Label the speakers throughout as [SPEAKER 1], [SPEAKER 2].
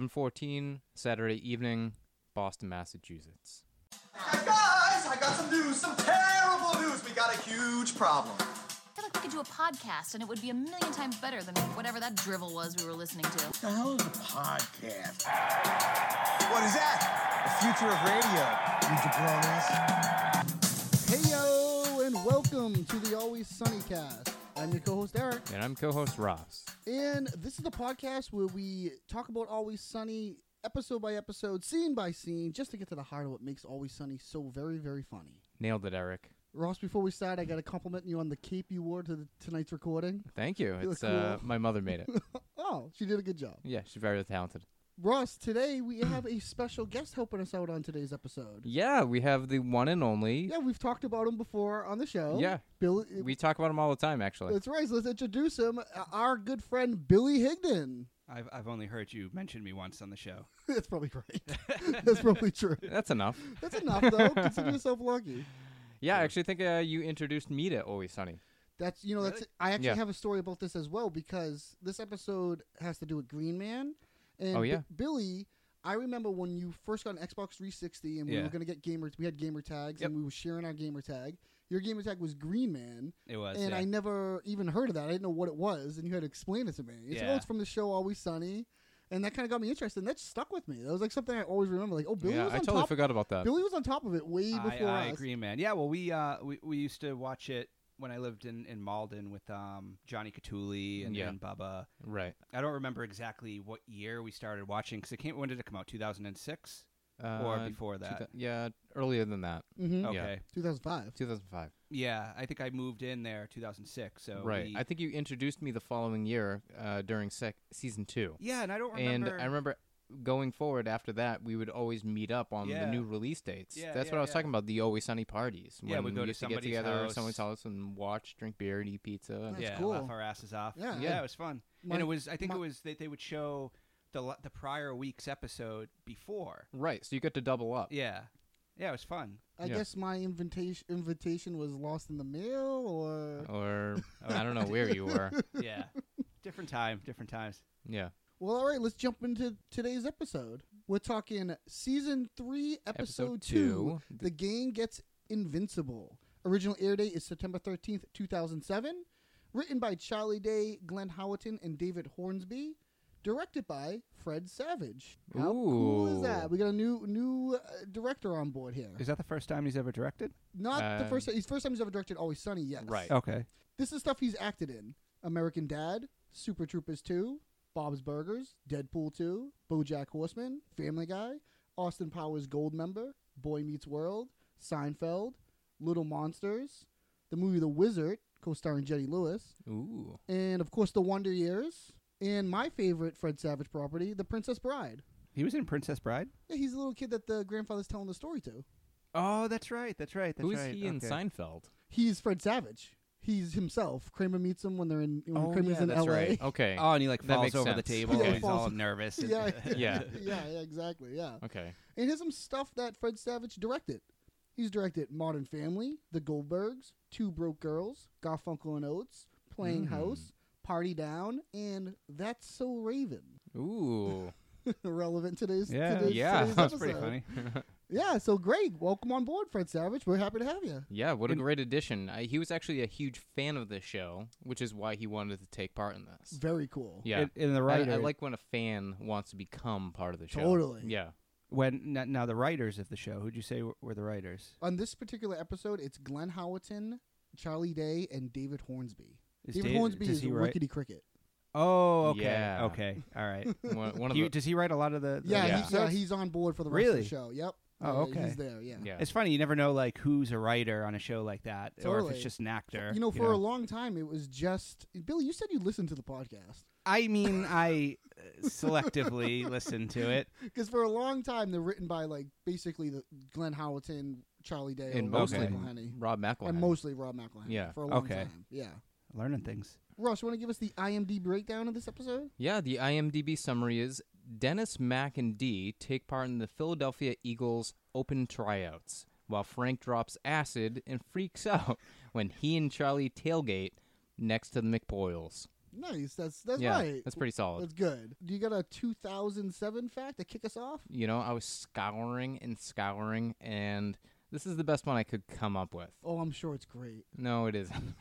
[SPEAKER 1] 7:14 Saturday evening, Boston, Massachusetts.
[SPEAKER 2] Guys, I got some news, some terrible news. We got a huge problem.
[SPEAKER 3] I feel like we could do a podcast and it would be a million times better than whatever that drivel was we were listening to.
[SPEAKER 4] The hell is a podcast?
[SPEAKER 2] What is that?
[SPEAKER 4] The future of radio, you jabronis.
[SPEAKER 5] Hey yo, and welcome to the Always Sunny Cast. I'm your co-host Eric,
[SPEAKER 1] And I'm co-host Ross.
[SPEAKER 5] and this is the podcast where we talk about Always Sunny episode by episode, scene by scene, just to get to the heart of what makes Always Sunny so very, very funny.
[SPEAKER 1] Nailed it, Eric.
[SPEAKER 5] Ross, before we start, I gotta compliment you on the cape you wore to the, tonight's recording.
[SPEAKER 1] Thank you.
[SPEAKER 5] look
[SPEAKER 1] It's uh,
[SPEAKER 5] cool.
[SPEAKER 1] my mother made it.
[SPEAKER 5] Oh, she did a good job.
[SPEAKER 1] Yeah, she's very talented.
[SPEAKER 5] Ross, today we have a special guest helping us out on today's episode.
[SPEAKER 1] Yeah, we have the one and only.
[SPEAKER 5] Yeah, we've talked about him before on the show.
[SPEAKER 1] Yeah.
[SPEAKER 5] Bill.
[SPEAKER 1] We talk about him all the time, actually.
[SPEAKER 5] That's right. So let's introduce him. uh, Our good friend Billy Higdon.
[SPEAKER 6] I've I've only heard you mention me once on the show.
[SPEAKER 5] That's probably right. That's probably true.
[SPEAKER 1] That's enough.
[SPEAKER 5] That's enough, though. Consider yourself lucky.
[SPEAKER 1] Yeah, I actually think uh, you introduced me to Always Sunny.
[SPEAKER 5] That's you know that's
[SPEAKER 6] Really?
[SPEAKER 5] I actually
[SPEAKER 1] Yeah.
[SPEAKER 5] have a story about this as well because this episode has to do with Green Man and
[SPEAKER 1] Oh,
[SPEAKER 5] Bi-
[SPEAKER 1] yeah.
[SPEAKER 5] Billy. I remember when you first got an Xbox 360 and we were
[SPEAKER 6] Yeah.
[SPEAKER 5] gonna get gamer. We had gamer tags
[SPEAKER 6] Yep.
[SPEAKER 5] and we were sharing our gamer tag. Your gamer tag was Green Man,
[SPEAKER 6] It was uh,
[SPEAKER 5] and
[SPEAKER 6] yeah.
[SPEAKER 5] I never even heard of that. I didn't know what it was, and you had to explain it to me. It's oh,
[SPEAKER 6] Yeah.
[SPEAKER 5] it's from the show Always Sunny, and that kind of got me interested. And that stuck with me. That was like something I always remember. Like, oh, Billy
[SPEAKER 1] yeah,
[SPEAKER 5] was
[SPEAKER 1] I
[SPEAKER 5] on
[SPEAKER 1] totally
[SPEAKER 5] top.
[SPEAKER 1] forgot about that.
[SPEAKER 5] Billy was on top of it way
[SPEAKER 6] I,
[SPEAKER 5] before
[SPEAKER 6] I
[SPEAKER 5] us.
[SPEAKER 6] agree, man. Yeah, well, we uh we, we used to watch it when I lived in in Malden with um Johnny Catulli and,
[SPEAKER 1] Yeah.
[SPEAKER 6] and Bubba.
[SPEAKER 1] Right.
[SPEAKER 6] I don't remember exactly what year we started watching because it came. When did it come out? Two thousand and six or
[SPEAKER 1] Uh,
[SPEAKER 6] before
[SPEAKER 1] two
[SPEAKER 6] that?
[SPEAKER 1] thou- yeah, earlier than that.
[SPEAKER 5] Mhm.
[SPEAKER 1] yeah.
[SPEAKER 6] Okay,
[SPEAKER 5] 2005.
[SPEAKER 1] 2005.
[SPEAKER 6] yeah. I think I moved in there two thousand six. So
[SPEAKER 1] right.
[SPEAKER 6] we-
[SPEAKER 1] I think you introduced me the following year uh, during sec- season two.
[SPEAKER 6] yeah, and I don't
[SPEAKER 1] and
[SPEAKER 6] remember.
[SPEAKER 1] I remember going forward after that, we would always meet up on the
[SPEAKER 6] Yeah.
[SPEAKER 1] new release dates.
[SPEAKER 6] Yeah,
[SPEAKER 1] That's what
[SPEAKER 6] yeah,
[SPEAKER 1] I was
[SPEAKER 6] yeah.
[SPEAKER 1] talking about the Always Sunny parties.
[SPEAKER 6] Yeah,
[SPEAKER 1] when
[SPEAKER 6] we'd go
[SPEAKER 1] we
[SPEAKER 6] to
[SPEAKER 1] used to get
[SPEAKER 6] somebody's
[SPEAKER 1] together at
[SPEAKER 6] house.
[SPEAKER 1] someone's house and watch, drink beer, and eat pizza.
[SPEAKER 5] That's
[SPEAKER 6] yeah,
[SPEAKER 5] cool.
[SPEAKER 6] laugh our asses off.
[SPEAKER 5] Yeah.
[SPEAKER 6] yeah, it was fun.
[SPEAKER 5] My-
[SPEAKER 6] and it was I think
[SPEAKER 5] my-
[SPEAKER 6] it was that they would show the la- the prior week's episode before.
[SPEAKER 1] Right. So you get to double up.
[SPEAKER 6] Yeah, yeah, it was fun.
[SPEAKER 5] I
[SPEAKER 1] Yeah.
[SPEAKER 5] guess my invitation invitation was lost in the mail,
[SPEAKER 1] Uh,
[SPEAKER 5] or
[SPEAKER 1] Or I don't know where you were.
[SPEAKER 6] Yeah, different time, different times.
[SPEAKER 1] Yeah.
[SPEAKER 5] well, all right. Let's jump into today's episode. We're talking season three, episode,
[SPEAKER 1] Episode
[SPEAKER 5] two.
[SPEAKER 1] two.
[SPEAKER 5] The game gets invincible. Original air date is September thirteenth, two thousand seven. Written by Charlie Day, Glenn Howerton, and David Hornsby. Directed by Fred Savage. How cool is
[SPEAKER 1] Ooh.
[SPEAKER 5] that? We got a new new uh, director on board here.
[SPEAKER 6] Is that the first time he's ever directed?
[SPEAKER 5] Not the
[SPEAKER 1] Uh,
[SPEAKER 5] first. He's first time he's ever directed Always Sunny. Yes.
[SPEAKER 1] Right.
[SPEAKER 6] Okay.
[SPEAKER 5] This is stuff he's acted in: American Dad, Super Troopers 2, Bob's Burgers, Deadpool 2, BoJack Horseman, Family Guy, Austin Powers Gold Member, Boy Meets World, Seinfeld, Little Monsters, the movie The Wizard, co-starring Jenny Lewis,
[SPEAKER 1] Ooh.
[SPEAKER 5] and of course The Wonder Years, and my favorite Fred Savage property, The Princess Bride.
[SPEAKER 6] He was in Princess Bride.
[SPEAKER 5] Yeah, he's the little kid that the grandfather's telling the story to.
[SPEAKER 6] Oh, that's right. That's right. That's
[SPEAKER 1] Who's
[SPEAKER 6] right.
[SPEAKER 1] he in
[SPEAKER 6] okay.
[SPEAKER 1] Seinfeld?
[SPEAKER 5] He's Fred Savage. He's himself. Kramer meets him when they're in when Kramer's in L.A.
[SPEAKER 1] Okay.
[SPEAKER 6] Oh, and he like
[SPEAKER 1] That
[SPEAKER 6] falls
[SPEAKER 1] makes
[SPEAKER 6] over the
[SPEAKER 1] sense.
[SPEAKER 6] table.
[SPEAKER 1] Yeah,
[SPEAKER 6] and
[SPEAKER 1] he
[SPEAKER 6] he's
[SPEAKER 5] falls-
[SPEAKER 6] all nervous. and-
[SPEAKER 5] yeah,
[SPEAKER 1] Yeah.
[SPEAKER 5] yeah, yeah, exactly, yeah.
[SPEAKER 1] okay.
[SPEAKER 5] And here's some stuff that Fred Savage directed. He's directed Modern Family, The Goldbergs, Two Broke Girls, Garfunkel and Oates, Playing
[SPEAKER 1] Mm.
[SPEAKER 6] Hmm.
[SPEAKER 5] House, Party Down, and That's So Raven.
[SPEAKER 1] Ooh.
[SPEAKER 5] Relevant to today's
[SPEAKER 6] yeah,
[SPEAKER 5] today's,
[SPEAKER 1] yeah,
[SPEAKER 5] today's
[SPEAKER 6] that's pretty
[SPEAKER 5] episode.
[SPEAKER 6] funny.
[SPEAKER 5] Yeah, so Greg, welcome on board, Fred Savage. We're happy to have you.
[SPEAKER 1] Yeah, what a
[SPEAKER 6] And-
[SPEAKER 1] great addition. I, he was actually a huge fan of this show, which is why he wanted to take part in this.
[SPEAKER 5] Very cool.
[SPEAKER 1] Yeah.
[SPEAKER 6] In, in the
[SPEAKER 1] I-
[SPEAKER 6] writer,
[SPEAKER 1] I, like when a fan wants to become part of the show.
[SPEAKER 5] Totally.
[SPEAKER 1] Yeah.
[SPEAKER 6] when n- now the writers of the show. Who'd you say w- were the writers?
[SPEAKER 5] On this particular episode, it's Glenn Howerton, Charlie Day, and David Hornsby.
[SPEAKER 6] Is
[SPEAKER 5] David
[SPEAKER 6] Dave-
[SPEAKER 5] Hornsby
[SPEAKER 6] does
[SPEAKER 5] is
[SPEAKER 6] he
[SPEAKER 5] a
[SPEAKER 6] write?
[SPEAKER 5] rickety cricket.
[SPEAKER 6] Oh, okay.
[SPEAKER 1] Yeah.
[SPEAKER 6] Okay. All right.
[SPEAKER 1] One, one of
[SPEAKER 6] He-
[SPEAKER 1] the,
[SPEAKER 6] does he write a lot of the? the
[SPEAKER 5] Yeah,
[SPEAKER 1] Yeah.
[SPEAKER 5] He's, yeah, he's on board for the rest of
[SPEAKER 6] Uh, Really?
[SPEAKER 5] the show. Yep.
[SPEAKER 6] Oh,
[SPEAKER 5] Yeah, He's
[SPEAKER 6] okay.
[SPEAKER 5] there. Yeah.
[SPEAKER 1] yeah.
[SPEAKER 6] It's funny. You never know like who's a writer on a show like that, or if
[SPEAKER 5] Totally.
[SPEAKER 6] it's just an actor.
[SPEAKER 5] You know, for a long time, it was just Billy. You said you listened to the podcast
[SPEAKER 6] I mean, I uh, selectively listen to it.
[SPEAKER 5] because for a long time they're written by like basically the Glenn Howerton, Charlie Day,
[SPEAKER 1] and
[SPEAKER 5] or Rob
[SPEAKER 1] mostly
[SPEAKER 6] Okay.
[SPEAKER 5] McElhenney,
[SPEAKER 1] Rob McElhenney.
[SPEAKER 5] and mostly Rob McElhenney.
[SPEAKER 1] Yeah.
[SPEAKER 5] for a long
[SPEAKER 6] Okay.
[SPEAKER 5] time. Yeah,
[SPEAKER 6] Learning things.
[SPEAKER 5] Russ, you want to give us the IMDb breakdown of this episode?
[SPEAKER 1] yeah, the IMDb summary is Dennis Mack and D take part in the Philadelphia Eagles open tryouts, while Frank drops acid and freaks out when he and Charlie tailgate next to the McBoyles.
[SPEAKER 5] Nice. That's that's
[SPEAKER 1] yeah,
[SPEAKER 5] right.
[SPEAKER 1] that's pretty solid.
[SPEAKER 5] That's good. Do you got a 2007 fact to kick us off?
[SPEAKER 1] You know, I was scouring and scouring, and this is the best one I could come up with.
[SPEAKER 5] Oh, I'm sure it's great.
[SPEAKER 1] No, it isn't.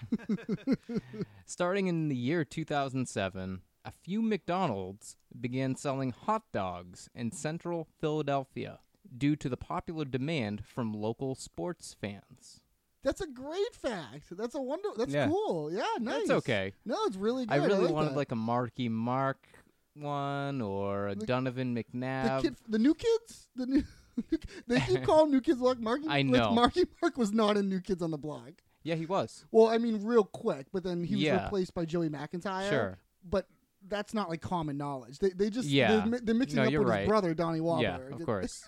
[SPEAKER 1] Starting in the year 2007, a few McDonald's began selling hot dogs in central Philadelphia due to the popular demand from local sports fans.
[SPEAKER 5] That's a great fact. That's a wonder. That's
[SPEAKER 6] Yeah.
[SPEAKER 5] cool. Yeah, nice.
[SPEAKER 1] That's okay.
[SPEAKER 5] No, it's really good.
[SPEAKER 1] I really
[SPEAKER 5] like
[SPEAKER 1] wanted
[SPEAKER 5] that.
[SPEAKER 1] like a Marky Mark one or a
[SPEAKER 5] The-
[SPEAKER 1] Donovan
[SPEAKER 5] the
[SPEAKER 1] McNabb.
[SPEAKER 5] kid, the new kids, the new. they keep calling new kids like Marky.
[SPEAKER 1] I
[SPEAKER 5] like
[SPEAKER 1] know.
[SPEAKER 5] Marky Mark was not in New Kids on the Block.
[SPEAKER 1] yeah, he was.
[SPEAKER 5] Well, I mean, real quick, but then he was
[SPEAKER 1] Yeah.
[SPEAKER 5] replaced by Joey McIntyre.
[SPEAKER 1] Sure.
[SPEAKER 5] but that's not like common knowledge. They they just
[SPEAKER 1] Yeah.
[SPEAKER 5] they're, mi- they're mixing
[SPEAKER 1] No,
[SPEAKER 5] up
[SPEAKER 1] you're
[SPEAKER 5] with
[SPEAKER 1] right.
[SPEAKER 5] his brother Donnie Wahlberg.
[SPEAKER 1] Yeah, of course.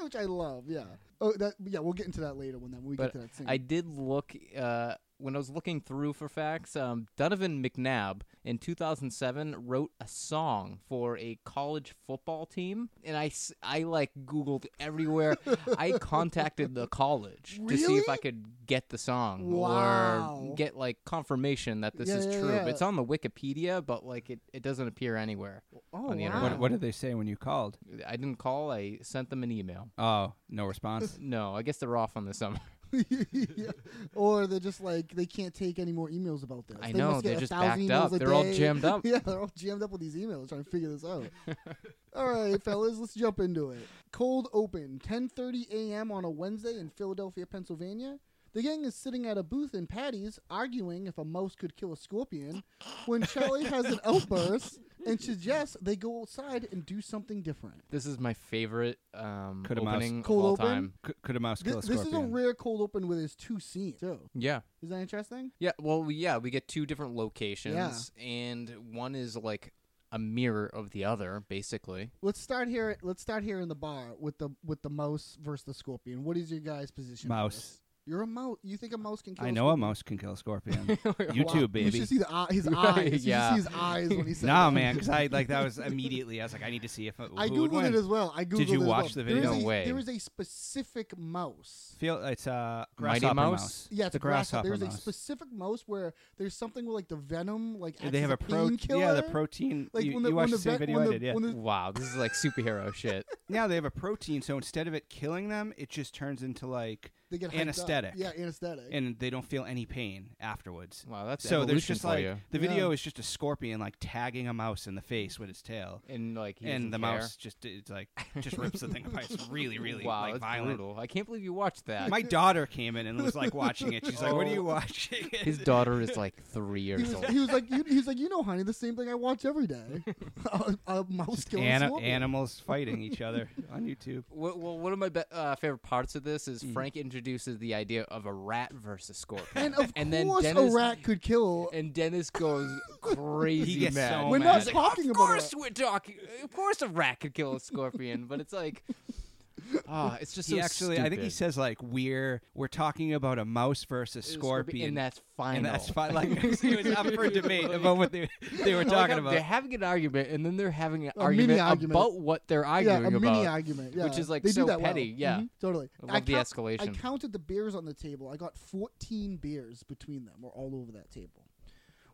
[SPEAKER 5] which I love. Yeah. Oh, that yeah. We'll get into that later when, then, when we
[SPEAKER 1] But
[SPEAKER 5] get to that scene.
[SPEAKER 1] I did look uh, when I was looking through for facts. Um, Donovan McNabb in 2007 wrote a song for a college football team, and I, s- I, like Googled everywhere. I contacted the college to see if I
[SPEAKER 5] Really?
[SPEAKER 1] could get the song
[SPEAKER 5] Wow.
[SPEAKER 1] or get like confirmation that this
[SPEAKER 5] Yeah,
[SPEAKER 1] is
[SPEAKER 5] yeah,
[SPEAKER 1] true.
[SPEAKER 5] yeah.
[SPEAKER 1] It's on the Wikipedia, but like it, it doesn't appear anywhere.
[SPEAKER 5] oh,
[SPEAKER 1] on the internet.
[SPEAKER 6] What, what did they say when you called?
[SPEAKER 1] I didn't call. I sent them an email.
[SPEAKER 6] Oh, no response.
[SPEAKER 1] No, I guess they're off on the summer.
[SPEAKER 5] Yeah. Or they're just like they can't take any more emails about this.
[SPEAKER 1] I
[SPEAKER 5] They must
[SPEAKER 1] know,
[SPEAKER 5] get
[SPEAKER 1] they're
[SPEAKER 5] a
[SPEAKER 1] just
[SPEAKER 5] thousand
[SPEAKER 1] backed up.
[SPEAKER 5] emails a
[SPEAKER 1] They're all
[SPEAKER 5] day.
[SPEAKER 1] jammed up.
[SPEAKER 5] yeah, they're all jammed up with these emails trying to figure this out. all right, fellas, let's jump into it. Cold open, 10:30 a.m. on a Wednesday in Philadelphia, Pennsylvania. The gang is sitting at a booth in Patty's arguing if a mouse could kill a scorpion when Charlie has an outburst and suggests they go outside and do something different.
[SPEAKER 1] This is my favorite um,
[SPEAKER 6] Could a mouse-
[SPEAKER 1] opening of
[SPEAKER 5] Cold
[SPEAKER 1] all
[SPEAKER 5] open?
[SPEAKER 1] time.
[SPEAKER 6] Could, could a mouse
[SPEAKER 5] Thi-
[SPEAKER 6] kill a
[SPEAKER 5] this is a
[SPEAKER 6] scorpion?
[SPEAKER 5] rare cold open where there's two scenes, too.
[SPEAKER 1] Yeah.
[SPEAKER 5] Is that interesting?
[SPEAKER 1] Yeah, well, we- yeah, we get two different locations, and one is like a mirror of the other, basically.
[SPEAKER 5] Let's start here. Let's start here in the bar with the with the mouse versus the scorpion. What is your guys' position? on
[SPEAKER 6] Mouse.
[SPEAKER 5] this? You're a mouse. You think a mouse can kill?
[SPEAKER 6] I know a
[SPEAKER 5] scorpion?
[SPEAKER 6] mouse can kill a scorpion. you
[SPEAKER 5] Wow.
[SPEAKER 6] too,
[SPEAKER 5] You
[SPEAKER 6] baby.
[SPEAKER 5] should see the eye, his
[SPEAKER 1] Right,
[SPEAKER 5] eyes.
[SPEAKER 1] yeah.
[SPEAKER 5] You should see his eyes when he said.
[SPEAKER 6] Nah,
[SPEAKER 5] that.
[SPEAKER 6] man, because I like that was immediately. I was like, I need to see if it,
[SPEAKER 5] I
[SPEAKER 6] who would
[SPEAKER 5] googled
[SPEAKER 6] win.
[SPEAKER 5] it as well. I googled.
[SPEAKER 6] you
[SPEAKER 5] it as
[SPEAKER 6] watch
[SPEAKER 5] well.
[SPEAKER 6] the
[SPEAKER 5] There is
[SPEAKER 1] video?
[SPEAKER 5] a-
[SPEAKER 1] No way.
[SPEAKER 5] There is a specific mouse.
[SPEAKER 6] Feel it's uh, a
[SPEAKER 1] Mighty
[SPEAKER 6] grasshopper
[SPEAKER 1] Mouse?
[SPEAKER 5] Yeah, it's
[SPEAKER 6] The
[SPEAKER 5] a grasshopper.
[SPEAKER 6] grasshopper
[SPEAKER 5] There's a
[SPEAKER 6] mouse.
[SPEAKER 5] specific mouse where there's something where like the venom, like acts
[SPEAKER 6] they have
[SPEAKER 5] as
[SPEAKER 6] a protein. Yeah,
[SPEAKER 5] painkiller.
[SPEAKER 6] the protein.
[SPEAKER 5] Like,
[SPEAKER 6] you
[SPEAKER 5] when the-
[SPEAKER 6] you watched
[SPEAKER 5] when
[SPEAKER 6] the
[SPEAKER 5] the
[SPEAKER 6] same
[SPEAKER 5] vet-
[SPEAKER 6] video
[SPEAKER 5] when
[SPEAKER 6] I
[SPEAKER 5] the-
[SPEAKER 6] did, yeah.
[SPEAKER 5] when the-
[SPEAKER 1] Wow, this is like superhero shit.
[SPEAKER 6] Now they have a protein, so instead of it killing them, it just turns into like
[SPEAKER 5] They get hyped up.
[SPEAKER 6] anesthetic.
[SPEAKER 5] Yeah, anesthetic.
[SPEAKER 6] and they don't feel any pain afterwards.
[SPEAKER 1] Wow, that's
[SPEAKER 6] so there's
[SPEAKER 1] evolution
[SPEAKER 6] just
[SPEAKER 1] for
[SPEAKER 6] like
[SPEAKER 1] you.
[SPEAKER 6] the
[SPEAKER 5] Yeah.
[SPEAKER 6] video is just a scorpion like tagging a mouse in the face with its tail,
[SPEAKER 1] And like, he doesn't
[SPEAKER 6] and the
[SPEAKER 1] care.
[SPEAKER 6] mouse just it's like just rips the thing apart. It's really really
[SPEAKER 1] wow,
[SPEAKER 6] like
[SPEAKER 1] that's
[SPEAKER 6] violent.
[SPEAKER 1] brutal. I can't believe you watched that.
[SPEAKER 6] My daughter came in and was like watching it. She's like, "What are you
[SPEAKER 1] Oh.
[SPEAKER 6] watching?"
[SPEAKER 1] His daughter is like three
[SPEAKER 5] He
[SPEAKER 1] years
[SPEAKER 5] was,
[SPEAKER 1] old.
[SPEAKER 5] he was like, you, he was like, you know, honey, the same thing I watch every day. a, a mouse killing a
[SPEAKER 6] Ani-
[SPEAKER 5] scorpion.
[SPEAKER 6] animals fighting each other on YouTube.
[SPEAKER 1] Well, well, one of my be- uh, favorite parts of this
[SPEAKER 5] Mm.
[SPEAKER 1] is Frank introduces the idea of a rat versus scorpion,
[SPEAKER 5] And of
[SPEAKER 1] and then
[SPEAKER 5] course,
[SPEAKER 1] Dennis,
[SPEAKER 5] a rat could kill.
[SPEAKER 1] and Dennis goes crazy
[SPEAKER 6] He gets
[SPEAKER 1] mad.
[SPEAKER 6] so
[SPEAKER 5] We're
[SPEAKER 6] mad.
[SPEAKER 5] not
[SPEAKER 6] He's like,
[SPEAKER 5] talking
[SPEAKER 1] of
[SPEAKER 5] about
[SPEAKER 1] course
[SPEAKER 5] it.
[SPEAKER 1] we're talking. Of course, a rat could kill a scorpion, but it's like, ah, it's just
[SPEAKER 6] he
[SPEAKER 1] so
[SPEAKER 6] actually, I think he
[SPEAKER 1] stupid.
[SPEAKER 6] says like, "We're we're talking about a mouse versus
[SPEAKER 1] It was
[SPEAKER 6] scorpion."
[SPEAKER 1] and that's final.
[SPEAKER 6] and that's fine. Like it was up for debate about what they they were
[SPEAKER 1] Like,
[SPEAKER 6] talking
[SPEAKER 1] how
[SPEAKER 6] about.
[SPEAKER 1] They're having an argument, and then they're having an
[SPEAKER 5] A mini
[SPEAKER 1] argument,
[SPEAKER 5] argument.
[SPEAKER 1] about what they're
[SPEAKER 5] yeah,
[SPEAKER 1] arguing
[SPEAKER 5] a
[SPEAKER 1] about.
[SPEAKER 5] mini argument, yeah,
[SPEAKER 1] which is, like,
[SPEAKER 5] they
[SPEAKER 1] so
[SPEAKER 5] do that well.
[SPEAKER 1] petty, yeah.
[SPEAKER 5] Mhm, totally.
[SPEAKER 1] I love the
[SPEAKER 5] count- I
[SPEAKER 1] escalation.
[SPEAKER 5] counted the beers on the table. I got 14 beers between them, or all over that table.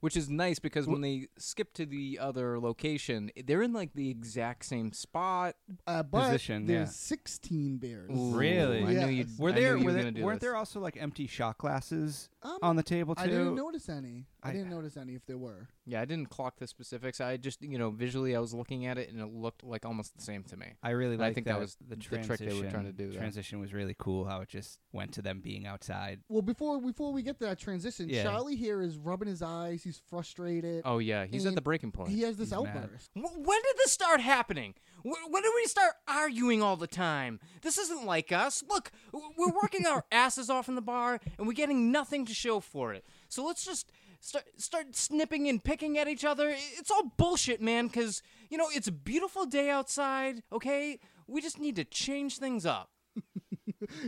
[SPEAKER 1] Which is nice because when they skip to the other location, they're in like the exact same spot.
[SPEAKER 5] Uh, but
[SPEAKER 6] Position,
[SPEAKER 5] there's
[SPEAKER 6] yeah.
[SPEAKER 5] 16 beers.
[SPEAKER 6] Really?
[SPEAKER 1] I knew you.
[SPEAKER 5] Yes.
[SPEAKER 6] were
[SPEAKER 1] I knew
[SPEAKER 6] there,
[SPEAKER 1] you
[SPEAKER 6] were
[SPEAKER 1] were
[SPEAKER 6] there
[SPEAKER 1] gonna do
[SPEAKER 6] weren't
[SPEAKER 1] this.
[SPEAKER 6] there also like empty shot glasses
[SPEAKER 5] Um,
[SPEAKER 6] on the table too?
[SPEAKER 5] I didn't notice any. I,
[SPEAKER 6] I-
[SPEAKER 5] didn't notice any if there were.
[SPEAKER 1] Yeah, I didn't clock the specifics. I just, you know, visually I was looking at it and it looked like almost the same to me.
[SPEAKER 6] I really
[SPEAKER 1] I
[SPEAKER 6] like
[SPEAKER 1] think that was the
[SPEAKER 6] the,
[SPEAKER 1] trick they were trying to do there.
[SPEAKER 6] Transition was really cool. How it just went to them being outside.
[SPEAKER 5] Well, before before we get to that transition,
[SPEAKER 6] Yeah.
[SPEAKER 5] Charlie here is rubbing his eyes. He's frustrated.
[SPEAKER 1] Oh yeah, he's at
[SPEAKER 5] And
[SPEAKER 1] the breaking point.
[SPEAKER 5] he has this
[SPEAKER 6] he's mad.
[SPEAKER 5] outburst.
[SPEAKER 1] Wh- When did this start happening? Wh- When did we start arguing all the time? This isn't like us. Look, w- we're working our asses off in the bar, and we're getting nothing to show for it. So let's just start start snipping and picking at each other. I- It's all bullshit, man. Because you know it's a beautiful day outside. Okay, we just need to change things up.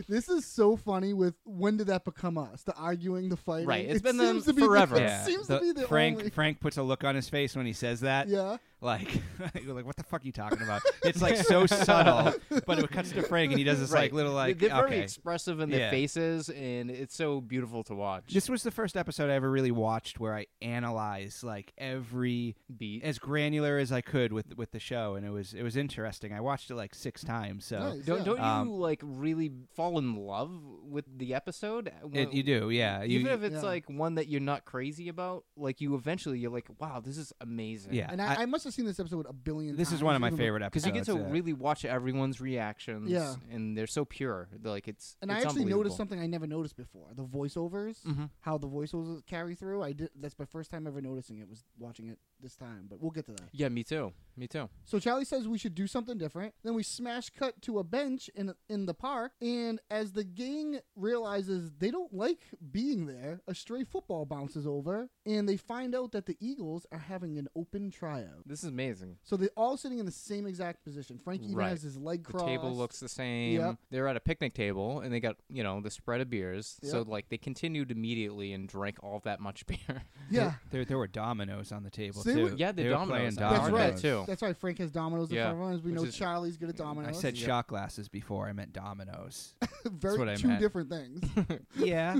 [SPEAKER 5] This is so funny. With when did that become us? The arguing, the fighting.
[SPEAKER 1] Right,
[SPEAKER 5] It's
[SPEAKER 1] it's been them
[SPEAKER 5] seems to be the-
[SPEAKER 1] forever.
[SPEAKER 5] it
[SPEAKER 1] Yeah,
[SPEAKER 5] seems
[SPEAKER 6] the-
[SPEAKER 5] to be the
[SPEAKER 6] Frank
[SPEAKER 5] only-
[SPEAKER 6] Frank puts a look on his face when he says that.
[SPEAKER 5] Yeah.
[SPEAKER 6] Like, you're like what the fuck are you talking about? It's like so subtle, but it cuts to Frank and he does this like little like
[SPEAKER 1] they're very
[SPEAKER 6] okay.
[SPEAKER 1] expressive in their
[SPEAKER 6] Yeah.
[SPEAKER 1] faces, and it's so beautiful to watch.
[SPEAKER 6] This was the first episode I ever really watched where I analyzed like every
[SPEAKER 1] beat.
[SPEAKER 6] as granular as I could with with the show, and it was it was interesting. I watched it like six times, so
[SPEAKER 5] Nice,
[SPEAKER 1] Don't,
[SPEAKER 5] yeah.
[SPEAKER 1] don't
[SPEAKER 6] Um,
[SPEAKER 1] you like really fall in love with the episode?
[SPEAKER 6] it, you do, yeah. Uh, You,
[SPEAKER 1] Even if it's
[SPEAKER 5] Yeah.
[SPEAKER 1] like one that you're not crazy about, like you eventually you're like, wow, this is amazing.
[SPEAKER 6] yeah. Oh,
[SPEAKER 5] And I, I, must have seen this episode a billion.
[SPEAKER 6] this
[SPEAKER 5] times.
[SPEAKER 6] is one of my
[SPEAKER 5] even before-
[SPEAKER 6] favorite
[SPEAKER 1] because
[SPEAKER 6] episodes.
[SPEAKER 1] you get to
[SPEAKER 6] yeah.
[SPEAKER 1] really watch everyone's reactions.
[SPEAKER 5] Yeah.
[SPEAKER 1] and they're so pure. They're, Like it's
[SPEAKER 5] And I
[SPEAKER 1] it's
[SPEAKER 5] actually noticed
[SPEAKER 1] unbelievable.
[SPEAKER 5] something I never noticed before: the voiceovers,
[SPEAKER 6] Mm-hmm.
[SPEAKER 1] Mhm.
[SPEAKER 5] how the voiceovers carry through. I did. That's my first time ever noticing it. Was watching it this time, but we'll get to that.
[SPEAKER 1] Yeah, me too. Me too.
[SPEAKER 5] So Charlie says we should do something different. Then we smash cut to a bench in in the park, and as the gang realizes they don't like being there, a stray football bounces over, and they find out that the Eagles are having an open tryout.
[SPEAKER 1] This is amazing.
[SPEAKER 5] So they're all sitting in the same exact position. Frankie even
[SPEAKER 1] Right.
[SPEAKER 5] has his leg
[SPEAKER 1] The
[SPEAKER 5] crossed.
[SPEAKER 1] table looks the same.
[SPEAKER 5] Yep.
[SPEAKER 1] They're at a picnic table and they got, you know, the spread of beers. So
[SPEAKER 5] Yep.
[SPEAKER 1] like they continued immediately and drank all that much beer.
[SPEAKER 5] yeah.
[SPEAKER 6] There, there were dominoes on the table
[SPEAKER 5] They were-
[SPEAKER 6] too.
[SPEAKER 1] Yeah, the
[SPEAKER 6] They were
[SPEAKER 1] dominoes.
[SPEAKER 6] playing
[SPEAKER 1] I
[SPEAKER 5] That's
[SPEAKER 1] remember
[SPEAKER 5] right.
[SPEAKER 1] that too.
[SPEAKER 5] That's right. Frank has dominoes in
[SPEAKER 1] Yeah.
[SPEAKER 5] front of him. As we
[SPEAKER 1] Which
[SPEAKER 5] know,
[SPEAKER 1] is-
[SPEAKER 5] Charlie's good at
[SPEAKER 6] I
[SPEAKER 5] dominoes.
[SPEAKER 6] said
[SPEAKER 1] Yeah.
[SPEAKER 6] shot glasses before. I meant dominoes.
[SPEAKER 5] Very
[SPEAKER 6] what I
[SPEAKER 5] two
[SPEAKER 6] meant.
[SPEAKER 5] different things.
[SPEAKER 6] yeah.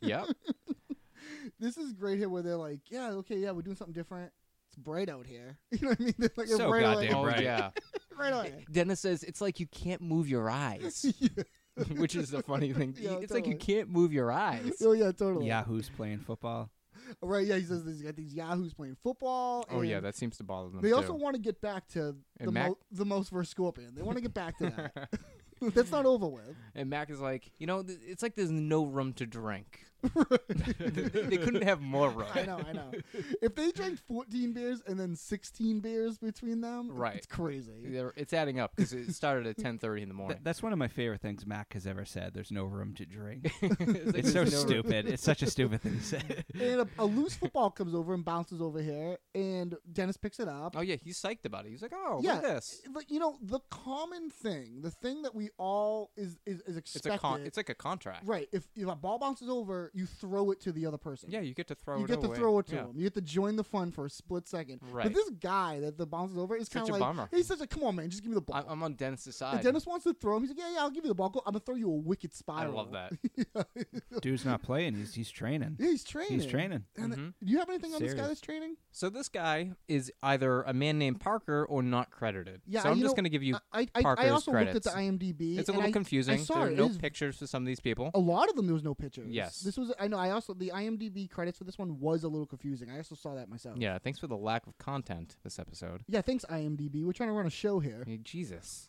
[SPEAKER 1] yep.
[SPEAKER 6] Oh,
[SPEAKER 5] this is great here where they're like, yeah, okay, yeah, we're doing something different. It's bright out here. You know what I mean? They're like,
[SPEAKER 6] So
[SPEAKER 5] bright out
[SPEAKER 6] goddamn
[SPEAKER 5] here.
[SPEAKER 1] Oh
[SPEAKER 6] right.
[SPEAKER 1] yeah.
[SPEAKER 5] Right out here.
[SPEAKER 1] Dennis says it's like you can't move your eyes, which is the funny thing.
[SPEAKER 5] Yeah,
[SPEAKER 1] it's like you
[SPEAKER 5] totally.
[SPEAKER 1] can't move your eyes.
[SPEAKER 5] Oh yeah, totally.
[SPEAKER 6] Yahoo's playing football.
[SPEAKER 5] Right. Yeah. He says he's got these yahoos playing football.
[SPEAKER 1] Oh
[SPEAKER 5] and
[SPEAKER 1] yeah, that seems to bother them
[SPEAKER 5] They
[SPEAKER 1] too.
[SPEAKER 5] also want to get back to the,
[SPEAKER 1] Mac-
[SPEAKER 5] mo- the most versus Scorpion. They want to get back to that. That's not over with.
[SPEAKER 1] and Mac is like, you know, th- it's like there's no room to drink. they, they couldn't have more room.
[SPEAKER 5] I know. I know. if they drank 14 beers and then 16 beers between them,
[SPEAKER 1] Right.
[SPEAKER 5] It's crazy.
[SPEAKER 1] They're- It's adding up because it started at 10:30 in the morning.
[SPEAKER 6] Th- that's one of my favorite things Mac has ever said. There's no room to drink.
[SPEAKER 1] It's like
[SPEAKER 6] it's
[SPEAKER 1] there's
[SPEAKER 6] so
[SPEAKER 1] no room-
[SPEAKER 6] stupid. It's such a stupid thing to say.
[SPEAKER 5] And a, a loose football comes over and bounces over here, and Dennis picks it up.
[SPEAKER 1] Oh yeah, he's psyched about it. He's like, oh,
[SPEAKER 5] yeah,
[SPEAKER 1] look at this.
[SPEAKER 5] But you know, the common thing, the thing that we all is is, is
[SPEAKER 1] It's
[SPEAKER 5] expected.
[SPEAKER 1] a con- it's like a contract.
[SPEAKER 5] Right. If, if a ball bounces over, you throw it to the other person.
[SPEAKER 1] Yeah, you get to throw
[SPEAKER 5] You
[SPEAKER 1] it
[SPEAKER 5] get
[SPEAKER 1] away.
[SPEAKER 5] to throw it to
[SPEAKER 1] yeah.
[SPEAKER 5] him. You get to join the fun for a split second. But
[SPEAKER 1] Right.
[SPEAKER 5] this guy that the bounces over is
[SPEAKER 1] Such
[SPEAKER 5] kind
[SPEAKER 1] a
[SPEAKER 5] of like,
[SPEAKER 1] bummer.
[SPEAKER 5] he's such a, come on, man, just give me the ball.
[SPEAKER 1] I- I'm on Dennis's
[SPEAKER 5] and
[SPEAKER 1] side.
[SPEAKER 5] Dennis wants to throw him. He's like, yeah, yeah, I'll give you the ball. Go, I'm going to throw you a wicked
[SPEAKER 1] I
[SPEAKER 5] spiral.
[SPEAKER 1] love that.
[SPEAKER 6] Dude's not playing. He's he's training.
[SPEAKER 5] Yeah, he's training.
[SPEAKER 6] He's training.
[SPEAKER 5] And th-
[SPEAKER 1] Mm-hmm.
[SPEAKER 5] do you have anything on this guy
[SPEAKER 6] Serious.
[SPEAKER 5] that's training?
[SPEAKER 1] So this guy is either a man named Parker or not credited.
[SPEAKER 5] Yeah,
[SPEAKER 1] so I'm
[SPEAKER 5] you
[SPEAKER 1] just
[SPEAKER 5] know,
[SPEAKER 1] going to give you
[SPEAKER 5] I, I, I- I
[SPEAKER 1] Parker's
[SPEAKER 5] also
[SPEAKER 1] credits.
[SPEAKER 5] looked at the IMDb.
[SPEAKER 1] it's a
[SPEAKER 5] and
[SPEAKER 1] little
[SPEAKER 5] I-
[SPEAKER 1] confusing.
[SPEAKER 5] I saw
[SPEAKER 1] there
[SPEAKER 5] it.
[SPEAKER 1] are
[SPEAKER 5] It
[SPEAKER 1] no
[SPEAKER 5] is
[SPEAKER 1] pictures for some of these people.
[SPEAKER 5] a lot of them there was no pictures.
[SPEAKER 1] Yes.
[SPEAKER 5] This was I know I also the IMDb credits for this one was a little confusing. I also saw that myself.
[SPEAKER 1] Yeah, thanks for the lack of content this episode.
[SPEAKER 5] Yeah, thanks IMDb. We're trying to run a show here.
[SPEAKER 1] Hey, Jesus.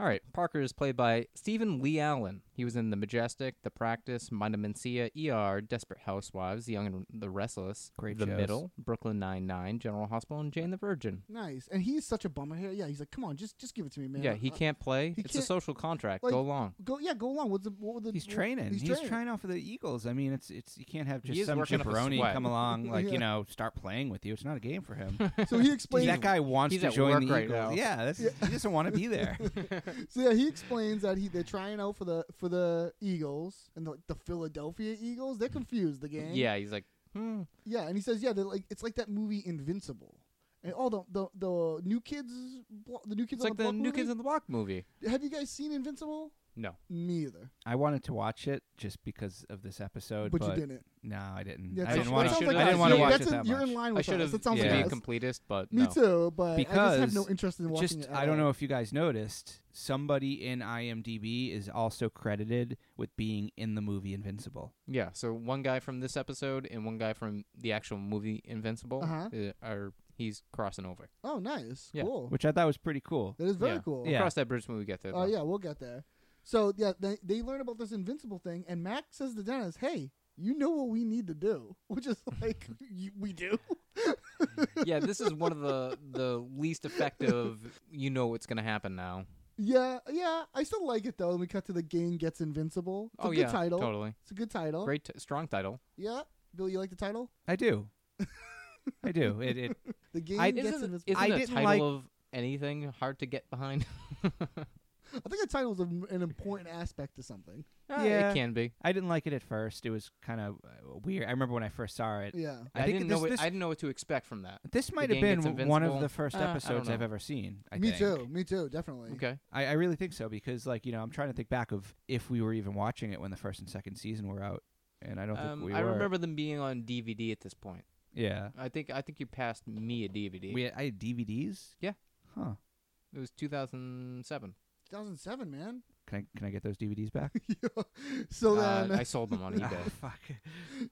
[SPEAKER 1] All right, Parker is played by Stephen Lee Allen. He was in The Majestic, The Practice, Mind of Mencia, ER, Desperate Housewives, The Young and the Restless,
[SPEAKER 6] Great
[SPEAKER 1] The
[SPEAKER 6] shows.
[SPEAKER 1] Middle, Brooklyn Nine-Nine, General Hospital, and Jane the Virgin.
[SPEAKER 5] Nice. And he's such a bummer here. Yeah, he's like, "Come on, just just give it to me, man."
[SPEAKER 1] Yeah, he
[SPEAKER 5] Uh,
[SPEAKER 1] can't play.
[SPEAKER 5] he
[SPEAKER 1] it's
[SPEAKER 5] can't-
[SPEAKER 1] a social contract.
[SPEAKER 5] like,
[SPEAKER 1] Go along.
[SPEAKER 5] Go yeah, go along. What's the what were the
[SPEAKER 6] He's
[SPEAKER 5] what-
[SPEAKER 6] training. He's,
[SPEAKER 5] training.
[SPEAKER 6] trying off of the Eagles. I mean, it's it's you can't have
[SPEAKER 1] is
[SPEAKER 6] just some
[SPEAKER 1] working up a
[SPEAKER 6] jabroni
[SPEAKER 1] sweat.
[SPEAKER 6] come along like
[SPEAKER 5] Yeah.
[SPEAKER 6] you know start playing with you. It's not a game for him.
[SPEAKER 5] So he explains
[SPEAKER 6] that guy wants
[SPEAKER 1] he's
[SPEAKER 6] to
[SPEAKER 1] at
[SPEAKER 6] join
[SPEAKER 1] work
[SPEAKER 6] the
[SPEAKER 1] right now.
[SPEAKER 6] Eagles. Yeah, that's, he doesn't want to be there.
[SPEAKER 5] So yeah, he explains that he they're trying out for the for the Eagles and the, the Philadelphia Eagles. They're confused. The game.
[SPEAKER 1] Yeah, he's like, hmm.
[SPEAKER 5] Yeah, and he says, yeah, they're like it's like that movie Invincible. And all the the, the new kids, blo- the new kids
[SPEAKER 1] It's
[SPEAKER 5] on
[SPEAKER 1] like
[SPEAKER 5] the,
[SPEAKER 1] the
[SPEAKER 5] block
[SPEAKER 1] New
[SPEAKER 5] movie?
[SPEAKER 1] Kids on the Block movie.
[SPEAKER 5] Have you guys seen Invincible?
[SPEAKER 1] No.
[SPEAKER 5] Me either.
[SPEAKER 6] I wanted to watch it just because of this episode,
[SPEAKER 5] But you didn't.
[SPEAKER 6] No, I didn't.
[SPEAKER 5] Yeah,
[SPEAKER 6] I
[SPEAKER 5] so-
[SPEAKER 6] didn't
[SPEAKER 5] that
[SPEAKER 6] want
[SPEAKER 5] sounds
[SPEAKER 6] to.
[SPEAKER 1] like
[SPEAKER 6] I didn't
[SPEAKER 1] us.
[SPEAKER 6] want to
[SPEAKER 1] Yeah,
[SPEAKER 6] watch
[SPEAKER 5] that's
[SPEAKER 6] it
[SPEAKER 5] in-
[SPEAKER 6] that
[SPEAKER 5] you're in
[SPEAKER 6] much.
[SPEAKER 5] line
[SPEAKER 1] I
[SPEAKER 5] with
[SPEAKER 1] should
[SPEAKER 5] us.
[SPEAKER 1] have
[SPEAKER 5] That sounds
[SPEAKER 1] to
[SPEAKER 6] yeah.
[SPEAKER 5] like
[SPEAKER 1] be a
[SPEAKER 5] us.
[SPEAKER 1] completist, but
[SPEAKER 5] Me
[SPEAKER 1] no.
[SPEAKER 5] too, but I just have no
[SPEAKER 6] Because-
[SPEAKER 5] interest in watching
[SPEAKER 6] Just,
[SPEAKER 5] it. at
[SPEAKER 6] I don't
[SPEAKER 5] all.
[SPEAKER 6] know if you guys noticed. Somebody in IMDb is also credited with being in the movie Invincible.
[SPEAKER 1] Yeah, so one guy from this episode and one guy from the actual movie Invincible
[SPEAKER 5] Uh-huh.
[SPEAKER 1] uh, are he's crossing over.
[SPEAKER 5] Oh, nice,
[SPEAKER 1] Yeah.
[SPEAKER 5] cool.
[SPEAKER 6] which I thought was pretty cool.
[SPEAKER 5] that is very
[SPEAKER 1] Yeah.
[SPEAKER 5] cool.
[SPEAKER 1] We'll
[SPEAKER 6] Yeah.
[SPEAKER 1] cross that bridge when we get there.
[SPEAKER 5] Oh
[SPEAKER 1] though.
[SPEAKER 5] yeah, we'll get there. So yeah, they, they learn about this invincible thing, and Mac says to Dennis, "Hey, you know what we need to do?" Which is like, you, we do.
[SPEAKER 1] yeah, this is one of the the least effective. You know what's gonna happen now.
[SPEAKER 5] Yeah, yeah. I still like it though. And we cut to the game gets invincible. It's
[SPEAKER 1] oh
[SPEAKER 5] a good
[SPEAKER 1] yeah,
[SPEAKER 5] title. Oh.
[SPEAKER 1] totally
[SPEAKER 5] It's a good title.
[SPEAKER 1] great, t- strong title.
[SPEAKER 5] Yeah, Bill, you like the title?
[SPEAKER 6] I do. I do. It, it
[SPEAKER 5] The game
[SPEAKER 6] I-
[SPEAKER 5] gets
[SPEAKER 1] Isn't,
[SPEAKER 5] invincible.
[SPEAKER 1] isn't
[SPEAKER 6] I
[SPEAKER 1] a
[SPEAKER 6] didn't
[SPEAKER 1] title
[SPEAKER 6] like-
[SPEAKER 1] of anything hard to get behind?
[SPEAKER 5] I think the title is an an important aspect to something.
[SPEAKER 1] Uh,
[SPEAKER 6] Yeah.
[SPEAKER 1] It can be.
[SPEAKER 6] I didn't like it at first. It was kind of uh, weird. I remember when I first saw it.
[SPEAKER 5] Yeah.
[SPEAKER 1] I,
[SPEAKER 6] think
[SPEAKER 1] didn't
[SPEAKER 6] this,
[SPEAKER 1] know what,
[SPEAKER 6] this,
[SPEAKER 1] I didn't know what to expect from that.
[SPEAKER 6] this might have
[SPEAKER 1] gang gets
[SPEAKER 6] been one of
[SPEAKER 1] invincible.
[SPEAKER 6] the first
[SPEAKER 1] Uh, I don't
[SPEAKER 6] episodes I've
[SPEAKER 1] know.
[SPEAKER 6] ever seen. I
[SPEAKER 5] me
[SPEAKER 6] think.
[SPEAKER 5] too. Me too. Definitely.
[SPEAKER 1] Okay.
[SPEAKER 6] I, I really think so because, like, you know, I'm trying to think back of if we were even watching it when the first and second season were out, and I don't think
[SPEAKER 1] Um,
[SPEAKER 6] we
[SPEAKER 1] I
[SPEAKER 6] were.
[SPEAKER 1] remember them being on DVD at this point.
[SPEAKER 6] Yeah,
[SPEAKER 1] I think I think you passed me a DVD.
[SPEAKER 6] we had, I had DVDs.
[SPEAKER 1] Yeah.
[SPEAKER 6] Huh?
[SPEAKER 1] it was 2007.
[SPEAKER 5] 2007, man.
[SPEAKER 6] Can I can I get those DVDs back?
[SPEAKER 5] so
[SPEAKER 1] Uh,
[SPEAKER 5] then,
[SPEAKER 1] I sold them on
[SPEAKER 6] Ah,
[SPEAKER 1] eBay.
[SPEAKER 6] fuck.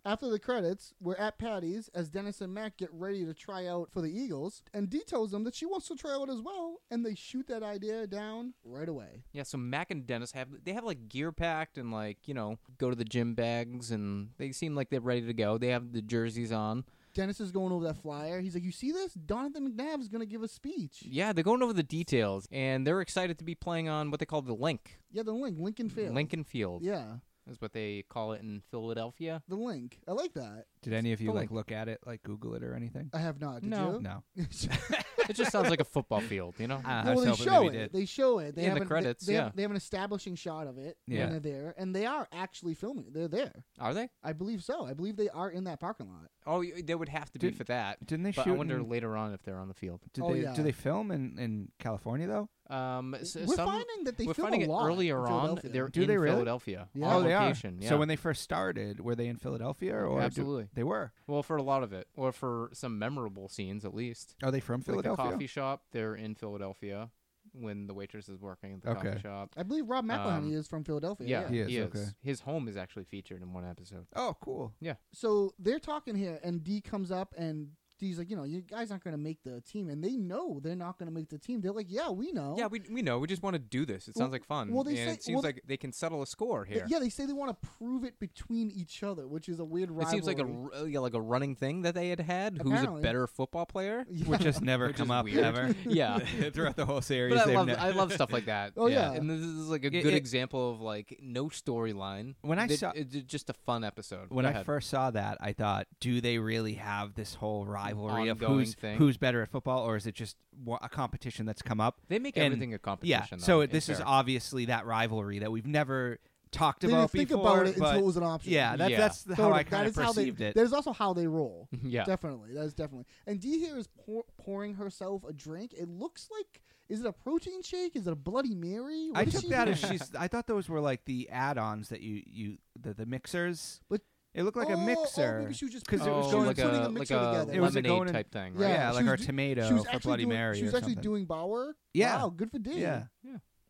[SPEAKER 5] after the credits, we're at Patty's as Dennis and Mac get ready to try out for the Eagles, and Dee tells them that she wants to try out as well, and they shoot that idea down right away.
[SPEAKER 1] Yeah, so Mac and Dennis have they have like gear packed and like you know go to the gym bags and they seem like they're ready to go. They have the jerseys on.
[SPEAKER 5] Dennis is going over that flyer. He's like, "You see this? Donovan McNabb's going to give a speech."
[SPEAKER 1] Yeah, they're going over the details and they're excited to be playing on what they call the link,
[SPEAKER 5] Yeah, the link, Lincoln Field.
[SPEAKER 1] Lincoln Field
[SPEAKER 5] Yeah,
[SPEAKER 1] is what they call it in Philadelphia.
[SPEAKER 5] the link. I like that.
[SPEAKER 6] Did any of you
[SPEAKER 1] the
[SPEAKER 6] like
[SPEAKER 1] link.
[SPEAKER 6] look at it, like Google it or anything?
[SPEAKER 5] I have not. Did
[SPEAKER 1] No.
[SPEAKER 5] you?
[SPEAKER 6] No.
[SPEAKER 1] It just sounds like a football field, you know.
[SPEAKER 6] Ah, I
[SPEAKER 5] well,
[SPEAKER 6] was
[SPEAKER 5] they
[SPEAKER 6] hoping
[SPEAKER 5] show it.
[SPEAKER 6] maybe did.
[SPEAKER 5] They show it. They
[SPEAKER 1] In the
[SPEAKER 5] have an- they-
[SPEAKER 1] credits,
[SPEAKER 5] they have-
[SPEAKER 1] yeah.
[SPEAKER 5] they have an establishing shot of it
[SPEAKER 6] Yeah.
[SPEAKER 5] when they're there, and they are actually filming. it. They're there.
[SPEAKER 1] Are they?
[SPEAKER 5] I believe so. I believe they are in that parking lot.
[SPEAKER 1] Oh, y- they would have to be
[SPEAKER 6] Didn't-
[SPEAKER 1] for that.
[SPEAKER 6] didn't they
[SPEAKER 1] but I
[SPEAKER 6] shoot
[SPEAKER 1] wonder
[SPEAKER 6] in-
[SPEAKER 1] later on if they're on the field.
[SPEAKER 6] Did
[SPEAKER 5] Oh,
[SPEAKER 6] they
[SPEAKER 5] yeah.
[SPEAKER 6] do they film in in California though?
[SPEAKER 1] Um, s-
[SPEAKER 5] we're
[SPEAKER 1] some-
[SPEAKER 5] finding that they
[SPEAKER 1] we're
[SPEAKER 5] film
[SPEAKER 1] finding
[SPEAKER 5] a lot in
[SPEAKER 1] it earlier on.
[SPEAKER 5] Philadelphia.
[SPEAKER 1] They're
[SPEAKER 6] Do
[SPEAKER 1] in
[SPEAKER 6] they really?
[SPEAKER 1] Philadelphia.
[SPEAKER 5] Yeah.
[SPEAKER 1] on
[SPEAKER 6] oh, they are.
[SPEAKER 1] location, Yeah.
[SPEAKER 6] So when they first started, were they in Philadelphia or do-
[SPEAKER 1] Absolutely.
[SPEAKER 6] they were?
[SPEAKER 1] well, for a lot of it, or for some memorable scenes at least.
[SPEAKER 6] Are they from Philadelphia?
[SPEAKER 1] Like the coffee shop, they're in Philadelphia when the waitress is working at the
[SPEAKER 6] Okay.
[SPEAKER 1] coffee shop.
[SPEAKER 5] I believe Rob McElhenney
[SPEAKER 1] Um,
[SPEAKER 5] is from Philadelphia.
[SPEAKER 1] Yeah,
[SPEAKER 6] He
[SPEAKER 1] he
[SPEAKER 6] is,
[SPEAKER 1] is.
[SPEAKER 6] okay.
[SPEAKER 1] His home is actually featured in one episode.
[SPEAKER 6] Oh, cool.
[SPEAKER 5] So they're talking here, and D comes up and. D's like, you know, you guys aren't going to make the team, and they know they're not going to make the team. They're like, yeah, we know.
[SPEAKER 1] Yeah, we, we know. We just want to do this. It
[SPEAKER 5] Well-
[SPEAKER 1] sounds like fun.
[SPEAKER 5] well, they
[SPEAKER 1] and
[SPEAKER 5] say-
[SPEAKER 1] it seems
[SPEAKER 5] well-
[SPEAKER 1] like they can settle a score
[SPEAKER 5] Th-
[SPEAKER 1] here.
[SPEAKER 5] yeah, they say they want to prove it between each other, which is a weird
[SPEAKER 1] It
[SPEAKER 5] rivalry.
[SPEAKER 1] seems like a r- yeah, like a running thing that they had had. Who's
[SPEAKER 5] Apparently.
[SPEAKER 1] a better football player?
[SPEAKER 5] Yeah.
[SPEAKER 6] Would just never
[SPEAKER 1] Which
[SPEAKER 6] come
[SPEAKER 1] is
[SPEAKER 6] up
[SPEAKER 1] weird.
[SPEAKER 6] ever.
[SPEAKER 1] Yeah.
[SPEAKER 6] Throughout the whole series.
[SPEAKER 1] But I
[SPEAKER 6] they've
[SPEAKER 1] love
[SPEAKER 6] ne-
[SPEAKER 1] I love stuff like that.
[SPEAKER 5] Oh, yeah.
[SPEAKER 1] and this is like a
[SPEAKER 6] It-
[SPEAKER 1] good
[SPEAKER 6] it-
[SPEAKER 1] example of like no storyline.
[SPEAKER 6] When I
[SPEAKER 1] That-
[SPEAKER 6] saw-
[SPEAKER 1] it's just a fun episode.
[SPEAKER 6] when
[SPEAKER 1] Go
[SPEAKER 6] I
[SPEAKER 1] ahead.
[SPEAKER 6] first saw that, I thought, do they really have this whole rivalry of
[SPEAKER 1] Ongoing
[SPEAKER 6] who's
[SPEAKER 1] thing.
[SPEAKER 6] who's better at football, or is it just wa- a competition that's come up?
[SPEAKER 1] they make
[SPEAKER 6] And-
[SPEAKER 1] everything a competition.
[SPEAKER 6] Yeah.
[SPEAKER 1] though,
[SPEAKER 6] So
[SPEAKER 1] in
[SPEAKER 6] this is
[SPEAKER 1] fair.
[SPEAKER 6] obviously that rivalry that we've never talked
[SPEAKER 5] They didn't
[SPEAKER 6] about
[SPEAKER 5] think
[SPEAKER 6] before.
[SPEAKER 5] about it
[SPEAKER 6] but
[SPEAKER 5] until it was an option.
[SPEAKER 6] yeah, that's
[SPEAKER 1] Yeah. Mm-hmm.
[SPEAKER 6] that's the- how I
[SPEAKER 5] that
[SPEAKER 6] kind of
[SPEAKER 5] is how they-
[SPEAKER 6] perceived it.
[SPEAKER 5] That is also how they roll.
[SPEAKER 1] yeah.
[SPEAKER 5] Definitely, that is definitely. And D here is pour, pouring herself a drink. It looks like is it a protein shake? Is it a Bloody Mary? What
[SPEAKER 6] I
[SPEAKER 5] is
[SPEAKER 6] took
[SPEAKER 5] she
[SPEAKER 6] that as
[SPEAKER 5] doing?
[SPEAKER 6] she's. I thought those were like the add-ons that you you the, the mixers.
[SPEAKER 5] But-
[SPEAKER 6] it looked like
[SPEAKER 5] Oh,
[SPEAKER 6] a
[SPEAKER 5] oh,
[SPEAKER 6] mixer
[SPEAKER 5] maybe she was just
[SPEAKER 6] 'cause it was
[SPEAKER 1] Oh,
[SPEAKER 6] going
[SPEAKER 1] like
[SPEAKER 5] putting
[SPEAKER 1] a,
[SPEAKER 5] a
[SPEAKER 1] like
[SPEAKER 5] mixer
[SPEAKER 1] a
[SPEAKER 5] together.
[SPEAKER 6] It was a
[SPEAKER 1] lemonade
[SPEAKER 6] going in-
[SPEAKER 1] type thing,
[SPEAKER 6] yeah,
[SPEAKER 1] right?
[SPEAKER 5] she
[SPEAKER 6] like
[SPEAKER 5] was
[SPEAKER 6] our
[SPEAKER 5] do-
[SPEAKER 6] tomato
[SPEAKER 5] she was
[SPEAKER 6] for
[SPEAKER 5] actually
[SPEAKER 6] Bloody
[SPEAKER 5] doing,
[SPEAKER 6] Mary.
[SPEAKER 5] She was
[SPEAKER 6] or
[SPEAKER 5] actually
[SPEAKER 6] something.
[SPEAKER 5] doing Bauer.
[SPEAKER 6] Yeah.
[SPEAKER 5] wow, good for D.
[SPEAKER 6] Yeah.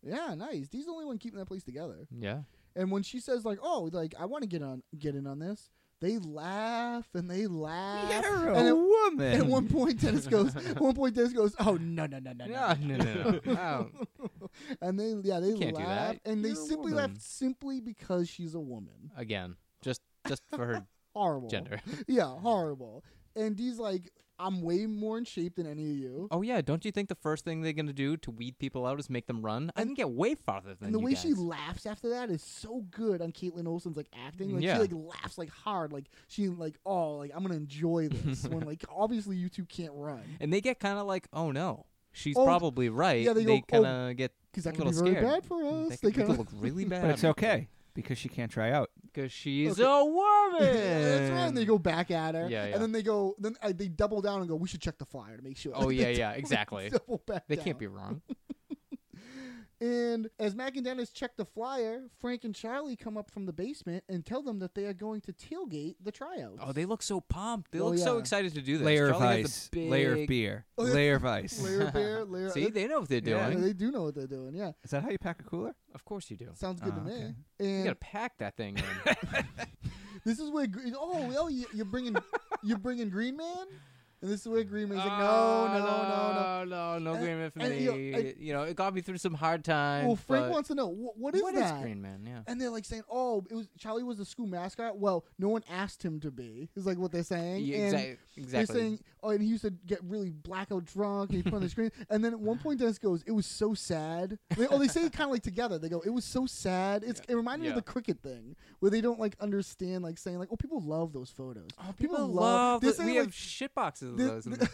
[SPEAKER 5] yeah, nice. D's the only one keeping that place together.
[SPEAKER 1] Yeah.
[SPEAKER 5] And when she says like, "Oh, like I want to get on, get in on this," they laugh and they laugh.
[SPEAKER 6] You're
[SPEAKER 5] and
[SPEAKER 6] a
[SPEAKER 5] at-
[SPEAKER 6] woman.
[SPEAKER 5] at one point, Dennis goes. At one point, Dennis goes. Oh no no no no no!
[SPEAKER 1] No, no, no, no. I don't-
[SPEAKER 5] and they yeah they
[SPEAKER 1] Can't do that.
[SPEAKER 5] laugh and they
[SPEAKER 1] You're a
[SPEAKER 5] simply
[SPEAKER 1] woman.
[SPEAKER 5] laugh simply because she's a woman.
[SPEAKER 1] Again, just just for her
[SPEAKER 5] Horrible.
[SPEAKER 1] gender.
[SPEAKER 5] Yeah, horrible. And D's like, I'm way more in shape than any of you.
[SPEAKER 1] Oh yeah, don't you think the first thing they're gonna do to weed people out is make them run? I can get way farther than
[SPEAKER 5] and the
[SPEAKER 1] you
[SPEAKER 5] way she
[SPEAKER 1] guys.
[SPEAKER 5] laughs after that is so good on Caitlin Olsen's like acting. Like
[SPEAKER 1] Yeah.
[SPEAKER 5] she like laughs like hard, like she like oh like I'm gonna enjoy this when like obviously you two can't run
[SPEAKER 1] and they get kind of like, oh no, she's
[SPEAKER 5] Oh,
[SPEAKER 1] probably right.
[SPEAKER 5] yeah, they go, "Oh,
[SPEAKER 1] kind of get
[SPEAKER 5] because that
[SPEAKER 1] a
[SPEAKER 5] could
[SPEAKER 1] little
[SPEAKER 5] be very
[SPEAKER 1] scared.
[SPEAKER 5] bad for us.
[SPEAKER 1] They,
[SPEAKER 5] They
[SPEAKER 1] could
[SPEAKER 5] kinda-
[SPEAKER 1] look really bad,
[SPEAKER 6] but it's okay because she can't try out.
[SPEAKER 1] because she's
[SPEAKER 5] Okay.
[SPEAKER 1] a
[SPEAKER 5] Yeah,
[SPEAKER 1] woman.
[SPEAKER 5] that's right. And they go back at her,
[SPEAKER 1] Yeah, yeah.
[SPEAKER 5] and then they go, then uh, they double down and go. We should check the flyer to make sure.
[SPEAKER 1] Oh
[SPEAKER 5] They
[SPEAKER 1] yeah, yeah,
[SPEAKER 5] double-
[SPEAKER 1] exactly.
[SPEAKER 5] double back
[SPEAKER 1] They
[SPEAKER 5] down.
[SPEAKER 1] can't be wrong.
[SPEAKER 5] And as Mac and Dennis check the flyer, Frank and Charlie come up from the basement and tell them that they are going to tailgate the tryouts.
[SPEAKER 1] Oh, they look so pumped. They
[SPEAKER 5] Oh,
[SPEAKER 1] look so
[SPEAKER 5] yeah.
[SPEAKER 1] excited to do this.
[SPEAKER 6] Layer of
[SPEAKER 1] Charlie has
[SPEAKER 6] ice,
[SPEAKER 1] the
[SPEAKER 6] layer of
[SPEAKER 1] big-
[SPEAKER 6] beer,
[SPEAKER 5] Oh, yeah.
[SPEAKER 6] layer of ice.
[SPEAKER 5] layer bear, layer.
[SPEAKER 1] See, they know what they're
[SPEAKER 6] Yeah.
[SPEAKER 5] Yeah,
[SPEAKER 1] doing.
[SPEAKER 5] they do know what they're doing. Yeah,
[SPEAKER 6] Is that how you pack a cooler?
[SPEAKER 1] Of course you do.
[SPEAKER 5] sounds good
[SPEAKER 6] Oh,
[SPEAKER 5] to me.
[SPEAKER 6] okay.
[SPEAKER 1] Ah, You gotta
[SPEAKER 5] And
[SPEAKER 1] pack that thing. in.
[SPEAKER 5] this is where Gre- oh well, you, you're bringing you're bringing Green Man, and this is where Green Man's like no
[SPEAKER 1] Oh,
[SPEAKER 5] no no no.
[SPEAKER 1] no, no, no
[SPEAKER 5] And-
[SPEAKER 1] Green Man for
[SPEAKER 5] and,
[SPEAKER 1] me.
[SPEAKER 5] you know,
[SPEAKER 1] You know,
[SPEAKER 5] I-
[SPEAKER 1] it got me through some hard times.
[SPEAKER 5] Well, Frank
[SPEAKER 1] but
[SPEAKER 5] wants to know wh- what is
[SPEAKER 1] what
[SPEAKER 5] that.
[SPEAKER 1] Green Man? Yeah.
[SPEAKER 5] and they're like saying, "Oh, it was Charlie was the school mascot." Well, no one asked him to be. Is like what they're saying.
[SPEAKER 1] Yeah,
[SPEAKER 5] And
[SPEAKER 1] exac- exactly.
[SPEAKER 5] They're saying, oh, and he used to get really blackout drunk and he'd put on the screen. And then at one point, Dennis goes, it was so sad. They, oh, they say it kind of like together. They go, it was so sad. It's, It reminded me
[SPEAKER 1] Yeah.
[SPEAKER 5] of the cricket thing where they don't like understand, like saying, like, oh, people love those photos.
[SPEAKER 1] Oh, people love.
[SPEAKER 5] they're
[SPEAKER 1] it.
[SPEAKER 5] saying,
[SPEAKER 1] We
[SPEAKER 5] like,
[SPEAKER 1] have shit boxes of of
[SPEAKER 5] They're-
[SPEAKER 1] those.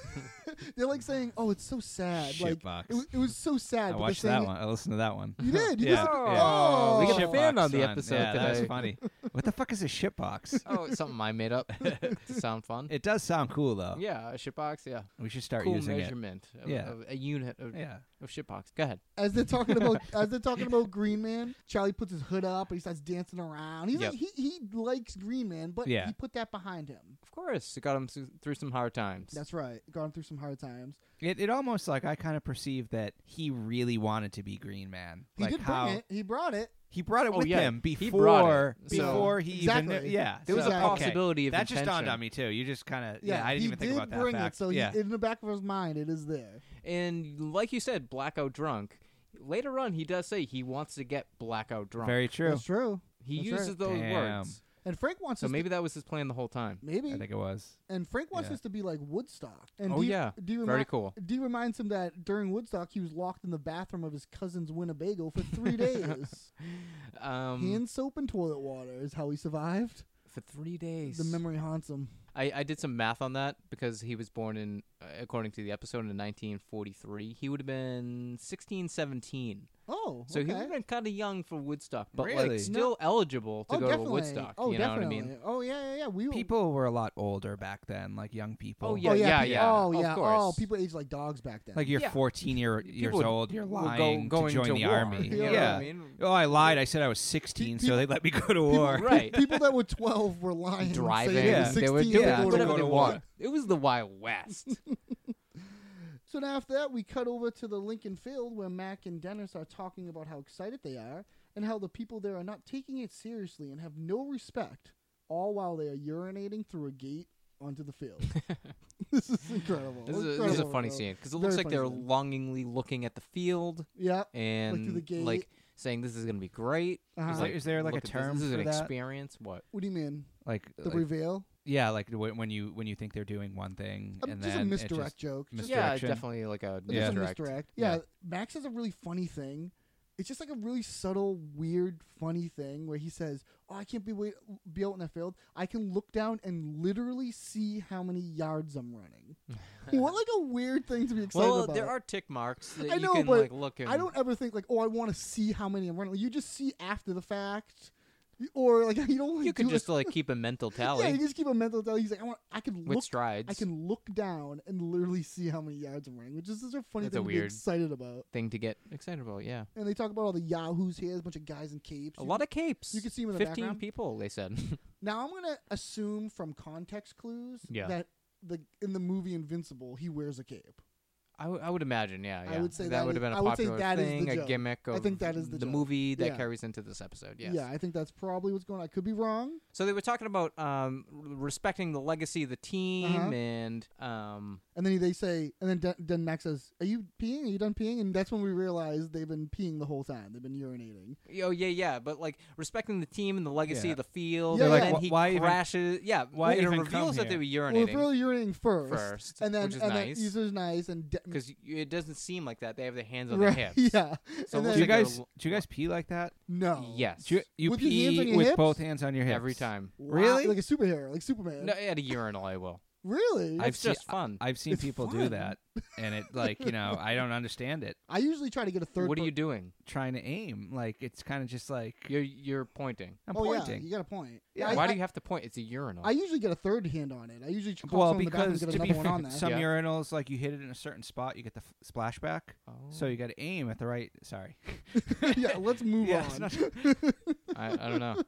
[SPEAKER 5] They're like saying, "Oh, it's so sad." Like
[SPEAKER 6] Shitbox.
[SPEAKER 5] it, wa- it was so sad. but
[SPEAKER 6] I
[SPEAKER 5] they're
[SPEAKER 6] watched
[SPEAKER 5] saying
[SPEAKER 6] that
[SPEAKER 5] it-
[SPEAKER 6] one. I listened to that one.
[SPEAKER 5] You did. You
[SPEAKER 6] Yeah.
[SPEAKER 5] listened-
[SPEAKER 1] Oh. We got a
[SPEAKER 6] Shitbox
[SPEAKER 1] fan on the
[SPEAKER 6] one.
[SPEAKER 1] episode
[SPEAKER 6] yeah, That was
[SPEAKER 1] today.
[SPEAKER 6] funny. What the fuck is a shitbox?
[SPEAKER 1] oh, it's something I made up to sound fun.
[SPEAKER 6] It does sound cool though.
[SPEAKER 1] yeah, a shitbox. Yeah,
[SPEAKER 6] We should start
[SPEAKER 1] cool
[SPEAKER 6] using it.
[SPEAKER 1] measurement. Of,
[SPEAKER 6] Yeah.
[SPEAKER 1] of a unit of,
[SPEAKER 6] Yeah.
[SPEAKER 1] of shitbox. Go ahead.
[SPEAKER 5] as they're talking about as they're talking about Green Man, Charlie puts his hood up and he starts dancing around. He's
[SPEAKER 1] Yep.
[SPEAKER 5] like he, he likes Green Man, but
[SPEAKER 6] Yeah.
[SPEAKER 5] he put that behind him.
[SPEAKER 1] Of course, it got him s- through some hard times.
[SPEAKER 5] That's right. Gone through some hard times.
[SPEAKER 6] It it almost like I kind of perceived that he really wanted to be Green Man.
[SPEAKER 5] He
[SPEAKER 6] like
[SPEAKER 5] did
[SPEAKER 6] how
[SPEAKER 5] bring it. He brought it.
[SPEAKER 6] he brought it
[SPEAKER 1] Oh,
[SPEAKER 6] with
[SPEAKER 1] yeah,
[SPEAKER 6] him
[SPEAKER 1] he
[SPEAKER 6] before
[SPEAKER 1] brought it. So-
[SPEAKER 6] before he even
[SPEAKER 5] Exactly.
[SPEAKER 6] yeah.
[SPEAKER 1] there was
[SPEAKER 5] So-
[SPEAKER 1] a
[SPEAKER 5] okay.
[SPEAKER 1] possibility of
[SPEAKER 6] that just dawned
[SPEAKER 1] intention.
[SPEAKER 6] on me too. You just kind of
[SPEAKER 5] Yeah,
[SPEAKER 6] yeah, I didn't
[SPEAKER 5] he
[SPEAKER 6] even think
[SPEAKER 5] did
[SPEAKER 6] about that
[SPEAKER 5] bring
[SPEAKER 6] fact.
[SPEAKER 5] It, so he-
[SPEAKER 6] yeah.
[SPEAKER 5] in the back of his mind, it is there.
[SPEAKER 1] And like you said, blackout drunk. Later on, he does say he wants to get blackout drunk.
[SPEAKER 6] Very true.
[SPEAKER 5] That's true.
[SPEAKER 1] he
[SPEAKER 5] that's
[SPEAKER 1] uses
[SPEAKER 5] right.
[SPEAKER 1] those
[SPEAKER 6] Damn.
[SPEAKER 1] words.
[SPEAKER 5] And Frank wants
[SPEAKER 1] So
[SPEAKER 5] us
[SPEAKER 1] maybe that was his plan the whole time.
[SPEAKER 5] to, maybe
[SPEAKER 6] I think it was.
[SPEAKER 5] and Frank wants
[SPEAKER 6] yeah.
[SPEAKER 5] us to be like Woodstock. And
[SPEAKER 1] Oh,
[SPEAKER 5] Dee-
[SPEAKER 1] yeah.
[SPEAKER 5] Dee
[SPEAKER 1] Very
[SPEAKER 5] remi-
[SPEAKER 1] cool.
[SPEAKER 5] Dee reminds him that during Woodstock he was locked in the bathroom of his cousin's Winnebago for three days.
[SPEAKER 1] Um,
[SPEAKER 5] Hand soap and toilet water is how he survived.
[SPEAKER 1] for three days.
[SPEAKER 5] The memory haunts him.
[SPEAKER 1] I, I did some math on that because he was born in, uh, according to the episode, in 1943. He would have been 16, 17.
[SPEAKER 5] Oh,
[SPEAKER 1] So he
[SPEAKER 5] okay.
[SPEAKER 1] would have been kind of young for Woodstock, but
[SPEAKER 6] Really?
[SPEAKER 1] like still eligible to
[SPEAKER 5] oh,
[SPEAKER 1] go
[SPEAKER 5] definitely.
[SPEAKER 1] to Woodstock.
[SPEAKER 5] Oh,
[SPEAKER 1] you know
[SPEAKER 5] definitely.
[SPEAKER 1] what I mean?
[SPEAKER 5] Oh, yeah, yeah, yeah. We were-
[SPEAKER 6] People were a lot older back then, like young people.
[SPEAKER 1] Oh,
[SPEAKER 5] oh,
[SPEAKER 1] yeah,
[SPEAKER 5] yeah,
[SPEAKER 1] yeah,
[SPEAKER 5] people-
[SPEAKER 1] yeah.
[SPEAKER 5] Oh,
[SPEAKER 1] Of
[SPEAKER 5] yeah. Oh,
[SPEAKER 1] course.
[SPEAKER 5] people aged like dogs back then.
[SPEAKER 6] Like you're
[SPEAKER 1] Yeah.
[SPEAKER 6] 14 year, years
[SPEAKER 1] would-
[SPEAKER 6] old, you're
[SPEAKER 1] would go-
[SPEAKER 6] lying
[SPEAKER 1] going
[SPEAKER 6] to join
[SPEAKER 1] to
[SPEAKER 6] the
[SPEAKER 1] war.
[SPEAKER 6] army.
[SPEAKER 1] You know what I
[SPEAKER 6] yeah.
[SPEAKER 1] mean?
[SPEAKER 6] Oh, I lied. I said I was 16, so they let me go to war.
[SPEAKER 1] Right.
[SPEAKER 5] people that were twelve were lying. and saying
[SPEAKER 1] Driving.
[SPEAKER 5] They were
[SPEAKER 6] Yeah.
[SPEAKER 1] They were
[SPEAKER 5] 16
[SPEAKER 1] doing
[SPEAKER 5] and
[SPEAKER 6] yeah,
[SPEAKER 5] they were
[SPEAKER 6] to
[SPEAKER 1] whatever
[SPEAKER 6] go
[SPEAKER 1] they
[SPEAKER 6] to war.
[SPEAKER 1] wanted. It was the Wild West.
[SPEAKER 5] So then after that, we cut over to the Lincoln Field where Mac and Dennis are talking about how excited they are and how the people there are not taking it seriously and have no respect, all while they are urinating through a gate onto the field. this is incredible.
[SPEAKER 1] this, is a, this is a
[SPEAKER 5] Incredible,
[SPEAKER 1] funny
[SPEAKER 5] bro.
[SPEAKER 1] scene because it
[SPEAKER 5] Very
[SPEAKER 1] looks like
[SPEAKER 5] funny
[SPEAKER 1] they're
[SPEAKER 5] scene.
[SPEAKER 1] longingly looking at the field
[SPEAKER 5] Yeah.
[SPEAKER 1] and
[SPEAKER 5] the gate.
[SPEAKER 1] like, saying this is going to be great.
[SPEAKER 5] Uh-huh.
[SPEAKER 6] Is there, is there like
[SPEAKER 1] Look
[SPEAKER 6] a
[SPEAKER 1] at this.
[SPEAKER 6] term
[SPEAKER 1] This, is
[SPEAKER 6] for
[SPEAKER 1] an
[SPEAKER 6] that?
[SPEAKER 1] experience. What?
[SPEAKER 5] What do you mean?
[SPEAKER 6] Like,
[SPEAKER 5] The
[SPEAKER 6] like-
[SPEAKER 5] reveal?
[SPEAKER 6] yeah, like when when you when you think they're doing one thing
[SPEAKER 5] Um,
[SPEAKER 6] and
[SPEAKER 5] just a
[SPEAKER 6] then it
[SPEAKER 5] misdirect
[SPEAKER 6] just-
[SPEAKER 5] joke. Just
[SPEAKER 1] Yeah,
[SPEAKER 6] Misdirection.
[SPEAKER 1] definitely like a
[SPEAKER 5] But there's a
[SPEAKER 1] misdirect.
[SPEAKER 5] misdirect. Yeah.
[SPEAKER 6] Yeah.
[SPEAKER 5] Max has a really funny thing. It's just like a really subtle, weird, funny thing where he says, "Oh, I can't be wait- be out in the field. I can look down and literally see how many yards I'm running." what like a weird thing to be excited
[SPEAKER 1] Well,
[SPEAKER 5] about.
[SPEAKER 1] there are tick marks that
[SPEAKER 5] I know,
[SPEAKER 1] you can
[SPEAKER 5] but
[SPEAKER 1] like look at.
[SPEAKER 5] I don't ever think like, "Oh, I want to see how many I'm running." You just see after the fact, or like you don't. Like,
[SPEAKER 1] You can
[SPEAKER 5] do,
[SPEAKER 1] just
[SPEAKER 5] like,
[SPEAKER 1] like keep a mental tally
[SPEAKER 5] yeah, you just keep a mental tally. He's like, "I want. I can
[SPEAKER 1] with
[SPEAKER 5] look.
[SPEAKER 1] strides.
[SPEAKER 5] I can look down and literally see how many yards I'm running," which is just a funny
[SPEAKER 1] That's a
[SPEAKER 5] thing to be
[SPEAKER 1] weird-
[SPEAKER 5] excited about.
[SPEAKER 1] thing to get excited about. Yeah,
[SPEAKER 5] and they talk about all the yahoos here, a bunch of guys in capes.
[SPEAKER 1] a lot of capes.
[SPEAKER 5] you can see 'em in the
[SPEAKER 1] Fifteen
[SPEAKER 5] background.
[SPEAKER 1] people. They said.
[SPEAKER 5] now I'm gonna assume from context clues
[SPEAKER 1] Yeah.
[SPEAKER 5] that the in the movie Invincible he wears a cape.
[SPEAKER 1] I, w- I would imagine. Yeah,
[SPEAKER 5] I
[SPEAKER 1] yeah.
[SPEAKER 5] would say
[SPEAKER 1] that,
[SPEAKER 5] that
[SPEAKER 1] would
[SPEAKER 5] is-
[SPEAKER 1] have been
[SPEAKER 5] I
[SPEAKER 1] a
[SPEAKER 5] would say
[SPEAKER 1] popular
[SPEAKER 5] that is the
[SPEAKER 1] thing, a
[SPEAKER 5] joke.
[SPEAKER 1] gimmick.
[SPEAKER 5] I
[SPEAKER 1] Of
[SPEAKER 5] think that is the joke.
[SPEAKER 1] movie that
[SPEAKER 5] Yeah.
[SPEAKER 1] carries into this episode. Yes.
[SPEAKER 5] Yeah, I think that's probably what's going on. I could be wrong.
[SPEAKER 1] So they were talking about um, r- respecting the legacy of the team
[SPEAKER 5] Uh-huh.
[SPEAKER 1] and um,
[SPEAKER 5] And then they say, and then Den- then Max says, "Are you peeing? Are you done peeing?" And that's when we realize they've been peeing the whole time. They've been urinating.
[SPEAKER 1] Oh yeah, yeah, but like respecting the team and the legacy
[SPEAKER 6] Yeah.
[SPEAKER 1] of the field.
[SPEAKER 5] They're
[SPEAKER 1] and
[SPEAKER 5] like,
[SPEAKER 1] then
[SPEAKER 6] "Wh-
[SPEAKER 1] he
[SPEAKER 6] why even-
[SPEAKER 1] crashes. yeah,
[SPEAKER 6] why
[SPEAKER 1] it
[SPEAKER 6] even come
[SPEAKER 1] reveals that they
[SPEAKER 6] here?"
[SPEAKER 1] were
[SPEAKER 5] Well,
[SPEAKER 1] urinating
[SPEAKER 5] they're really urinating first,
[SPEAKER 1] First,
[SPEAKER 5] and then
[SPEAKER 1] which is
[SPEAKER 5] and
[SPEAKER 1] nice.
[SPEAKER 5] then Issa's nice and De-
[SPEAKER 1] because it doesn't seem like that. They have their hands on
[SPEAKER 5] right,
[SPEAKER 1] their hips.
[SPEAKER 5] yeah.
[SPEAKER 1] So
[SPEAKER 5] and
[SPEAKER 1] it looks
[SPEAKER 5] then,
[SPEAKER 6] Do you
[SPEAKER 1] like they're
[SPEAKER 6] guys
[SPEAKER 1] l-
[SPEAKER 6] do you guys pee like that?
[SPEAKER 5] no,
[SPEAKER 1] Yes.
[SPEAKER 6] Do you, you
[SPEAKER 5] With your hands on
[SPEAKER 6] pee
[SPEAKER 5] your
[SPEAKER 6] with
[SPEAKER 5] hips?
[SPEAKER 6] both hands on your hips
[SPEAKER 1] Every time.
[SPEAKER 5] Wow,
[SPEAKER 6] Really?
[SPEAKER 5] like a superhero, like Superman.
[SPEAKER 1] No, at a urinal, I will.
[SPEAKER 5] Really?
[SPEAKER 1] I've- It's
[SPEAKER 6] seen-
[SPEAKER 1] just fun.
[SPEAKER 6] I've seen
[SPEAKER 5] It's
[SPEAKER 6] people
[SPEAKER 5] fun.
[SPEAKER 6] do that, and it like you know I don't understand it.
[SPEAKER 5] I usually try to get a third.
[SPEAKER 1] What are
[SPEAKER 5] per-
[SPEAKER 1] you doing?
[SPEAKER 6] Trying to aim, like it's kind of just like
[SPEAKER 1] You're you're pointing.
[SPEAKER 6] I'm
[SPEAKER 5] oh yeah,
[SPEAKER 6] pointing.
[SPEAKER 5] you got a point.
[SPEAKER 6] Yeah,
[SPEAKER 5] I,
[SPEAKER 1] Why
[SPEAKER 5] I,
[SPEAKER 1] do you have to point? It's a urinal.
[SPEAKER 5] I usually get a third hand on it. I usually call
[SPEAKER 6] Well,
[SPEAKER 5] someone in the bathroom
[SPEAKER 6] because
[SPEAKER 5] and
[SPEAKER 6] to
[SPEAKER 5] get
[SPEAKER 6] be
[SPEAKER 5] another one
[SPEAKER 6] fair,
[SPEAKER 5] on there.
[SPEAKER 6] some
[SPEAKER 1] Yeah.
[SPEAKER 6] urinals like you hit it in a certain spot, you get the f- splashback.
[SPEAKER 1] Oh.
[SPEAKER 6] So you got to aim at the right. Sorry.
[SPEAKER 5] yeah, let's move
[SPEAKER 6] Yeah,
[SPEAKER 5] on.
[SPEAKER 6] it's not-
[SPEAKER 1] I, I don't know.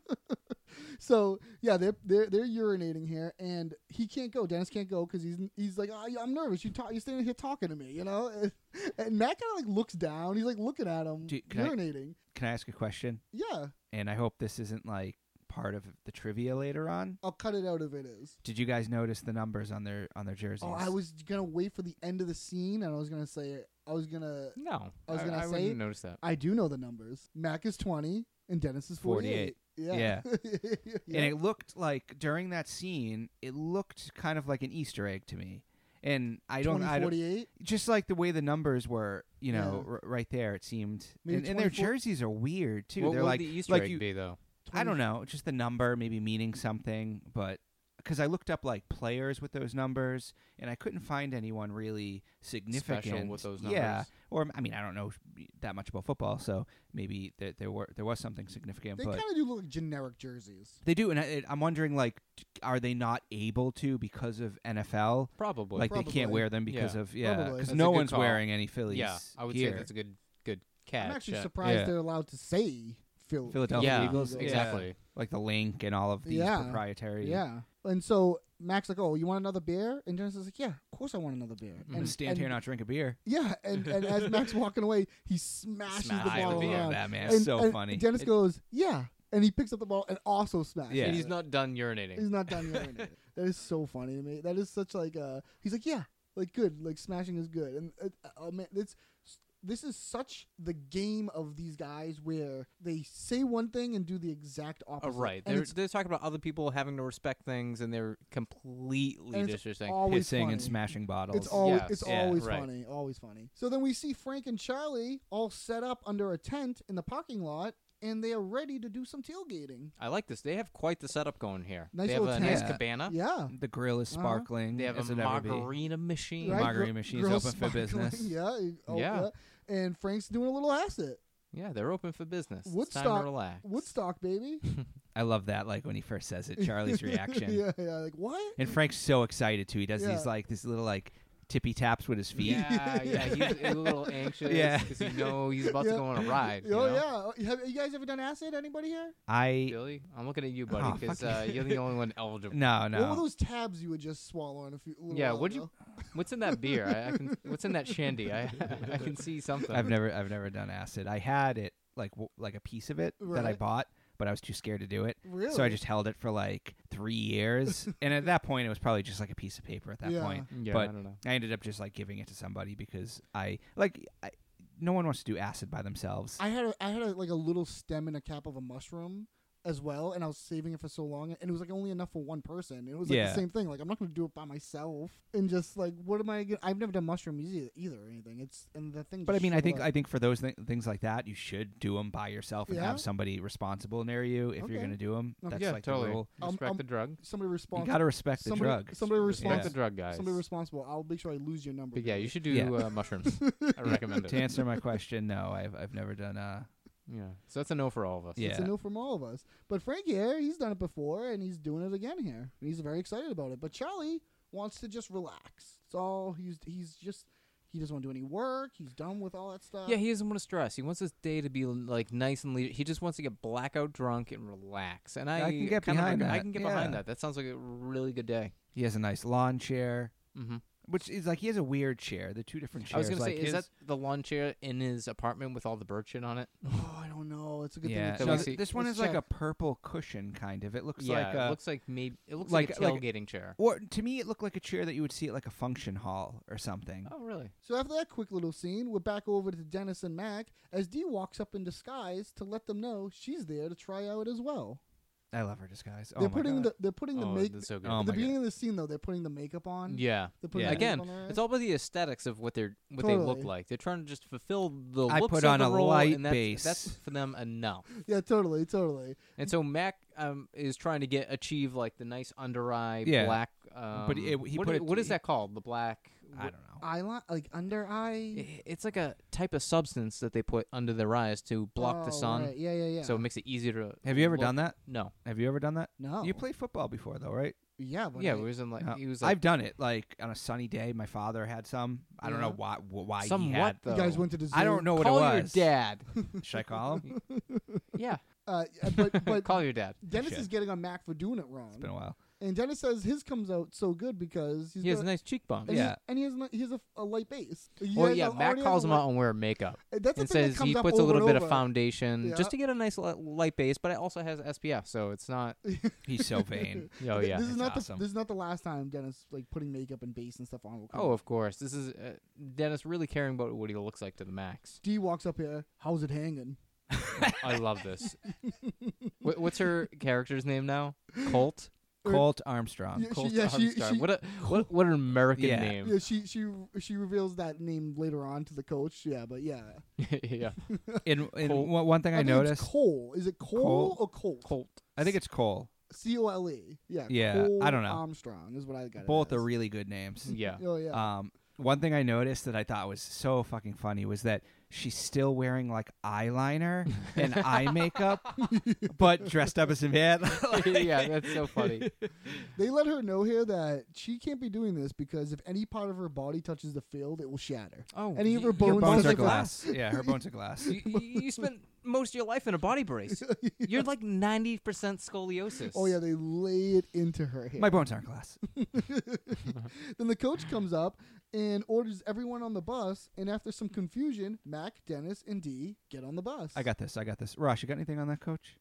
[SPEAKER 5] so yeah, they're they're they're urinating here, and he can't go. Dennis can't go because he's he's like, oh, yeah, I'm nervous. You talk, you're standing here talking to me, you know. And Matt kind of like looks down. He's like looking at him,
[SPEAKER 6] Do- can I-
[SPEAKER 5] urinating.
[SPEAKER 6] Can I ask a question?
[SPEAKER 5] Yeah,
[SPEAKER 6] And I hope this isn't like part of the trivia later on.
[SPEAKER 5] I'll cut it out if it is.
[SPEAKER 6] Did you guys notice the numbers on their on their jerseys?
[SPEAKER 5] Oh, I was gonna wait for the end of the scene, and I was gonna say, I was gonna,
[SPEAKER 1] No,
[SPEAKER 5] I was gonna
[SPEAKER 1] I,
[SPEAKER 5] say-
[SPEAKER 1] wouldn't notice that.
[SPEAKER 5] I do know the numbers. Mac is twenty, and Dennis is forty-eight.
[SPEAKER 6] 48.
[SPEAKER 5] Yeah, yeah.
[SPEAKER 6] And it looked like during that scene, it looked kind of like an Easter egg to me. And I don't, I don't
[SPEAKER 5] 2048?
[SPEAKER 6] just like the way the numbers were, you know,
[SPEAKER 5] Yeah.
[SPEAKER 6] r- right there. It seemed,
[SPEAKER 5] Maybe
[SPEAKER 6] and, and their
[SPEAKER 5] 24
[SPEAKER 6] jerseys are weird too.
[SPEAKER 1] what
[SPEAKER 6] They're
[SPEAKER 1] would
[SPEAKER 6] like,
[SPEAKER 1] the Easter
[SPEAKER 6] like
[SPEAKER 1] egg
[SPEAKER 6] you,
[SPEAKER 1] be though?
[SPEAKER 6] I don't know, just the number maybe meaning something, but because I looked up like players with those numbers, and I couldn't find anyone really significant
[SPEAKER 1] with those
[SPEAKER 6] Yeah,
[SPEAKER 1] numbers.
[SPEAKER 6] or I mean, I don't know that much about football, so maybe there, there were there was something significant,
[SPEAKER 5] They
[SPEAKER 6] but
[SPEAKER 5] kind of do look like generic jerseys.
[SPEAKER 6] they do, and I, I'm wondering like, t- are they not able to because of NFL?
[SPEAKER 1] Probably.
[SPEAKER 6] Like they can't
[SPEAKER 5] Probably.
[SPEAKER 6] wear them because
[SPEAKER 1] Yeah.
[SPEAKER 6] of yeah,
[SPEAKER 5] Probably. That's
[SPEAKER 6] because
[SPEAKER 1] a
[SPEAKER 6] no
[SPEAKER 1] good
[SPEAKER 6] one's
[SPEAKER 1] call.
[SPEAKER 6] wearing any Phillies.
[SPEAKER 1] yeah, I would
[SPEAKER 6] gear.
[SPEAKER 1] say that's a good good catch.
[SPEAKER 5] I'm actually
[SPEAKER 1] yeah.
[SPEAKER 5] surprised
[SPEAKER 6] Yeah.
[SPEAKER 5] they're allowed to say Phil-
[SPEAKER 6] Philadelphia
[SPEAKER 1] yeah,
[SPEAKER 6] Eagles,
[SPEAKER 1] exactly.
[SPEAKER 6] like the link and all of these
[SPEAKER 5] Yeah.
[SPEAKER 6] proprietary.
[SPEAKER 5] Yeah. And so Max like, oh, you want another beer? And Dennis is like, yeah, of course I want another beer.
[SPEAKER 6] I'm gonna
[SPEAKER 5] And
[SPEAKER 6] stand
[SPEAKER 5] and-
[SPEAKER 6] here and not drink a beer.
[SPEAKER 5] Yeah, and, and as Max walking away, he smashes
[SPEAKER 1] Smash
[SPEAKER 5] the
[SPEAKER 1] the
[SPEAKER 5] ball
[SPEAKER 1] beer.
[SPEAKER 5] around.
[SPEAKER 6] That man
[SPEAKER 5] and,
[SPEAKER 6] is so
[SPEAKER 5] and
[SPEAKER 6] funny.
[SPEAKER 5] Dennis
[SPEAKER 1] It-
[SPEAKER 5] goes, yeah, and he picks up the ball and also smashes.
[SPEAKER 6] Yeah.
[SPEAKER 1] And
[SPEAKER 5] it.
[SPEAKER 1] he's not done urinating.
[SPEAKER 5] He's not done yelling at it. That is so funny to me. That is such like uh he's like yeah, like good, like smashing is good. And uh, oh man, it's this is such the game of these guys where they say one thing and do the exact
[SPEAKER 1] Oh,
[SPEAKER 5] opposite.
[SPEAKER 1] right.
[SPEAKER 5] And
[SPEAKER 1] They're,
[SPEAKER 5] it's,
[SPEAKER 1] they're talking about other people having to respect things, and they're completely
[SPEAKER 5] and it's
[SPEAKER 1] disrespecting.
[SPEAKER 5] always
[SPEAKER 6] Pissing
[SPEAKER 5] funny.
[SPEAKER 6] and smashing bottles.
[SPEAKER 5] It's always
[SPEAKER 1] Yes.
[SPEAKER 5] it's
[SPEAKER 1] Yeah,
[SPEAKER 5] always
[SPEAKER 1] right.
[SPEAKER 5] funny, always funny. So then we see Frank and Charlie all set up under a tent in the parking lot, and they are ready to do some tailgating.
[SPEAKER 1] I like this. They have quite the setup going here.
[SPEAKER 5] Nice
[SPEAKER 1] they have
[SPEAKER 5] little
[SPEAKER 1] a nice
[SPEAKER 6] tent.
[SPEAKER 1] cabana.
[SPEAKER 5] Yeah,
[SPEAKER 6] the grill is
[SPEAKER 5] Uh-huh.
[SPEAKER 6] sparkling.
[SPEAKER 1] They have
[SPEAKER 6] as
[SPEAKER 1] a
[SPEAKER 6] it ever be.
[SPEAKER 1] margarita machine.
[SPEAKER 5] right.
[SPEAKER 6] margarita
[SPEAKER 5] Gr-
[SPEAKER 6] machine's
[SPEAKER 5] girls
[SPEAKER 6] open for
[SPEAKER 5] sparkling.
[SPEAKER 6] business.
[SPEAKER 5] Yeah, oh,
[SPEAKER 1] Yeah.
[SPEAKER 5] yeah. And Frank's doing a little acid.
[SPEAKER 1] Yeah, they're open for business.
[SPEAKER 5] Woodstock,
[SPEAKER 1] It's time to relax.
[SPEAKER 5] Woodstock, baby.
[SPEAKER 6] I love that. Like when he first says it, Charlie's reaction.
[SPEAKER 5] yeah, yeah. Like what?
[SPEAKER 6] And Frank's so excited too. He does
[SPEAKER 5] Yeah.
[SPEAKER 6] these like these little like tippy taps with his feet.
[SPEAKER 1] Yeah, yeah. He's a little anxious
[SPEAKER 6] Yeah.
[SPEAKER 1] because you know he's about
[SPEAKER 5] Yeah.
[SPEAKER 1] to go on a ride.
[SPEAKER 5] Oh
[SPEAKER 1] you know?
[SPEAKER 5] yeah. Have you guys ever done acid? Anybody here?
[SPEAKER 6] I
[SPEAKER 1] Billy, I'm looking at you, buddy,
[SPEAKER 6] Oh,
[SPEAKER 1] because uh,
[SPEAKER 6] fuck
[SPEAKER 1] you're the only one eligible.
[SPEAKER 6] no
[SPEAKER 5] What were
[SPEAKER 6] no.
[SPEAKER 5] those tabs you were just swallowing? A few. a little
[SPEAKER 1] Yeah,
[SPEAKER 5] while
[SPEAKER 1] what'd you-
[SPEAKER 5] ago?
[SPEAKER 1] What's in that beer? I, I can. What's in that shandy? I I can see something.
[SPEAKER 6] I've never I've never done acid. I had it like w- like a piece of it that I
[SPEAKER 5] Right.
[SPEAKER 6] bought, but I was too scared to do it. So I
[SPEAKER 5] Really?
[SPEAKER 6] just held it for like three years, and at that point, it was probably just like a piece of paper. At that
[SPEAKER 5] Yeah.
[SPEAKER 6] point,
[SPEAKER 1] Yeah,
[SPEAKER 6] but
[SPEAKER 1] I don't know.
[SPEAKER 6] I ended up just like giving it to somebody because I like I, no one wants to do acid by themselves.
[SPEAKER 5] I had a, I had a, like a little stem and a cap of a mushroom as well, and I was saving it for so long, and it was like only enough for one person. It was like
[SPEAKER 6] Yeah.
[SPEAKER 5] the same thing. Like I'm not going to do it by myself, and just like what am I? Gonna, I've never done mushrooms either, either or anything. It's and the thing.
[SPEAKER 6] but I
[SPEAKER 5] just
[SPEAKER 6] mean, I
[SPEAKER 5] shriveled
[SPEAKER 6] think
[SPEAKER 5] up.
[SPEAKER 6] I think for those th- things like that, you should do them by yourself and
[SPEAKER 5] Yeah?
[SPEAKER 6] have somebody responsible near you if
[SPEAKER 5] Okay.
[SPEAKER 6] you're going to do them.
[SPEAKER 5] Okay.
[SPEAKER 6] That's
[SPEAKER 1] yeah,
[SPEAKER 6] like
[SPEAKER 1] totally.
[SPEAKER 6] the rule.
[SPEAKER 5] Um,
[SPEAKER 1] Respect
[SPEAKER 5] um,
[SPEAKER 1] the drug.
[SPEAKER 5] somebody
[SPEAKER 6] You
[SPEAKER 5] responsible.
[SPEAKER 6] got to respect the
[SPEAKER 5] somebody,
[SPEAKER 6] drug.
[SPEAKER 5] Somebody
[SPEAKER 1] Respect
[SPEAKER 5] responsible.
[SPEAKER 1] the drug, guys.
[SPEAKER 5] Somebody responsible. I'll make sure I lose your number.
[SPEAKER 1] But yeah,
[SPEAKER 5] dude.
[SPEAKER 1] you should do
[SPEAKER 6] Yeah.
[SPEAKER 1] uh, mushrooms. I recommend it.
[SPEAKER 6] to answer my question, no, I've I've never done. Uh,
[SPEAKER 1] Yeah. So that's a no for all of us.
[SPEAKER 6] Yeah.
[SPEAKER 5] It's a no from all of us. But Frank here, he's done it before and he's doing it again here. And he's very excited about it. But Charlie wants to just relax. It's all he's he's just he doesn't want to do any work. He's done with all that stuff.
[SPEAKER 1] Yeah, he doesn't want to stress. He wants his day to be like nice and leisure. He just wants to get blackout drunk and relax. And I,
[SPEAKER 6] I can get
[SPEAKER 1] kinda
[SPEAKER 6] behind
[SPEAKER 1] rec- I
[SPEAKER 6] that,
[SPEAKER 1] can get
[SPEAKER 6] yeah.
[SPEAKER 1] behind that. That sounds like a really good day.
[SPEAKER 6] he has a nice lawn chair,
[SPEAKER 1] Mm-hmm.
[SPEAKER 6] which is like he has a weird chair. The two different chairs.
[SPEAKER 1] I was gonna
[SPEAKER 6] like
[SPEAKER 1] say,
[SPEAKER 6] his-
[SPEAKER 1] is that the lawn chair in his apartment with all the bird shit on it?
[SPEAKER 5] Oh, I don't know. It's a good
[SPEAKER 6] Yeah,
[SPEAKER 5] thing.
[SPEAKER 1] we
[SPEAKER 6] no,
[SPEAKER 5] we
[SPEAKER 1] see-
[SPEAKER 6] th- this one
[SPEAKER 5] Let's
[SPEAKER 6] is like a
[SPEAKER 5] check.
[SPEAKER 6] purple cushion kind of. It looks
[SPEAKER 1] yeah,
[SPEAKER 6] like a,
[SPEAKER 1] it looks like maybe it looks
[SPEAKER 6] uh,
[SPEAKER 1] like,
[SPEAKER 6] like-
[SPEAKER 1] a
[SPEAKER 6] like-
[SPEAKER 1] tailgating chair.
[SPEAKER 6] or to me it looked like a chair that you would see at like a function hall or something.
[SPEAKER 1] Oh, really?
[SPEAKER 5] So after that quick little scene, we're back over to Dennis and Mac as Dee walks up in disguise to let them know she's there to try out as well.
[SPEAKER 6] I love her disguise. Oh
[SPEAKER 5] They're
[SPEAKER 6] my
[SPEAKER 5] putting
[SPEAKER 6] God.
[SPEAKER 5] the they're putting the
[SPEAKER 1] oh,
[SPEAKER 5] make
[SPEAKER 1] that's so good.
[SPEAKER 6] Oh
[SPEAKER 5] at the
[SPEAKER 6] my God.
[SPEAKER 5] beginning of the scene though, they're putting the makeup
[SPEAKER 6] Um,
[SPEAKER 5] on.
[SPEAKER 1] yeah.
[SPEAKER 5] They're putting
[SPEAKER 1] yeah.
[SPEAKER 5] the
[SPEAKER 1] Again,
[SPEAKER 5] makeup on her
[SPEAKER 1] it's all about the aesthetics of what they're what they
[SPEAKER 5] Totally.
[SPEAKER 1] look like. They're trying to just fulfill the
[SPEAKER 6] I
[SPEAKER 1] looks
[SPEAKER 6] put
[SPEAKER 1] of
[SPEAKER 6] on
[SPEAKER 1] the
[SPEAKER 6] a
[SPEAKER 1] role,
[SPEAKER 6] light
[SPEAKER 1] and that's, that's
[SPEAKER 6] base.
[SPEAKER 1] for them enough.
[SPEAKER 5] Yeah, totally, totally.
[SPEAKER 1] And so Mac um, is trying to get achieve like the nice under eye
[SPEAKER 6] Yeah.
[SPEAKER 1] black. Um,
[SPEAKER 6] But it- he
[SPEAKER 1] what,
[SPEAKER 6] put
[SPEAKER 1] i-
[SPEAKER 6] it-
[SPEAKER 1] what is
[SPEAKER 6] he-
[SPEAKER 1] that called? The black.
[SPEAKER 6] I
[SPEAKER 1] what-
[SPEAKER 6] don't know.
[SPEAKER 5] Eyeliner like under eye
[SPEAKER 1] i- It's like a type of substance that they put under their eyes to block the
[SPEAKER 5] Oh,
[SPEAKER 1] sun,
[SPEAKER 5] right. Yeah, yeah, yeah.
[SPEAKER 1] so it makes it easier to.
[SPEAKER 6] Have you ever
[SPEAKER 1] look-
[SPEAKER 6] done that?
[SPEAKER 1] No.
[SPEAKER 6] Have you ever done that?
[SPEAKER 5] no,
[SPEAKER 6] You played football before though, right?
[SPEAKER 5] Yeah, but
[SPEAKER 1] yeah,
[SPEAKER 5] I-
[SPEAKER 1] it was in like
[SPEAKER 6] No.
[SPEAKER 1] he was like
[SPEAKER 6] I've done it like on a sunny day. My father had some. I don't know
[SPEAKER 5] Yeah.
[SPEAKER 6] why wh- why he
[SPEAKER 1] Somewhat,
[SPEAKER 6] had.
[SPEAKER 1] though.
[SPEAKER 5] you guys went to the zoo.
[SPEAKER 6] I don't know what
[SPEAKER 1] call
[SPEAKER 6] it was.
[SPEAKER 1] your dad.
[SPEAKER 6] Should I call him?
[SPEAKER 1] yeah,
[SPEAKER 5] Uh, yeah, but but
[SPEAKER 1] call your dad.
[SPEAKER 5] Dennis
[SPEAKER 6] Shit.
[SPEAKER 5] is getting on Mac for doing it
[SPEAKER 6] It's been a
[SPEAKER 5] wrong,
[SPEAKER 6] while.
[SPEAKER 5] and Dennis says his comes out so good because he's
[SPEAKER 1] He has
[SPEAKER 5] got-
[SPEAKER 1] nice cheekbones.
[SPEAKER 5] and he-
[SPEAKER 6] Yeah.
[SPEAKER 5] and he has a- he has a, a light base. He
[SPEAKER 1] Well,
[SPEAKER 5] has
[SPEAKER 1] yeah,
[SPEAKER 5] a-
[SPEAKER 1] Mac
[SPEAKER 5] already has
[SPEAKER 1] calls
[SPEAKER 5] a
[SPEAKER 1] him
[SPEAKER 5] light-
[SPEAKER 1] out on wearing makeup
[SPEAKER 5] That's the
[SPEAKER 1] and
[SPEAKER 5] thing that
[SPEAKER 1] says
[SPEAKER 5] comes
[SPEAKER 1] he
[SPEAKER 5] up
[SPEAKER 1] puts a
[SPEAKER 5] over
[SPEAKER 1] little
[SPEAKER 5] and
[SPEAKER 1] bit of
[SPEAKER 5] over.
[SPEAKER 1] foundation
[SPEAKER 5] Yeah.
[SPEAKER 1] just to get a nice li- light base, but it also has SPF, so it's not.
[SPEAKER 6] He's so vain.
[SPEAKER 1] Oh
[SPEAKER 5] Th-
[SPEAKER 1] yeah,
[SPEAKER 5] this is
[SPEAKER 6] it's
[SPEAKER 5] not
[SPEAKER 6] awesome.
[SPEAKER 5] the this is not the last time Dennis like putting makeup and base and stuff on. Will come
[SPEAKER 1] Oh,
[SPEAKER 5] up.
[SPEAKER 1] of course. This is uh, Dennis really caring about what he looks like to the max.
[SPEAKER 5] D walks up here. How's it hanging?
[SPEAKER 1] I love this. Wh- what's her character's name now? Colt.
[SPEAKER 6] Colt Armstrong.
[SPEAKER 5] Yeah, she-
[SPEAKER 1] Colt
[SPEAKER 5] yeah, she-
[SPEAKER 1] Armstrong.
[SPEAKER 5] she-
[SPEAKER 1] what a what what an American
[SPEAKER 6] Yeah.
[SPEAKER 5] Yeah,
[SPEAKER 1] name.
[SPEAKER 5] she she she reveals that name later on to the coach. Yeah, but yeah,
[SPEAKER 1] yeah,
[SPEAKER 6] And, and
[SPEAKER 1] Colt.
[SPEAKER 6] one one thing I,
[SPEAKER 5] think it's
[SPEAKER 6] noticed,
[SPEAKER 5] Cole. Is it Cole,
[SPEAKER 6] Cole.
[SPEAKER 5] or Colt?
[SPEAKER 1] Colt.
[SPEAKER 6] I think it's Cole.
[SPEAKER 5] C O L E. Yeah.
[SPEAKER 6] Yeah, I
[SPEAKER 5] Cole
[SPEAKER 6] don't know.
[SPEAKER 5] Armstrong is what I got. it
[SPEAKER 6] Both
[SPEAKER 5] as.
[SPEAKER 6] are really good names.
[SPEAKER 1] Yeah.
[SPEAKER 5] Oh yeah.
[SPEAKER 6] Um, one thing I noticed that I thought was so fucking funny was that she's still wearing like eyeliner and eye makeup, but dressed up as a man. Like-
[SPEAKER 1] yeah, that's so funny.
[SPEAKER 5] They let her know here that she can't be doing this because if any part of her body touches the field, it will shatter.
[SPEAKER 1] Oh,
[SPEAKER 5] any of
[SPEAKER 1] y-
[SPEAKER 5] her
[SPEAKER 1] your
[SPEAKER 5] bones,
[SPEAKER 6] bones
[SPEAKER 5] touch
[SPEAKER 6] are
[SPEAKER 5] the
[SPEAKER 6] glass. yeah, her bones are glass.
[SPEAKER 1] you, you- you spent most of your life in a body brace. You're like 90% scoliosis.
[SPEAKER 5] Oh yeah, they lay it into her hair.
[SPEAKER 6] My bones aren't glass.
[SPEAKER 5] then the coach comes up and orders everyone on the bus. And after some confusion, Mac, Dennis, and Dee get on the bus.
[SPEAKER 6] I got this. I got this. Rosh, you got anything on that, coach?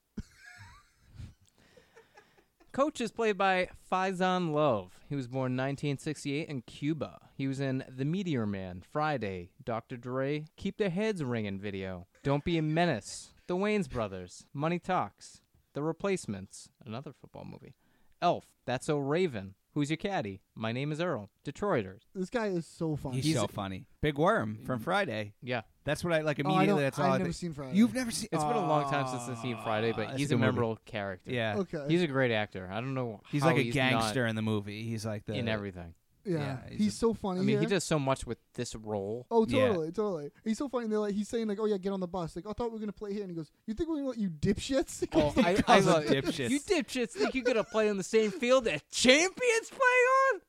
[SPEAKER 1] Coach is played by Faison Love. He was born 1968 in Cuba. He was in The Meteor Man, Friday, Dr. Dre, Keep Their Heads Ringing video, Don't Be a Menace, The Waynes Brothers, Money Talks, The Replacements, another football movie, Elf, That's So Raven, Who's Your Caddy, My Name is Earl, Detroiters.
[SPEAKER 5] this guy is so funny.
[SPEAKER 6] He's, so funny. Big Worm from
[SPEAKER 1] Mm.
[SPEAKER 6] Friday.
[SPEAKER 1] Yeah.
[SPEAKER 6] That's what I like
[SPEAKER 5] Oh, I
[SPEAKER 6] immediately.
[SPEAKER 5] don't-
[SPEAKER 6] that's all
[SPEAKER 5] I've
[SPEAKER 6] I
[SPEAKER 5] never
[SPEAKER 6] think.
[SPEAKER 5] seen Friday.
[SPEAKER 6] You've never seen. Ah,
[SPEAKER 1] It's been a long time since I've
[SPEAKER 6] I've
[SPEAKER 1] seen Friday, but he's a memorable character.
[SPEAKER 6] Yeah.
[SPEAKER 5] okay.
[SPEAKER 1] He's a great actor. I don't know.
[SPEAKER 6] He's
[SPEAKER 1] how
[SPEAKER 6] like a
[SPEAKER 1] not
[SPEAKER 6] gangster in the movie. He's like the
[SPEAKER 1] in everything.
[SPEAKER 5] yeah.
[SPEAKER 6] yeah,
[SPEAKER 5] he's,
[SPEAKER 6] he's a-
[SPEAKER 5] so funny.
[SPEAKER 1] I mean, he
[SPEAKER 5] here.
[SPEAKER 1] does so much with this role.
[SPEAKER 5] Oh,
[SPEAKER 6] Yeah.
[SPEAKER 5] totally, totally. He's so funny. They're like, he's saying like, "Oh yeah, get on the bus." Like, I thought we were gonna play here, and he goes, "You think we're gonna let you dipshits?" He
[SPEAKER 1] Oh,
[SPEAKER 5] goes,
[SPEAKER 1] I, I
[SPEAKER 6] calls
[SPEAKER 1] love
[SPEAKER 6] them dipshits.
[SPEAKER 1] You dipshits think you're gonna play on the same field that champions play on?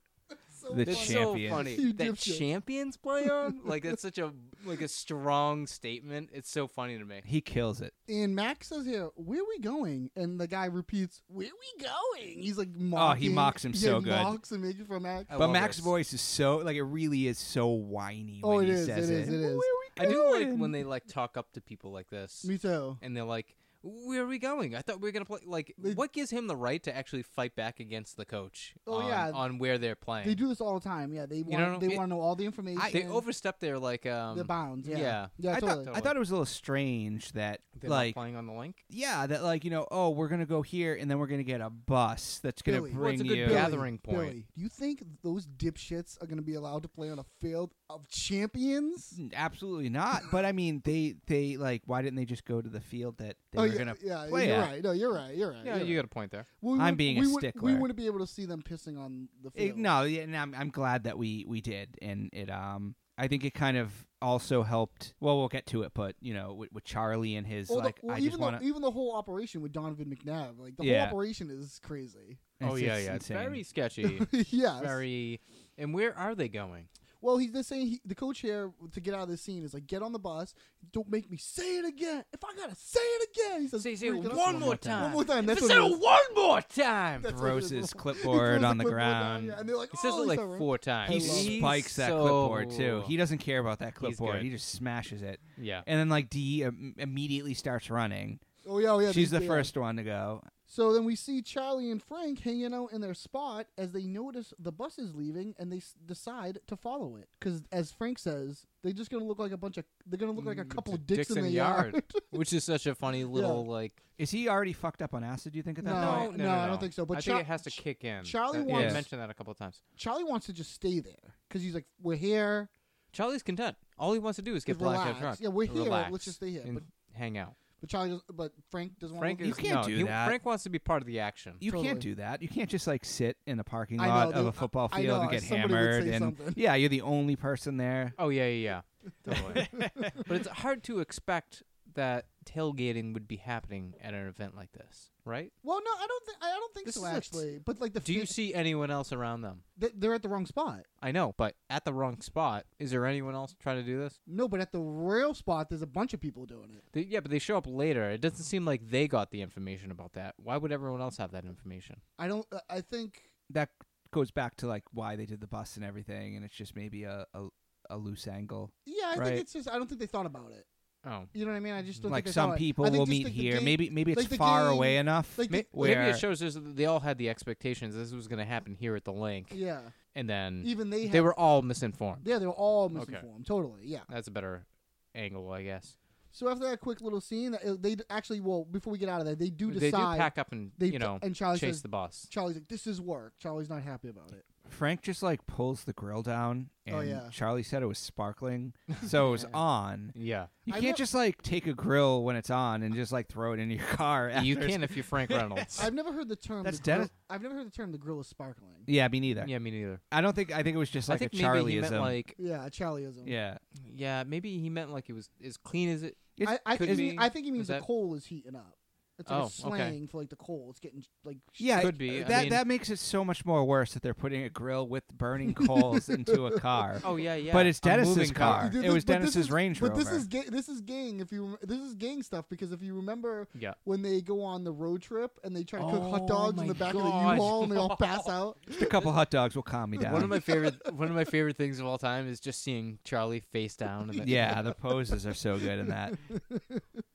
[SPEAKER 5] so
[SPEAKER 6] the
[SPEAKER 5] funny.
[SPEAKER 1] That's
[SPEAKER 6] Champions.
[SPEAKER 1] so funny.
[SPEAKER 5] You
[SPEAKER 1] that
[SPEAKER 5] dipshits.
[SPEAKER 1] champions play on? Like that's such a like a strong statement. It's so funny to me.
[SPEAKER 6] He kills it.
[SPEAKER 5] And Max says here, "Where we going?" And the guy repeats, "Where we going?" He's like mocking.
[SPEAKER 6] Oh, he mocks him
[SPEAKER 5] yeah,
[SPEAKER 6] so
[SPEAKER 5] he
[SPEAKER 6] good.
[SPEAKER 5] Mocks and making fun of Max.
[SPEAKER 1] I
[SPEAKER 6] but
[SPEAKER 1] love
[SPEAKER 6] Mac's
[SPEAKER 1] this.
[SPEAKER 6] voice is so like it really is so whiny
[SPEAKER 5] Oh,
[SPEAKER 6] when
[SPEAKER 5] it
[SPEAKER 6] he
[SPEAKER 5] is, it
[SPEAKER 6] says
[SPEAKER 5] is, it is.
[SPEAKER 1] I do like when they like talk up to people like this,
[SPEAKER 5] Me too.
[SPEAKER 1] and they're like, "Where are we going? I thought we were gonna play." Like,
[SPEAKER 5] They-
[SPEAKER 1] what gives him the right to actually fight back against the coach?
[SPEAKER 5] Oh,
[SPEAKER 1] on,
[SPEAKER 5] yeah.
[SPEAKER 1] on where they're playing.
[SPEAKER 5] They do this all the time. Yeah, they want
[SPEAKER 1] know,
[SPEAKER 5] they
[SPEAKER 1] it-
[SPEAKER 5] want to know all the information.
[SPEAKER 1] They overstep their like um
[SPEAKER 5] the bounds. Yeah,
[SPEAKER 1] yeah.
[SPEAKER 6] I
[SPEAKER 5] totally.
[SPEAKER 6] thought I thought it was a little strange that
[SPEAKER 1] they're not
[SPEAKER 6] like
[SPEAKER 1] playing on the link.
[SPEAKER 6] yeah that like you know oh we're gonna go here and then we're gonna get a bus that's gonna
[SPEAKER 5] Billy.
[SPEAKER 1] Well, it's
[SPEAKER 6] bring
[SPEAKER 1] a good
[SPEAKER 6] you
[SPEAKER 5] Billy,
[SPEAKER 1] gathering point.
[SPEAKER 5] Billy, do you think those dipshits are going to be allowed to play on a field of champions?
[SPEAKER 6] absolutely not but I mean they they like why didn't they just go to the field that they were
[SPEAKER 5] Oh, yeah,
[SPEAKER 6] gonna
[SPEAKER 5] yeah,
[SPEAKER 6] play
[SPEAKER 5] you're
[SPEAKER 6] at?
[SPEAKER 5] right. No, you're right. You're right.
[SPEAKER 1] Yeah,
[SPEAKER 5] you're
[SPEAKER 1] you
[SPEAKER 5] right.
[SPEAKER 1] got a point there.
[SPEAKER 5] Well, we
[SPEAKER 6] I'm
[SPEAKER 5] would-
[SPEAKER 6] being a
[SPEAKER 5] we would- We
[SPEAKER 6] stickler.
[SPEAKER 5] wouldn't be able to see them pissing on the
[SPEAKER 6] Eh,
[SPEAKER 5] field.
[SPEAKER 6] no yeah, and I'm I'm glad that we we did and it um. I think it kind of also helped. Well, we'll get to it, but you know, with, with Charlie and his
[SPEAKER 5] Well, the-
[SPEAKER 6] like,
[SPEAKER 5] well,
[SPEAKER 6] I
[SPEAKER 5] even
[SPEAKER 6] just
[SPEAKER 5] the-
[SPEAKER 6] want to.
[SPEAKER 5] even the whole operation with Donovan McNabb, like the
[SPEAKER 6] Yeah.
[SPEAKER 5] whole operation is crazy.
[SPEAKER 1] oh yeah, yeah. It's very sketchy.
[SPEAKER 5] yes.
[SPEAKER 1] very. And where are they going?
[SPEAKER 5] Well, he's just saying he, the coach here to get out of this scene is like, get on the bus. Don't make me say it again. If I gotta say it again, he says,
[SPEAKER 1] Say, say
[SPEAKER 5] freaking
[SPEAKER 1] one,
[SPEAKER 5] out.
[SPEAKER 1] more time.
[SPEAKER 5] One more time. That's
[SPEAKER 1] Say
[SPEAKER 5] what it is.
[SPEAKER 1] one more time.
[SPEAKER 5] That's what it
[SPEAKER 6] throws
[SPEAKER 5] is.
[SPEAKER 6] his
[SPEAKER 5] He
[SPEAKER 6] clipboard
[SPEAKER 5] throws
[SPEAKER 6] on
[SPEAKER 5] the
[SPEAKER 6] the
[SPEAKER 5] clipboard down,
[SPEAKER 6] ground.
[SPEAKER 5] yeah, and they're like,
[SPEAKER 1] he says
[SPEAKER 5] oh,
[SPEAKER 1] it
[SPEAKER 5] he's
[SPEAKER 1] like
[SPEAKER 5] all right.
[SPEAKER 1] four times.
[SPEAKER 6] He
[SPEAKER 5] I love it.
[SPEAKER 6] spikes that
[SPEAKER 1] so-
[SPEAKER 6] clipboard too. He doesn't care about that
[SPEAKER 1] He's
[SPEAKER 6] clipboard. He
[SPEAKER 1] good.
[SPEAKER 6] just smashes it.
[SPEAKER 1] Yeah.
[SPEAKER 6] And then like D um, immediately starts running.
[SPEAKER 5] Oh yeah, oh, yeah.
[SPEAKER 6] She's
[SPEAKER 5] they-
[SPEAKER 6] the
[SPEAKER 5] they are.
[SPEAKER 6] first one to go.
[SPEAKER 5] So then we see Charlie and Frank hanging out in their spot as they notice the bus is leaving and they s- decide to follow it. Because as Frank says, they're just gonna look like a bunch of they're gonna look like
[SPEAKER 1] Mm,
[SPEAKER 5] a couple of dicks, in the yard.
[SPEAKER 1] which is such a funny little like.
[SPEAKER 6] Is he already fucked up on acid? Do you think at that
[SPEAKER 5] No,
[SPEAKER 6] point?
[SPEAKER 5] no, I don't think so, but
[SPEAKER 1] I think
[SPEAKER 5] Cha-
[SPEAKER 1] it has to
[SPEAKER 5] Ch-
[SPEAKER 1] kick in.
[SPEAKER 5] Charlie
[SPEAKER 1] That-
[SPEAKER 6] wants-
[SPEAKER 1] I mentioned that a couple of times.
[SPEAKER 5] Charlie wants to just stay there because he's like, we're here.
[SPEAKER 1] Charlie's content. All he wants to do is get blacked out
[SPEAKER 5] relax.
[SPEAKER 1] drunk.
[SPEAKER 5] Yeah, we're here.
[SPEAKER 1] Relax
[SPEAKER 5] Let's just stay here,
[SPEAKER 1] and
[SPEAKER 5] but-
[SPEAKER 1] hang out.
[SPEAKER 5] But Charlie, does, but Frank doesn't
[SPEAKER 1] Frank
[SPEAKER 5] want
[SPEAKER 1] is
[SPEAKER 5] to.
[SPEAKER 6] You can't
[SPEAKER 1] no,
[SPEAKER 6] do
[SPEAKER 1] he-
[SPEAKER 6] that.
[SPEAKER 1] Frank wants to be part of the action.
[SPEAKER 6] You
[SPEAKER 5] Totally.
[SPEAKER 6] can't do that. You can't just like sit in the parking
[SPEAKER 5] I know,
[SPEAKER 6] lot of
[SPEAKER 5] they-
[SPEAKER 6] a football
[SPEAKER 5] I- I
[SPEAKER 6] field
[SPEAKER 5] know,
[SPEAKER 6] and get
[SPEAKER 5] somebody would
[SPEAKER 6] hammered.
[SPEAKER 5] say
[SPEAKER 6] and
[SPEAKER 5] something.
[SPEAKER 6] yeah, you're the only person there.
[SPEAKER 1] Oh yeah, yeah, yeah. Totally. but it's hard to expect that tailgating would be happening at an event like this, right?
[SPEAKER 5] Well, no, I don't think I don't think
[SPEAKER 1] This
[SPEAKER 5] so
[SPEAKER 1] is a t-
[SPEAKER 5] actually. But like the
[SPEAKER 1] Do you
[SPEAKER 5] fa-
[SPEAKER 1] see anyone else around them?
[SPEAKER 5] th- they're at the wrong spot.
[SPEAKER 1] I know, but at the wrong spot. Is there anyone else trying to do this?
[SPEAKER 5] No, but at the rail spot, there's a bunch of people doing it.
[SPEAKER 1] They, yeah, but they show up later. It doesn't seem like they got the information about that. Why would everyone else have that information?
[SPEAKER 5] I don't. I- I think
[SPEAKER 6] That goes back to like why they did the bus and everything, and it's just maybe a a, a loose angle.
[SPEAKER 5] Yeah, I
[SPEAKER 1] Right.
[SPEAKER 5] think it's just I don't think they thought about it.
[SPEAKER 1] Oh,
[SPEAKER 5] You know what I mean? I just don't
[SPEAKER 6] Like
[SPEAKER 5] think they
[SPEAKER 6] some
[SPEAKER 5] thought it.
[SPEAKER 6] people
[SPEAKER 5] I think
[SPEAKER 6] will
[SPEAKER 5] just
[SPEAKER 6] meet
[SPEAKER 5] like the
[SPEAKER 6] here.
[SPEAKER 5] game-
[SPEAKER 6] maybe maybe it's
[SPEAKER 5] like the
[SPEAKER 6] far
[SPEAKER 5] game-
[SPEAKER 6] away enough.
[SPEAKER 5] like the-
[SPEAKER 1] maybe
[SPEAKER 6] where-
[SPEAKER 1] it shows us that they all had the expectations this was going to happen here at the link,
[SPEAKER 5] Yeah,
[SPEAKER 1] and then
[SPEAKER 5] even they.
[SPEAKER 1] they,
[SPEAKER 5] Had,
[SPEAKER 1] were all misinformed.
[SPEAKER 5] Yeah, they were all
[SPEAKER 1] Okay.
[SPEAKER 5] misinformed. Totally. Yeah.
[SPEAKER 1] That's a better angle, I guess.
[SPEAKER 5] So after that quick little scene, that- uh, they d- actually well before we get out of that, they do
[SPEAKER 1] they do
[SPEAKER 5] decide.
[SPEAKER 1] pack up and
[SPEAKER 5] they
[SPEAKER 1] you know
[SPEAKER 5] pa- and Charlie
[SPEAKER 1] chase
[SPEAKER 5] says-
[SPEAKER 1] the bus.
[SPEAKER 5] Charlie's like, "This is work." Charlie's not happy about it.
[SPEAKER 6] Frank just like pulls the grill down, and
[SPEAKER 5] Oh, yeah.
[SPEAKER 6] Charlie said it was sparkling, so it was on.
[SPEAKER 1] Yeah.
[SPEAKER 6] You
[SPEAKER 5] I
[SPEAKER 6] can't
[SPEAKER 5] love-
[SPEAKER 6] just like take a grill when it's on and just like throw it in your car. After
[SPEAKER 1] You
[SPEAKER 6] it's-
[SPEAKER 1] can if you're Frank Reynolds.
[SPEAKER 5] I've never heard the term.
[SPEAKER 6] That's
[SPEAKER 5] the grill-
[SPEAKER 6] Dennis-
[SPEAKER 5] I've never heard the term. The grill is sparkling.
[SPEAKER 6] Yeah, me neither.
[SPEAKER 1] yeah, me neither.
[SPEAKER 6] I don't think. I think it was just like
[SPEAKER 1] I think
[SPEAKER 6] a
[SPEAKER 1] maybe he
[SPEAKER 6] Charlieism.
[SPEAKER 1] meant like
[SPEAKER 5] Yeah, a Charlieism.
[SPEAKER 6] yeah,
[SPEAKER 1] yeah, maybe he meant like it was as clean as it.
[SPEAKER 6] It's-
[SPEAKER 5] I, I,
[SPEAKER 1] could
[SPEAKER 5] think,
[SPEAKER 1] be.
[SPEAKER 5] I think he means
[SPEAKER 1] Is
[SPEAKER 5] the
[SPEAKER 1] that-
[SPEAKER 5] coal is heating up. It's like
[SPEAKER 1] Oh,
[SPEAKER 5] a
[SPEAKER 1] okay.
[SPEAKER 5] slang for like the coal. It's getting like
[SPEAKER 6] yeah,
[SPEAKER 1] Could be. I
[SPEAKER 6] That
[SPEAKER 1] mean-
[SPEAKER 6] that makes it so much more worse that they're putting a grill with burning coals into a car.
[SPEAKER 1] Oh yeah, yeah.
[SPEAKER 6] But it's
[SPEAKER 1] A
[SPEAKER 6] Dennis's
[SPEAKER 1] moving
[SPEAKER 6] car.
[SPEAKER 5] Dude,
[SPEAKER 6] It
[SPEAKER 5] this-
[SPEAKER 6] was
[SPEAKER 5] but this
[SPEAKER 6] Dennis's
[SPEAKER 5] is-
[SPEAKER 6] Range
[SPEAKER 5] But this
[SPEAKER 6] Rover.
[SPEAKER 5] is ga- this is gang. If you rem- this is gang stuff because if you remember
[SPEAKER 1] Yeah.
[SPEAKER 5] when they go on the road trip and they try to cook
[SPEAKER 1] Oh
[SPEAKER 5] hot dogs in
[SPEAKER 1] my
[SPEAKER 5] the back of the
[SPEAKER 1] God.
[SPEAKER 5] U-Haul and they all pass out.
[SPEAKER 6] Just a couple hot dogs will calm me down.
[SPEAKER 1] One of my favorite one of my favorite things of all time is just seeing Charlie face down and then
[SPEAKER 6] yeah, the poses are so good in that.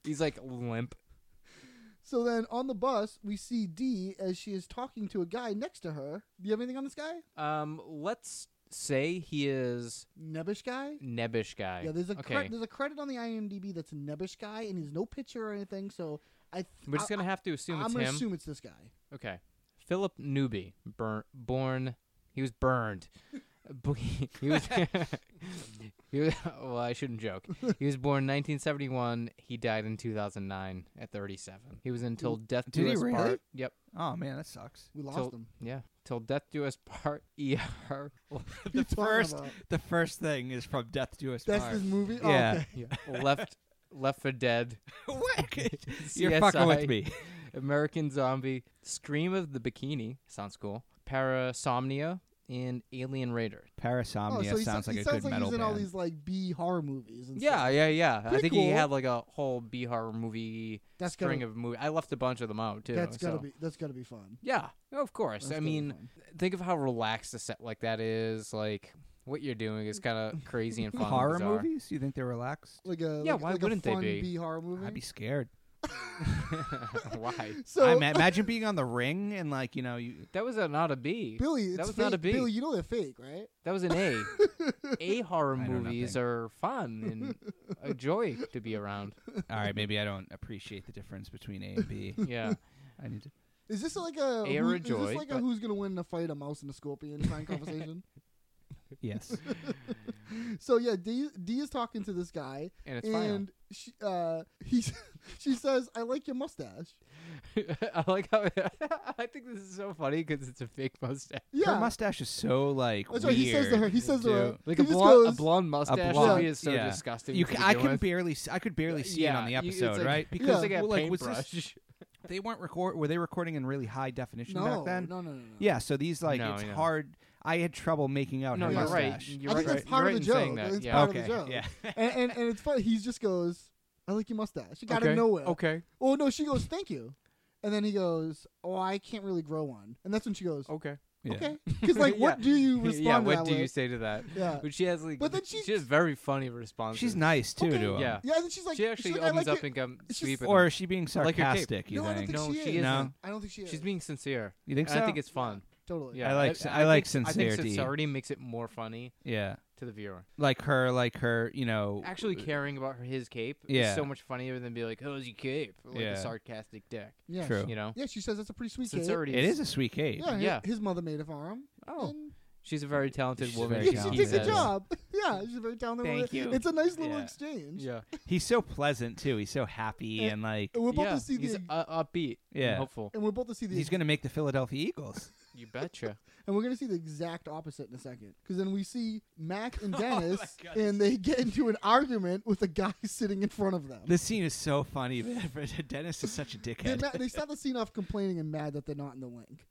[SPEAKER 1] he's like limp.
[SPEAKER 5] So then on the bus we see Dee as she is talking to a guy next to her. Do you have anything on this guy?
[SPEAKER 1] Um, let's say he is
[SPEAKER 5] Nebbish guy.
[SPEAKER 1] nebbish guy.
[SPEAKER 5] Yeah, there's a cre-
[SPEAKER 1] okay.
[SPEAKER 5] there's a credit on the IMDb that's Nebbish guy and he's no picture or anything. So I th-
[SPEAKER 1] We're just
[SPEAKER 5] I-
[SPEAKER 1] gonna have to assume
[SPEAKER 5] I'm
[SPEAKER 1] it's
[SPEAKER 5] gonna
[SPEAKER 1] him.
[SPEAKER 5] assume it's this guy.
[SPEAKER 1] Okay. Philip Newby, burn, born, he was burned. Bu- he was. he was well, I shouldn't joke. He was born 1971. He died in 2009 at 37. He was until death
[SPEAKER 6] did
[SPEAKER 1] do
[SPEAKER 6] he
[SPEAKER 1] us
[SPEAKER 6] really?
[SPEAKER 1] part. Yep.
[SPEAKER 6] Oh man, that sucks.
[SPEAKER 5] We lost
[SPEAKER 1] Till,
[SPEAKER 5] him.
[SPEAKER 1] yeah. Till death do us part. ER.
[SPEAKER 5] You
[SPEAKER 6] The
[SPEAKER 5] talking
[SPEAKER 6] first,
[SPEAKER 5] about-
[SPEAKER 6] the first thing is from Death to Us
[SPEAKER 5] That's
[SPEAKER 6] Part.
[SPEAKER 5] this movie. Oh,
[SPEAKER 6] Yeah.
[SPEAKER 5] okay.
[SPEAKER 1] left. Left for Dead.
[SPEAKER 6] What? You're fucking
[SPEAKER 1] CSI.
[SPEAKER 6] with me.
[SPEAKER 1] American Zombie. Scream of the Bikini. Sounds cool. Parasomnia. And Alien Raider.
[SPEAKER 5] Oh,
[SPEAKER 6] Parasomnia
[SPEAKER 5] so he
[SPEAKER 6] sounds
[SPEAKER 5] so-
[SPEAKER 6] like
[SPEAKER 5] he
[SPEAKER 6] a
[SPEAKER 5] sounds
[SPEAKER 6] good
[SPEAKER 5] like
[SPEAKER 6] metal
[SPEAKER 5] he's in
[SPEAKER 6] band.
[SPEAKER 5] all these like B horror movies. And
[SPEAKER 1] Yeah,
[SPEAKER 5] stuff.
[SPEAKER 1] yeah, yeah. I
[SPEAKER 5] Pretty
[SPEAKER 1] think he
[SPEAKER 5] cool.
[SPEAKER 1] had like a whole B horror movie
[SPEAKER 5] That's gotta-
[SPEAKER 1] string of movie. I left a bunch of them out too.
[SPEAKER 5] that's gotta
[SPEAKER 1] so-
[SPEAKER 5] be that's gotta be fun.
[SPEAKER 1] Yeah, of course.
[SPEAKER 5] That's
[SPEAKER 1] I
[SPEAKER 5] gotta be
[SPEAKER 1] mean,
[SPEAKER 5] fun.
[SPEAKER 1] think of how relaxed a set like that is. Like what you're doing is kind of crazy and fun. and
[SPEAKER 6] Horror
[SPEAKER 1] bizarre.
[SPEAKER 6] movies? You think they're relaxed?
[SPEAKER 5] Like a
[SPEAKER 1] Yeah,
[SPEAKER 5] like,
[SPEAKER 1] why
[SPEAKER 5] like
[SPEAKER 1] wouldn't
[SPEAKER 5] a
[SPEAKER 1] they
[SPEAKER 5] fun
[SPEAKER 1] be?
[SPEAKER 5] B horror movie?
[SPEAKER 6] I'd be scared.
[SPEAKER 1] Why?
[SPEAKER 5] so
[SPEAKER 6] I ma- imagine being on the ring and like you know you.
[SPEAKER 1] That was a, not a B.
[SPEAKER 5] Billy, it's
[SPEAKER 1] that was
[SPEAKER 5] fake.
[SPEAKER 1] not a B.
[SPEAKER 5] Billy, you know they're fake, right?
[SPEAKER 1] That was an A. a horror
[SPEAKER 6] I know
[SPEAKER 1] movies
[SPEAKER 6] nothing.
[SPEAKER 1] are fun and a joy to be around.
[SPEAKER 6] All right, maybe I don't appreciate the difference between A and B.
[SPEAKER 1] Yeah.
[SPEAKER 6] I need to.
[SPEAKER 5] Is this like a
[SPEAKER 1] Air
[SPEAKER 5] who-
[SPEAKER 1] of
[SPEAKER 5] is
[SPEAKER 1] joy,
[SPEAKER 5] this like a
[SPEAKER 1] but-
[SPEAKER 5] who's gonna win in a fight a mouse and a scorpion kind of conversation?
[SPEAKER 6] Yes.
[SPEAKER 5] So yeah, Dee, Dee is talking to this guy,
[SPEAKER 1] And it's fine.
[SPEAKER 5] and she, uh, he she says, "I like your mustache."
[SPEAKER 1] I like how I think this is so funny because it's a fake mustache.
[SPEAKER 5] Yeah,
[SPEAKER 6] Her mustache is so like
[SPEAKER 5] that's what
[SPEAKER 6] weird.
[SPEAKER 5] he says to her. He says to her,
[SPEAKER 6] too.
[SPEAKER 1] Like
[SPEAKER 5] he
[SPEAKER 1] a,
[SPEAKER 5] just
[SPEAKER 1] blonde, a
[SPEAKER 5] goes-
[SPEAKER 1] blonde mustache
[SPEAKER 5] blonde-
[SPEAKER 1] would is so
[SPEAKER 6] yeah.
[SPEAKER 1] disgusting.
[SPEAKER 6] You
[SPEAKER 1] to
[SPEAKER 6] ca-
[SPEAKER 1] begin
[SPEAKER 6] I can
[SPEAKER 1] with.
[SPEAKER 6] barely, s- I could barely see it on the
[SPEAKER 1] you- it's
[SPEAKER 6] episode,
[SPEAKER 1] like-
[SPEAKER 6] right?
[SPEAKER 1] it's
[SPEAKER 6] Because
[SPEAKER 1] like a
[SPEAKER 6] well, like, was this-
[SPEAKER 1] paintbrush.
[SPEAKER 6] they weren't record. Were they recording in really high definition
[SPEAKER 5] no,
[SPEAKER 6] back then?
[SPEAKER 5] no, no, no, no.
[SPEAKER 6] Yeah, so these like
[SPEAKER 1] No,
[SPEAKER 6] it's
[SPEAKER 1] yeah.
[SPEAKER 6] hard. I had trouble making out
[SPEAKER 1] No,
[SPEAKER 6] her
[SPEAKER 1] you're right.
[SPEAKER 6] mustache.
[SPEAKER 1] You're
[SPEAKER 5] I think
[SPEAKER 1] right.
[SPEAKER 5] that's part
[SPEAKER 1] you're
[SPEAKER 5] of the
[SPEAKER 1] right in saying
[SPEAKER 5] joke.
[SPEAKER 1] that,
[SPEAKER 5] It's
[SPEAKER 1] yeah.
[SPEAKER 5] part
[SPEAKER 6] okay,
[SPEAKER 5] of the joke.
[SPEAKER 6] yeah.
[SPEAKER 5] and, and, and it's funny. He just goes, "I like your mustache." You got
[SPEAKER 1] okay.
[SPEAKER 5] out of nowhere.
[SPEAKER 1] Okay.
[SPEAKER 5] Oh no, she goes, "Thank you," and then he goes, "Oh, I can't really grow one." And that's when she goes,
[SPEAKER 1] Okay.
[SPEAKER 6] Yeah.
[SPEAKER 5] "Okay," because like, what
[SPEAKER 1] Oh, Yeah.
[SPEAKER 5] do you respond?
[SPEAKER 1] yeah.
[SPEAKER 5] to
[SPEAKER 1] What
[SPEAKER 5] that
[SPEAKER 1] do you
[SPEAKER 5] with?
[SPEAKER 1] say to that?
[SPEAKER 5] Yeah.
[SPEAKER 1] But she has like.
[SPEAKER 5] But then
[SPEAKER 1] she
[SPEAKER 5] she's-
[SPEAKER 1] has very funny responses.
[SPEAKER 6] She's nice too
[SPEAKER 5] Okay.
[SPEAKER 6] to him.
[SPEAKER 1] Yeah.
[SPEAKER 5] Yeah, and then she's like,
[SPEAKER 1] she actually
[SPEAKER 5] she's like, "I
[SPEAKER 1] opens
[SPEAKER 5] like
[SPEAKER 1] up
[SPEAKER 5] your-"
[SPEAKER 1] and come
[SPEAKER 5] she's-
[SPEAKER 1] sleep with
[SPEAKER 6] Or
[SPEAKER 1] him.
[SPEAKER 6] is she being
[SPEAKER 1] like her cape.
[SPEAKER 6] sarcastic? you
[SPEAKER 5] No, I don't think
[SPEAKER 1] No,
[SPEAKER 5] she,
[SPEAKER 1] she
[SPEAKER 5] is.
[SPEAKER 1] isn't.
[SPEAKER 5] I don't think she is.
[SPEAKER 1] She's being sincere.
[SPEAKER 6] You think
[SPEAKER 1] and I
[SPEAKER 6] so?
[SPEAKER 1] think it's fun.
[SPEAKER 5] totally.
[SPEAKER 1] Yeah.
[SPEAKER 6] I like- I
[SPEAKER 1] think-
[SPEAKER 6] like
[SPEAKER 1] I think
[SPEAKER 6] sincerity.
[SPEAKER 1] sincerity makes it more funny
[SPEAKER 6] yeah,
[SPEAKER 1] to the viewer.
[SPEAKER 6] like her, like her. You know,
[SPEAKER 1] Actually caring about her, his cape
[SPEAKER 6] Yeah.
[SPEAKER 1] is so much funnier than be like, "How's your cape?" Like
[SPEAKER 6] Yeah.
[SPEAKER 1] a sarcastic dick.
[SPEAKER 5] Yeah,
[SPEAKER 6] True.
[SPEAKER 1] You know.
[SPEAKER 5] she- yeah, she says that's a pretty sweet cake.
[SPEAKER 1] Sincerity.
[SPEAKER 6] it is a sweet cape.
[SPEAKER 5] Yeah, hi-
[SPEAKER 1] Yeah.
[SPEAKER 5] His mother made it for him.
[SPEAKER 1] Oh.
[SPEAKER 5] and
[SPEAKER 1] She's a very talented
[SPEAKER 6] She's
[SPEAKER 1] woman.
[SPEAKER 6] very
[SPEAKER 5] yeah, she
[SPEAKER 6] talented.
[SPEAKER 1] keeps
[SPEAKER 5] did the
[SPEAKER 1] at it.
[SPEAKER 6] Jesus.
[SPEAKER 5] job. Yeah, she's a very talented.
[SPEAKER 1] Thank
[SPEAKER 5] woman.
[SPEAKER 1] you.
[SPEAKER 5] It's a nice little
[SPEAKER 6] Yeah.
[SPEAKER 5] exchange.
[SPEAKER 1] Yeah.
[SPEAKER 6] He's so pleasant too. He's so happy and like,
[SPEAKER 5] And we're about
[SPEAKER 1] yeah,
[SPEAKER 5] to see
[SPEAKER 1] he's
[SPEAKER 5] the.
[SPEAKER 1] uh, upbeat. and
[SPEAKER 6] Yeah.
[SPEAKER 1] hopeful.
[SPEAKER 5] and we're about to see the.
[SPEAKER 6] he's gonna make the Philadelphia Eagles.
[SPEAKER 1] You betcha.
[SPEAKER 5] and we're gonna see the exact opposite in a second, because then we see Mac and Dennis, and they get into an argument with a guy sitting in front of them.
[SPEAKER 6] This scene is so funny. man. Dennis is such a
[SPEAKER 5] They're
[SPEAKER 6] dickhead.
[SPEAKER 5] ma- they start the scene off complaining and mad that they're not in the link.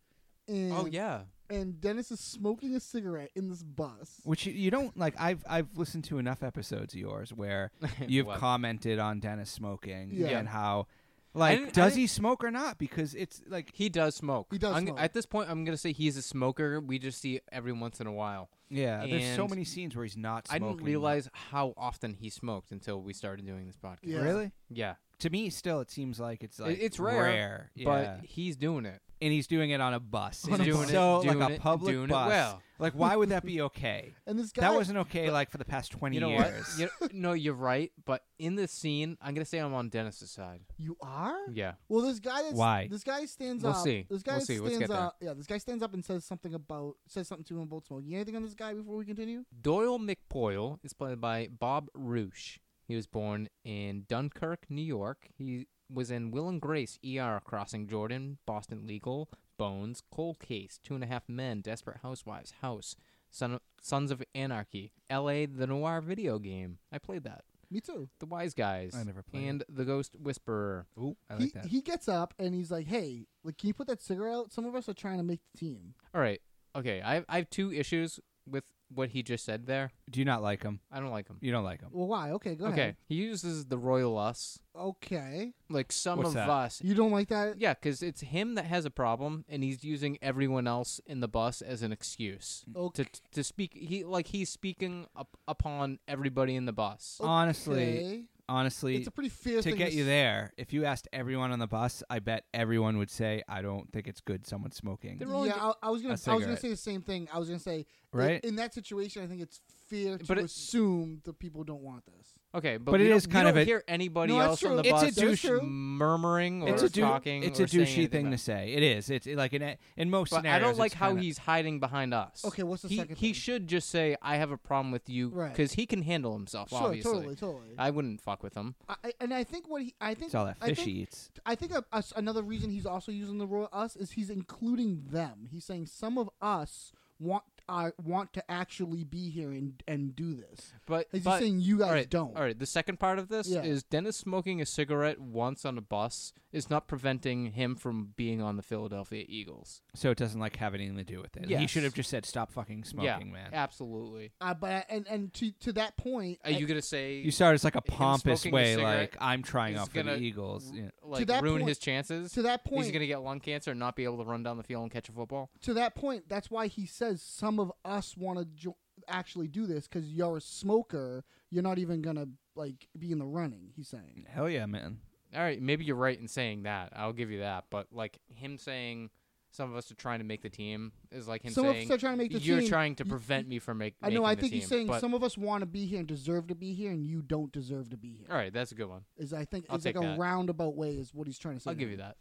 [SPEAKER 5] And,
[SPEAKER 1] oh yeah.
[SPEAKER 5] And Dennis is smoking a cigarette in this bus.
[SPEAKER 6] Which you, you don't like. I've I've listened to enough episodes of yours where you've
[SPEAKER 1] What?
[SPEAKER 6] commented on Dennis smoking
[SPEAKER 5] Yeah.
[SPEAKER 6] and how,
[SPEAKER 1] didn't- I
[SPEAKER 6] like, does
[SPEAKER 1] didn't-
[SPEAKER 6] he smoke or not? Because it's like
[SPEAKER 1] He does smoke.
[SPEAKER 5] He does
[SPEAKER 1] I'm-
[SPEAKER 5] smoke.
[SPEAKER 1] At this point, I'm gonna say he's a smoker. We just see every once in a while.
[SPEAKER 6] Yeah, there's so
[SPEAKER 1] And
[SPEAKER 6] many scenes where he's not
[SPEAKER 1] I
[SPEAKER 6] smoking.
[SPEAKER 1] didn't realize how often he smoked until we started doing this podcast.
[SPEAKER 5] Yeah.
[SPEAKER 6] Really?
[SPEAKER 1] Yeah.
[SPEAKER 6] To me, still, it seems like it's like
[SPEAKER 1] it's rare,
[SPEAKER 6] yeah.
[SPEAKER 1] But he's doing it.
[SPEAKER 6] and he's doing it on a bus.
[SPEAKER 1] He's
[SPEAKER 6] And
[SPEAKER 1] doing
[SPEAKER 6] it's
[SPEAKER 1] it-
[SPEAKER 6] so
[SPEAKER 1] doing
[SPEAKER 6] like a
[SPEAKER 1] it-
[SPEAKER 6] public
[SPEAKER 1] doing it
[SPEAKER 6] bus.
[SPEAKER 1] well.
[SPEAKER 6] Like, why would that be okay?
[SPEAKER 5] And this guy
[SPEAKER 6] that wasn't okay like for the past twenty
[SPEAKER 1] You know
[SPEAKER 6] years.
[SPEAKER 1] what? You- no, you're right. But in this scene, I'm gonna say I'm on Dennis's side.
[SPEAKER 5] You are?
[SPEAKER 1] Yeah.
[SPEAKER 5] Well, this guy. That's,
[SPEAKER 6] Why?
[SPEAKER 5] This guy stands
[SPEAKER 1] We'll
[SPEAKER 5] up.
[SPEAKER 1] see.
[SPEAKER 5] This guy
[SPEAKER 1] We'll see. Let's
[SPEAKER 5] stands
[SPEAKER 1] get there.
[SPEAKER 5] up. Yeah, this guy stands up and says something about says something to him about smoking. Anything on this guy before we continue?
[SPEAKER 1] Doyle McPoyle is played by Bob Rouche. He was born in Dunkirk, New York. He was in Will and Grace, ER, Crossing Jordan, Boston Legal, Bones, Cold Case, Two and a Half Men, Desperate Housewives, House, Son of, Sons of Anarchy, L.A. The Noir video game. I played that.
[SPEAKER 5] Me too.
[SPEAKER 1] The Wise Guys.
[SPEAKER 6] I never played it.
[SPEAKER 1] And The Ghost Whisperer.
[SPEAKER 6] Ooh, I
[SPEAKER 5] he,
[SPEAKER 6] like that.
[SPEAKER 5] he gets up and he's like, "Hey, like, can you put that cigarette out? Some of us are trying to make the team."
[SPEAKER 1] All right. Okay. I have, I have two issues with what he just said there.
[SPEAKER 6] Do you not like him?
[SPEAKER 1] I don't like him.
[SPEAKER 6] You don't like him.
[SPEAKER 5] Well, why? Okay, go
[SPEAKER 1] okay.
[SPEAKER 5] ahead.
[SPEAKER 1] He uses the royal us.
[SPEAKER 5] Okay.
[SPEAKER 1] Like some
[SPEAKER 6] What's
[SPEAKER 1] of
[SPEAKER 6] that?
[SPEAKER 1] us
[SPEAKER 5] You don't like that?
[SPEAKER 1] Yeah, because it's him that has a problem, and he's using everyone else in the bus as an excuse
[SPEAKER 5] Okay.
[SPEAKER 1] to to speak. He like he's speaking up, upon everybody in the bus.
[SPEAKER 6] Honestly,
[SPEAKER 5] Okay.
[SPEAKER 6] honestly,
[SPEAKER 5] It's a pretty fierce
[SPEAKER 6] to
[SPEAKER 5] thing
[SPEAKER 6] get
[SPEAKER 5] to
[SPEAKER 6] you
[SPEAKER 5] s-
[SPEAKER 6] there, if you asked everyone on the bus, I bet everyone would say, "I don't think it's good someone smoking."
[SPEAKER 1] They're only
[SPEAKER 5] yeah, I, I was gonna. I
[SPEAKER 6] a
[SPEAKER 5] was gonna
[SPEAKER 6] cigarette.
[SPEAKER 5] say the same thing. I was gonna say, i-
[SPEAKER 6] Right?
[SPEAKER 5] In, that situation, I think it's fair to
[SPEAKER 1] But it-
[SPEAKER 5] assume the people don't want this.
[SPEAKER 1] Okay, but,
[SPEAKER 6] But
[SPEAKER 1] we
[SPEAKER 6] it
[SPEAKER 1] don't-
[SPEAKER 6] is
[SPEAKER 1] we
[SPEAKER 6] kind
[SPEAKER 1] don't
[SPEAKER 6] of a-
[SPEAKER 1] hear anybody
[SPEAKER 5] No, that's
[SPEAKER 1] else on the
[SPEAKER 5] true.
[SPEAKER 6] It's a
[SPEAKER 1] bus
[SPEAKER 5] douche- That's true.
[SPEAKER 1] murmurring or
[SPEAKER 6] it's a dou-
[SPEAKER 1] talking.
[SPEAKER 6] it's
[SPEAKER 1] or
[SPEAKER 6] a douchey
[SPEAKER 1] saying
[SPEAKER 6] thing
[SPEAKER 1] anything
[SPEAKER 6] to
[SPEAKER 1] about-
[SPEAKER 6] say. It is. It's like in a- in most
[SPEAKER 1] But I
[SPEAKER 6] scenarios.
[SPEAKER 1] don't like
[SPEAKER 6] it's
[SPEAKER 1] how
[SPEAKER 6] kinda-
[SPEAKER 1] he's hiding behind us.
[SPEAKER 5] Okay, what's the
[SPEAKER 1] he,
[SPEAKER 5] second
[SPEAKER 1] He
[SPEAKER 5] thing?
[SPEAKER 1] should just say, "I have a problem with you,"
[SPEAKER 5] Right.
[SPEAKER 1] because he can handle himself.
[SPEAKER 5] Sure,
[SPEAKER 1] obviously,
[SPEAKER 5] totally, totally.
[SPEAKER 1] I wouldn't fuck with him.
[SPEAKER 5] I, I- and I think what he, I think
[SPEAKER 6] It's all that
[SPEAKER 5] I
[SPEAKER 6] fish
[SPEAKER 5] think-
[SPEAKER 6] he eats.
[SPEAKER 5] I think a, us- another reason he's also using the royal us is he's including them. He's saying some of us want uh, want to actually be here and and do this.
[SPEAKER 1] But
[SPEAKER 5] He's just
[SPEAKER 1] but-
[SPEAKER 5] saying you guys
[SPEAKER 1] all right,
[SPEAKER 5] don't.
[SPEAKER 1] All right. The second part of this
[SPEAKER 5] Yeah.
[SPEAKER 1] is Dennis smoking a cigarette once on a bus is not preventing him from being on the Philadelphia Eagles.
[SPEAKER 6] So it doesn't like have anything to do with it. He
[SPEAKER 1] Yes.
[SPEAKER 6] should have just said, "Stop fucking smoking,
[SPEAKER 1] yeah,
[SPEAKER 6] man."
[SPEAKER 1] absolutely.
[SPEAKER 5] Uh, but I- and and to to that point,
[SPEAKER 1] Are you gonna say
[SPEAKER 6] You started like a
[SPEAKER 1] him
[SPEAKER 6] pompous
[SPEAKER 1] smoking a
[SPEAKER 6] way,
[SPEAKER 1] cigarette
[SPEAKER 6] like I'm trying
[SPEAKER 1] is
[SPEAKER 6] out for the
[SPEAKER 1] gonna
[SPEAKER 6] Eagles. Yeah.
[SPEAKER 1] like
[SPEAKER 5] that
[SPEAKER 1] ruin
[SPEAKER 5] point-
[SPEAKER 1] his chances?
[SPEAKER 5] to that
[SPEAKER 1] he's
[SPEAKER 5] point-
[SPEAKER 1] gonna get lung cancer and not be able to run down the field and catch a football.
[SPEAKER 5] to that point, that's why he says some of us want to jo- actually do this because you're a smoker. You're not even gonna like be in the running. He's saying.
[SPEAKER 6] Hell yeah, man.
[SPEAKER 1] All right, maybe you're right in saying that. I'll give you that. But like him saying. Some of us are trying to make the team. Is like him
[SPEAKER 5] Some of us
[SPEAKER 1] saying
[SPEAKER 5] are trying to make the
[SPEAKER 1] you're
[SPEAKER 5] team."
[SPEAKER 1] trying to
[SPEAKER 5] Y-
[SPEAKER 1] prevent me from making.
[SPEAKER 5] I know. I
[SPEAKER 1] making the
[SPEAKER 5] think
[SPEAKER 1] team.
[SPEAKER 5] he's saying
[SPEAKER 1] but,
[SPEAKER 5] some of us want to be here and deserve to be here, and you don't deserve to be here.
[SPEAKER 1] All right, that's a good one.
[SPEAKER 5] Is I think
[SPEAKER 1] I'll
[SPEAKER 5] it's like a
[SPEAKER 1] take that.
[SPEAKER 5] roundabout way is what he's trying to say.
[SPEAKER 1] I'll
[SPEAKER 5] to
[SPEAKER 1] give
[SPEAKER 5] me.
[SPEAKER 1] you that.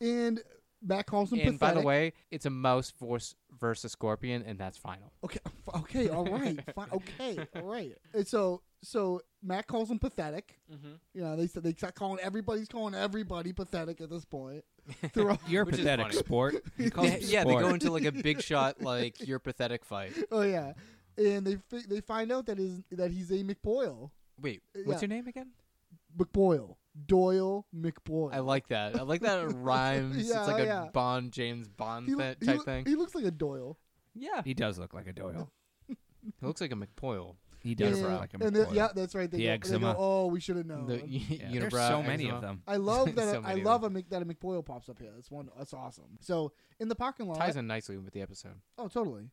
[SPEAKER 5] And Matt calls him
[SPEAKER 1] and by the
[SPEAKER 5] pathetic.
[SPEAKER 1] way, it's a mouse versus versus scorpion, and that's final.
[SPEAKER 5] okay, uh, f- okay, all right, fine, okay, all right. And so, so Matt calls him pathetic. Mm-hmm. You know, they said they start calling everybody's calling everybody pathetic at this point. Throughout,
[SPEAKER 6] You're a
[SPEAKER 1] Which is
[SPEAKER 6] pathetic
[SPEAKER 1] funny.
[SPEAKER 6] sport. You call
[SPEAKER 1] Yeah,
[SPEAKER 6] him
[SPEAKER 1] yeah, they
[SPEAKER 6] sport.
[SPEAKER 1] go into like a big shot, like you're pathetic fight.
[SPEAKER 5] oh yeah, and they fi- they find out that is that he's a McBoyle,
[SPEAKER 1] Wait,
[SPEAKER 5] Yeah.
[SPEAKER 1] what's your name again?
[SPEAKER 5] McBoyle, Doyle McBoyle.
[SPEAKER 1] I like that. I like that it rhymes.
[SPEAKER 5] Yeah,
[SPEAKER 1] it's like a
[SPEAKER 5] yeah.
[SPEAKER 1] Bond James Bond
[SPEAKER 5] he,
[SPEAKER 1] thi-
[SPEAKER 5] lo- he
[SPEAKER 1] type
[SPEAKER 5] lo-
[SPEAKER 1] thing.
[SPEAKER 5] He looks like a Doyle.
[SPEAKER 1] yeah,
[SPEAKER 6] He does look like a Doyle.
[SPEAKER 1] he looks like a McPoyle.
[SPEAKER 6] He does
[SPEAKER 5] and,
[SPEAKER 6] look like a
[SPEAKER 5] and they-
[SPEAKER 6] McCoy.
[SPEAKER 5] yeah, that's right. They,
[SPEAKER 6] The
[SPEAKER 5] go, they go,
[SPEAKER 6] eczema.
[SPEAKER 5] oh, we should have known.
[SPEAKER 1] The
[SPEAKER 6] Yeah,
[SPEAKER 1] u-
[SPEAKER 6] There's
[SPEAKER 1] unibrow
[SPEAKER 6] so many
[SPEAKER 1] eczema.
[SPEAKER 6] of them.
[SPEAKER 5] I love that.
[SPEAKER 1] So
[SPEAKER 5] I
[SPEAKER 1] many of
[SPEAKER 5] love a Mc, that a McBoyle pops up here. That's one. That's awesome. So in the parking lot,
[SPEAKER 1] Ties in nicely with the episode.
[SPEAKER 5] oh totally.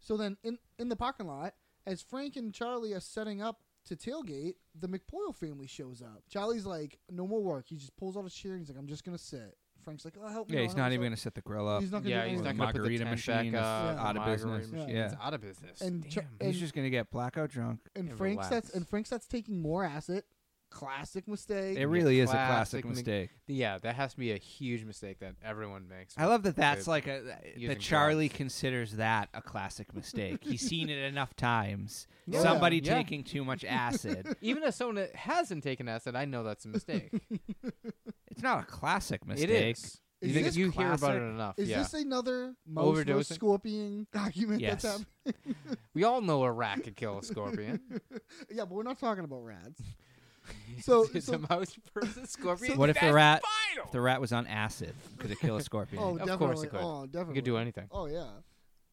[SPEAKER 5] So then in in the parking lot, as Frank and Charlie are setting up to tailgate, the McBoyle family shows up. Charlie's like, "No more work." He just pulls out his chair and he's like, "I'm just gonna sit." Frank's like, "Oh, help me!" no,
[SPEAKER 6] Yeah, he's
[SPEAKER 5] help
[SPEAKER 6] not
[SPEAKER 5] me,"
[SPEAKER 6] even
[SPEAKER 5] so-
[SPEAKER 6] going to set the grill up.
[SPEAKER 5] He's not gonna.
[SPEAKER 1] Yeah,
[SPEAKER 5] do
[SPEAKER 1] he's
[SPEAKER 5] anything.
[SPEAKER 1] not
[SPEAKER 6] gonna
[SPEAKER 1] gonna
[SPEAKER 6] put
[SPEAKER 1] margarita
[SPEAKER 6] the tent
[SPEAKER 1] machine
[SPEAKER 6] back
[SPEAKER 1] is
[SPEAKER 6] up,
[SPEAKER 1] out of
[SPEAKER 6] Yeah.
[SPEAKER 1] business.
[SPEAKER 6] margarita
[SPEAKER 1] It's
[SPEAKER 6] machine.
[SPEAKER 1] out of business.
[SPEAKER 5] And Ch-
[SPEAKER 1] Damn.
[SPEAKER 5] and-
[SPEAKER 6] He's just going to get blackout drunk.
[SPEAKER 5] And
[SPEAKER 1] Yeah,
[SPEAKER 5] Frank starts
[SPEAKER 1] relax.
[SPEAKER 5] and Frank starts taking more acid. Classic mistake.
[SPEAKER 6] It really is a
[SPEAKER 1] classic
[SPEAKER 6] classic
[SPEAKER 1] Mc-
[SPEAKER 6] mistake.
[SPEAKER 1] yeah, that has to be a huge mistake that everyone makes.
[SPEAKER 6] I love that
[SPEAKER 1] They-
[SPEAKER 6] that's like a that
[SPEAKER 1] using
[SPEAKER 6] Charlie
[SPEAKER 1] drugs.
[SPEAKER 6] considers that a classic mistake. He's seen it enough times.
[SPEAKER 5] Yeah.
[SPEAKER 6] Somebody
[SPEAKER 1] Yeah.
[SPEAKER 6] taking too much acid.
[SPEAKER 1] Even as someone that hasn't taken acid, I know that's a mistake.
[SPEAKER 6] it's not a classic mistake.
[SPEAKER 1] It is.
[SPEAKER 5] Is
[SPEAKER 1] You, think
[SPEAKER 5] this
[SPEAKER 1] you hear about it
[SPEAKER 6] classic?
[SPEAKER 1] enough.
[SPEAKER 5] Is
[SPEAKER 1] yeah.
[SPEAKER 5] this another mouse versus
[SPEAKER 1] Overdosing?
[SPEAKER 5] scorpion argument
[SPEAKER 6] Yes.
[SPEAKER 5] that's happening?
[SPEAKER 1] we all know a rat could kill a scorpion.
[SPEAKER 5] Yeah, but we're not talking about rats. So,
[SPEAKER 1] it's a
[SPEAKER 5] so
[SPEAKER 1] mouse versus scorpion.
[SPEAKER 6] What if the
[SPEAKER 1] That's
[SPEAKER 6] rat
[SPEAKER 1] Final.
[SPEAKER 6] if the rat was on acid? Could it kill a scorpion?
[SPEAKER 5] oh,
[SPEAKER 1] course
[SPEAKER 5] definitely.
[SPEAKER 1] it could.
[SPEAKER 5] Oh, definitely.
[SPEAKER 1] you could do anything.
[SPEAKER 5] Oh yeah.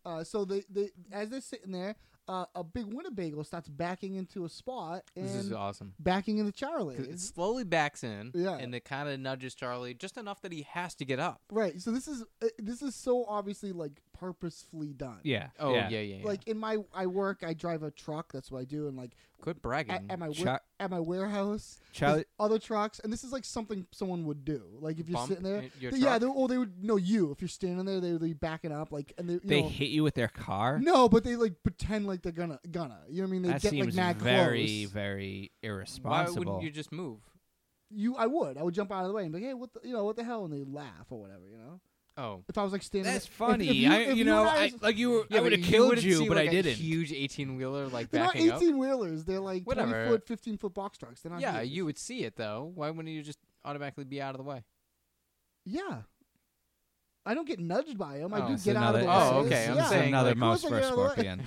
[SPEAKER 5] Uh, so they, they as they're sitting there, uh, a big Winnebago starts backing into a spot and
[SPEAKER 1] This is uh, awesome.
[SPEAKER 5] backing into
[SPEAKER 1] 'Cause
[SPEAKER 5] Charlie.
[SPEAKER 1] It slowly backs in,
[SPEAKER 5] Yeah.
[SPEAKER 1] and it kind of nudges Charlie just enough that he has to get up.
[SPEAKER 5] Right. So this is uh, this is so obviously like purposefully done.
[SPEAKER 6] Yeah.
[SPEAKER 1] Oh yeah, yeah, yeah.
[SPEAKER 5] Like in my I work, I drive a truck. That's what I do. And like
[SPEAKER 1] quit
[SPEAKER 5] at,
[SPEAKER 1] bragging.
[SPEAKER 5] at my
[SPEAKER 6] Chi-
[SPEAKER 5] wa- at my warehouse,
[SPEAKER 6] Chi-
[SPEAKER 5] there's other trucks, and this is like something someone would do. Like if you're
[SPEAKER 1] Bump
[SPEAKER 5] sitting there,
[SPEAKER 1] y- your
[SPEAKER 5] th- yeah,
[SPEAKER 1] truck?
[SPEAKER 5] they, or they would know you if you're standing there. They would be backing up, like and they you
[SPEAKER 6] They
[SPEAKER 5] know,
[SPEAKER 6] hit you with their car.
[SPEAKER 5] no, but they like pretend like they're gonna gonna. You know what I mean? They
[SPEAKER 6] that
[SPEAKER 5] get
[SPEAKER 6] seems
[SPEAKER 5] like mad
[SPEAKER 6] very,
[SPEAKER 5] close.
[SPEAKER 6] very
[SPEAKER 1] Why
[SPEAKER 6] irresponsible.
[SPEAKER 1] wouldn't you just move?
[SPEAKER 5] you, I would, I would jump out of the way and be like, hey, what the, you know, what the hell, and they laugh or whatever, you know.
[SPEAKER 1] Oh.
[SPEAKER 5] If I was like standing,
[SPEAKER 6] That's
[SPEAKER 5] if- if
[SPEAKER 6] funny.
[SPEAKER 5] you-
[SPEAKER 6] I,
[SPEAKER 5] if
[SPEAKER 6] you know, I,
[SPEAKER 5] guys-
[SPEAKER 6] like you, were, I
[SPEAKER 1] but
[SPEAKER 6] would have
[SPEAKER 1] you
[SPEAKER 6] killed
[SPEAKER 1] wouldn't
[SPEAKER 6] you,
[SPEAKER 1] see,
[SPEAKER 6] but
[SPEAKER 1] like,
[SPEAKER 6] I
[SPEAKER 1] a
[SPEAKER 6] didn't.
[SPEAKER 1] Huge eighteen wheelers like
[SPEAKER 5] they're not
[SPEAKER 1] backing up.
[SPEAKER 5] eighteen wheelers. They're like
[SPEAKER 1] Whatever.
[SPEAKER 5] twenty foot, fifteen foot box trucks. They're not.
[SPEAKER 1] Yeah,
[SPEAKER 5] huge.
[SPEAKER 1] you would see it though. Why wouldn't you just automatically be out of the way?
[SPEAKER 5] Yeah. I don't get nudged by them. I
[SPEAKER 1] Oh,
[SPEAKER 5] do
[SPEAKER 1] it's
[SPEAKER 5] get out of the way.
[SPEAKER 1] another- Oh, okay,
[SPEAKER 5] It's-
[SPEAKER 1] I'm
[SPEAKER 5] yeah.
[SPEAKER 6] this is
[SPEAKER 1] saying,
[SPEAKER 6] another
[SPEAKER 1] like-
[SPEAKER 6] mouse
[SPEAKER 5] Of
[SPEAKER 6] for a
[SPEAKER 5] course I get out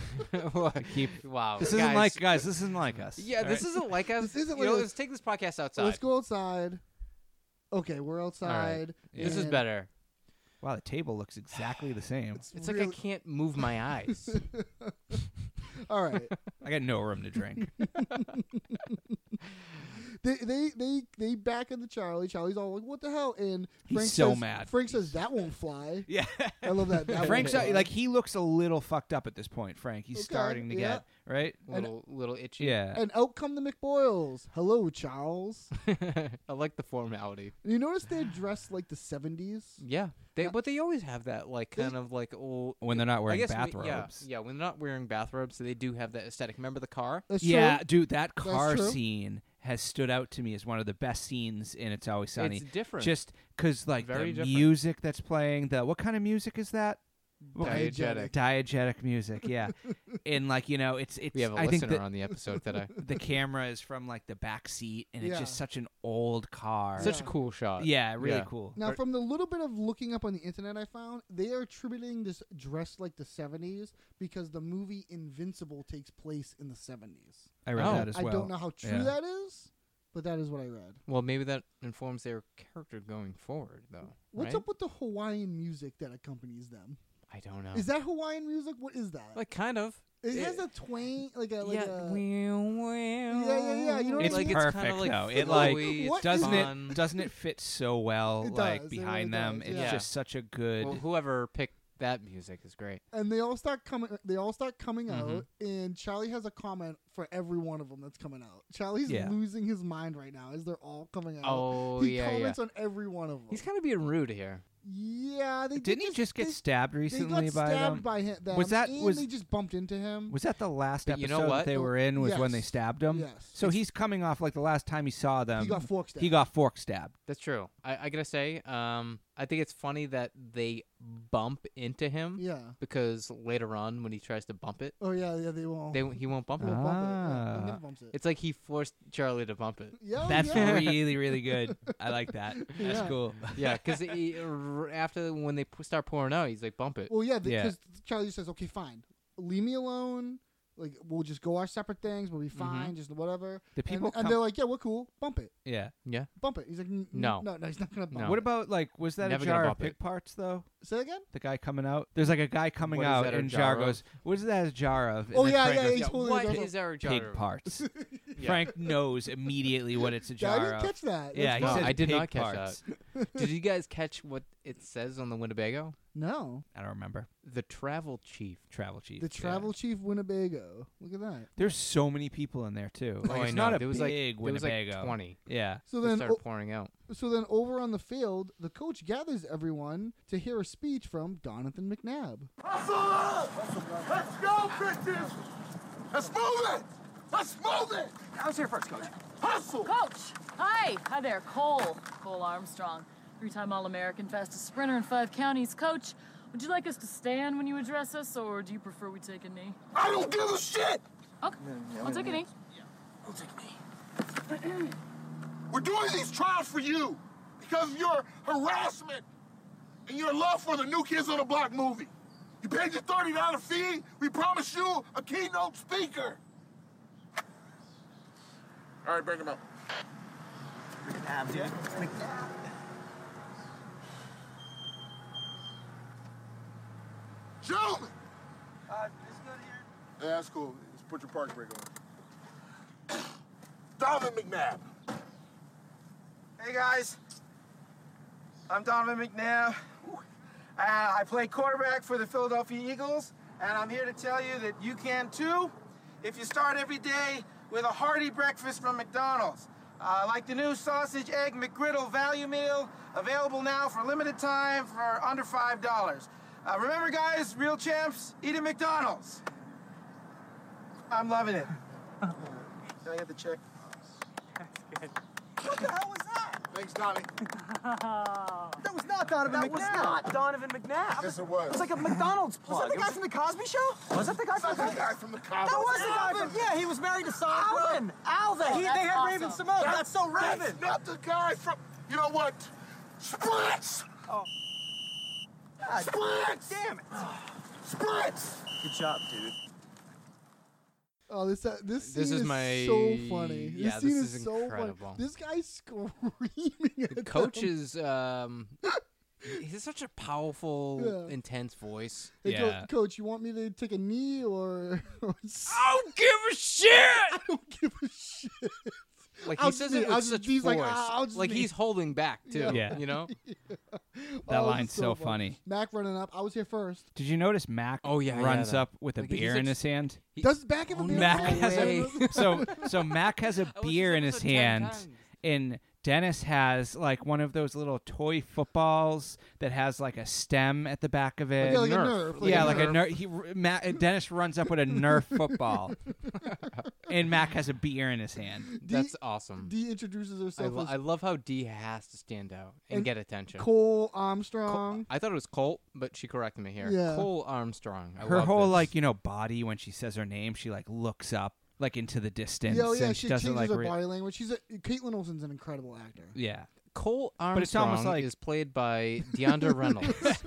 [SPEAKER 5] of the way.
[SPEAKER 6] scorpion.
[SPEAKER 1] Keep wow.
[SPEAKER 6] this isn't
[SPEAKER 1] guys.
[SPEAKER 6] like guys. This isn't like us.
[SPEAKER 1] Yeah, this
[SPEAKER 6] Alright.
[SPEAKER 1] isn't like us.
[SPEAKER 5] This isn't
[SPEAKER 1] you know,
[SPEAKER 5] like us.
[SPEAKER 1] let's take this podcast outside.
[SPEAKER 5] Let's go outside. Okay, we're outside.
[SPEAKER 1] This is
[SPEAKER 5] and
[SPEAKER 1] better.
[SPEAKER 6] Wow, the table looks exactly the same.
[SPEAKER 1] It's
[SPEAKER 5] really-
[SPEAKER 1] like I can't move my eyes.
[SPEAKER 5] All right.
[SPEAKER 6] I got no room to drink.
[SPEAKER 5] they, they they they back into Charlie. Charlie's all like, "What the hell?" And
[SPEAKER 6] He's
[SPEAKER 5] Frank
[SPEAKER 6] so
[SPEAKER 5] says,
[SPEAKER 6] mad.
[SPEAKER 5] Frank says that won't fly.
[SPEAKER 6] yeah.
[SPEAKER 5] I love that. that
[SPEAKER 6] Frank's
[SPEAKER 5] won't
[SPEAKER 6] uh,
[SPEAKER 5] fly.
[SPEAKER 6] like he looks a little fucked up at this point. Frank, he's
[SPEAKER 5] Okay,
[SPEAKER 6] starting to
[SPEAKER 5] yeah.
[SPEAKER 6] get right.
[SPEAKER 1] little little itchy.
[SPEAKER 6] Yeah.
[SPEAKER 5] And out come the McBoyles. Hello, Charles.
[SPEAKER 1] I like the formality.
[SPEAKER 5] you notice they're dressed like the seventies.
[SPEAKER 1] Yeah. They but they always have that like kind of like old
[SPEAKER 6] When they're not
[SPEAKER 1] I
[SPEAKER 6] wearing
[SPEAKER 1] guess we-
[SPEAKER 6] bathrobes.
[SPEAKER 1] Yeah, yeah, when they're not wearing bathrobes, they do have that aesthetic. Remember the car?
[SPEAKER 5] That's
[SPEAKER 6] Yeah,
[SPEAKER 5] true.
[SPEAKER 6] dude, that car
[SPEAKER 5] true.
[SPEAKER 6] scene has stood out to me as one of the best scenes in It's Always Sunny.
[SPEAKER 1] It's different.
[SPEAKER 6] Just because, like,
[SPEAKER 1] Very
[SPEAKER 6] the
[SPEAKER 1] different.
[SPEAKER 6] music that's playing, the what kind of music is that? What-
[SPEAKER 1] Diegetic.
[SPEAKER 6] Diegetic music, yeah. and like you know, it's it's.
[SPEAKER 1] We have a
[SPEAKER 6] I think
[SPEAKER 1] listener
[SPEAKER 6] that
[SPEAKER 1] on the episode today.
[SPEAKER 6] the camera is from like the back seat, and it's
[SPEAKER 5] Yeah.
[SPEAKER 6] just such an old car.
[SPEAKER 1] Such a
[SPEAKER 5] Yeah.
[SPEAKER 1] cool shot.
[SPEAKER 6] yeah, really
[SPEAKER 1] Yeah.
[SPEAKER 6] cool.
[SPEAKER 5] Now,
[SPEAKER 1] Or-
[SPEAKER 5] from the little bit of looking up on the internet, I found they are attributing this dressed like the '70s because the movie Invincible takes place in the '70s.
[SPEAKER 6] I read
[SPEAKER 1] Oh.
[SPEAKER 6] that as well.
[SPEAKER 5] I don't know how true
[SPEAKER 6] Yeah.
[SPEAKER 5] that is, but that is what I read.
[SPEAKER 1] Well, maybe that informs their character going forward, though.
[SPEAKER 5] What's
[SPEAKER 1] right?
[SPEAKER 5] up with the Hawaiian music that accompanies them?
[SPEAKER 1] I don't know.
[SPEAKER 5] Is that Hawaiian music? What is that?
[SPEAKER 1] like kind of?
[SPEAKER 5] it has
[SPEAKER 1] eh,
[SPEAKER 5] a twang, like a like
[SPEAKER 1] yeah,
[SPEAKER 5] a.
[SPEAKER 1] yeah,
[SPEAKER 5] yeah, you know what
[SPEAKER 6] It's
[SPEAKER 5] I mean?
[SPEAKER 1] like it's
[SPEAKER 6] perfect
[SPEAKER 1] kind of like
[SPEAKER 6] though. It
[SPEAKER 5] flowy,
[SPEAKER 6] like
[SPEAKER 1] flowy,
[SPEAKER 5] What
[SPEAKER 1] it's
[SPEAKER 6] doesn't
[SPEAKER 1] fun.
[SPEAKER 6] it doesn't it fit so well
[SPEAKER 5] It
[SPEAKER 6] like
[SPEAKER 5] does, it really
[SPEAKER 6] behind them?
[SPEAKER 5] does,
[SPEAKER 6] It's
[SPEAKER 1] yeah.
[SPEAKER 6] just such a good.
[SPEAKER 1] Well, whoever picked that music is great.
[SPEAKER 5] and they all start coming. They all start coming
[SPEAKER 6] Mm-hmm.
[SPEAKER 5] out, and Charlie has a comment for every one of them that's coming out. Charlie's
[SPEAKER 6] Yeah.
[SPEAKER 5] losing his mind right now as they're all coming out.
[SPEAKER 1] Oh,
[SPEAKER 5] he
[SPEAKER 1] yeah, yeah.
[SPEAKER 5] comments on every one of them.
[SPEAKER 1] He's kind of being rude here.
[SPEAKER 5] yeah, they did
[SPEAKER 6] Didn't he just get
[SPEAKER 5] they-
[SPEAKER 6] stabbed recently
[SPEAKER 5] they got
[SPEAKER 6] by
[SPEAKER 5] stabbed
[SPEAKER 6] them?
[SPEAKER 5] by him. Them,
[SPEAKER 6] Was that-
[SPEAKER 5] and
[SPEAKER 6] was-
[SPEAKER 5] they just bumped into him?
[SPEAKER 6] Was that the last
[SPEAKER 1] But
[SPEAKER 6] episode
[SPEAKER 1] you know
[SPEAKER 6] that
[SPEAKER 1] what?
[SPEAKER 6] they were in? Was when they
[SPEAKER 5] Yes.
[SPEAKER 6] stabbed him.
[SPEAKER 5] Yes.
[SPEAKER 6] So
[SPEAKER 5] It's-
[SPEAKER 6] he's coming off like the last time he saw them.
[SPEAKER 5] got fork stabbed.
[SPEAKER 6] um, He got fork stabbed.
[SPEAKER 1] That's true. I, I gotta say, um, I think it's funny that they bump into him.
[SPEAKER 5] yeah.
[SPEAKER 1] Because later on, when he tries to bump it,
[SPEAKER 5] Oh yeah, yeah. They won't.
[SPEAKER 1] they he won't bump
[SPEAKER 5] They
[SPEAKER 1] it.
[SPEAKER 5] won't bump it. Yeah,
[SPEAKER 6] Ah.
[SPEAKER 5] he never bumps it.
[SPEAKER 1] It's like he forced Charlie to bump it.
[SPEAKER 5] Yeah,
[SPEAKER 6] That's
[SPEAKER 5] Oh, yeah.
[SPEAKER 6] really really good. I like that. That's
[SPEAKER 5] Yeah.
[SPEAKER 6] cool.
[SPEAKER 1] Yeah, because after when they p- start pouring out, he's like, bump it.
[SPEAKER 5] Well, yeah,
[SPEAKER 6] Yeah.
[SPEAKER 5] because Charlie says, "Okay, fine, leave me alone. Like, we'll just go our separate things. We'll be fine. Just whatever."
[SPEAKER 6] The
[SPEAKER 5] And-
[SPEAKER 6] people
[SPEAKER 5] and,
[SPEAKER 6] come-
[SPEAKER 5] they're like, "Yeah, we're cool. Bump it,
[SPEAKER 6] Yeah.
[SPEAKER 1] Yeah.
[SPEAKER 5] bump it." He's like, "N-
[SPEAKER 1] No.
[SPEAKER 5] no, no, he's not gonna bump."
[SPEAKER 1] No.
[SPEAKER 5] it.
[SPEAKER 6] What about like was that
[SPEAKER 1] Never
[SPEAKER 6] a
[SPEAKER 1] gonna
[SPEAKER 6] jar of
[SPEAKER 1] bump
[SPEAKER 6] pig
[SPEAKER 1] it.
[SPEAKER 6] parts though?
[SPEAKER 5] Say that again?
[SPEAKER 6] The guy coming out. There's like a guy coming
[SPEAKER 1] What is
[SPEAKER 6] out
[SPEAKER 1] that, a
[SPEAKER 6] and
[SPEAKER 1] jar
[SPEAKER 6] Jar
[SPEAKER 1] of?
[SPEAKER 6] goes, "What is that a jar of?" And
[SPEAKER 5] Oh
[SPEAKER 6] then
[SPEAKER 5] yeah,
[SPEAKER 6] Frank
[SPEAKER 5] yeah,
[SPEAKER 6] goes,
[SPEAKER 5] he's totally
[SPEAKER 1] What
[SPEAKER 5] goes,
[SPEAKER 1] is our jar?
[SPEAKER 6] pig parts. Frank knows immediately what it's a
[SPEAKER 5] Yeah,
[SPEAKER 6] jar
[SPEAKER 5] I didn't
[SPEAKER 6] of.
[SPEAKER 5] catch that. That's
[SPEAKER 6] yeah, he
[SPEAKER 1] No,
[SPEAKER 5] fine.
[SPEAKER 6] says
[SPEAKER 1] I did
[SPEAKER 6] pig
[SPEAKER 1] not catch
[SPEAKER 6] parts.
[SPEAKER 1] Did you guys catch what it says on the Winnebago?
[SPEAKER 5] no,
[SPEAKER 6] I don't remember.
[SPEAKER 1] The travel chief.
[SPEAKER 6] Travel chief.
[SPEAKER 5] the
[SPEAKER 6] yeah.
[SPEAKER 5] travel chief Winnebago. Look at that.
[SPEAKER 6] There's so many people in there too. Like,
[SPEAKER 1] oh,
[SPEAKER 6] it's
[SPEAKER 1] I know.
[SPEAKER 6] not a
[SPEAKER 1] there was
[SPEAKER 6] big
[SPEAKER 1] like,
[SPEAKER 6] Winnebago.
[SPEAKER 1] There was like 20.
[SPEAKER 6] Yeah.
[SPEAKER 5] So
[SPEAKER 1] they
[SPEAKER 5] then, oh
[SPEAKER 1] started
[SPEAKER 5] o-
[SPEAKER 1] pouring out.
[SPEAKER 5] so then, over on the field, the coach gathers everyone to hear a speech from Donathan McNabb.
[SPEAKER 4] Hustle up! Let's go, bitches! Let's move it! Let's move it! I was here first, coach. Hustle!
[SPEAKER 3] Coach! Hi! Hi there, Cole. Cole Armstrong, three time All American, fastest sprinter in five counties. Coach, would you like us to stand when you address us, or do you prefer we take a knee?
[SPEAKER 4] I don't give a shit!
[SPEAKER 3] Okay, I'll take a knee.
[SPEAKER 4] Don't take me. We're doing these trials for you because of your harassment and your love for the New Kids on the Block movie. You paid your $30 fee, we promise you a keynote speaker. All right, bring him up. Gentlemen! Yeah, that's cool. Just put your park brake on. Donovan McNabb.
[SPEAKER 7] Hey guys, I'm Donovan McNabb. Ooh, Uh, I play quarterback for the Philadelphia Eagles, and I'm here to tell you that you can too if you start every day with a hearty breakfast from McDonald's. Uh, like the new sausage egg McGriddle value meal, available now for limited time for under $5. Uh, remember, guys, real champs, eat at McDonald's. I'm loving it. Did I get the check?
[SPEAKER 2] What the hell was that?
[SPEAKER 4] Thanks, Donnie.
[SPEAKER 2] That was not Donovan
[SPEAKER 7] That was not Donovan McNabb.
[SPEAKER 4] Yes, it was.
[SPEAKER 7] It's like a McDonald's plug.
[SPEAKER 2] Was that the
[SPEAKER 7] It
[SPEAKER 2] guy from the Cosby Show?
[SPEAKER 7] was that the guy from
[SPEAKER 4] That's the
[SPEAKER 7] the
[SPEAKER 4] guy from the Cowboys.
[SPEAKER 2] That was the guy
[SPEAKER 7] Alvin.
[SPEAKER 2] from. Yeah, he was married to Sasha.
[SPEAKER 7] Alvin! Alvin!
[SPEAKER 2] He, they
[SPEAKER 3] that's
[SPEAKER 2] had
[SPEAKER 3] awesome.
[SPEAKER 2] Raven Simone. That's so Raven.
[SPEAKER 4] That's not the guy from. You know what? Spritz. Spritz.
[SPEAKER 2] Damn it.
[SPEAKER 4] Spritz.
[SPEAKER 7] Good job, dude.
[SPEAKER 5] Oh, this uh, this scene
[SPEAKER 1] This is
[SPEAKER 5] is,
[SPEAKER 1] my-
[SPEAKER 5] so funny. This
[SPEAKER 1] yeah,
[SPEAKER 5] scene
[SPEAKER 1] this
[SPEAKER 5] is,
[SPEAKER 1] is
[SPEAKER 5] so
[SPEAKER 1] incredible.
[SPEAKER 5] funny. This guy's screaming at
[SPEAKER 1] The coach
[SPEAKER 5] them.
[SPEAKER 1] is um, he's such a powerful,
[SPEAKER 5] Yeah.
[SPEAKER 1] intense voice.
[SPEAKER 5] Hey, co-
[SPEAKER 6] Yeah.
[SPEAKER 5] coach, you want me to take a knee or? or s-
[SPEAKER 1] I don't give a shit.
[SPEAKER 5] I don't give a shit.
[SPEAKER 1] Like
[SPEAKER 5] I'll
[SPEAKER 1] he
[SPEAKER 5] just
[SPEAKER 1] says
[SPEAKER 5] make-
[SPEAKER 1] it
[SPEAKER 5] I'll
[SPEAKER 1] with
[SPEAKER 5] just-
[SPEAKER 1] such
[SPEAKER 5] he's
[SPEAKER 1] force.
[SPEAKER 5] like, "Ah, I'll just
[SPEAKER 1] Like,
[SPEAKER 5] make-"
[SPEAKER 1] he's holding back too.
[SPEAKER 6] Yeah.
[SPEAKER 1] You know.
[SPEAKER 5] Oh, this is
[SPEAKER 6] line's so funny.
[SPEAKER 5] Mac running up. I was here first.
[SPEAKER 6] Did you notice Mac?
[SPEAKER 1] Oh, yeah, yeah,
[SPEAKER 6] runs
[SPEAKER 1] that-
[SPEAKER 6] up with a
[SPEAKER 1] like, he's
[SPEAKER 6] beer in
[SPEAKER 1] ex-
[SPEAKER 6] his hand.
[SPEAKER 1] He-
[SPEAKER 5] Does Mac have a
[SPEAKER 1] Oh,
[SPEAKER 5] beer?
[SPEAKER 1] Mac
[SPEAKER 5] I don't
[SPEAKER 1] has
[SPEAKER 5] know.
[SPEAKER 1] a-
[SPEAKER 6] so so Mac has a
[SPEAKER 1] watched
[SPEAKER 6] beer
[SPEAKER 1] this
[SPEAKER 6] in his
[SPEAKER 1] episode 10
[SPEAKER 6] hand,
[SPEAKER 1] times.
[SPEAKER 6] and Dennis has like one of those little toy footballs that has like a stem at the back of it.
[SPEAKER 5] Yeah, like a
[SPEAKER 1] Nerf.
[SPEAKER 5] nerf.
[SPEAKER 6] yeah, like a nerf. He, r- Ma Dennis runs up with a nerf football, and Mac has a beer in his hand.
[SPEAKER 5] D-
[SPEAKER 1] That's awesome.
[SPEAKER 5] D introduces
[SPEAKER 1] I
[SPEAKER 5] herself
[SPEAKER 1] lo-
[SPEAKER 5] as
[SPEAKER 1] I love how Dee has to stand out and,
[SPEAKER 5] And
[SPEAKER 1] get attention.
[SPEAKER 5] Cole Armstrong.
[SPEAKER 1] I thought it was Colt, but she corrected me here.
[SPEAKER 5] Yeah.
[SPEAKER 1] Cole Armstrong. I
[SPEAKER 6] Her
[SPEAKER 1] love
[SPEAKER 6] whole
[SPEAKER 1] this.
[SPEAKER 6] like you know body when she says her name, she like looks up like into the distance,
[SPEAKER 5] Yeah, oh, yeah,
[SPEAKER 6] and
[SPEAKER 5] she
[SPEAKER 6] doesn't
[SPEAKER 5] changes
[SPEAKER 6] like
[SPEAKER 5] her
[SPEAKER 6] re-
[SPEAKER 5] body language. She's a, Caitlin Olsen's an incredible actor.
[SPEAKER 6] yeah.
[SPEAKER 1] Cole Armstrong
[SPEAKER 6] it's almost like-
[SPEAKER 1] is played by DeAndre Reynolds.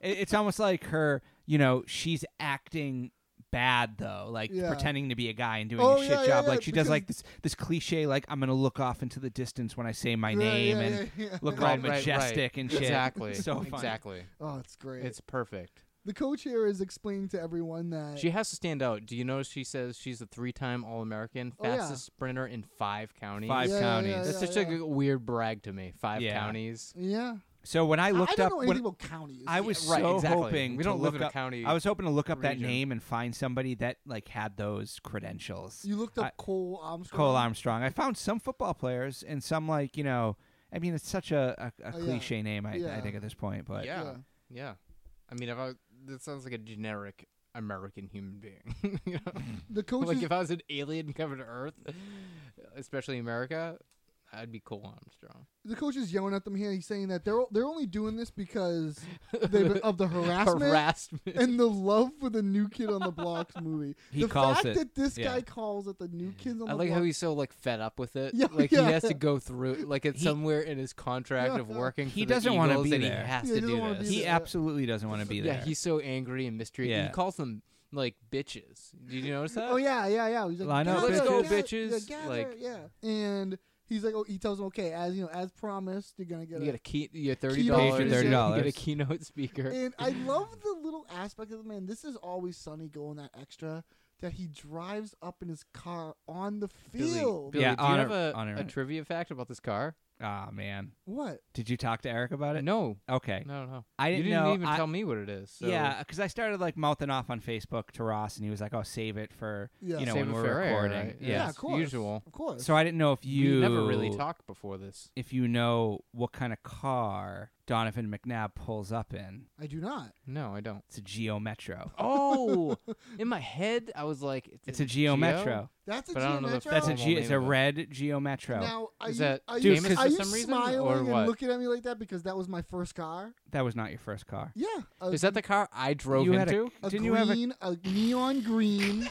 [SPEAKER 6] It- it's almost like her, you know, she's acting bad though, like
[SPEAKER 5] Yeah.
[SPEAKER 6] pretending to be a guy and doing
[SPEAKER 5] Oh,
[SPEAKER 6] a shit
[SPEAKER 5] yeah, yeah,
[SPEAKER 6] job.
[SPEAKER 5] yeah,
[SPEAKER 6] like she does
[SPEAKER 5] because-
[SPEAKER 6] like this this cliche, like I'm gonna look off into the distance when I say my name
[SPEAKER 5] yeah,
[SPEAKER 6] and
[SPEAKER 5] yeah, yeah.
[SPEAKER 6] look all
[SPEAKER 1] right, right,
[SPEAKER 6] majestic
[SPEAKER 1] right.
[SPEAKER 6] and shit.
[SPEAKER 1] Exactly.
[SPEAKER 6] so funny.
[SPEAKER 1] Exactly.
[SPEAKER 5] Oh, it's great.
[SPEAKER 1] It's perfect.
[SPEAKER 5] the coach here is explaining to everyone that
[SPEAKER 1] She has to stand out. Do you notice she says she's a three-time All-American,
[SPEAKER 5] Oh, yeah.
[SPEAKER 1] fastest sprinter in five counties?
[SPEAKER 6] Five
[SPEAKER 5] Yeah, yeah,
[SPEAKER 6] counties.
[SPEAKER 5] yeah,
[SPEAKER 1] That's
[SPEAKER 5] yeah,
[SPEAKER 1] such
[SPEAKER 5] yeah.
[SPEAKER 1] a g- weird brag to me. Five
[SPEAKER 6] Yeah.
[SPEAKER 1] counties.
[SPEAKER 5] yeah.
[SPEAKER 6] So when
[SPEAKER 5] I
[SPEAKER 6] I looked
[SPEAKER 5] don't
[SPEAKER 6] up
[SPEAKER 5] know
[SPEAKER 6] when
[SPEAKER 5] anything about counties.
[SPEAKER 6] I was
[SPEAKER 1] right,
[SPEAKER 6] so
[SPEAKER 1] exactly.
[SPEAKER 6] hoping
[SPEAKER 1] We
[SPEAKER 6] to
[SPEAKER 1] don't live
[SPEAKER 6] look
[SPEAKER 1] in a
[SPEAKER 6] up,
[SPEAKER 1] county
[SPEAKER 6] I was hoping to look up that
[SPEAKER 1] region.
[SPEAKER 6] name and find somebody that like had those credentials.
[SPEAKER 5] you looked up
[SPEAKER 6] I-
[SPEAKER 5] Cole Armstrong.
[SPEAKER 6] Cole Armstrong. I found some football players and some like you know. I mean, it's such a, a, a
[SPEAKER 5] Oh, yeah.
[SPEAKER 6] cliche name. I,
[SPEAKER 5] Yeah.
[SPEAKER 6] I think at this point, but
[SPEAKER 1] Yeah.
[SPEAKER 5] Yeah.
[SPEAKER 1] yeah. I mean, if I that sounds like a generic American human being. you know?
[SPEAKER 5] The coach
[SPEAKER 1] like
[SPEAKER 5] is
[SPEAKER 1] if I was an alien coming to Earth, especially America, I'd be Cole Armstrong.
[SPEAKER 5] the coach is yelling at them here. He's saying that they're they're only doing this because they of the harassment
[SPEAKER 1] Harassment.
[SPEAKER 5] and the love for the New Kid on the Block's movie.
[SPEAKER 6] He
[SPEAKER 5] the
[SPEAKER 6] calls
[SPEAKER 5] fact
[SPEAKER 6] it-
[SPEAKER 5] that this
[SPEAKER 6] yeah.
[SPEAKER 5] guy calls it the New Kids on
[SPEAKER 1] I
[SPEAKER 5] the
[SPEAKER 1] like
[SPEAKER 5] Block.
[SPEAKER 1] how he's so like fed up with it.
[SPEAKER 5] Yeah,
[SPEAKER 1] like
[SPEAKER 5] yeah.
[SPEAKER 1] he has to go through like it's
[SPEAKER 6] He-
[SPEAKER 1] somewhere in his contract
[SPEAKER 5] Yeah.
[SPEAKER 1] of working.
[SPEAKER 6] He
[SPEAKER 1] for the
[SPEAKER 6] doesn't wanna
[SPEAKER 1] Eagles
[SPEAKER 6] be
[SPEAKER 1] and
[SPEAKER 6] there.
[SPEAKER 1] He has
[SPEAKER 5] Yeah, he
[SPEAKER 1] to
[SPEAKER 5] doesn't
[SPEAKER 1] do
[SPEAKER 5] wanna be
[SPEAKER 1] this.
[SPEAKER 5] there.
[SPEAKER 6] He absolutely doesn't want to be there.
[SPEAKER 1] yeah, he's so angry and mystery.
[SPEAKER 6] Yeah.
[SPEAKER 1] He calls them like bitches. Did you notice that?
[SPEAKER 5] Oh yeah, yeah, yeah. He's like,
[SPEAKER 6] Line up,
[SPEAKER 5] "Gather,
[SPEAKER 6] Let's go,
[SPEAKER 5] gather,
[SPEAKER 1] bitches."
[SPEAKER 5] yeah, gather,
[SPEAKER 1] Like-
[SPEAKER 5] yeah. And he's like, oh, he tells him, okay, as you know, as promised, you're gonna get
[SPEAKER 1] You get a key. You get thirty
[SPEAKER 5] Keynote
[SPEAKER 1] dollars.
[SPEAKER 5] Paid you
[SPEAKER 1] You
[SPEAKER 6] $30.
[SPEAKER 1] get a keynote speaker.
[SPEAKER 5] And I love the little aspect of the man. This is always Sunny going that extra that he drives up in his car on the
[SPEAKER 1] Billy,
[SPEAKER 5] field.
[SPEAKER 1] Billy
[SPEAKER 6] Yeah,
[SPEAKER 1] do you
[SPEAKER 6] on a-
[SPEAKER 1] have a,
[SPEAKER 6] on a-
[SPEAKER 1] a trivia fact about this car?
[SPEAKER 6] Ah man,
[SPEAKER 5] What?
[SPEAKER 6] did you talk to Eric about it?
[SPEAKER 1] No,
[SPEAKER 6] Okay.
[SPEAKER 1] no, no.
[SPEAKER 6] I
[SPEAKER 1] you
[SPEAKER 6] didn't
[SPEAKER 1] didn't
[SPEAKER 6] know,
[SPEAKER 1] even
[SPEAKER 6] I-
[SPEAKER 1] tell me what it is. So.
[SPEAKER 6] Yeah, because I started like mouthing off on Facebook to Ross, and he was like, "Oh, save it for
[SPEAKER 5] Yeah.
[SPEAKER 6] you know
[SPEAKER 1] Save
[SPEAKER 6] when
[SPEAKER 1] it
[SPEAKER 6] we're
[SPEAKER 1] for air,
[SPEAKER 6] recording."
[SPEAKER 1] right?
[SPEAKER 6] Yeah.
[SPEAKER 5] Yeah,
[SPEAKER 1] Yes,
[SPEAKER 5] of course.
[SPEAKER 1] usual.
[SPEAKER 5] Of course.
[SPEAKER 6] So I didn't know if you
[SPEAKER 1] we never really talked before this.
[SPEAKER 6] If you know what kind of car Donovan McNabb pulls up in,
[SPEAKER 5] I do not.
[SPEAKER 1] No, I don't.
[SPEAKER 6] it's a Geo Metro.
[SPEAKER 1] Oh, in my head, I was like,
[SPEAKER 6] It's a Geo Metro.
[SPEAKER 5] That's a
[SPEAKER 1] But I don't know if
[SPEAKER 5] Geometro?
[SPEAKER 6] That's a
[SPEAKER 1] Oh,
[SPEAKER 6] G. It's a
[SPEAKER 1] unbelievable.
[SPEAKER 6] red Geo Metro.
[SPEAKER 5] Now, are
[SPEAKER 1] Is
[SPEAKER 5] you,
[SPEAKER 1] that
[SPEAKER 5] are
[SPEAKER 6] Dude,
[SPEAKER 5] you,
[SPEAKER 6] famous
[SPEAKER 5] are
[SPEAKER 1] for
[SPEAKER 5] you
[SPEAKER 1] some reason, or
[SPEAKER 5] smiling and
[SPEAKER 1] what?
[SPEAKER 5] looking at me like that because that was my first car?
[SPEAKER 6] that was not your first car.
[SPEAKER 5] Yeah. A,
[SPEAKER 1] Is that the car I drove
[SPEAKER 6] you had a-
[SPEAKER 1] into?
[SPEAKER 5] a
[SPEAKER 6] didn't you have a?
[SPEAKER 5] green, a... neon green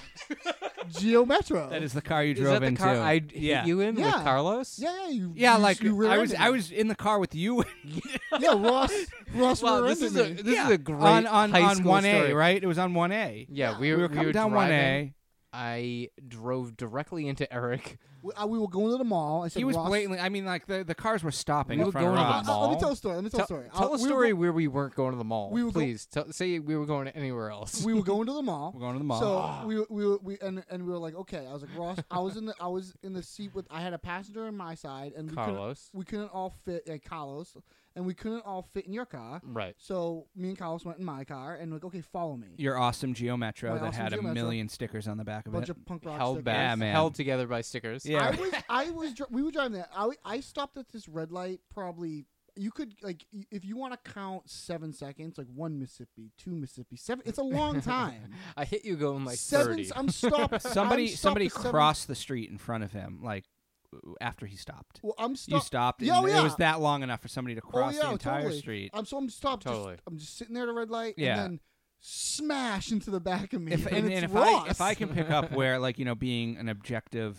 [SPEAKER 5] Geo Metro?
[SPEAKER 6] That is the car you
[SPEAKER 1] Is
[SPEAKER 6] drove
[SPEAKER 1] that the
[SPEAKER 6] into.
[SPEAKER 1] car I d- hit
[SPEAKER 6] yeah.
[SPEAKER 1] you in
[SPEAKER 5] Yeah.
[SPEAKER 1] with Carlos?
[SPEAKER 5] Yeah, yeah, you.
[SPEAKER 6] Yeah,
[SPEAKER 5] you-
[SPEAKER 6] like
[SPEAKER 5] you
[SPEAKER 6] I was,
[SPEAKER 5] rear-ended
[SPEAKER 6] I
[SPEAKER 5] me.
[SPEAKER 6] was in the car with you.
[SPEAKER 5] Yeah, Ross. Ross
[SPEAKER 1] Wow, this is
[SPEAKER 5] rear-ended
[SPEAKER 1] a
[SPEAKER 5] me.
[SPEAKER 1] this is a great
[SPEAKER 6] on on
[SPEAKER 1] high
[SPEAKER 6] on
[SPEAKER 1] school
[SPEAKER 6] one
[SPEAKER 1] story.
[SPEAKER 6] A, right? It was on one A.
[SPEAKER 1] Yeah, we
[SPEAKER 6] we
[SPEAKER 1] were,
[SPEAKER 6] were coming down one
[SPEAKER 1] driving.
[SPEAKER 6] A.
[SPEAKER 1] I drove directly into Eric
[SPEAKER 5] We, I, we were going to the mall. I said,
[SPEAKER 6] He was
[SPEAKER 5] Ross,
[SPEAKER 6] blatantly. I mean, like the, the cars were stopping.
[SPEAKER 1] We
[SPEAKER 6] in
[SPEAKER 1] were
[SPEAKER 6] front
[SPEAKER 1] going to
[SPEAKER 6] of our
[SPEAKER 1] the
[SPEAKER 6] house.
[SPEAKER 5] Uh, let me
[SPEAKER 1] mall.
[SPEAKER 5] tell a story. Let me tell a
[SPEAKER 1] Tell,
[SPEAKER 5] story.
[SPEAKER 1] tell
[SPEAKER 5] Uh,
[SPEAKER 1] a
[SPEAKER 5] we were
[SPEAKER 1] story
[SPEAKER 5] go-
[SPEAKER 1] where we weren't going to the mall.
[SPEAKER 5] we were go-
[SPEAKER 1] Please tell, say we were going to anywhere else.
[SPEAKER 5] we were going to the mall.
[SPEAKER 6] We're going to the mall. Ah.
[SPEAKER 5] So we we were, we and and we were like, okay. I was like Ross. I was in the I was in the seat with I had a passenger on my side and we
[SPEAKER 1] Carlos.
[SPEAKER 5] Couldn't, we couldn't all fit yeah, Carlos, and we couldn't all fit in your car.
[SPEAKER 1] Right.
[SPEAKER 5] So me and Carlos went in my car and like, okay, follow me.
[SPEAKER 6] Your awesome Geo Metro
[SPEAKER 5] My
[SPEAKER 6] that
[SPEAKER 5] awesome
[SPEAKER 6] had a
[SPEAKER 5] Geo Metro.
[SPEAKER 6] million stickers on the back of
[SPEAKER 5] Bunch
[SPEAKER 6] it.
[SPEAKER 5] of punk rock
[SPEAKER 1] held
[SPEAKER 5] stickers.
[SPEAKER 1] back,
[SPEAKER 6] Yeah, man.
[SPEAKER 1] held together by stickers.
[SPEAKER 6] Yeah.
[SPEAKER 5] I was I was dri- we were driving there. I w- I stopped at this red light probably. You could like y- if you want to count seven seconds, like one Mississippi, two Mississippi, seven. It's a long time.
[SPEAKER 1] I hit you going like
[SPEAKER 5] seven.
[SPEAKER 1] 30.
[SPEAKER 5] I'm stopped. I'm
[SPEAKER 6] somebody
[SPEAKER 5] stopped
[SPEAKER 6] somebody
[SPEAKER 5] at seven-
[SPEAKER 6] crossed the street in front of him, like w- after he stopped.
[SPEAKER 5] Well, I'm stopped.
[SPEAKER 6] You stopped.
[SPEAKER 5] Yeah,
[SPEAKER 6] and
[SPEAKER 5] oh, yeah.
[SPEAKER 6] It was that long enough for somebody to
[SPEAKER 5] oh,
[SPEAKER 6] cross
[SPEAKER 5] yeah,
[SPEAKER 6] the entire
[SPEAKER 5] totally.
[SPEAKER 6] street.
[SPEAKER 5] I'm so I'm stopped.
[SPEAKER 1] Totally.
[SPEAKER 5] Just, I'm just sitting there at a red light. And
[SPEAKER 6] Yeah.
[SPEAKER 5] then smash into the back of me.
[SPEAKER 6] if
[SPEAKER 5] and,
[SPEAKER 6] and,
[SPEAKER 5] it's
[SPEAKER 6] and if
[SPEAKER 5] Ross.
[SPEAKER 6] I if I can pick up where like you know being an objective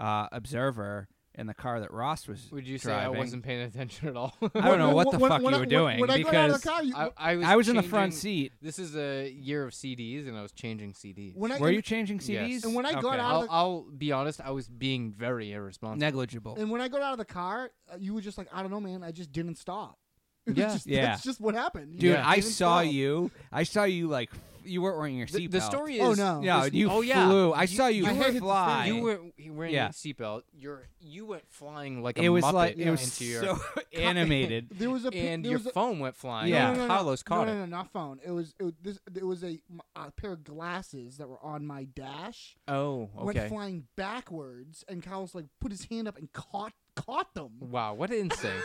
[SPEAKER 6] uh, observer in the car that Ross was
[SPEAKER 1] Would you say
[SPEAKER 6] driving,
[SPEAKER 1] I wasn't paying attention at all?
[SPEAKER 6] I don't know what the
[SPEAKER 5] When-
[SPEAKER 6] fuck
[SPEAKER 5] when
[SPEAKER 6] you
[SPEAKER 5] I-
[SPEAKER 6] were
[SPEAKER 5] when-
[SPEAKER 6] doing
[SPEAKER 5] when I got out
[SPEAKER 6] because
[SPEAKER 5] of the car, you,
[SPEAKER 1] I, I was
[SPEAKER 6] I was in the front
[SPEAKER 1] changing-
[SPEAKER 6] seat.
[SPEAKER 1] This is a year of CDs, and I was changing CDs.
[SPEAKER 5] when I
[SPEAKER 6] were
[SPEAKER 5] and-
[SPEAKER 6] you changing CDs?
[SPEAKER 1] Yes.
[SPEAKER 5] And when I got
[SPEAKER 6] Okay.
[SPEAKER 5] out
[SPEAKER 1] I'll,
[SPEAKER 5] of the-
[SPEAKER 1] I'll be honest, I was being very irresponsible.
[SPEAKER 6] negligible.
[SPEAKER 5] And when I got out of the car, uh, you were just like, I don't know, man. I just didn't stop. It was
[SPEAKER 1] Yeah.
[SPEAKER 5] just,
[SPEAKER 6] Yeah.
[SPEAKER 5] That's just what happened. You
[SPEAKER 6] Dude,
[SPEAKER 5] just
[SPEAKER 6] I
[SPEAKER 5] didn't
[SPEAKER 6] saw
[SPEAKER 5] stop.
[SPEAKER 6] you. I saw you like f- you weren't wearing your
[SPEAKER 1] The,
[SPEAKER 6] seatbelt.
[SPEAKER 1] the story is
[SPEAKER 5] Oh, no.
[SPEAKER 6] Yeah,
[SPEAKER 1] this-
[SPEAKER 6] you
[SPEAKER 1] oh, yeah.
[SPEAKER 6] flew. I saw you,
[SPEAKER 5] I hated the
[SPEAKER 6] fly.
[SPEAKER 5] thing.
[SPEAKER 1] You were you wearing
[SPEAKER 6] Yeah.
[SPEAKER 1] a seatbelt. You're you went flying like a
[SPEAKER 6] it was
[SPEAKER 1] muppet
[SPEAKER 6] like it was
[SPEAKER 1] into your
[SPEAKER 6] so animated.
[SPEAKER 5] There was a pic-
[SPEAKER 1] and
[SPEAKER 5] there
[SPEAKER 1] your
[SPEAKER 5] was a-
[SPEAKER 1] phone went flying.
[SPEAKER 6] Yeah.
[SPEAKER 5] No, no, no, no.
[SPEAKER 1] Carlos
[SPEAKER 5] no,
[SPEAKER 1] caught
[SPEAKER 5] no,
[SPEAKER 1] it.
[SPEAKER 5] no, not phone. It was it was- this. It was a, a pair of glasses that were on my dash.
[SPEAKER 1] Oh, okay.
[SPEAKER 5] Went flying backwards, and Carlos like put his hand up and caught caught them.
[SPEAKER 1] Wow, what an instinct!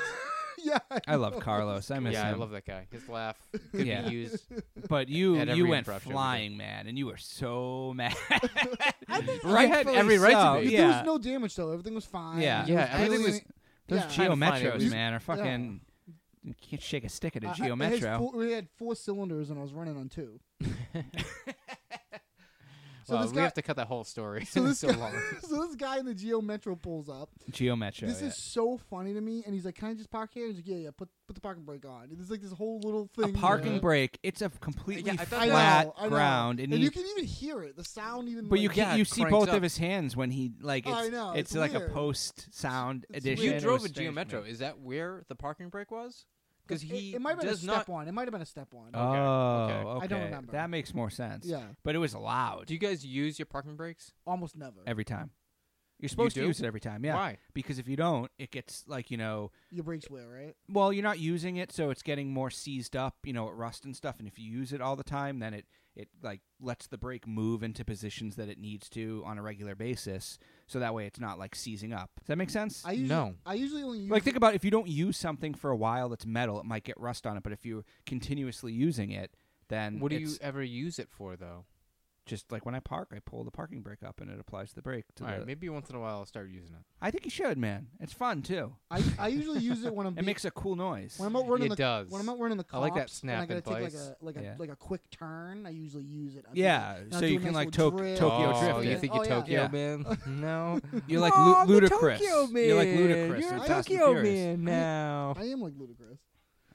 [SPEAKER 5] yeah,
[SPEAKER 6] I love Carlos. I miss
[SPEAKER 1] yeah,
[SPEAKER 6] him.
[SPEAKER 1] I love that guy. His laugh could
[SPEAKER 6] Yeah.
[SPEAKER 1] be used.
[SPEAKER 5] Uh,
[SPEAKER 6] but you
[SPEAKER 1] Had
[SPEAKER 6] you
[SPEAKER 1] every
[SPEAKER 6] went
[SPEAKER 1] impression we did.
[SPEAKER 6] flying, man, and you were so mad.
[SPEAKER 1] I had
[SPEAKER 6] Rightfully
[SPEAKER 1] every right to
[SPEAKER 6] so,
[SPEAKER 1] be.
[SPEAKER 5] There
[SPEAKER 6] Yeah.
[SPEAKER 5] was no damage though. Everything was fine.
[SPEAKER 6] Yeah.
[SPEAKER 5] There
[SPEAKER 1] Yeah, everything
[SPEAKER 5] barely
[SPEAKER 1] was-
[SPEAKER 5] any-
[SPEAKER 6] Those
[SPEAKER 5] yeah. Uh,
[SPEAKER 6] Geo
[SPEAKER 1] I'm fine, it
[SPEAKER 6] Metros,
[SPEAKER 1] was-
[SPEAKER 6] man, are fucking. You can't shake a stick at a
[SPEAKER 5] I- I-
[SPEAKER 6] Geo
[SPEAKER 5] it has
[SPEAKER 6] Metro.
[SPEAKER 5] four- we had four cylinders, and I was running on two. So
[SPEAKER 1] Wow,
[SPEAKER 5] this
[SPEAKER 1] we
[SPEAKER 5] guy-
[SPEAKER 1] have to cut that whole story.
[SPEAKER 5] So this
[SPEAKER 1] so
[SPEAKER 5] guy,
[SPEAKER 1] long.
[SPEAKER 5] so this guy in the Geo Metro pulls up.
[SPEAKER 6] Geo Metro.
[SPEAKER 5] this
[SPEAKER 6] yeah.
[SPEAKER 5] is so funny to me, and he's like, "Can I just park here?" And he's like, "Yeah, yeah, put put the parking brake on." And there's like this whole little
[SPEAKER 6] a
[SPEAKER 5] thing.
[SPEAKER 6] parking
[SPEAKER 5] there.
[SPEAKER 6] brake. It's a completely
[SPEAKER 1] I thought
[SPEAKER 5] I
[SPEAKER 1] that-
[SPEAKER 5] know,
[SPEAKER 6] flat
[SPEAKER 5] I know.
[SPEAKER 6] ground, and,
[SPEAKER 5] and
[SPEAKER 6] you,
[SPEAKER 5] you can even hear it. The sound even.
[SPEAKER 6] but you
[SPEAKER 5] like-
[SPEAKER 6] can
[SPEAKER 1] Yeah,
[SPEAKER 6] not you see
[SPEAKER 1] cranked
[SPEAKER 6] both
[SPEAKER 1] up.
[SPEAKER 6] of his hands when he like it's
[SPEAKER 5] I know,
[SPEAKER 6] it's,
[SPEAKER 5] it's
[SPEAKER 6] like a
[SPEAKER 5] weird.
[SPEAKER 6] post sound
[SPEAKER 5] it's
[SPEAKER 6] addition.
[SPEAKER 5] weird.
[SPEAKER 1] You
[SPEAKER 6] It
[SPEAKER 1] drove
[SPEAKER 6] was
[SPEAKER 1] a Geo
[SPEAKER 6] strange to
[SPEAKER 1] Metro.
[SPEAKER 6] me.
[SPEAKER 1] Is that where the parking brake was? Because
[SPEAKER 5] It-
[SPEAKER 1] he
[SPEAKER 5] it, might have been a
[SPEAKER 1] does
[SPEAKER 5] step
[SPEAKER 1] not.
[SPEAKER 5] one. It might have been a step one.
[SPEAKER 6] Oh,
[SPEAKER 1] okay.
[SPEAKER 5] I don't remember.
[SPEAKER 6] That makes more sense.
[SPEAKER 5] Yeah.
[SPEAKER 6] but it was loud
[SPEAKER 1] Do you guys use your parking brakes?
[SPEAKER 5] Almost never.
[SPEAKER 6] every time. You're supposed
[SPEAKER 1] do?
[SPEAKER 6] to use it every time. Yeah,
[SPEAKER 1] Why?
[SPEAKER 6] Because if you don't, it gets like you know.
[SPEAKER 5] Your brakes wear, right?
[SPEAKER 6] well, you're not using it, so it's getting more seized up, you know, at rust and stuff. And if you use it all the time, then it it like lets the brake move into positions that it needs to on a regular basis, so that way it's not like seizing up. Does that make sense?
[SPEAKER 5] I usually,
[SPEAKER 1] No.
[SPEAKER 5] I usually only use
[SPEAKER 6] like think about if you don't use something for a while that's metal, it might get rust on it. But if you're continuously using it, then
[SPEAKER 1] What do you
[SPEAKER 6] it's
[SPEAKER 1] ever use it for though?
[SPEAKER 6] just like when I park, I pull the parking brake up and it applies the brake to
[SPEAKER 1] All right,
[SPEAKER 6] the.
[SPEAKER 1] maybe once in a while I'll start using it.
[SPEAKER 6] I think you should, man. It's fun too.
[SPEAKER 5] I, I usually use it when I'm
[SPEAKER 6] It makes a cool noise.
[SPEAKER 5] when I'm out running
[SPEAKER 1] It
[SPEAKER 5] the
[SPEAKER 1] does.
[SPEAKER 5] when I'm out running the
[SPEAKER 1] I
[SPEAKER 5] cops.
[SPEAKER 1] like that snap
[SPEAKER 5] and I
[SPEAKER 1] and
[SPEAKER 5] gotta take like
[SPEAKER 1] vice.
[SPEAKER 5] a like a
[SPEAKER 6] Yeah.
[SPEAKER 5] like a quick turn. I usually use it. I'll do
[SPEAKER 6] Yeah,
[SPEAKER 5] and I'll do
[SPEAKER 6] so
[SPEAKER 5] a
[SPEAKER 6] you can
[SPEAKER 5] nice
[SPEAKER 6] like
[SPEAKER 5] little
[SPEAKER 6] Tok-
[SPEAKER 5] drift.
[SPEAKER 6] Tokyo
[SPEAKER 1] oh,
[SPEAKER 6] Drift
[SPEAKER 1] you
[SPEAKER 6] it.
[SPEAKER 1] think you're
[SPEAKER 5] Oh, yeah.
[SPEAKER 1] Tokyo
[SPEAKER 6] Yeah.
[SPEAKER 1] man? no,
[SPEAKER 6] You're like
[SPEAKER 1] Oh,
[SPEAKER 6] lu-
[SPEAKER 1] the
[SPEAKER 6] ludicrous.
[SPEAKER 1] Tokyo man.
[SPEAKER 6] You're like ludicrous.
[SPEAKER 1] You're
[SPEAKER 6] in
[SPEAKER 1] a
[SPEAKER 6] Fast and
[SPEAKER 1] Tokyo
[SPEAKER 6] Furious.
[SPEAKER 1] man now.
[SPEAKER 5] I am like ludicrous.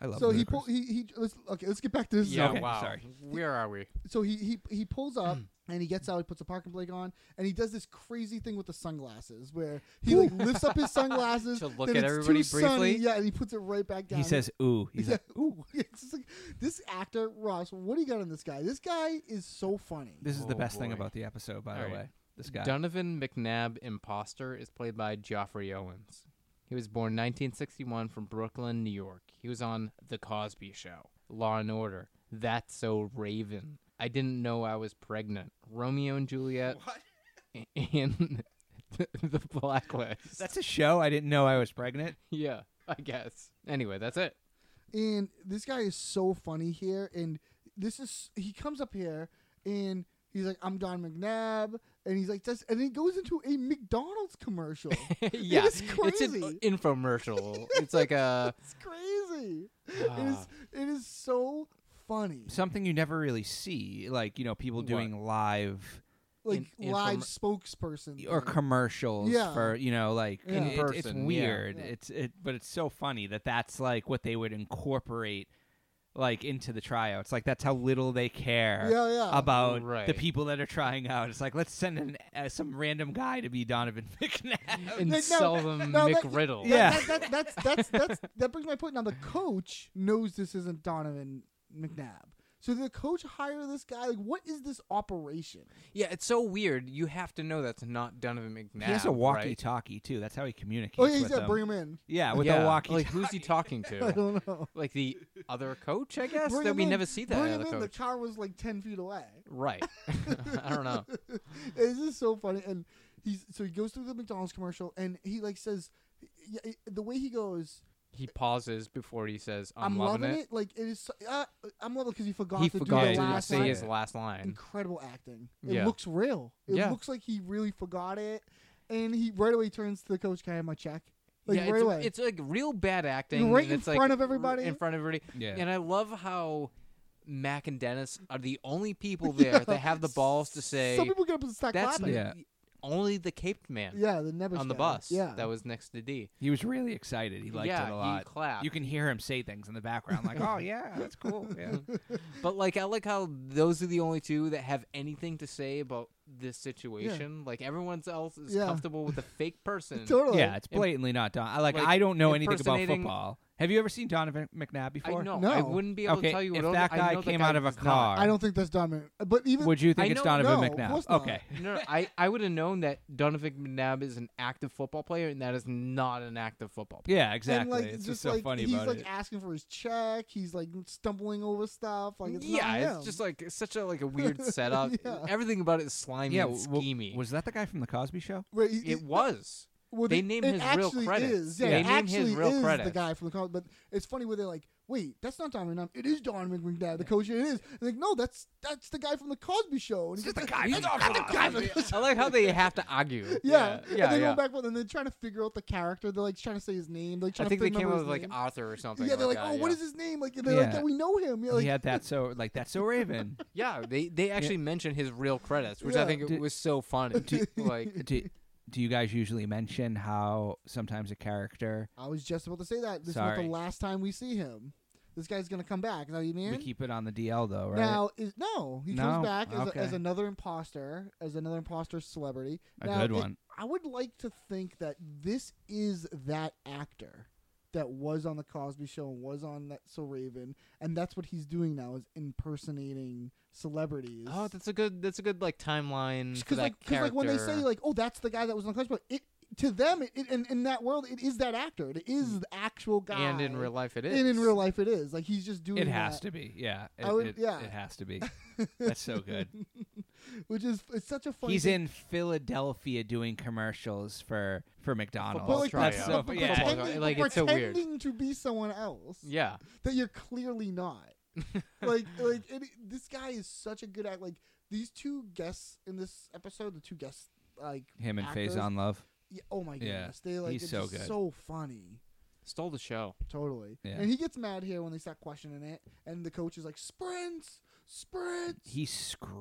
[SPEAKER 6] I love.
[SPEAKER 5] so he
[SPEAKER 6] Ludacris.
[SPEAKER 5] pull, he he. Let's okay. Let's get back to this.
[SPEAKER 1] Yeah,
[SPEAKER 5] zone.
[SPEAKER 6] Okay,
[SPEAKER 1] wow.
[SPEAKER 6] sorry.
[SPEAKER 1] Where are we?
[SPEAKER 5] So he he he pulls up and he gets out. He puts a parking brake on and he does this crazy thing with the sunglasses where he like lifts up his sunglasses
[SPEAKER 1] To look
[SPEAKER 5] then
[SPEAKER 1] at
[SPEAKER 5] it's
[SPEAKER 1] everybody
[SPEAKER 5] too sunny,
[SPEAKER 1] briefly?
[SPEAKER 5] Yeah, and he puts it right back down.
[SPEAKER 6] He says, "Ooh." He's
[SPEAKER 5] Yeah,
[SPEAKER 6] like, "Ooh."
[SPEAKER 5] it's just like, this actor Ross. What do you got on this guy? This guy is so funny.
[SPEAKER 6] This is the
[SPEAKER 1] Oh,
[SPEAKER 6] best thing
[SPEAKER 1] boy.
[SPEAKER 6] about the episode, by the
[SPEAKER 1] Alright.
[SPEAKER 6] way. This guy.
[SPEAKER 1] Donovan McNabb Imposter is played by Joffrey Owens. He was born 1961 from Brooklyn, New York. He was on The Cosby Show, Law and Order, That's So Raven, I Didn't Know I Was Pregnant, Romeo and Juliet, and The Blacklist.
[SPEAKER 6] That's a show. I didn't know I was pregnant.
[SPEAKER 1] yeah, I guess. Anyway, that's it.
[SPEAKER 5] and this guy is so funny here and this is he comes up here and he's like i'm don mcnabb and he's like just and he goes into a mcdonald's commercial
[SPEAKER 1] yeah,
[SPEAKER 5] is
[SPEAKER 1] it's an
[SPEAKER 5] crazy.
[SPEAKER 1] infomercial. it's like a
[SPEAKER 5] it's crazy it is
[SPEAKER 1] Ah.
[SPEAKER 5] it is so funny
[SPEAKER 6] Something you never really see, like you know, people doing live
[SPEAKER 5] like
[SPEAKER 1] in-
[SPEAKER 5] live spokesperson
[SPEAKER 6] or
[SPEAKER 5] thing.
[SPEAKER 6] commercials
[SPEAKER 5] Yeah.
[SPEAKER 6] for you know, like
[SPEAKER 5] Yeah. In
[SPEAKER 6] it- it's
[SPEAKER 1] person, yeah.
[SPEAKER 6] weird.
[SPEAKER 5] Yeah.
[SPEAKER 6] It's it, but it's so funny that that's like what they would incorporate. like into the tryouts. Like that's how little they care
[SPEAKER 5] Yeah, yeah.
[SPEAKER 6] about the
[SPEAKER 1] Right.
[SPEAKER 6] people that are trying out. It's like let's send an, uh, some random guy to be Donovan McNabb.
[SPEAKER 1] and
[SPEAKER 5] No,
[SPEAKER 1] sell them
[SPEAKER 5] no, that-
[SPEAKER 1] McRiddle.
[SPEAKER 6] Yeah.
[SPEAKER 5] That, that, that's, that's, that's, that brings my point. Now, the coach knows this isn't Donovan McNabb. So the coach hire this guy. Like, what is this operation?
[SPEAKER 1] Yeah, it's so weird. You have to know that's not Donovan McNabb.
[SPEAKER 6] he has a
[SPEAKER 1] right?
[SPEAKER 6] walkie-talkie too. That's how he communicates
[SPEAKER 5] oh, yeah, he
[SPEAKER 6] with
[SPEAKER 5] said
[SPEAKER 6] them.
[SPEAKER 5] bring him in.
[SPEAKER 6] yeah, with
[SPEAKER 1] yeah.
[SPEAKER 6] a walkie.
[SPEAKER 1] Like who's he talking to?
[SPEAKER 5] I don't know.
[SPEAKER 1] Like the other coach, I guess.
[SPEAKER 5] Bring
[SPEAKER 1] that
[SPEAKER 5] him
[SPEAKER 1] we
[SPEAKER 5] in.
[SPEAKER 1] never see that
[SPEAKER 5] Bring
[SPEAKER 1] other
[SPEAKER 5] him in. The
[SPEAKER 1] coach.
[SPEAKER 5] car was like ten feet away.
[SPEAKER 1] right. I don't know.
[SPEAKER 5] It's just so funny. And he's so he goes through the McDonald's commercial, and he like says, yeah, it- the way he goes,
[SPEAKER 1] He pauses before he says, "I'm,
[SPEAKER 5] I'm, loving, it.
[SPEAKER 1] it."
[SPEAKER 5] Like it is. so- Uh, I'm loving because he forgot
[SPEAKER 1] He
[SPEAKER 5] to
[SPEAKER 1] forgot
[SPEAKER 5] do
[SPEAKER 1] to
[SPEAKER 5] the
[SPEAKER 6] didn't
[SPEAKER 5] last
[SPEAKER 1] say
[SPEAKER 5] line.
[SPEAKER 1] his last line.
[SPEAKER 5] incredible acting. It
[SPEAKER 1] Yeah.
[SPEAKER 5] looks real. It
[SPEAKER 1] Yeah.
[SPEAKER 5] looks like he really forgot it, and he right away turns to the coach. Can I have my check? Like
[SPEAKER 1] yeah,
[SPEAKER 5] right
[SPEAKER 1] it's,
[SPEAKER 5] away.
[SPEAKER 1] it's like real bad acting.
[SPEAKER 5] Right
[SPEAKER 1] and
[SPEAKER 5] in
[SPEAKER 1] it's like
[SPEAKER 5] front of
[SPEAKER 1] r-
[SPEAKER 5] everybody.
[SPEAKER 1] In front of everybody.
[SPEAKER 6] Yeah.
[SPEAKER 1] And I love how Mac and Dennis are the only people there that have the balls to say
[SPEAKER 5] Some people get up and start
[SPEAKER 1] that's
[SPEAKER 5] clapping.
[SPEAKER 6] Yeah.
[SPEAKER 1] n- only the caped man
[SPEAKER 5] Yeah, the Nebuchadnezzar.
[SPEAKER 1] on the bus
[SPEAKER 5] Yeah,
[SPEAKER 1] that was next to D.
[SPEAKER 6] He was really excited. He liked
[SPEAKER 1] Yeah,
[SPEAKER 6] it a
[SPEAKER 1] he
[SPEAKER 6] lot.
[SPEAKER 1] clapped.
[SPEAKER 6] You can hear him say things in the background, like, "Oh yeah, that's cool." Yeah.
[SPEAKER 1] But like I like how those are the only two that have anything to say about this situation. Like everyone else is
[SPEAKER 5] Yeah.
[SPEAKER 1] comfortable with a fake person.
[SPEAKER 5] totally.
[SPEAKER 6] yeah, it's blatantly not Don. I like,
[SPEAKER 1] like,
[SPEAKER 6] I don't know anything about
[SPEAKER 1] impersonating-
[SPEAKER 6] football. Have you ever seen Donovan McNabb
[SPEAKER 1] I
[SPEAKER 6] before?
[SPEAKER 1] know.
[SPEAKER 5] No.
[SPEAKER 1] I wouldn't be able
[SPEAKER 6] Okay,
[SPEAKER 1] to tell you
[SPEAKER 6] if
[SPEAKER 1] what
[SPEAKER 6] that
[SPEAKER 1] I
[SPEAKER 6] guy
[SPEAKER 1] know
[SPEAKER 6] came
[SPEAKER 1] guy
[SPEAKER 6] out of a
[SPEAKER 1] does not.
[SPEAKER 6] car,
[SPEAKER 5] I don't think that's Donovan. But even
[SPEAKER 6] Would you think
[SPEAKER 1] I
[SPEAKER 6] it's
[SPEAKER 1] don't
[SPEAKER 6] Donovan
[SPEAKER 5] know. Of
[SPEAKER 6] McNabb?
[SPEAKER 5] course not.
[SPEAKER 6] Okay.
[SPEAKER 1] No, no, I, I would have known that Donovan McNabb is an active football player, and that is not an active football player.
[SPEAKER 6] Yeah, exactly.
[SPEAKER 5] And like,
[SPEAKER 6] it's just, so
[SPEAKER 5] like,
[SPEAKER 6] funny
[SPEAKER 5] he's
[SPEAKER 6] about
[SPEAKER 5] like
[SPEAKER 6] it.
[SPEAKER 5] asking for his check. He's like stumbling over stuff. Like it's
[SPEAKER 1] Yeah,
[SPEAKER 5] not
[SPEAKER 1] it's
[SPEAKER 5] him.
[SPEAKER 1] just like it's such a like a weird setup.
[SPEAKER 5] Yeah.
[SPEAKER 1] Everything about it is slimy
[SPEAKER 6] yeah,
[SPEAKER 1] and
[SPEAKER 6] w- w-
[SPEAKER 1] schemy.
[SPEAKER 6] was that the guy from the Cosby Show?
[SPEAKER 5] Wait, he-
[SPEAKER 1] it
[SPEAKER 5] he-
[SPEAKER 1] was.
[SPEAKER 5] Well,
[SPEAKER 1] They
[SPEAKER 5] the-
[SPEAKER 1] name
[SPEAKER 5] it
[SPEAKER 1] his real
[SPEAKER 5] actually
[SPEAKER 1] credits.
[SPEAKER 5] Is. Yeah,
[SPEAKER 1] They
[SPEAKER 5] it
[SPEAKER 1] name his
[SPEAKER 5] actually
[SPEAKER 1] real
[SPEAKER 5] is
[SPEAKER 1] credits.
[SPEAKER 5] the guy from the college. But it's funny where they're like, "Wait, that's not Donovan McNabb. It is Donovan McNabb, the coach. It is." And they're like, no, that's that's the guy from the Cosby Show. And he's like,
[SPEAKER 1] I like how they have to argue.
[SPEAKER 5] yeah,
[SPEAKER 1] yeah,
[SPEAKER 5] And they
[SPEAKER 1] yeah.
[SPEAKER 5] go back forth, and they're trying to figure out the character. They're like trying to say his name. They're like,
[SPEAKER 1] I
[SPEAKER 5] trying
[SPEAKER 1] think
[SPEAKER 5] to
[SPEAKER 1] they
[SPEAKER 5] remember
[SPEAKER 1] came up
[SPEAKER 5] his
[SPEAKER 1] with like
[SPEAKER 5] name.
[SPEAKER 1] Arthur or something.
[SPEAKER 5] yeah, they're
[SPEAKER 1] like,
[SPEAKER 5] like,
[SPEAKER 1] that,
[SPEAKER 5] "Oh, what
[SPEAKER 1] yeah.
[SPEAKER 5] is his name?" Like, they're like,
[SPEAKER 6] Yeah.
[SPEAKER 5] "Yeah, we know him." Yeah, like,
[SPEAKER 6] he had that so like that so Raven.
[SPEAKER 1] Yeah, they they actually mentioned his real credits, which I
[SPEAKER 5] Yeah.
[SPEAKER 1] think it
[SPEAKER 6] Did-
[SPEAKER 1] was so funny. like,
[SPEAKER 6] do, do you guys usually mention how sometimes a character
[SPEAKER 5] I was just about to say that. This is not
[SPEAKER 6] Sorry.
[SPEAKER 5] the last time we see him. This guy's gonna come back. Is that what you mean?
[SPEAKER 6] we keep it on the DL though, right?
[SPEAKER 5] Now is no, he
[SPEAKER 6] No?
[SPEAKER 5] comes back as,
[SPEAKER 6] Okay.
[SPEAKER 5] a, as another imposter, as another imposter celebrity.
[SPEAKER 6] A
[SPEAKER 5] Now,
[SPEAKER 6] good
[SPEAKER 5] it-
[SPEAKER 6] one.
[SPEAKER 5] I would like to think that this is that actor that was on the Cosby Show and was on that So Raven, and that's what he's doing now is impersonating celebrities.
[SPEAKER 1] oh, that's a good that's a good like timeline for
[SPEAKER 5] because
[SPEAKER 1] that
[SPEAKER 5] like, 'cause, like when they say
[SPEAKER 1] character.
[SPEAKER 5] like, oh, that's the guy that was on the Cosby Show, it to them it, it in, in that world it is that actor. It is the actual guy.
[SPEAKER 1] Mm. and in real life it is.
[SPEAKER 5] and in real life it is like he's just doing
[SPEAKER 6] it has
[SPEAKER 5] that.
[SPEAKER 6] to be. Yeah. It,
[SPEAKER 5] I would-
[SPEAKER 6] it-
[SPEAKER 5] yeah.
[SPEAKER 6] it has to be. That's so good.
[SPEAKER 5] which is it's such a funny.
[SPEAKER 6] He's
[SPEAKER 5] thing.
[SPEAKER 6] in Philadelphia doing commercials for for McDonald's.
[SPEAKER 5] But like,
[SPEAKER 1] try
[SPEAKER 5] that's
[SPEAKER 1] out.
[SPEAKER 5] so,
[SPEAKER 1] But
[SPEAKER 6] yeah.
[SPEAKER 1] pretend-
[SPEAKER 5] pretending,
[SPEAKER 1] Like,
[SPEAKER 5] but
[SPEAKER 1] it's so weird.
[SPEAKER 5] pretending to be someone else
[SPEAKER 1] Yeah.
[SPEAKER 5] that you're clearly not. like, like it, this guy is such a good act. Like these two guests in this episode, the two guests, like
[SPEAKER 6] him and
[SPEAKER 5] actors,
[SPEAKER 6] Faison Love.
[SPEAKER 5] Yeah, oh my
[SPEAKER 6] Yeah.
[SPEAKER 5] goodness, they like
[SPEAKER 6] He's
[SPEAKER 5] it's
[SPEAKER 6] so
[SPEAKER 5] just
[SPEAKER 6] good.
[SPEAKER 5] so funny.
[SPEAKER 1] Stole the show.
[SPEAKER 5] Totally.
[SPEAKER 6] Yeah.
[SPEAKER 5] And he gets mad here when they start questioning it, and the coach is like, "Sprints, sprints."
[SPEAKER 6] He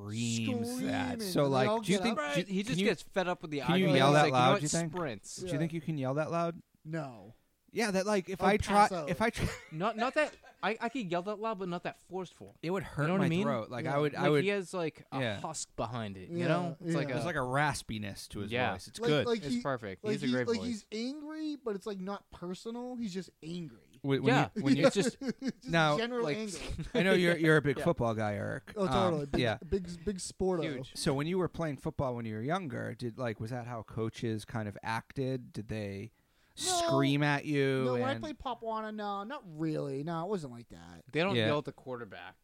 [SPEAKER 6] screams
[SPEAKER 5] Screaming,
[SPEAKER 6] that. So
[SPEAKER 5] and they all
[SPEAKER 6] like, do you
[SPEAKER 5] get
[SPEAKER 6] think
[SPEAKER 5] up.
[SPEAKER 6] do,
[SPEAKER 1] he
[SPEAKER 6] can
[SPEAKER 1] just
[SPEAKER 6] you,
[SPEAKER 1] gets fed up with the
[SPEAKER 6] can you
[SPEAKER 1] argument.
[SPEAKER 6] yell
[SPEAKER 1] He's
[SPEAKER 6] that
[SPEAKER 1] like,
[SPEAKER 6] loud,
[SPEAKER 1] know
[SPEAKER 6] do you
[SPEAKER 1] what?
[SPEAKER 6] think?
[SPEAKER 1] Sprints.
[SPEAKER 6] Do you think you can yell that loud?
[SPEAKER 5] no.
[SPEAKER 6] Yeah, that like if
[SPEAKER 5] I'll
[SPEAKER 6] I try
[SPEAKER 5] pass out.
[SPEAKER 6] if I try,
[SPEAKER 1] Not not that I, I could yell that loud, but not that forceful.
[SPEAKER 6] it would hurt
[SPEAKER 1] know what
[SPEAKER 6] my
[SPEAKER 1] I mean?
[SPEAKER 6] throat. Like
[SPEAKER 5] Yeah.
[SPEAKER 6] I would
[SPEAKER 1] Like
[SPEAKER 6] I would
[SPEAKER 1] he has like a
[SPEAKER 6] yeah.
[SPEAKER 1] husk behind it, you
[SPEAKER 5] Yeah,
[SPEAKER 1] know? It's like
[SPEAKER 5] yeah.
[SPEAKER 1] a,
[SPEAKER 6] there's like a raspiness to his
[SPEAKER 1] Yeah.
[SPEAKER 6] voice. It's
[SPEAKER 5] like,
[SPEAKER 6] good.
[SPEAKER 5] Like
[SPEAKER 1] it's
[SPEAKER 5] he,
[SPEAKER 1] perfect. he
[SPEAKER 5] like
[SPEAKER 1] has a great
[SPEAKER 5] like
[SPEAKER 1] voice.
[SPEAKER 5] he's angry, but it's like not personal. He's just angry.
[SPEAKER 6] Wh- when you-
[SPEAKER 1] yeah, when you
[SPEAKER 5] Yeah.
[SPEAKER 1] just
[SPEAKER 5] Just
[SPEAKER 6] Now,
[SPEAKER 5] general
[SPEAKER 1] like
[SPEAKER 5] anger.
[SPEAKER 6] I know you're you're a big
[SPEAKER 1] Yeah.
[SPEAKER 6] football guy, Eric.
[SPEAKER 5] Oh,
[SPEAKER 6] Um,
[SPEAKER 5] totally. big,
[SPEAKER 6] yeah.
[SPEAKER 5] Big, big sporto.
[SPEAKER 1] huge.
[SPEAKER 6] So when you were playing football when you were younger, did like was that how coaches kind of acted? Did they
[SPEAKER 5] No.
[SPEAKER 6] scream at you?
[SPEAKER 5] No, when I
[SPEAKER 6] and
[SPEAKER 5] played Pop Warner, no, not really. No, it wasn't like that.
[SPEAKER 1] they don't
[SPEAKER 6] Yeah.
[SPEAKER 1] yell at the quarterback.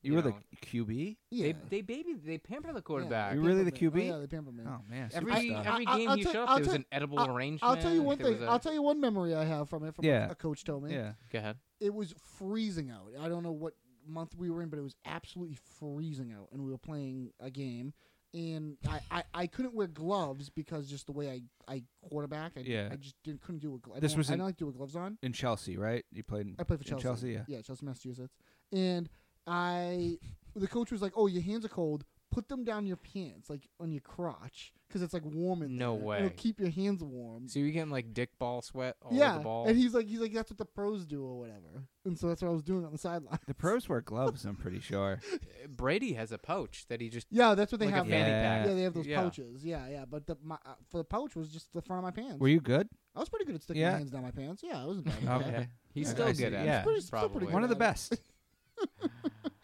[SPEAKER 6] you,
[SPEAKER 1] you
[SPEAKER 6] were
[SPEAKER 1] know.
[SPEAKER 6] the QB.
[SPEAKER 5] Yeah.
[SPEAKER 1] They they baby they pamper the
[SPEAKER 5] yeah,
[SPEAKER 1] quarterback.
[SPEAKER 5] they
[SPEAKER 6] You were really the
[SPEAKER 5] pampered me.
[SPEAKER 6] QB?
[SPEAKER 5] Oh, yeah, they pampered me.
[SPEAKER 6] Oh man,
[SPEAKER 1] Every
[SPEAKER 6] superstar.
[SPEAKER 1] every
[SPEAKER 5] I- I-
[SPEAKER 1] game
[SPEAKER 5] I'll
[SPEAKER 1] he
[SPEAKER 5] tell-
[SPEAKER 1] showed,
[SPEAKER 5] I'll
[SPEAKER 1] there was
[SPEAKER 5] tell-
[SPEAKER 1] an edible
[SPEAKER 5] I'll-
[SPEAKER 1] arrangement.
[SPEAKER 5] I'll tell you one
[SPEAKER 1] there was
[SPEAKER 5] thing. i
[SPEAKER 1] a-
[SPEAKER 5] I'll tell you one memory I have from it. From
[SPEAKER 6] Yeah.
[SPEAKER 5] a coach told me.
[SPEAKER 6] yeah.
[SPEAKER 1] Go ahead.
[SPEAKER 5] It was freezing out. I don't know what month we were in, but it was absolutely freezing out, and we were playing a game. And I, I, I couldn't wear gloves because just the way I, I quarterbacked, I,
[SPEAKER 6] Yeah.
[SPEAKER 5] I just didn't, couldn't do it. I
[SPEAKER 6] This
[SPEAKER 5] don't-
[SPEAKER 6] was
[SPEAKER 5] I
[SPEAKER 6] in-
[SPEAKER 5] don't like doing gloves on.
[SPEAKER 6] In Chelsea, right? You played. in-
[SPEAKER 5] I played for
[SPEAKER 6] in
[SPEAKER 5] Chelsea.
[SPEAKER 6] Chelsea, yeah.
[SPEAKER 5] yeah, Chelsea, Massachusetts. And I, the coach was like, "Oh, your hands are cold. put them down your pants, like on your crotch, because it's like warm in
[SPEAKER 1] No
[SPEAKER 5] there. and
[SPEAKER 1] way.
[SPEAKER 5] It'll keep your hands warm.
[SPEAKER 1] So you're getting like dick ball sweat all over
[SPEAKER 5] yeah,
[SPEAKER 1] the ball.
[SPEAKER 5] and he's like, he's like, that's what the pros do or whatever. And so that's what I was doing on the sideline.
[SPEAKER 6] The pros wear gloves, I'm pretty sure.
[SPEAKER 1] Brady has a pouch that he just
[SPEAKER 5] Yeah, that's what they
[SPEAKER 1] Like a
[SPEAKER 5] have.
[SPEAKER 1] fanny
[SPEAKER 5] now.
[SPEAKER 6] pack.
[SPEAKER 5] Yeah, they have those
[SPEAKER 1] Yeah.
[SPEAKER 5] pouches. Yeah, yeah. But the my, uh, for the pouch was just the front of my pants.
[SPEAKER 6] Were you good?
[SPEAKER 5] I was pretty good at sticking
[SPEAKER 6] Yeah.
[SPEAKER 5] my hands down my pants. Yeah, I wasn't bad. at that.
[SPEAKER 6] Okay.
[SPEAKER 1] he's
[SPEAKER 6] I-
[SPEAKER 1] still
[SPEAKER 6] I see,
[SPEAKER 1] good at.
[SPEAKER 6] yeah.
[SPEAKER 1] it,
[SPEAKER 5] Pretty- still pretty
[SPEAKER 1] probably.
[SPEAKER 5] good
[SPEAKER 6] One of the
[SPEAKER 5] at it.
[SPEAKER 6] best.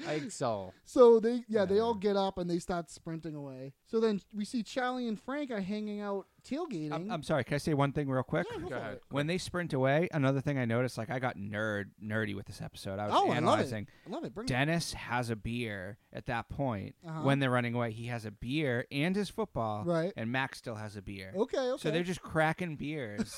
[SPEAKER 1] I so.
[SPEAKER 5] So they yeah, they all get up and they start sprinting away. So then we see Charlie and Frank are hanging out tailgating.
[SPEAKER 6] I'm, I'm sorry. Can I say one thing real quick?
[SPEAKER 5] Yeah, go for
[SPEAKER 1] ahead.
[SPEAKER 5] it.
[SPEAKER 6] When they sprint away, another thing I noticed, like I got nerd nerdy with this episode. I was
[SPEAKER 5] Oh, I love
[SPEAKER 6] analyzing.
[SPEAKER 5] it. I love it. Bring it.
[SPEAKER 6] Dennis has a beer at that point
[SPEAKER 5] Uh-huh.
[SPEAKER 6] when they're running away. He has a beer and his football,
[SPEAKER 5] Right.
[SPEAKER 6] And Max still has a beer.
[SPEAKER 5] Okay, okay.
[SPEAKER 6] So they're just cracking beers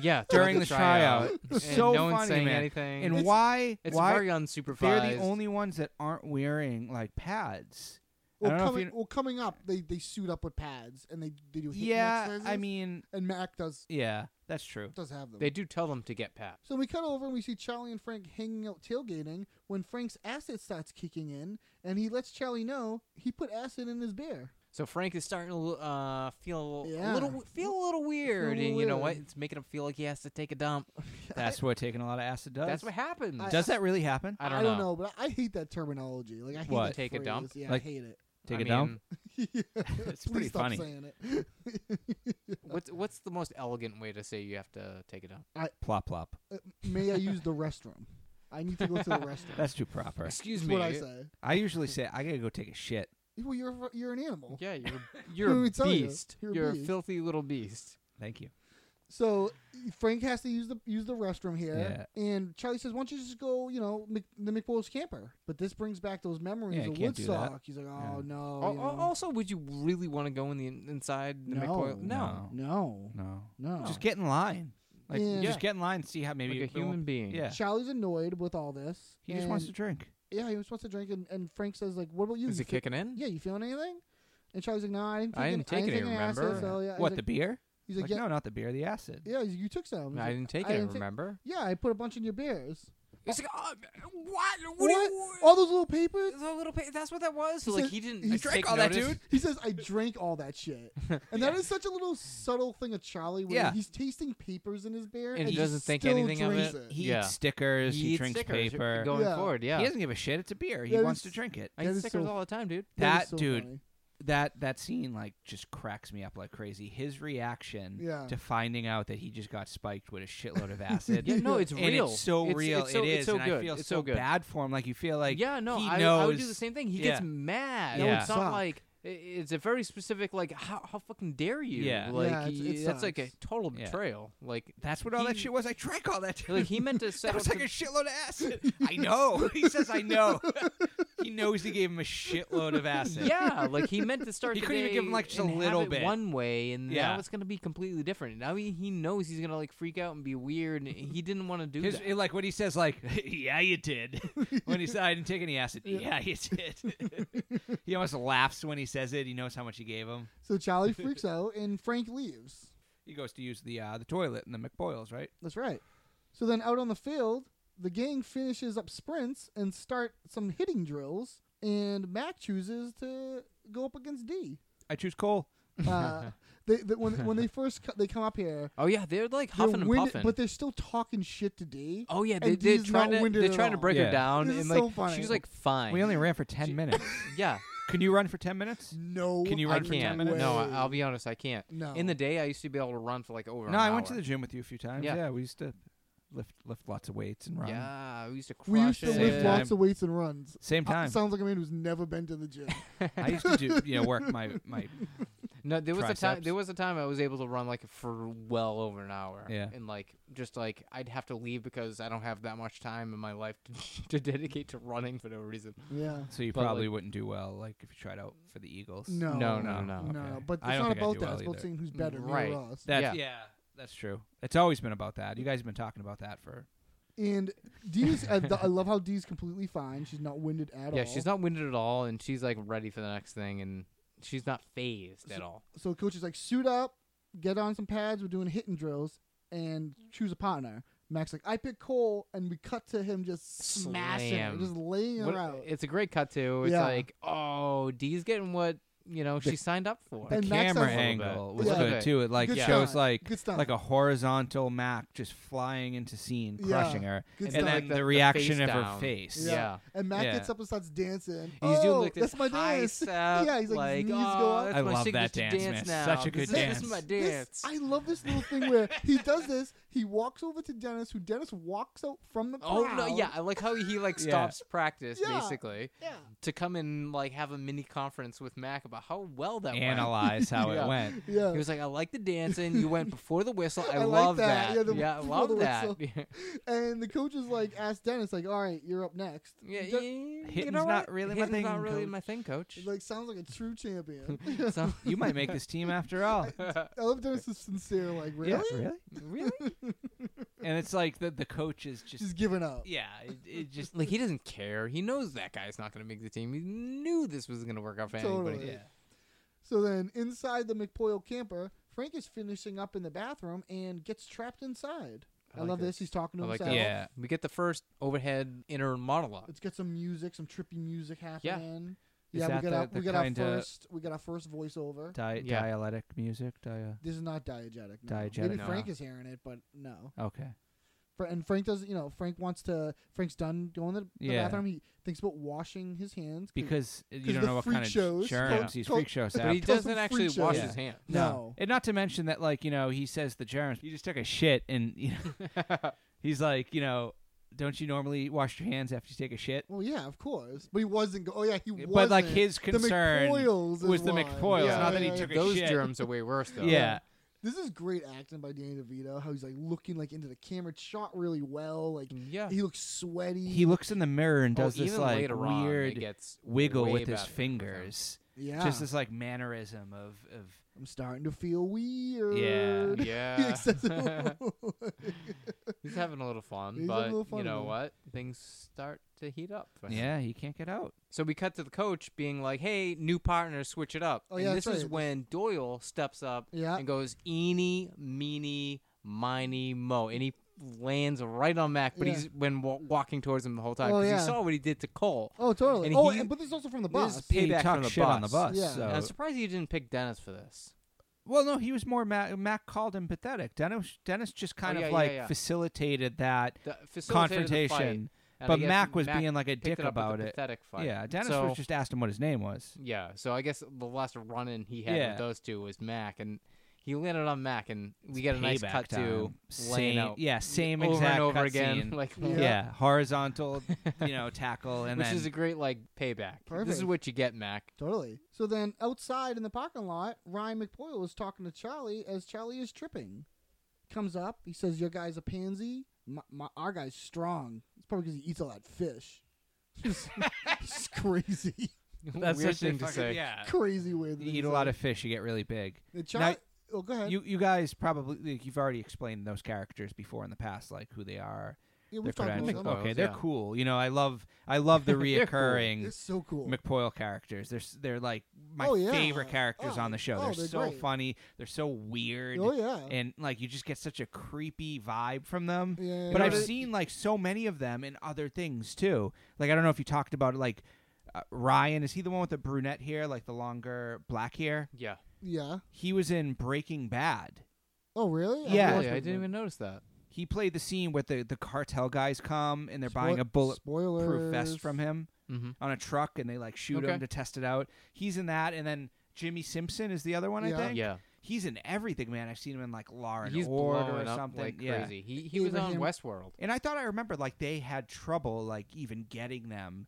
[SPEAKER 1] Yeah,
[SPEAKER 6] during the tryout. It's
[SPEAKER 1] And
[SPEAKER 6] so
[SPEAKER 1] no one's
[SPEAKER 6] funny,
[SPEAKER 1] saying
[SPEAKER 6] man.
[SPEAKER 1] anything.
[SPEAKER 6] And
[SPEAKER 1] It's-
[SPEAKER 6] why?
[SPEAKER 1] It's
[SPEAKER 6] why
[SPEAKER 1] very unsupervised.
[SPEAKER 6] they're the only ones that aren't wearing like pads? I
[SPEAKER 5] well,
[SPEAKER 6] don't know if
[SPEAKER 5] coming,
[SPEAKER 6] you-
[SPEAKER 5] well, coming up, they, they suit up with pads and they, they do hitting
[SPEAKER 6] yeah,
[SPEAKER 5] exercises,
[SPEAKER 6] I mean,
[SPEAKER 5] and Mac does
[SPEAKER 6] yeah, that's true.
[SPEAKER 5] does have them.
[SPEAKER 1] They do tell them to get pat.
[SPEAKER 5] So we cut over and we see Charlie and Frank hanging out tailgating when Frank's acid starts kicking in and he lets Charlie know he put acid in his beer.
[SPEAKER 1] So Frank is starting to uh, feel a
[SPEAKER 5] Yeah.
[SPEAKER 1] little feel a little weird,
[SPEAKER 5] little
[SPEAKER 1] and you know what?
[SPEAKER 5] weird.
[SPEAKER 1] It's making him feel like he has to take a dump.
[SPEAKER 6] That's what taking a lot of acid does.
[SPEAKER 1] That's what happens.
[SPEAKER 6] does that really happen?
[SPEAKER 1] I don't,
[SPEAKER 5] know. but I hate that terminology. Like I hate
[SPEAKER 6] What?
[SPEAKER 5] that
[SPEAKER 1] Take a
[SPEAKER 5] phrase.
[SPEAKER 1] dump?
[SPEAKER 5] Yeah,
[SPEAKER 6] Like-
[SPEAKER 5] I hate it.
[SPEAKER 6] Take
[SPEAKER 1] I
[SPEAKER 6] a dump.
[SPEAKER 1] mean,
[SPEAKER 6] It's pretty
[SPEAKER 5] Please stop
[SPEAKER 6] funny.
[SPEAKER 5] saying it.
[SPEAKER 1] What's what's the most elegant way to say you have to take a dump?
[SPEAKER 6] Plop plop.
[SPEAKER 5] Uh, May I use the restroom? I need to go to the restroom.
[SPEAKER 6] That's too proper.
[SPEAKER 1] Excuse
[SPEAKER 5] That's
[SPEAKER 1] me.
[SPEAKER 5] what I say.
[SPEAKER 6] I usually say I gotta go take a shit.
[SPEAKER 5] Well, you're you're an animal.
[SPEAKER 1] Yeah, you're you're a
[SPEAKER 5] me tell you,
[SPEAKER 1] beast.
[SPEAKER 5] you're a
[SPEAKER 1] You're a
[SPEAKER 5] beast.
[SPEAKER 1] filthy little beast.
[SPEAKER 6] Thank you.
[SPEAKER 5] So Frank has to use the use the restroom here, and Charlie says, "Why don't you just go, you know, Mc, the McBoy's camper?" But this brings back those memories
[SPEAKER 6] Yeah, you
[SPEAKER 5] of
[SPEAKER 6] can't do that.
[SPEAKER 5] Woodstock. He's like, "Oh no,
[SPEAKER 1] Al-
[SPEAKER 5] you
[SPEAKER 1] al-
[SPEAKER 5] know,
[SPEAKER 1] Also, would you really want to go in the in- inside the
[SPEAKER 5] No.
[SPEAKER 1] McCoy? No.
[SPEAKER 5] no,
[SPEAKER 6] No.
[SPEAKER 5] no."
[SPEAKER 6] Just get in line. Like
[SPEAKER 5] Yeah.
[SPEAKER 6] just get in line and see how maybe
[SPEAKER 1] Oh. Like a
[SPEAKER 6] it won't-
[SPEAKER 1] human being.
[SPEAKER 6] Yeah.
[SPEAKER 5] Charlie's annoyed with all this.
[SPEAKER 6] He just wants to
[SPEAKER 5] and-
[SPEAKER 6] drink.
[SPEAKER 5] Yeah, he just wants to drink, and, and Frank says, "Like, what about you?
[SPEAKER 1] Is
[SPEAKER 5] You
[SPEAKER 1] it
[SPEAKER 5] fe-
[SPEAKER 1] kicking in?
[SPEAKER 5] Yeah, you feeling anything?" And Charlie's like, "No, I didn't. Take
[SPEAKER 1] I
[SPEAKER 5] any-
[SPEAKER 1] didn't take
[SPEAKER 5] I
[SPEAKER 1] any,
[SPEAKER 5] didn't take acid,
[SPEAKER 1] remember?
[SPEAKER 5] so, yeah. He's
[SPEAKER 6] what,
[SPEAKER 5] like-
[SPEAKER 6] the beer?
[SPEAKER 5] He's
[SPEAKER 6] Like,
[SPEAKER 5] like, "Yeah,
[SPEAKER 6] no, not the beer, the acid.
[SPEAKER 5] yeah, you took some." He's
[SPEAKER 1] I
[SPEAKER 5] like,
[SPEAKER 1] didn't take
[SPEAKER 5] I
[SPEAKER 1] it.
[SPEAKER 5] didn't take-
[SPEAKER 1] remember?
[SPEAKER 5] Yeah, I put a bunch in your beers.
[SPEAKER 1] It's like, oh, what? What? do
[SPEAKER 5] What?
[SPEAKER 1] you-
[SPEAKER 5] All those little papers?
[SPEAKER 1] the little pa- that's what that was.
[SPEAKER 5] He
[SPEAKER 1] like
[SPEAKER 5] said-
[SPEAKER 1] he didn't.
[SPEAKER 5] he
[SPEAKER 1] like,
[SPEAKER 5] drank
[SPEAKER 1] take
[SPEAKER 6] all that,
[SPEAKER 1] notice.
[SPEAKER 6] dude?
[SPEAKER 5] He says, I drank all that shit. And that is such a little subtle thing of Charlie where
[SPEAKER 6] Yeah.
[SPEAKER 5] he's tasting papers in his beer
[SPEAKER 1] And
[SPEAKER 5] and,
[SPEAKER 1] he doesn't think
[SPEAKER 5] still
[SPEAKER 1] anything of
[SPEAKER 5] drinks
[SPEAKER 1] it.
[SPEAKER 6] He
[SPEAKER 1] Yeah.
[SPEAKER 6] eats stickers, he,
[SPEAKER 1] eats
[SPEAKER 6] drinks
[SPEAKER 1] stickers
[SPEAKER 6] paper.
[SPEAKER 1] Going
[SPEAKER 5] Yeah.
[SPEAKER 1] forward, yeah.
[SPEAKER 6] He doesn't give a shit, it's a beer. He
[SPEAKER 5] That
[SPEAKER 6] wants to
[SPEAKER 5] is-
[SPEAKER 6] drink it.
[SPEAKER 1] I
[SPEAKER 5] That
[SPEAKER 1] eat
[SPEAKER 5] is
[SPEAKER 1] stickers
[SPEAKER 5] so-
[SPEAKER 1] all the time, dude.
[SPEAKER 5] That is
[SPEAKER 6] that
[SPEAKER 5] so
[SPEAKER 6] dude
[SPEAKER 5] funny.
[SPEAKER 6] that that scene like just cracks me up like crazy. His reaction
[SPEAKER 5] Yeah.
[SPEAKER 6] to finding out that he just got spiked with a shitload of acid.
[SPEAKER 1] Yeah, no, it's
[SPEAKER 6] and
[SPEAKER 1] real.
[SPEAKER 6] It's so real.
[SPEAKER 1] It's so,
[SPEAKER 6] it is.
[SPEAKER 1] It's so
[SPEAKER 6] and
[SPEAKER 1] good.
[SPEAKER 6] I feel
[SPEAKER 1] it's
[SPEAKER 6] so,
[SPEAKER 1] so good.
[SPEAKER 6] bad for him. Like you feel like
[SPEAKER 1] yeah, no,
[SPEAKER 6] he
[SPEAKER 1] I,
[SPEAKER 6] knows.
[SPEAKER 1] I would do the same thing. He gets
[SPEAKER 6] Yeah.
[SPEAKER 1] mad.
[SPEAKER 6] That would
[SPEAKER 1] It's not
[SPEAKER 5] suck.
[SPEAKER 1] like i- it's a very specific like how how fucking dare you?
[SPEAKER 6] Yeah.
[SPEAKER 1] like
[SPEAKER 5] Yeah, it's-
[SPEAKER 1] y-
[SPEAKER 5] it
[SPEAKER 1] that's like a
[SPEAKER 5] sucks.
[SPEAKER 1] total
[SPEAKER 6] Yeah.
[SPEAKER 1] betrayal. Like
[SPEAKER 6] That's what all that
[SPEAKER 1] He-
[SPEAKER 6] shit was. I drank all that.
[SPEAKER 1] like he meant to set
[SPEAKER 6] that was
[SPEAKER 1] up
[SPEAKER 6] like a
[SPEAKER 1] the-
[SPEAKER 6] shitload of acid. I know. He says I know. he knows he gave him a shitload of acid.
[SPEAKER 1] yeah, like he meant to start.
[SPEAKER 6] He
[SPEAKER 1] the
[SPEAKER 6] couldn't even give
[SPEAKER 1] day
[SPEAKER 6] him, like, just a
[SPEAKER 1] and have
[SPEAKER 6] little
[SPEAKER 1] it
[SPEAKER 6] bit.
[SPEAKER 1] one way, and
[SPEAKER 6] Yeah.
[SPEAKER 1] now it's gonna be completely different. Now he, he knows he's gonna like freak out and be weird. And he didn't want to do
[SPEAKER 6] His,
[SPEAKER 1] that.
[SPEAKER 6] it- like when he says like, "Yeah, you did." when he said, "I didn't take any acid." Yeah, you did. he almost laughs when he says it. He knows how much he gave him.
[SPEAKER 5] So Charlie freaks out and Frank leaves.
[SPEAKER 6] He goes to use the uh, the toilet and the McBoyles, right?
[SPEAKER 5] That's right. So then out on the field, the gang finishes up sprints and start some hitting drills, and Mac chooses to go up against D.
[SPEAKER 6] I choose Cole.
[SPEAKER 5] Uh, they, they, when, when they first co- they come up here,
[SPEAKER 1] oh yeah, they're like
[SPEAKER 5] they're
[SPEAKER 1] huffing and
[SPEAKER 5] winded-
[SPEAKER 1] puffing.
[SPEAKER 5] but they're still talking shit to D.
[SPEAKER 1] oh yeah,
[SPEAKER 5] and
[SPEAKER 1] they, they're
[SPEAKER 5] Dee's
[SPEAKER 1] trying
[SPEAKER 5] not
[SPEAKER 1] to
[SPEAKER 5] winded
[SPEAKER 1] they're
[SPEAKER 5] at
[SPEAKER 1] trying to
[SPEAKER 5] all.
[SPEAKER 1] break
[SPEAKER 6] Yeah.
[SPEAKER 1] her down,
[SPEAKER 5] This
[SPEAKER 1] and
[SPEAKER 5] is
[SPEAKER 1] like
[SPEAKER 5] so funny.
[SPEAKER 1] she's like fine.
[SPEAKER 6] We only ran for ten minutes.
[SPEAKER 1] yeah.
[SPEAKER 6] Can you run for ten minutes?
[SPEAKER 5] No,
[SPEAKER 6] Can you
[SPEAKER 1] I
[SPEAKER 6] run for 10
[SPEAKER 1] can't.
[SPEAKER 6] minutes?
[SPEAKER 1] No,
[SPEAKER 5] way.
[SPEAKER 1] I- I'll be honest, I can't.
[SPEAKER 5] No.
[SPEAKER 1] In the day, I used to be able to run for like over.
[SPEAKER 6] No,
[SPEAKER 1] an
[SPEAKER 6] I went to
[SPEAKER 1] hour.
[SPEAKER 6] the gym with you a few times. Yeah,
[SPEAKER 1] Yeah.
[SPEAKER 6] we used to lift lift lots of weights and run.
[SPEAKER 1] Yeah, we used to crush
[SPEAKER 5] We used to
[SPEAKER 1] it.
[SPEAKER 6] Same
[SPEAKER 5] lift
[SPEAKER 6] time.
[SPEAKER 5] lots of weights and runs.
[SPEAKER 6] Same
[SPEAKER 5] Uh,
[SPEAKER 6] time.
[SPEAKER 5] sounds like a man who's never been to the gym.
[SPEAKER 6] I used to do you know work my my
[SPEAKER 1] No, there was a time.
[SPEAKER 6] triceps.
[SPEAKER 1] There was a time I was able to run like for well over an hour.
[SPEAKER 6] Yeah.
[SPEAKER 1] And like just like I'd have to leave because I don't have that much time in my life to, to dedicate to running for no reason.
[SPEAKER 5] yeah.
[SPEAKER 6] so you
[SPEAKER 1] But, like-
[SPEAKER 6] probably wouldn't do well like if you tried out for the Eagles.
[SPEAKER 5] No.
[SPEAKER 1] No, no, no.
[SPEAKER 5] No,
[SPEAKER 6] Okay.
[SPEAKER 5] but it's
[SPEAKER 6] I don't
[SPEAKER 5] not
[SPEAKER 6] think I
[SPEAKER 5] about
[SPEAKER 6] do
[SPEAKER 5] that.
[SPEAKER 6] well
[SPEAKER 5] it's about
[SPEAKER 6] either.
[SPEAKER 5] seeing who's better,
[SPEAKER 1] Mm, Right.
[SPEAKER 5] me or us.
[SPEAKER 6] That's, yeah.
[SPEAKER 1] Yeah.
[SPEAKER 6] that's true. It's always been about that. You guys have been talking about that for
[SPEAKER 5] And Dee's, I, I love how Dee's completely fine. She's not winded at all.
[SPEAKER 1] yeah, she's not winded at all, and she's like ready for the next thing, and she's not phased at all.
[SPEAKER 5] So coach is like, suit up, get on some pads. We're doing hitting drills, and choose a partner. Max like I pick Cole, and we cut to him just smashing, her,
[SPEAKER 1] Slam.
[SPEAKER 5] just laying her
[SPEAKER 1] What-
[SPEAKER 5] out.
[SPEAKER 1] It's a great cut too. It's
[SPEAKER 5] Yeah.
[SPEAKER 1] like, oh, Dee's getting what you know she signed up for.
[SPEAKER 5] And Max
[SPEAKER 6] camera
[SPEAKER 5] has-
[SPEAKER 6] angle was
[SPEAKER 5] Yeah.
[SPEAKER 6] good
[SPEAKER 1] Okay.
[SPEAKER 6] too. It like
[SPEAKER 5] Good
[SPEAKER 6] shows
[SPEAKER 5] stunt.
[SPEAKER 6] like
[SPEAKER 5] Good stunt.
[SPEAKER 6] like a horizontal Mac just flying into scene,
[SPEAKER 5] Yeah.
[SPEAKER 6] crushing her,
[SPEAKER 5] Good
[SPEAKER 6] and
[SPEAKER 5] stunt.
[SPEAKER 6] then
[SPEAKER 5] Like
[SPEAKER 1] the-
[SPEAKER 6] the,
[SPEAKER 1] the
[SPEAKER 6] reaction
[SPEAKER 1] face
[SPEAKER 6] of her
[SPEAKER 1] down.
[SPEAKER 6] face.
[SPEAKER 1] Yeah.
[SPEAKER 5] And Mac
[SPEAKER 6] Yeah.
[SPEAKER 5] gets up and starts dancing. He's
[SPEAKER 1] He's
[SPEAKER 5] oh,
[SPEAKER 1] doing like this
[SPEAKER 5] that's my
[SPEAKER 1] high
[SPEAKER 5] dance.
[SPEAKER 1] step.
[SPEAKER 5] yeah, he's like,
[SPEAKER 1] like
[SPEAKER 5] his knees
[SPEAKER 1] oh,
[SPEAKER 5] go up.
[SPEAKER 1] That's
[SPEAKER 6] I
[SPEAKER 1] my
[SPEAKER 6] love that
[SPEAKER 1] signature
[SPEAKER 6] dance,
[SPEAKER 1] dance
[SPEAKER 6] man.
[SPEAKER 1] now.
[SPEAKER 6] Such a good
[SPEAKER 1] This is
[SPEAKER 6] dance.
[SPEAKER 1] my
[SPEAKER 5] This-
[SPEAKER 1] dance.
[SPEAKER 5] I love this little thing where he does this. He walks over to Dennis, who Dennis walks out from the
[SPEAKER 1] Oh
[SPEAKER 5] crowd.
[SPEAKER 1] no! Yeah, I like how he like
[SPEAKER 6] Yeah.
[SPEAKER 1] stops practice
[SPEAKER 5] Yeah.
[SPEAKER 1] basically
[SPEAKER 5] Yeah.
[SPEAKER 1] to come and like have a mini conference with Mac about how well that went.
[SPEAKER 6] Analyze how
[SPEAKER 1] Yeah.
[SPEAKER 6] it went.
[SPEAKER 5] Yeah.
[SPEAKER 1] He was like, "I like the dancing. You went before the whistle. I,
[SPEAKER 5] I like
[SPEAKER 1] love that.
[SPEAKER 5] that. Yeah, the-
[SPEAKER 1] I
[SPEAKER 5] before
[SPEAKER 1] love
[SPEAKER 5] the
[SPEAKER 1] that.
[SPEAKER 5] whistle. and the coach is like, asked Dennis, like, all right, you're up next.
[SPEAKER 1] yeah,
[SPEAKER 5] He
[SPEAKER 1] yeah,
[SPEAKER 5] does-
[SPEAKER 1] you
[SPEAKER 6] Hitting's
[SPEAKER 1] know
[SPEAKER 6] not
[SPEAKER 1] what?
[SPEAKER 6] really my
[SPEAKER 1] Hitting's
[SPEAKER 6] thing,
[SPEAKER 1] Not really
[SPEAKER 6] coach.
[SPEAKER 1] my thing, coach.
[SPEAKER 5] it, like, sounds like a true champion.
[SPEAKER 1] So-
[SPEAKER 6] You might make this team after all.
[SPEAKER 5] I love Dennis's sincere, like, really?
[SPEAKER 6] Yeah, really?
[SPEAKER 1] really?
[SPEAKER 6] And it's like the the coach is just
[SPEAKER 5] She's giving up.
[SPEAKER 6] yeah. It, it just
[SPEAKER 1] Like he doesn't care. He knows that guy's not going to make the team. He knew this wasn't going to work out for
[SPEAKER 5] Totally.
[SPEAKER 1] anybody.
[SPEAKER 6] Yeah.
[SPEAKER 5] So then, inside the McPoyle camper, Frank is finishing up in the bathroom and gets trapped inside. I,
[SPEAKER 1] like
[SPEAKER 5] love this.
[SPEAKER 1] this.
[SPEAKER 5] He's talking
[SPEAKER 1] I
[SPEAKER 5] to
[SPEAKER 1] like
[SPEAKER 5] himself.
[SPEAKER 1] that.
[SPEAKER 6] Yeah.
[SPEAKER 1] We get the first overhead inner monologue.
[SPEAKER 5] Let's get some music, some trippy music
[SPEAKER 1] Yeah.
[SPEAKER 5] happening.
[SPEAKER 6] Is
[SPEAKER 5] Yeah, we
[SPEAKER 6] that
[SPEAKER 5] got
[SPEAKER 6] the-
[SPEAKER 5] our,
[SPEAKER 6] the
[SPEAKER 5] we got our
[SPEAKER 6] kinda-
[SPEAKER 5] first we got our first voiceover.
[SPEAKER 6] di-
[SPEAKER 1] Yeah.
[SPEAKER 6] dialectic music. Dia-
[SPEAKER 5] This is not diegetic. No.
[SPEAKER 6] Diegetic,
[SPEAKER 5] Maybe
[SPEAKER 1] no.
[SPEAKER 5] Frank is hearing it, but no.
[SPEAKER 6] okay.
[SPEAKER 5] Fra- And Frank doesn't. You know, Frank wants to. Frank's done going to the, the
[SPEAKER 6] Yeah.
[SPEAKER 5] bathroom. He thinks about washing his hands
[SPEAKER 1] Hmm.
[SPEAKER 6] Because uh, you
[SPEAKER 5] 'cause
[SPEAKER 6] don't
[SPEAKER 5] the
[SPEAKER 6] know what
[SPEAKER 5] freak
[SPEAKER 6] kind of
[SPEAKER 5] shows,
[SPEAKER 6] germs
[SPEAKER 1] cult-
[SPEAKER 6] these
[SPEAKER 5] cult-
[SPEAKER 6] freak shows
[SPEAKER 1] But
[SPEAKER 6] have.
[SPEAKER 1] he
[SPEAKER 5] Tell some
[SPEAKER 1] doesn't actually
[SPEAKER 5] freak show.
[SPEAKER 1] wash
[SPEAKER 5] Yeah.
[SPEAKER 1] his hand.
[SPEAKER 5] no.
[SPEAKER 6] And not to mention that, like, you know, he says the germs. He just took a shit and, you know, he's like, you know, don't you normally wash your hands after you take a shit?
[SPEAKER 5] Well, yeah, of course. But he wasn't. Go- oh yeah, he was.
[SPEAKER 6] But, like, his concern
[SPEAKER 5] was
[SPEAKER 6] was the McPoils,
[SPEAKER 1] not
[SPEAKER 6] that he took a
[SPEAKER 1] Those
[SPEAKER 6] shit.
[SPEAKER 1] germs are way worse though.
[SPEAKER 6] Yeah.
[SPEAKER 5] This is great acting by Danny DeVito. How he's like looking like into the camera, it's shot really well. Like
[SPEAKER 1] Yeah.
[SPEAKER 5] he looks sweaty.
[SPEAKER 6] He looks in the mirror and
[SPEAKER 1] Oh,
[SPEAKER 6] does this,
[SPEAKER 1] even
[SPEAKER 6] like,
[SPEAKER 1] later on, it
[SPEAKER 6] weird
[SPEAKER 1] gets
[SPEAKER 6] wiggle
[SPEAKER 1] way
[SPEAKER 6] with his
[SPEAKER 1] better.
[SPEAKER 6] fingers.
[SPEAKER 5] yeah.
[SPEAKER 6] Just this, like, mannerism of, of
[SPEAKER 5] I'm starting to feel weird.
[SPEAKER 6] Yeah.
[SPEAKER 5] He
[SPEAKER 1] Yeah.
[SPEAKER 5] accepts it.
[SPEAKER 1] He's having a little fun,
[SPEAKER 5] He's having a
[SPEAKER 1] but
[SPEAKER 5] little fun
[SPEAKER 1] you know
[SPEAKER 5] with it.
[SPEAKER 1] what? Things start to heat up. for him.
[SPEAKER 6] yeah, he can't get out.
[SPEAKER 1] So we cut to the coach being like, "Hey, new partner, switch it up."
[SPEAKER 5] Oh,
[SPEAKER 1] and
[SPEAKER 5] yeah,
[SPEAKER 1] this
[SPEAKER 5] that's
[SPEAKER 1] is
[SPEAKER 5] right.
[SPEAKER 1] when Doyle steps up
[SPEAKER 5] Yeah.
[SPEAKER 1] and goes, "Eeny, meeny, miny, mo," and he lands right on Mac. But
[SPEAKER 5] Yeah.
[SPEAKER 1] he's been wa- walking towards him the whole time
[SPEAKER 5] Oh,
[SPEAKER 1] because
[SPEAKER 5] yeah.
[SPEAKER 1] he saw what he did to Cole.
[SPEAKER 5] oh, totally.
[SPEAKER 1] And
[SPEAKER 5] oh,
[SPEAKER 1] he-
[SPEAKER 5] and, but this is also from the
[SPEAKER 1] this
[SPEAKER 5] bus.
[SPEAKER 1] is payback
[SPEAKER 6] he
[SPEAKER 1] from
[SPEAKER 6] talked
[SPEAKER 1] the
[SPEAKER 6] shit on the
[SPEAKER 1] bus.
[SPEAKER 6] bus.
[SPEAKER 5] Yeah.
[SPEAKER 6] So.
[SPEAKER 1] And I'm surprised you didn't pick Dennis for this.
[SPEAKER 6] Well, no, he was more Mac. Mac called him pathetic. Dennis, Dennis just kind
[SPEAKER 1] Oh, yeah,
[SPEAKER 6] of
[SPEAKER 1] yeah,
[SPEAKER 6] like
[SPEAKER 1] yeah.
[SPEAKER 6] facilitated that
[SPEAKER 1] The- facilitated the fight,
[SPEAKER 6] confrontation.
[SPEAKER 1] and I
[SPEAKER 6] but
[SPEAKER 1] guess
[SPEAKER 6] Mac was being like a
[SPEAKER 1] picked
[SPEAKER 6] dick
[SPEAKER 1] it up with
[SPEAKER 6] about
[SPEAKER 1] the
[SPEAKER 6] it.
[SPEAKER 1] Pathetic fight.
[SPEAKER 6] Yeah, Dennis
[SPEAKER 1] so,
[SPEAKER 6] was just asked him what his name was.
[SPEAKER 1] Yeah, so I guess the last run in he had
[SPEAKER 6] Yeah.
[SPEAKER 1] with those two was Mac, and he landed on Mac, and we get a nice
[SPEAKER 6] Payback
[SPEAKER 1] cut to
[SPEAKER 6] time.
[SPEAKER 1] laying
[SPEAKER 6] same,
[SPEAKER 1] out
[SPEAKER 6] yeah, same
[SPEAKER 1] over
[SPEAKER 6] exact
[SPEAKER 1] and over
[SPEAKER 6] cut
[SPEAKER 1] again,
[SPEAKER 6] scene.
[SPEAKER 1] like
[SPEAKER 6] yeah. horizontal, you know, tackle, and
[SPEAKER 1] which
[SPEAKER 6] then
[SPEAKER 1] is a great like payback. This is
[SPEAKER 5] Perfect.
[SPEAKER 1] what you get, Mac.
[SPEAKER 5] Totally. So then outside in the parking lot, Ryan McPoyle is talking to Charlie as Charlie is tripping. Comes up, he says, Your guy's a pansy. My, my, our guy's strong. It's probably because he eats all that fish. It's it's crazy.
[SPEAKER 6] that's
[SPEAKER 1] Weird
[SPEAKER 6] such a
[SPEAKER 1] thing to
[SPEAKER 6] fucking-
[SPEAKER 1] say.
[SPEAKER 6] Yeah,
[SPEAKER 5] crazy weird.
[SPEAKER 6] you eat a lot of fish, you get really big.
[SPEAKER 5] Charlie,
[SPEAKER 6] Now-
[SPEAKER 5] oh, go ahead.
[SPEAKER 6] You you guys probably like, you've already explained those characters before in the past, like who they are.
[SPEAKER 5] yeah,
[SPEAKER 6] their
[SPEAKER 5] we've talked about
[SPEAKER 1] credentials.
[SPEAKER 5] them.
[SPEAKER 1] Well,
[SPEAKER 6] Okay, they're
[SPEAKER 1] yeah.
[SPEAKER 6] cool. You know, I love I love the
[SPEAKER 1] They're cool.
[SPEAKER 6] reoccurring.
[SPEAKER 5] It's so cool.
[SPEAKER 6] McPoyle characters. They're s- they're like my
[SPEAKER 5] Oh, yeah.
[SPEAKER 6] favorite characters
[SPEAKER 5] Oh,
[SPEAKER 6] on the show.
[SPEAKER 5] oh,
[SPEAKER 6] they're,
[SPEAKER 5] they're
[SPEAKER 6] so
[SPEAKER 5] great.
[SPEAKER 6] funny. They're so weird.
[SPEAKER 5] oh, yeah.
[SPEAKER 6] And like you just get such a creepy vibe from them.
[SPEAKER 5] Yeah,
[SPEAKER 6] but
[SPEAKER 5] yeah,
[SPEAKER 6] I've
[SPEAKER 5] yeah.
[SPEAKER 6] seen like so many of them in other things too. Like I don't know if you talked about like uh, Ryan. Is he the one with the brunette hair, like the longer black hair?
[SPEAKER 1] Yeah,
[SPEAKER 5] yeah.
[SPEAKER 6] He was in Breaking Bad.
[SPEAKER 5] Oh, really?
[SPEAKER 6] Yeah.
[SPEAKER 5] watched
[SPEAKER 1] Really, I
[SPEAKER 5] it.
[SPEAKER 1] didn't even notice that.
[SPEAKER 6] He played the scene where the the cartel guys come and they're
[SPEAKER 5] Spoil-
[SPEAKER 6] buying a bullet
[SPEAKER 5] spoilers.
[SPEAKER 6] proof vest from him
[SPEAKER 1] Mm-hmm.
[SPEAKER 6] on a truck and they like shoot
[SPEAKER 1] Okay.
[SPEAKER 6] him to test it out. He's in that, and then Jimmy Simpson is the other one.
[SPEAKER 5] Yeah.
[SPEAKER 6] I think.
[SPEAKER 1] Yeah,
[SPEAKER 6] He's in everything, man. I've seen him in like Law and
[SPEAKER 1] he's
[SPEAKER 6] Order
[SPEAKER 1] blowing
[SPEAKER 6] or
[SPEAKER 1] up
[SPEAKER 6] something.
[SPEAKER 1] like
[SPEAKER 6] yeah.
[SPEAKER 1] crazy. He he was on
[SPEAKER 5] Abraham-
[SPEAKER 1] Westworld.
[SPEAKER 6] And I thought I remembered like they had trouble like even getting them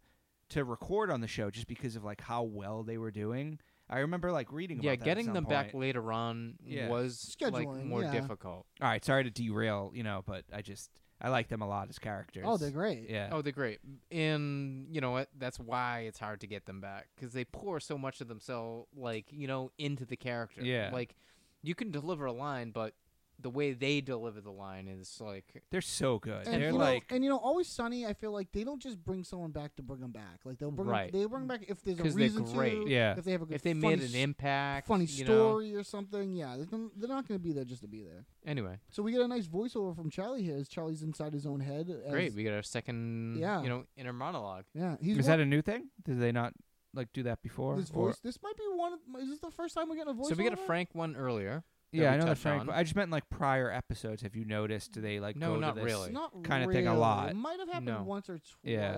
[SPEAKER 6] to record on the show just because of like how well they were doing. I remember like reading about
[SPEAKER 1] Yeah,
[SPEAKER 6] that at
[SPEAKER 1] getting
[SPEAKER 6] some
[SPEAKER 1] them back
[SPEAKER 6] point.
[SPEAKER 1] later on
[SPEAKER 6] Yeah.
[SPEAKER 1] was like
[SPEAKER 5] Scheduling,
[SPEAKER 1] more
[SPEAKER 5] yeah.
[SPEAKER 1] difficult.
[SPEAKER 6] All right, sorry to derail, you know, but I just I like them a lot as characters.
[SPEAKER 5] Oh, they're great.
[SPEAKER 6] Yeah.
[SPEAKER 1] Oh, they're great, and you know what? That's why it's hard to get them back because they pour so much of themselves, like you know, into the character.
[SPEAKER 6] Yeah.
[SPEAKER 1] like you can deliver a line, but the way they deliver the line is like
[SPEAKER 6] They're so good.
[SPEAKER 5] And
[SPEAKER 6] They're
[SPEAKER 5] you know,
[SPEAKER 6] like
[SPEAKER 5] and you know, always sunny. I feel like they don't just bring someone back to bring them back. Like they'll bring 'em-
[SPEAKER 1] Right.
[SPEAKER 5] they bring 'em back if there's a
[SPEAKER 1] 'Cause they're
[SPEAKER 5] reason
[SPEAKER 1] great.
[SPEAKER 5] to.
[SPEAKER 6] Yeah.
[SPEAKER 5] If they have a good
[SPEAKER 1] if they
[SPEAKER 5] funny
[SPEAKER 1] made an
[SPEAKER 5] s-
[SPEAKER 1] impact,
[SPEAKER 5] funny
[SPEAKER 1] you know.
[SPEAKER 5] story or something. Yeah, they're n- they're not going to be there just to be there.
[SPEAKER 1] Anyway,
[SPEAKER 5] So we get a nice voiceover from Charlie here as Charlie's inside his own head. as-
[SPEAKER 1] great. We got our second,
[SPEAKER 5] Yeah.
[SPEAKER 1] you know, inner monologue.
[SPEAKER 5] Yeah, he's
[SPEAKER 6] Is
[SPEAKER 5] wa-
[SPEAKER 6] that a new thing? Did they not like do that before?
[SPEAKER 5] this
[SPEAKER 6] Or-
[SPEAKER 5] voice. This might be one. Of, is this the first time we get a voiceover?
[SPEAKER 1] So we got a Frank one earlier. that
[SPEAKER 6] yeah,
[SPEAKER 1] we
[SPEAKER 6] I know the
[SPEAKER 1] touched
[SPEAKER 6] Frank.
[SPEAKER 1] on.
[SPEAKER 6] but I just meant like prior episodes. Have you noticed? Do they like
[SPEAKER 1] No,
[SPEAKER 6] go to
[SPEAKER 1] not
[SPEAKER 6] this-
[SPEAKER 1] really.
[SPEAKER 5] Not
[SPEAKER 6] kinda
[SPEAKER 5] really.
[SPEAKER 6] thing a lot.
[SPEAKER 5] It might have happened
[SPEAKER 1] No.
[SPEAKER 5] once or twice,
[SPEAKER 6] Yeah.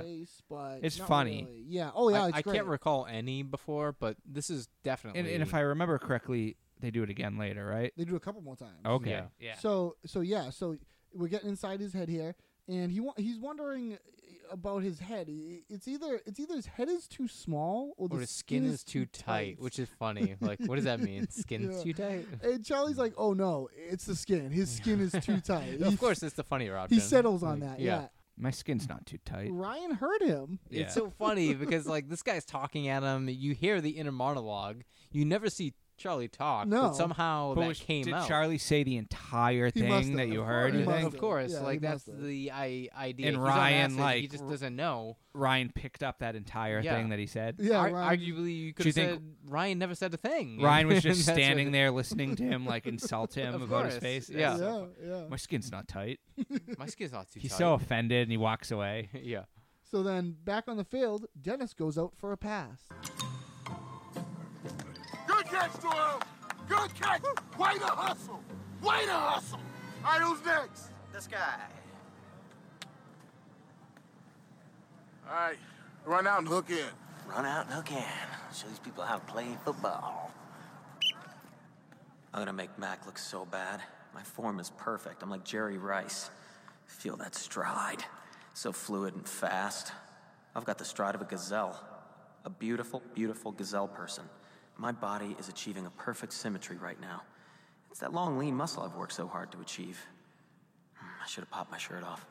[SPEAKER 5] but
[SPEAKER 6] It's
[SPEAKER 5] not
[SPEAKER 6] funny.
[SPEAKER 5] really. Yeah. Oh yeah,
[SPEAKER 1] I,
[SPEAKER 5] it's
[SPEAKER 1] I
[SPEAKER 5] great.
[SPEAKER 1] can't recall any before, but this is definitely.
[SPEAKER 6] And, and if I remember correctly, they do it again later, right?
[SPEAKER 5] they do it a couple more times.
[SPEAKER 6] Okay.
[SPEAKER 1] Yeah.
[SPEAKER 5] So so yeah, so we're getting inside his head here, and he wa- he's wondering about his head. I- It's either it's either his head is too small or,
[SPEAKER 1] or
[SPEAKER 5] Oh, the
[SPEAKER 1] his skin is too tight, which is funny. Like, what does that mean? Skin's
[SPEAKER 5] Yeah.
[SPEAKER 1] too tight.
[SPEAKER 5] And Charlie's like, oh no, it's the skin. His skin is too tight. He
[SPEAKER 1] of
[SPEAKER 5] f-
[SPEAKER 1] course, it's the funnier option.
[SPEAKER 5] he settles on
[SPEAKER 1] Like,
[SPEAKER 5] that. Yeah.
[SPEAKER 6] My skin's not too tight.
[SPEAKER 5] Ryan heard him.
[SPEAKER 6] Yeah.
[SPEAKER 1] It's so funny because like this guy's talking at him. You hear the inner monologue. You never see Charlie talk.
[SPEAKER 5] No.
[SPEAKER 1] but somehow
[SPEAKER 6] But
[SPEAKER 1] that
[SPEAKER 6] was-
[SPEAKER 1] came
[SPEAKER 6] did
[SPEAKER 1] out.
[SPEAKER 6] Charlie say the entire
[SPEAKER 5] He must
[SPEAKER 6] thing
[SPEAKER 5] have.
[SPEAKER 6] that you
[SPEAKER 5] Of
[SPEAKER 6] heard?
[SPEAKER 5] course.
[SPEAKER 6] You
[SPEAKER 5] He must
[SPEAKER 6] think?
[SPEAKER 1] Well,
[SPEAKER 5] have.
[SPEAKER 1] of course,
[SPEAKER 5] Yeah, he
[SPEAKER 1] like that's
[SPEAKER 5] must have.
[SPEAKER 1] the I- idea. He's
[SPEAKER 6] And
[SPEAKER 1] on
[SPEAKER 6] Ryan,
[SPEAKER 1] acid, he
[SPEAKER 6] like,
[SPEAKER 1] just
[SPEAKER 6] r-
[SPEAKER 1] doesn't know.
[SPEAKER 6] Ryan picked up that entire
[SPEAKER 1] Yeah.
[SPEAKER 6] thing that he said.
[SPEAKER 5] Yeah.
[SPEAKER 1] Ar-
[SPEAKER 5] Ryan,
[SPEAKER 1] arguably, you could
[SPEAKER 6] you
[SPEAKER 1] have
[SPEAKER 6] think-
[SPEAKER 1] said Ryan never said a thing.
[SPEAKER 6] Ryan was just
[SPEAKER 1] That's what
[SPEAKER 6] standing
[SPEAKER 1] it-
[SPEAKER 6] there listening to him like insult him
[SPEAKER 1] Of
[SPEAKER 6] about his
[SPEAKER 1] course,
[SPEAKER 6] face.
[SPEAKER 1] yeah.
[SPEAKER 6] That's
[SPEAKER 5] yeah.
[SPEAKER 6] so fu-
[SPEAKER 5] Yeah.
[SPEAKER 6] My skin's not tight.
[SPEAKER 1] My skin's not too
[SPEAKER 6] He's
[SPEAKER 1] tight.
[SPEAKER 6] so offended and he walks away.
[SPEAKER 1] yeah.
[SPEAKER 5] So then back on the field, Dennis goes out for a pass.
[SPEAKER 4] Good catch, Doyle. Good catch. Way to hustle. Way to hustle. All right, who's next?
[SPEAKER 7] This guy.
[SPEAKER 4] All right, run out and hook in.
[SPEAKER 8] Run out and hook in. Show these people how to play football. I'm gonna make Mac look so bad. My form is perfect. I'm like Jerry Rice. Feel that stride. So fluid and fast. I've got the stride of a gazelle. A beautiful, beautiful gazelle person. My body is achieving a perfect symmetry right now. It's that long, lean muscle I've worked so hard to achieve. Hmm, I should have popped my shirt off.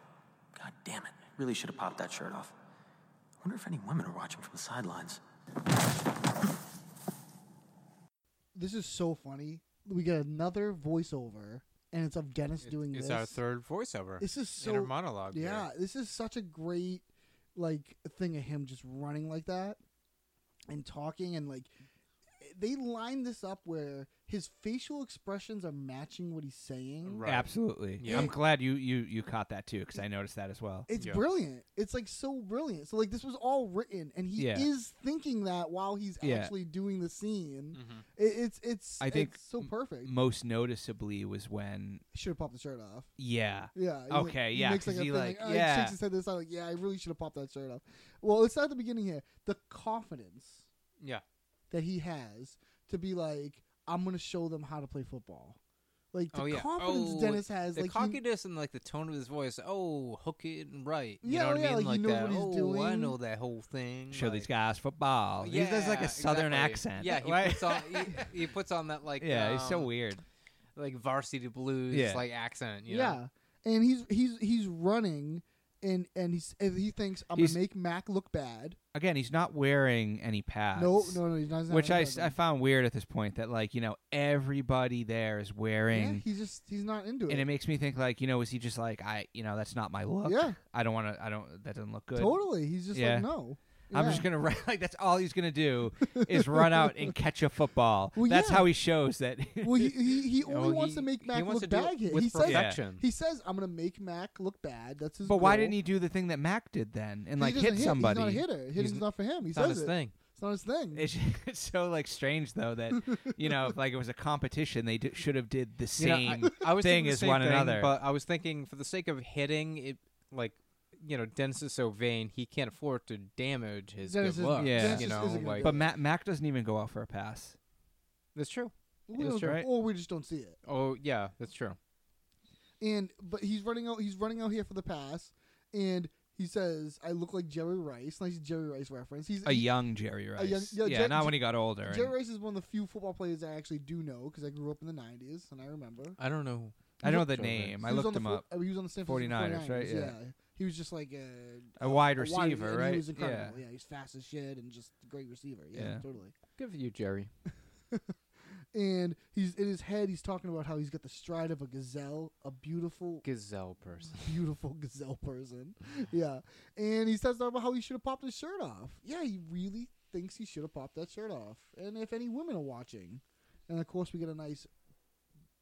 [SPEAKER 8] God damn it. Really should have popped that shirt off. I wonder if any women are watching from the sidelines.
[SPEAKER 5] This is so funny. We get another voiceover, and it's of Dennis doing
[SPEAKER 1] It's
[SPEAKER 5] this.
[SPEAKER 1] our third voiceover.
[SPEAKER 5] This is so
[SPEAKER 1] inner monologue.
[SPEAKER 5] Yeah,
[SPEAKER 1] there.
[SPEAKER 5] this is such a great like thing of him just running like that and talking and like they line this up where his facial expressions are matching what he's saying.
[SPEAKER 1] Right.
[SPEAKER 6] Absolutely.
[SPEAKER 1] Yeah.
[SPEAKER 6] I'm glad you you you caught that too because I noticed that as well.
[SPEAKER 5] It's
[SPEAKER 1] Yeah.
[SPEAKER 5] brilliant. It's like so brilliant. So like this was all written, and he
[SPEAKER 6] Yeah.
[SPEAKER 5] is thinking that while he's
[SPEAKER 6] Yeah.
[SPEAKER 5] actually doing the scene. It, it's it's
[SPEAKER 6] I think
[SPEAKER 5] it's so perfect.
[SPEAKER 6] Most noticeably was when
[SPEAKER 5] should have popped the shirt off.
[SPEAKER 6] yeah
[SPEAKER 5] Yeah. he's like-
[SPEAKER 6] Okay,
[SPEAKER 5] he
[SPEAKER 6] yeah,
[SPEAKER 5] makes,
[SPEAKER 6] 'cause
[SPEAKER 5] a
[SPEAKER 6] he,
[SPEAKER 5] thing,
[SPEAKER 6] like,
[SPEAKER 5] "Ah,
[SPEAKER 6] yeah.
[SPEAKER 5] Shakes his head to the side, like, yeah, I really should have popped that shirt off. Well, it's at the beginning here. The confidence.
[SPEAKER 1] Yeah.
[SPEAKER 5] that he has to be like, I'm gonna show them how to play football. Like the
[SPEAKER 1] oh yeah.
[SPEAKER 5] confidence
[SPEAKER 1] oh,
[SPEAKER 5] Dennis has,
[SPEAKER 1] the
[SPEAKER 5] like he,
[SPEAKER 1] cockiness and like the tone of his voice. Oh, hook it and right. You
[SPEAKER 5] Yeah,
[SPEAKER 1] know what
[SPEAKER 5] oh,
[SPEAKER 1] I
[SPEAKER 5] yeah,
[SPEAKER 1] mean?
[SPEAKER 5] like, he knows
[SPEAKER 1] that.
[SPEAKER 5] what he's
[SPEAKER 1] oh, I
[SPEAKER 5] doing."
[SPEAKER 1] know that whole thing.
[SPEAKER 6] show
[SPEAKER 1] like,
[SPEAKER 6] these guys football. he does like
[SPEAKER 1] Yeah,
[SPEAKER 6] a southern
[SPEAKER 1] exactly.
[SPEAKER 6] accent.
[SPEAKER 1] Yeah, he
[SPEAKER 6] right?
[SPEAKER 1] puts on he, he puts on that like
[SPEAKER 6] yeah, he's so
[SPEAKER 1] um,
[SPEAKER 6] weird.
[SPEAKER 1] like varsity blues
[SPEAKER 6] Yeah.
[SPEAKER 1] like accent. You know?
[SPEAKER 5] yeah, and he's he's he's running, and and he's and he thinks I'm
[SPEAKER 6] He's-
[SPEAKER 5] gonna make Mac look bad.
[SPEAKER 6] Again, he's not wearing any pads.
[SPEAKER 5] no, no, no, he's not. he's not
[SPEAKER 6] Which I,
[SPEAKER 5] into
[SPEAKER 6] s-
[SPEAKER 5] it.
[SPEAKER 6] I found weird at this point that like you know everybody there is
[SPEAKER 5] yeah,
[SPEAKER 6] wearing
[SPEAKER 5] he's just he's not into
[SPEAKER 6] and it
[SPEAKER 5] it.
[SPEAKER 6] makes me think like you know is he just like I you know that's not my look
[SPEAKER 5] Yeah.
[SPEAKER 6] I don't want to I don't that doesn't look good
[SPEAKER 5] Totally, he's just
[SPEAKER 6] Yeah.
[SPEAKER 5] like no.
[SPEAKER 6] I'm
[SPEAKER 5] Yeah.
[SPEAKER 6] just gonna run like that's all he's gonna do is run out and catch a football
[SPEAKER 5] Well,
[SPEAKER 6] that's
[SPEAKER 5] yeah.
[SPEAKER 6] how he shows that
[SPEAKER 5] Well, he, he, he only
[SPEAKER 1] know,
[SPEAKER 5] wants
[SPEAKER 1] he-
[SPEAKER 5] to make
[SPEAKER 1] he
[SPEAKER 5] Mac
[SPEAKER 1] wants
[SPEAKER 5] look
[SPEAKER 1] to do it
[SPEAKER 5] bad. here.
[SPEAKER 1] with
[SPEAKER 5] He says
[SPEAKER 1] perfection.
[SPEAKER 5] he says I'm gonna make Mac look bad. That's his.
[SPEAKER 6] but why
[SPEAKER 5] goal."
[SPEAKER 6] didn't he do the thing that Mac did then and
[SPEAKER 5] He
[SPEAKER 6] like
[SPEAKER 5] doesn't
[SPEAKER 6] hit
[SPEAKER 5] hit.
[SPEAKER 6] somebody
[SPEAKER 5] He's not a hitter. Hitting's
[SPEAKER 1] n-
[SPEAKER 5] not for him. He
[SPEAKER 1] It's
[SPEAKER 5] says
[SPEAKER 1] not his
[SPEAKER 5] it.
[SPEAKER 1] thing.
[SPEAKER 5] It's not his thing.
[SPEAKER 6] It's, it's so like strange though that you know if, like it was a competition they d- should have did the
[SPEAKER 1] You know,
[SPEAKER 6] same
[SPEAKER 1] I, I was thinking
[SPEAKER 6] thing
[SPEAKER 1] the
[SPEAKER 6] as
[SPEAKER 1] same
[SPEAKER 6] one
[SPEAKER 1] thing,
[SPEAKER 6] another.
[SPEAKER 1] But I was thinking for the sake of hitting it, like you know, Dennis is so vain he can't afford to damage his
[SPEAKER 5] Dennis
[SPEAKER 1] good
[SPEAKER 5] is-
[SPEAKER 1] looks.
[SPEAKER 6] Yeah. Dennis
[SPEAKER 1] you
[SPEAKER 5] is-
[SPEAKER 1] know,
[SPEAKER 5] isn't gonna
[SPEAKER 1] like
[SPEAKER 5] do
[SPEAKER 6] but Mac, Mac doesn't even go out for a pass.
[SPEAKER 1] that's true.
[SPEAKER 5] We
[SPEAKER 1] That's
[SPEAKER 5] don't-
[SPEAKER 1] true.
[SPEAKER 5] Or we just don't see it.
[SPEAKER 1] Oh yeah, that's true.
[SPEAKER 5] And but he's running out. He's running out here for the pass, and he says, "I look like Jerry Rice." Nice Jerry Rice reference. He's
[SPEAKER 6] A young Jerry Rice.
[SPEAKER 5] young- yeah,
[SPEAKER 6] yeah,
[SPEAKER 5] Jer-
[SPEAKER 6] not
[SPEAKER 5] Jer-
[SPEAKER 6] when he got older. and-
[SPEAKER 5] Jerry Rice is one of the few football players I actually do know because I grew up in the '90s and I remember.
[SPEAKER 1] I don't know.
[SPEAKER 6] I know the
[SPEAKER 1] Jerry Rice.
[SPEAKER 6] name.
[SPEAKER 5] He
[SPEAKER 6] I
[SPEAKER 5] was on
[SPEAKER 6] looked
[SPEAKER 5] the
[SPEAKER 6] him
[SPEAKER 5] fo-
[SPEAKER 6] up.
[SPEAKER 5] uh, He was on the San Francisco
[SPEAKER 6] 49ers,
[SPEAKER 5] 49ers,
[SPEAKER 6] right?
[SPEAKER 5] Yeah.
[SPEAKER 6] Yeah.
[SPEAKER 5] He was just like a,
[SPEAKER 6] A wide
[SPEAKER 5] a
[SPEAKER 6] receiver,
[SPEAKER 5] and
[SPEAKER 6] right?
[SPEAKER 5] He was incredible.
[SPEAKER 6] Yeah.
[SPEAKER 5] Yeah. he's fast as shit and just a great receiver. Yeah,
[SPEAKER 6] Yeah.
[SPEAKER 5] totally.
[SPEAKER 1] Good for you, Jerry.
[SPEAKER 5] and he's in his head. He's talking about how he's got the stride of a gazelle, a beautiful,
[SPEAKER 9] Gazelle person.
[SPEAKER 5] beautiful gazelle person. Yeah, and he says about how he should have popped his shirt off. Yeah, he really thinks he should have popped that shirt off. And if any women are watching, and of course we get a nice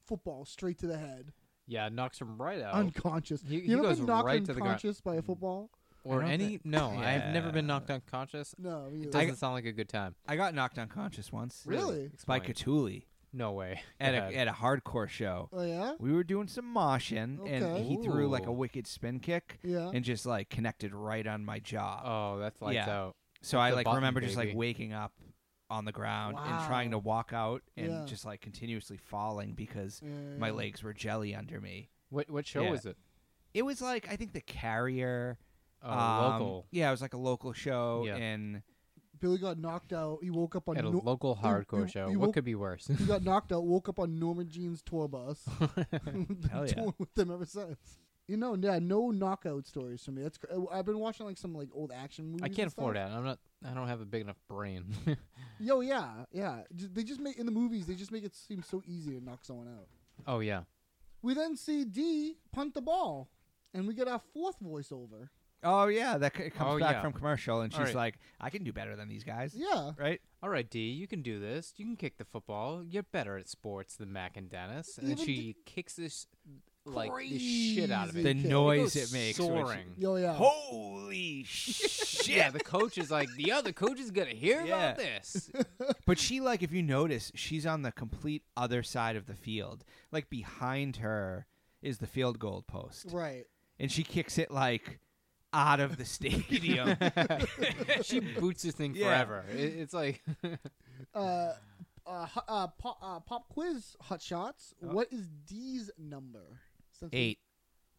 [SPEAKER 5] football straight to the head,
[SPEAKER 1] Yeah, knocks him right out.
[SPEAKER 5] unconscious.
[SPEAKER 1] Oh. He- he
[SPEAKER 5] you ever
[SPEAKER 1] goes
[SPEAKER 5] been knocked
[SPEAKER 1] right to the ground.
[SPEAKER 5] unconscious by a football?
[SPEAKER 1] or
[SPEAKER 6] don't
[SPEAKER 1] any?
[SPEAKER 6] think-
[SPEAKER 1] no, I've never been
[SPEAKER 6] Yeah.
[SPEAKER 1] knocked unconscious.
[SPEAKER 5] No,
[SPEAKER 1] It
[SPEAKER 5] me either.
[SPEAKER 1] doesn't sound like a good time.
[SPEAKER 6] I got knocked unconscious once.
[SPEAKER 5] really.
[SPEAKER 6] By
[SPEAKER 1] Explain.
[SPEAKER 6] Catuli
[SPEAKER 1] No way.
[SPEAKER 6] at
[SPEAKER 1] Yeah.
[SPEAKER 6] a, at a hardcore show.
[SPEAKER 5] Oh yeah,
[SPEAKER 6] We were doing some moshing,
[SPEAKER 5] Okay.
[SPEAKER 6] and he threw like a
[SPEAKER 1] Ooh.
[SPEAKER 6] wicked spin kick
[SPEAKER 5] yeah.
[SPEAKER 6] and just like connected right on my jaw.
[SPEAKER 1] oh, that's lights
[SPEAKER 6] Yeah.
[SPEAKER 1] out.
[SPEAKER 6] so
[SPEAKER 1] hit
[SPEAKER 6] I
[SPEAKER 1] the
[SPEAKER 6] like
[SPEAKER 1] button,
[SPEAKER 6] remember just like
[SPEAKER 1] baby.
[SPEAKER 6] waking up on the ground and trying to
[SPEAKER 5] Wow.
[SPEAKER 6] walk out and
[SPEAKER 5] Yeah.
[SPEAKER 6] just like continuously falling because
[SPEAKER 5] Yeah,
[SPEAKER 6] my
[SPEAKER 5] yeah.
[SPEAKER 6] legs were jelly under me.
[SPEAKER 1] What what show
[SPEAKER 6] Yeah.
[SPEAKER 1] was it?
[SPEAKER 6] It was like I think the carrier
[SPEAKER 1] Oh,
[SPEAKER 6] um,
[SPEAKER 1] local.
[SPEAKER 6] Yeah, it was like a local show
[SPEAKER 1] Yeah.
[SPEAKER 6] in
[SPEAKER 5] Billy got knocked out. He woke up on
[SPEAKER 1] At a
[SPEAKER 5] no-
[SPEAKER 1] local
[SPEAKER 5] you-
[SPEAKER 1] hardcore
[SPEAKER 5] you-
[SPEAKER 1] show.
[SPEAKER 5] you
[SPEAKER 1] what
[SPEAKER 5] woke-
[SPEAKER 1] could be worse?
[SPEAKER 5] He got knocked out, woke up on Norman Jean's tour bus. Been
[SPEAKER 6] Hell yeah.
[SPEAKER 5] touring with them ever since. You know, yeah, no knockout stories for me. That's cr- uh, I've been watching like some like old action movies.
[SPEAKER 1] I
[SPEAKER 5] and
[SPEAKER 1] can't afford
[SPEAKER 5] stuff.
[SPEAKER 1] that. I'm not. I don't have a big enough brain.
[SPEAKER 5] Yo, yeah, yeah. Ju- They just make in the movies. They just make it seem so easy to knock someone out.
[SPEAKER 1] oh yeah.
[SPEAKER 5] We then see D punt the ball, and we get our fourth voiceover.
[SPEAKER 6] Oh yeah, that c- it comes
[SPEAKER 1] Oh,
[SPEAKER 6] back
[SPEAKER 1] yeah.
[SPEAKER 6] from commercial and she's
[SPEAKER 1] Alright.
[SPEAKER 6] like, I can do better than these guys.
[SPEAKER 5] Yeah,
[SPEAKER 6] Right?
[SPEAKER 1] All right, D, you can do this. You can kick the football. You're better at sports than Mac and Dennis. And then
[SPEAKER 5] Even
[SPEAKER 1] she
[SPEAKER 5] d-
[SPEAKER 1] kicks this like the shit out of it.
[SPEAKER 5] Crazy.
[SPEAKER 6] The
[SPEAKER 5] Okay. It
[SPEAKER 6] noise
[SPEAKER 1] goes
[SPEAKER 6] it makes. which-
[SPEAKER 1] soaring.
[SPEAKER 5] yo, yeah.
[SPEAKER 6] Holy shit.
[SPEAKER 1] Yeah, the coach is like, the other coach is gonna hear
[SPEAKER 6] Yeah.
[SPEAKER 1] about this.
[SPEAKER 6] But she like if you notice, she's on the complete other side of the field. Like behind her is the field goal post.
[SPEAKER 5] Right.
[SPEAKER 6] And she kicks it like out of the stadium.
[SPEAKER 1] she boots this thing
[SPEAKER 6] Yeah.
[SPEAKER 1] forever. It, it's like,
[SPEAKER 5] Uh, uh, hu- uh, pop, uh, pop quiz hot shots.
[SPEAKER 1] Oh.
[SPEAKER 5] What is D's number? Since we-
[SPEAKER 1] Eight.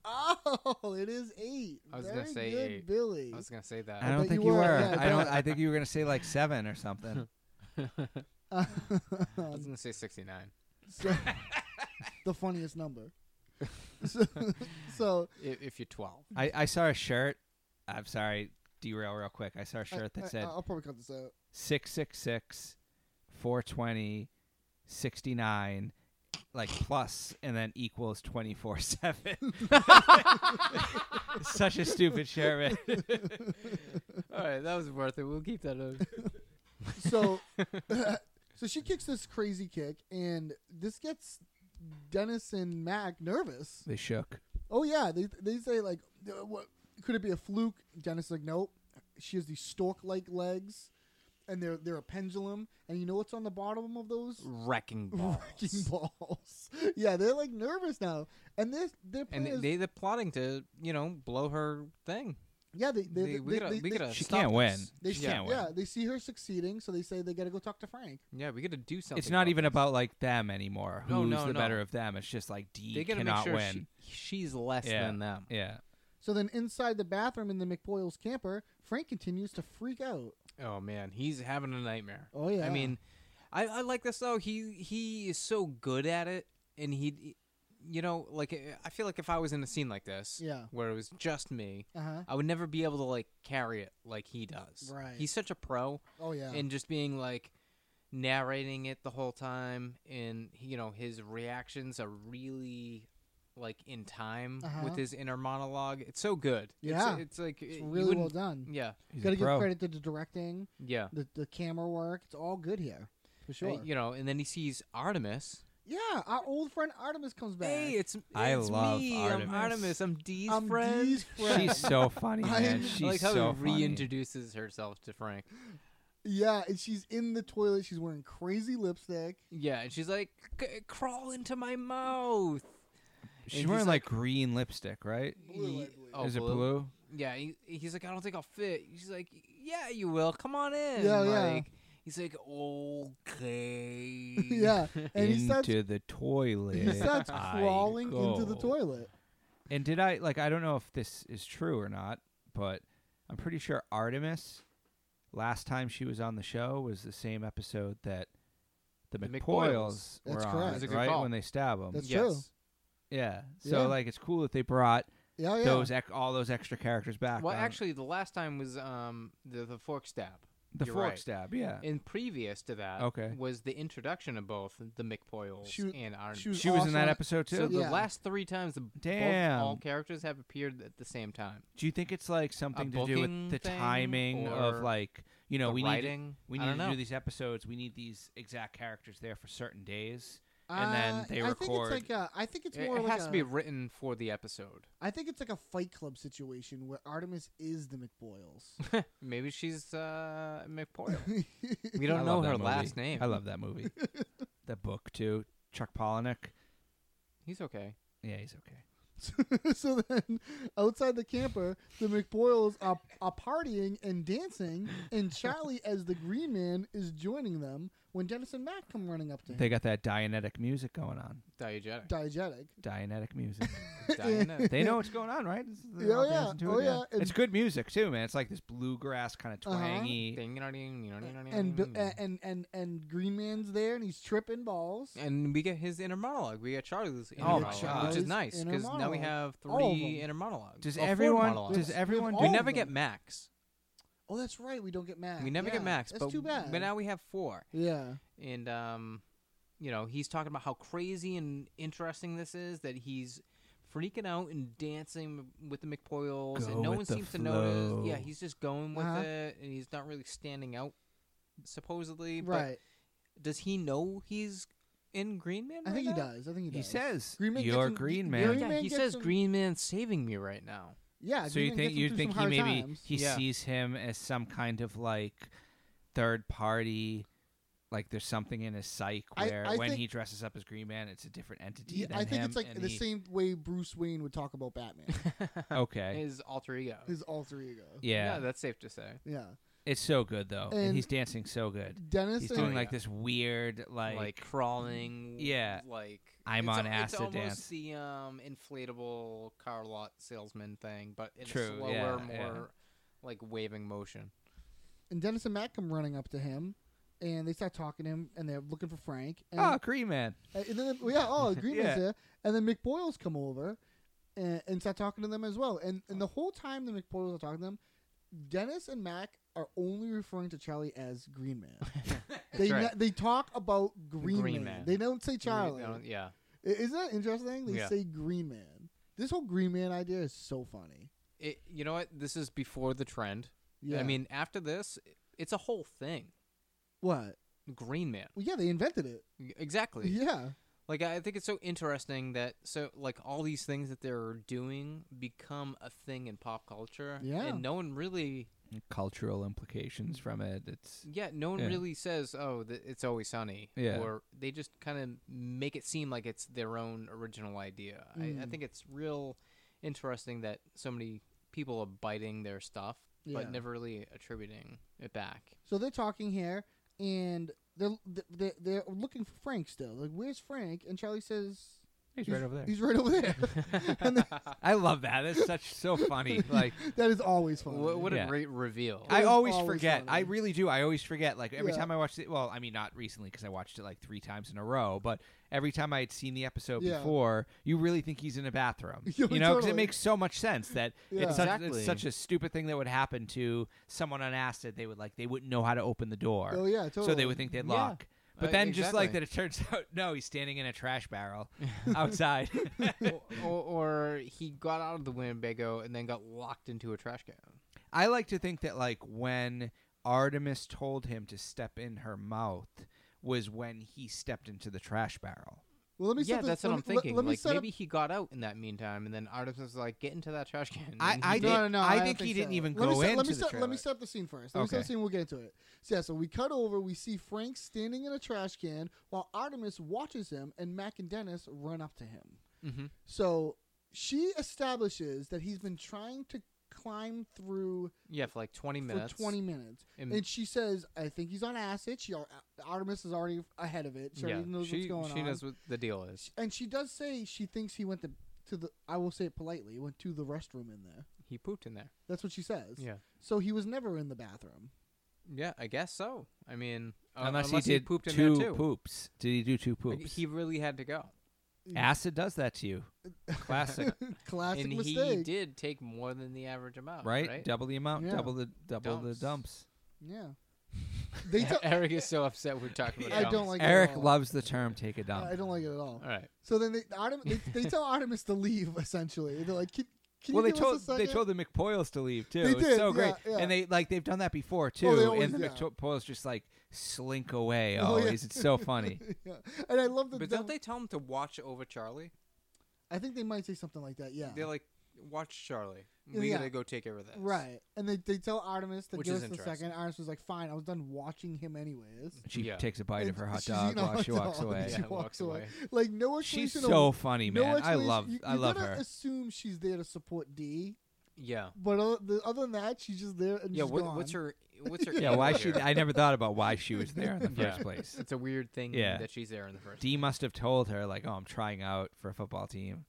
[SPEAKER 5] Oh, it is eight.
[SPEAKER 1] I was
[SPEAKER 5] Very
[SPEAKER 1] gonna say
[SPEAKER 5] good,
[SPEAKER 1] eight.
[SPEAKER 5] Billy.
[SPEAKER 1] I was gonna say
[SPEAKER 6] I
[SPEAKER 1] that.
[SPEAKER 5] bet
[SPEAKER 6] don't think
[SPEAKER 5] you
[SPEAKER 6] you
[SPEAKER 5] were.
[SPEAKER 6] were.
[SPEAKER 5] Yeah,
[SPEAKER 6] I don't
[SPEAKER 5] but-
[SPEAKER 6] I think you were gonna say like seven or something.
[SPEAKER 1] I was gonna say sixty-nine.
[SPEAKER 5] Um, So- the funniest number. so, so
[SPEAKER 1] If, if you're twelve,
[SPEAKER 6] I, I saw a shirt. I'm sorry, derail real quick. I saw a shirt
[SPEAKER 5] I, uh,
[SPEAKER 6] that said
[SPEAKER 5] I, will probably cut this out.
[SPEAKER 6] 666 420 69 like plus and then equals 24 7 such a stupid share man.
[SPEAKER 1] all right, that was worth it. We'll keep that up.
[SPEAKER 5] So, so she kicks this crazy kick, and this gets Dennis and Mac nervous.
[SPEAKER 6] they shook
[SPEAKER 5] Oh yeah, they they say like, "Uh, what could it be a fluke? Dennis is like, nope. She has these stork-like legs, and they're they're a pendulum. And you know what's on the bottom of those?
[SPEAKER 1] Wrecking balls.
[SPEAKER 5] Wrecking balls. yeah, they're like nervous now, and this their plan
[SPEAKER 1] And
[SPEAKER 5] is
[SPEAKER 1] they, they're plotting to, you know, blow her thing.
[SPEAKER 5] yeah they they,
[SPEAKER 1] They-
[SPEAKER 5] they,
[SPEAKER 1] we
[SPEAKER 5] they,
[SPEAKER 1] gotta-
[SPEAKER 5] they,
[SPEAKER 1] we gotta
[SPEAKER 6] she
[SPEAKER 1] stop
[SPEAKER 6] can't win
[SPEAKER 1] this.
[SPEAKER 5] They
[SPEAKER 6] she
[SPEAKER 5] see,
[SPEAKER 6] can't win
[SPEAKER 5] yeah, they see her succeeding, so they say they got to go talk to Frank.
[SPEAKER 1] Yeah, we gotta do something.
[SPEAKER 6] it's not
[SPEAKER 1] about
[SPEAKER 6] even
[SPEAKER 1] this.
[SPEAKER 6] about like them anymore who's
[SPEAKER 1] No, no,
[SPEAKER 6] the
[SPEAKER 1] no.
[SPEAKER 6] better of them it's just like d
[SPEAKER 1] They gotta
[SPEAKER 6] cannot
[SPEAKER 1] make sure
[SPEAKER 6] win
[SPEAKER 1] she, she's less
[SPEAKER 6] Yeah.
[SPEAKER 1] than them.
[SPEAKER 6] yeah
[SPEAKER 5] So then, inside the bathroom in the McBoyles camper, Frank continues to freak out.
[SPEAKER 1] Oh man, he's having a nightmare.
[SPEAKER 5] Oh, yeah.
[SPEAKER 1] I mean, I, I like this though. He he is so good at it, and he, you know, like eh, I feel like if I was in a scene like this,
[SPEAKER 5] Yeah.
[SPEAKER 1] where it was just me,
[SPEAKER 5] Uh huh.
[SPEAKER 1] I would never be able to like carry it like he does.
[SPEAKER 5] Right.
[SPEAKER 1] He's such a pro,
[SPEAKER 5] Oh yeah.
[SPEAKER 1] and just being like narrating it the whole time, and you know his reactions are really like in time
[SPEAKER 5] Uh-huh.
[SPEAKER 1] with his inner monologue. It's so good.
[SPEAKER 5] Yeah.
[SPEAKER 1] It's, it's like
[SPEAKER 5] it's
[SPEAKER 1] you
[SPEAKER 5] really well
[SPEAKER 1] wouldn't-
[SPEAKER 5] done.
[SPEAKER 1] Yeah.
[SPEAKER 6] He's
[SPEAKER 5] Got to
[SPEAKER 6] a
[SPEAKER 5] give
[SPEAKER 6] pro.
[SPEAKER 5] credit to the directing,
[SPEAKER 1] Yeah.
[SPEAKER 5] the the camera work. It's all good here, for
[SPEAKER 1] Uh,
[SPEAKER 5] sure.
[SPEAKER 1] you know, and then he sees Artemis.
[SPEAKER 5] yeah, our old friend Artemis comes back.
[SPEAKER 1] Hey, it's, it's
[SPEAKER 6] I love
[SPEAKER 1] me.
[SPEAKER 6] Artemis.
[SPEAKER 1] I'm Artemis. I'm Dee's
[SPEAKER 5] I'm
[SPEAKER 1] friend.
[SPEAKER 5] Dee's friend.
[SPEAKER 6] she's so funny
[SPEAKER 5] I-
[SPEAKER 6] man
[SPEAKER 5] I
[SPEAKER 6] she's
[SPEAKER 1] I like how
[SPEAKER 6] so
[SPEAKER 1] he
[SPEAKER 6] funny
[SPEAKER 1] reintroduces herself to Frank.
[SPEAKER 5] yeah, and she's in the toilet. She's wearing crazy lipstick.
[SPEAKER 1] Yeah, and she's like, "C- "Crawl into my mouth."
[SPEAKER 6] she's
[SPEAKER 1] he's
[SPEAKER 6] wearing like green lipstick right
[SPEAKER 5] Blue, I
[SPEAKER 1] Ye-
[SPEAKER 5] believe.
[SPEAKER 1] oh,
[SPEAKER 6] is it blue
[SPEAKER 1] Yeah, he, he's like, "I don't think I'll fit." She's like, "Yeah, you will. Come on in."
[SPEAKER 5] Yeah, yeah.
[SPEAKER 1] like, He's like, "Okay."
[SPEAKER 5] yeah, and he starts
[SPEAKER 6] into the toilet
[SPEAKER 5] he starts
[SPEAKER 6] I
[SPEAKER 5] crawling into the
[SPEAKER 6] go.
[SPEAKER 5] toilet.
[SPEAKER 6] And did I like I don't know if this is true or not, but I'm pretty sure Artemis last time she was on the show was the same episode that the,
[SPEAKER 1] The
[SPEAKER 6] McPoyles
[SPEAKER 1] McPoyles.
[SPEAKER 6] were
[SPEAKER 5] That's
[SPEAKER 6] on,
[SPEAKER 5] correct. That's
[SPEAKER 1] a good
[SPEAKER 6] right
[SPEAKER 1] call.
[SPEAKER 6] when they stab them.
[SPEAKER 5] That's
[SPEAKER 1] yes.
[SPEAKER 5] true.
[SPEAKER 6] yeah. So
[SPEAKER 5] Yeah.
[SPEAKER 6] like it's cool that they brought
[SPEAKER 5] Yeah, yeah.
[SPEAKER 6] those ec- all those extra characters back.
[SPEAKER 1] Oh, Well,
[SPEAKER 6] on-
[SPEAKER 1] actually, the last time was um the the fork stab.
[SPEAKER 6] The
[SPEAKER 1] You're
[SPEAKER 6] fork
[SPEAKER 1] right.
[SPEAKER 6] stab, yeah.
[SPEAKER 1] And previous to that,
[SPEAKER 6] Okay.
[SPEAKER 1] was the introduction of both the McPoyles
[SPEAKER 5] She-
[SPEAKER 1] and Arn.
[SPEAKER 5] she was
[SPEAKER 6] she was
[SPEAKER 5] also
[SPEAKER 6] in that episode too.
[SPEAKER 1] so the
[SPEAKER 5] yeah.
[SPEAKER 1] last three times, the
[SPEAKER 6] Damn.
[SPEAKER 1] both all characters have appeared at the same time.
[SPEAKER 6] Do you think it's like something to do
[SPEAKER 1] booking
[SPEAKER 6] with the
[SPEAKER 1] thing
[SPEAKER 6] timing of
[SPEAKER 1] or
[SPEAKER 6] like you know
[SPEAKER 1] the
[SPEAKER 6] we need
[SPEAKER 1] writing?
[SPEAKER 6] we
[SPEAKER 1] I
[SPEAKER 6] need to
[SPEAKER 1] don't know.
[SPEAKER 6] do these episodes. We need these exact characters there for certain days,
[SPEAKER 5] Uh,
[SPEAKER 6] and then they
[SPEAKER 5] I
[SPEAKER 6] record.
[SPEAKER 5] Think it's like a, I think it's
[SPEAKER 1] It,
[SPEAKER 5] more
[SPEAKER 1] it
[SPEAKER 5] like
[SPEAKER 1] has
[SPEAKER 5] a-
[SPEAKER 1] to be written for the episode.
[SPEAKER 5] I think it's like a Fight Club situation where Artemis is the McBoyles.
[SPEAKER 1] Maybe she's uh, McPoyle.
[SPEAKER 5] I
[SPEAKER 1] We don't
[SPEAKER 6] I
[SPEAKER 1] know
[SPEAKER 6] love that
[SPEAKER 1] her
[SPEAKER 6] movie.
[SPEAKER 1] last name.
[SPEAKER 6] I love that movie. the book too. Chuck Palahniuk.
[SPEAKER 1] He's okay.
[SPEAKER 6] Yeah, he's okay.
[SPEAKER 5] so then, outside the camper, the McBoyles are, are partying and dancing, and Charlie, as the Green Man, is joining them when Dennis and Matt come running up to him.
[SPEAKER 6] They got that Dianetic music going on.
[SPEAKER 1] Diegetic.
[SPEAKER 5] Diegetic.
[SPEAKER 6] Dianetic music.
[SPEAKER 1] Diana.
[SPEAKER 6] they know what's going on, right? This- they're
[SPEAKER 5] Yeah,
[SPEAKER 6] all
[SPEAKER 5] yeah.
[SPEAKER 6] dancing to it,
[SPEAKER 5] Oh, yeah. And-
[SPEAKER 6] It's good music too, man. It's like this bluegrass kind of
[SPEAKER 5] Uh-huh.
[SPEAKER 6] twangy.
[SPEAKER 5] And, uh, Bi-
[SPEAKER 1] and
[SPEAKER 5] and and and and Green Man's there, and he's tripping balls.
[SPEAKER 1] and we get his inner monologue. We got Charlie's inner
[SPEAKER 6] Oh,
[SPEAKER 1] monologue, which
[SPEAKER 5] Charlie's
[SPEAKER 1] is nice
[SPEAKER 5] inner
[SPEAKER 1] because now we
[SPEAKER 5] monologue.
[SPEAKER 1] have
[SPEAKER 5] All of
[SPEAKER 1] three
[SPEAKER 5] them.
[SPEAKER 1] inner monologues.
[SPEAKER 6] Does
[SPEAKER 1] Oh, four
[SPEAKER 6] everyone?
[SPEAKER 1] monologues.
[SPEAKER 6] Does
[SPEAKER 5] With-
[SPEAKER 6] everyone?
[SPEAKER 5] with
[SPEAKER 6] do
[SPEAKER 1] we
[SPEAKER 5] all
[SPEAKER 1] never
[SPEAKER 5] of
[SPEAKER 1] get
[SPEAKER 5] them.
[SPEAKER 1] Max.
[SPEAKER 5] Oh, that's right. We don't get Max.
[SPEAKER 1] We never
[SPEAKER 5] Yeah,
[SPEAKER 1] get Max.
[SPEAKER 5] That's
[SPEAKER 1] but,
[SPEAKER 5] too bad.
[SPEAKER 1] But now we have four,
[SPEAKER 5] yeah.
[SPEAKER 1] and um, you know he's talking about how crazy and interesting this is that he's freaking out and dancing with the McPoyles,
[SPEAKER 6] Go
[SPEAKER 1] and no
[SPEAKER 6] with
[SPEAKER 1] one
[SPEAKER 6] the
[SPEAKER 1] seems to notice. Yeah,
[SPEAKER 6] flow.
[SPEAKER 1] he's just going with
[SPEAKER 5] Uh-huh.
[SPEAKER 1] it, and he's not really standing out. Supposedly, but
[SPEAKER 5] Right.
[SPEAKER 1] does he know he's in Green Man?
[SPEAKER 5] I
[SPEAKER 1] right
[SPEAKER 5] think he
[SPEAKER 1] now?
[SPEAKER 5] does. I think he does.
[SPEAKER 6] He says,
[SPEAKER 5] Green Man gets
[SPEAKER 6] "You're
[SPEAKER 5] him- Green
[SPEAKER 6] Green
[SPEAKER 5] Man
[SPEAKER 6] Man."
[SPEAKER 1] Yeah, he
[SPEAKER 5] gets
[SPEAKER 1] says
[SPEAKER 5] him-
[SPEAKER 1] Green Man's saving me right now.
[SPEAKER 5] Yeah.
[SPEAKER 6] so
[SPEAKER 5] Green
[SPEAKER 6] you
[SPEAKER 5] Man
[SPEAKER 6] think
[SPEAKER 5] gets him
[SPEAKER 6] you
[SPEAKER 5] through
[SPEAKER 6] think
[SPEAKER 5] some
[SPEAKER 6] he
[SPEAKER 5] hard
[SPEAKER 6] maybe
[SPEAKER 5] times.
[SPEAKER 6] he
[SPEAKER 1] Yeah.
[SPEAKER 6] sees him as some kind of like third party, like there's something in his psyche
[SPEAKER 5] I-
[SPEAKER 6] where
[SPEAKER 5] I
[SPEAKER 6] when
[SPEAKER 5] think-
[SPEAKER 6] he dresses up as Green Man, it's a different entity.
[SPEAKER 5] Yeah,
[SPEAKER 6] than
[SPEAKER 5] I think
[SPEAKER 6] him,
[SPEAKER 5] it's like
[SPEAKER 6] and
[SPEAKER 5] the
[SPEAKER 6] he-
[SPEAKER 5] same way Bruce Wayne would talk about Batman,
[SPEAKER 6] Okay,
[SPEAKER 1] His alter ego.
[SPEAKER 5] his alter ego.
[SPEAKER 6] yeah,
[SPEAKER 1] yeah, that's safe to say.
[SPEAKER 5] Yeah.
[SPEAKER 6] it's so good though, and,
[SPEAKER 5] And-
[SPEAKER 6] he's dancing so good.
[SPEAKER 5] Dennis
[SPEAKER 6] He's
[SPEAKER 5] and
[SPEAKER 6] doing
[SPEAKER 1] Oh,
[SPEAKER 6] like
[SPEAKER 1] yeah.
[SPEAKER 6] this weird, like,
[SPEAKER 1] like, crawling.
[SPEAKER 6] Yeah.
[SPEAKER 1] like
[SPEAKER 6] I'm
[SPEAKER 1] it's
[SPEAKER 6] on
[SPEAKER 1] al-
[SPEAKER 6] acid
[SPEAKER 1] It's
[SPEAKER 6] dance.
[SPEAKER 1] almost the um, inflatable car lot salesman thing, but in
[SPEAKER 6] True,
[SPEAKER 1] a slower,
[SPEAKER 6] yeah, yeah.
[SPEAKER 1] more like waving motion.
[SPEAKER 5] and Dennis and Matt come running up to him, and they start talking to him, and they're looking for Frank. And,
[SPEAKER 6] oh, Green Man.
[SPEAKER 5] and then well, yeah, oh, Green
[SPEAKER 6] Yeah.
[SPEAKER 5] Man's there, and then McBoyles come over, and, and start talking to them as well. And and the whole time the McBoyles are talking to them, Dennis and Mac are only referring to Charlie as Green Man. they
[SPEAKER 1] right.
[SPEAKER 5] ne- they talk about Green,
[SPEAKER 1] Green
[SPEAKER 5] Man.
[SPEAKER 1] Man.
[SPEAKER 5] They don't say
[SPEAKER 1] You really
[SPEAKER 5] Charlie.
[SPEAKER 1] don't- Yeah,
[SPEAKER 5] I- Isn't that interesting? They
[SPEAKER 1] Yeah.
[SPEAKER 5] say Green Man. This whole Green Man idea is so funny.
[SPEAKER 1] it, you know what? This is before the trend.
[SPEAKER 5] Yeah.
[SPEAKER 1] I mean, after this, it's a whole thing.
[SPEAKER 5] What?
[SPEAKER 1] Green Man,
[SPEAKER 5] Well, yeah, they invented it.
[SPEAKER 1] exactly.
[SPEAKER 5] Yeah.
[SPEAKER 1] Like I think it's so interesting that so like all these things that they're doing become a thing in pop culture.
[SPEAKER 5] Yeah.
[SPEAKER 1] And no one really
[SPEAKER 6] Cultural implications from it. It's
[SPEAKER 1] yeah, no one
[SPEAKER 6] Yeah.
[SPEAKER 1] really says, "Oh, th- it's always sunny."
[SPEAKER 6] Yeah.
[SPEAKER 1] Or they just kind of make it seem like it's their own original idea. I, I think
[SPEAKER 6] Mm.
[SPEAKER 1] it's real interesting that so many people are biting their stuff
[SPEAKER 5] Yeah.
[SPEAKER 1] but never really attributing it back.
[SPEAKER 5] So they're talking here, and they're they're, they're looking for Frank still. Like, where's Frank? And Charlie says
[SPEAKER 6] he's right over there.
[SPEAKER 5] He's right over there. and then,
[SPEAKER 6] I love that. That's such so funny. Like
[SPEAKER 5] that is always funny.
[SPEAKER 1] What, what
[SPEAKER 6] Yeah.
[SPEAKER 1] a great reveal.
[SPEAKER 6] I
[SPEAKER 5] is
[SPEAKER 6] always
[SPEAKER 5] always
[SPEAKER 6] forget. I
[SPEAKER 5] funny.
[SPEAKER 6] really do. I always forget. Like every
[SPEAKER 5] Yeah.
[SPEAKER 6] time I watched it. Well, I mean, not recently because I watched it like three times in a row. But every time I had seen the episode
[SPEAKER 5] Yeah.
[SPEAKER 6] before, you really think he's in a bathroom.
[SPEAKER 5] Yeah,
[SPEAKER 6] you know, because
[SPEAKER 5] totally.
[SPEAKER 6] it makes so much sense that
[SPEAKER 5] Yeah.
[SPEAKER 6] it's, such,
[SPEAKER 1] Exactly.
[SPEAKER 6] it's such a stupid thing that would happen to someone on acid. They would like they wouldn't know how to open the door.
[SPEAKER 5] Oh, yeah,
[SPEAKER 6] So
[SPEAKER 5] totally.
[SPEAKER 6] they would think they'd
[SPEAKER 1] Yeah.
[SPEAKER 6] lock. But
[SPEAKER 1] Uh,
[SPEAKER 6] then, just like
[SPEAKER 1] exactly.
[SPEAKER 6] that, it turns out no, he's standing in a trash barrel outside.
[SPEAKER 1] or, or he got out of the Winnebago and then got locked into a trash can.
[SPEAKER 6] I like to think that like when Artemis told him to step in her mouth was when he stepped into the trash barrel.
[SPEAKER 5] well, let me
[SPEAKER 1] Yeah,
[SPEAKER 5] set the-
[SPEAKER 1] that's what
[SPEAKER 5] let
[SPEAKER 1] I'm
[SPEAKER 5] me- let-
[SPEAKER 1] thinking.
[SPEAKER 5] Let, me
[SPEAKER 1] like
[SPEAKER 5] set
[SPEAKER 1] maybe he got out in that meantime, and then Artemis was like, "Get into that trash can."
[SPEAKER 6] I-
[SPEAKER 1] and he
[SPEAKER 6] I
[SPEAKER 5] up.
[SPEAKER 6] did-
[SPEAKER 1] did.
[SPEAKER 5] No, no, no.
[SPEAKER 6] I
[SPEAKER 5] don't
[SPEAKER 6] think he didn't
[SPEAKER 5] so.
[SPEAKER 6] even
[SPEAKER 5] let me set,
[SPEAKER 6] go
[SPEAKER 5] let
[SPEAKER 6] into
[SPEAKER 5] me
[SPEAKER 6] the
[SPEAKER 5] set, Let me
[SPEAKER 6] trailer.
[SPEAKER 5] set the scene first. Let me set the
[SPEAKER 6] Okay.
[SPEAKER 5] scene. We'll get into it. So, yeah, so we cut over. We see Frank standing in a trash can while Artemis watches him, and Mac and Dennis run up to him.
[SPEAKER 1] Mhm.
[SPEAKER 5] So she establishes that he's been trying to climb through
[SPEAKER 1] Yeah, for like 20 minutes.
[SPEAKER 5] for 20 minutes.
[SPEAKER 1] And-
[SPEAKER 5] and she says, I think he's on acid. She, al- Artemis is already ahead of it. She
[SPEAKER 1] yeah,
[SPEAKER 5] already knows
[SPEAKER 1] she,
[SPEAKER 5] what's going
[SPEAKER 1] she
[SPEAKER 5] on.
[SPEAKER 1] knows what the deal is.
[SPEAKER 5] and she does say she thinks he went to, to the, I will say it politely, went to the restroom in there.
[SPEAKER 1] He pooped in there.
[SPEAKER 5] That's what she says.
[SPEAKER 1] Yeah.
[SPEAKER 5] So he was never in the bathroom.
[SPEAKER 1] Yeah, I guess so. I mean, uh,
[SPEAKER 6] unless,
[SPEAKER 1] unless
[SPEAKER 6] he did
[SPEAKER 1] pooped in
[SPEAKER 6] two
[SPEAKER 1] there too.
[SPEAKER 6] poops. Did he do two
[SPEAKER 1] Like,
[SPEAKER 6] poops?
[SPEAKER 1] He really had to go.
[SPEAKER 6] Acid does that to you. Classic,
[SPEAKER 5] Classic
[SPEAKER 1] and he
[SPEAKER 5] mistake.
[SPEAKER 1] did take more than the average amount,
[SPEAKER 6] right?
[SPEAKER 1] right?
[SPEAKER 6] Double the amount,
[SPEAKER 5] Yeah.
[SPEAKER 6] double the double the
[SPEAKER 1] Dumps.
[SPEAKER 6] dumps.
[SPEAKER 5] Yeah. They t-
[SPEAKER 1] Eric is so upset we're talking about
[SPEAKER 5] I
[SPEAKER 1] Elvis.
[SPEAKER 5] don't like it
[SPEAKER 6] Eric
[SPEAKER 5] at all.
[SPEAKER 6] loves the term "take a dump."
[SPEAKER 5] I don't like it at all.
[SPEAKER 1] All right.
[SPEAKER 5] So then they, Artem, they, they tell Artemis to leave. Essentially, they're like, "Can, can
[SPEAKER 6] well,
[SPEAKER 5] you
[SPEAKER 6] they
[SPEAKER 5] give
[SPEAKER 6] told
[SPEAKER 5] us a
[SPEAKER 6] they
[SPEAKER 5] second?"
[SPEAKER 6] told the McPoils to leave too.
[SPEAKER 5] They did,
[SPEAKER 6] it's so great,
[SPEAKER 5] yeah, yeah.
[SPEAKER 6] and Oh, they like they've done that before too.
[SPEAKER 5] they always
[SPEAKER 6] and the
[SPEAKER 5] do.
[SPEAKER 6] McPoils just like slink away
[SPEAKER 5] Oh,
[SPEAKER 6] always.
[SPEAKER 5] yeah.
[SPEAKER 6] It's so funny.
[SPEAKER 5] Yeah. And I love that.
[SPEAKER 1] But
[SPEAKER 5] they'll-
[SPEAKER 1] don't they tell him to watch over Charlie?
[SPEAKER 5] I think they might say something like that. Yeah.
[SPEAKER 1] They're like, watch Charlie. We
[SPEAKER 5] Yeah.
[SPEAKER 1] gotta go take care of this.
[SPEAKER 5] Right, and they, they tell Artemis to
[SPEAKER 1] Which
[SPEAKER 5] give
[SPEAKER 1] is
[SPEAKER 5] us a
[SPEAKER 1] interesting.
[SPEAKER 5] second. Artemis was like, "Fine, I was done watching him anyways."
[SPEAKER 6] She
[SPEAKER 1] Yeah.
[SPEAKER 6] takes a bite of
[SPEAKER 5] And
[SPEAKER 6] her hot
[SPEAKER 5] she's
[SPEAKER 6] dog
[SPEAKER 5] eating a
[SPEAKER 6] while
[SPEAKER 5] hot
[SPEAKER 6] she walks
[SPEAKER 5] dog.
[SPEAKER 6] away.
[SPEAKER 5] She
[SPEAKER 1] Yeah, walks away.
[SPEAKER 5] Like no
[SPEAKER 6] She's
[SPEAKER 5] explanation.
[SPEAKER 6] so
[SPEAKER 5] of,
[SPEAKER 6] funny,
[SPEAKER 5] no
[SPEAKER 6] man. I
[SPEAKER 5] explanation-
[SPEAKER 6] love
[SPEAKER 5] You,
[SPEAKER 6] I
[SPEAKER 5] you
[SPEAKER 6] love
[SPEAKER 5] gotta
[SPEAKER 6] her.
[SPEAKER 5] Assume she's there to support D,
[SPEAKER 1] Yeah.
[SPEAKER 5] but uh, the, other than that, she's just there and
[SPEAKER 1] Yeah.
[SPEAKER 5] she's
[SPEAKER 1] What,
[SPEAKER 5] gone.
[SPEAKER 1] what's her? What's her?
[SPEAKER 6] Yeah,
[SPEAKER 1] angle
[SPEAKER 6] why she?
[SPEAKER 1] here?
[SPEAKER 6] I never thought about why she was there in the
[SPEAKER 1] Yeah.
[SPEAKER 6] first place.
[SPEAKER 1] It's a weird thing
[SPEAKER 6] Yeah.
[SPEAKER 1] that she's there in the first.
[SPEAKER 6] D must have told her like, "Oh, I'm trying out for a football team,"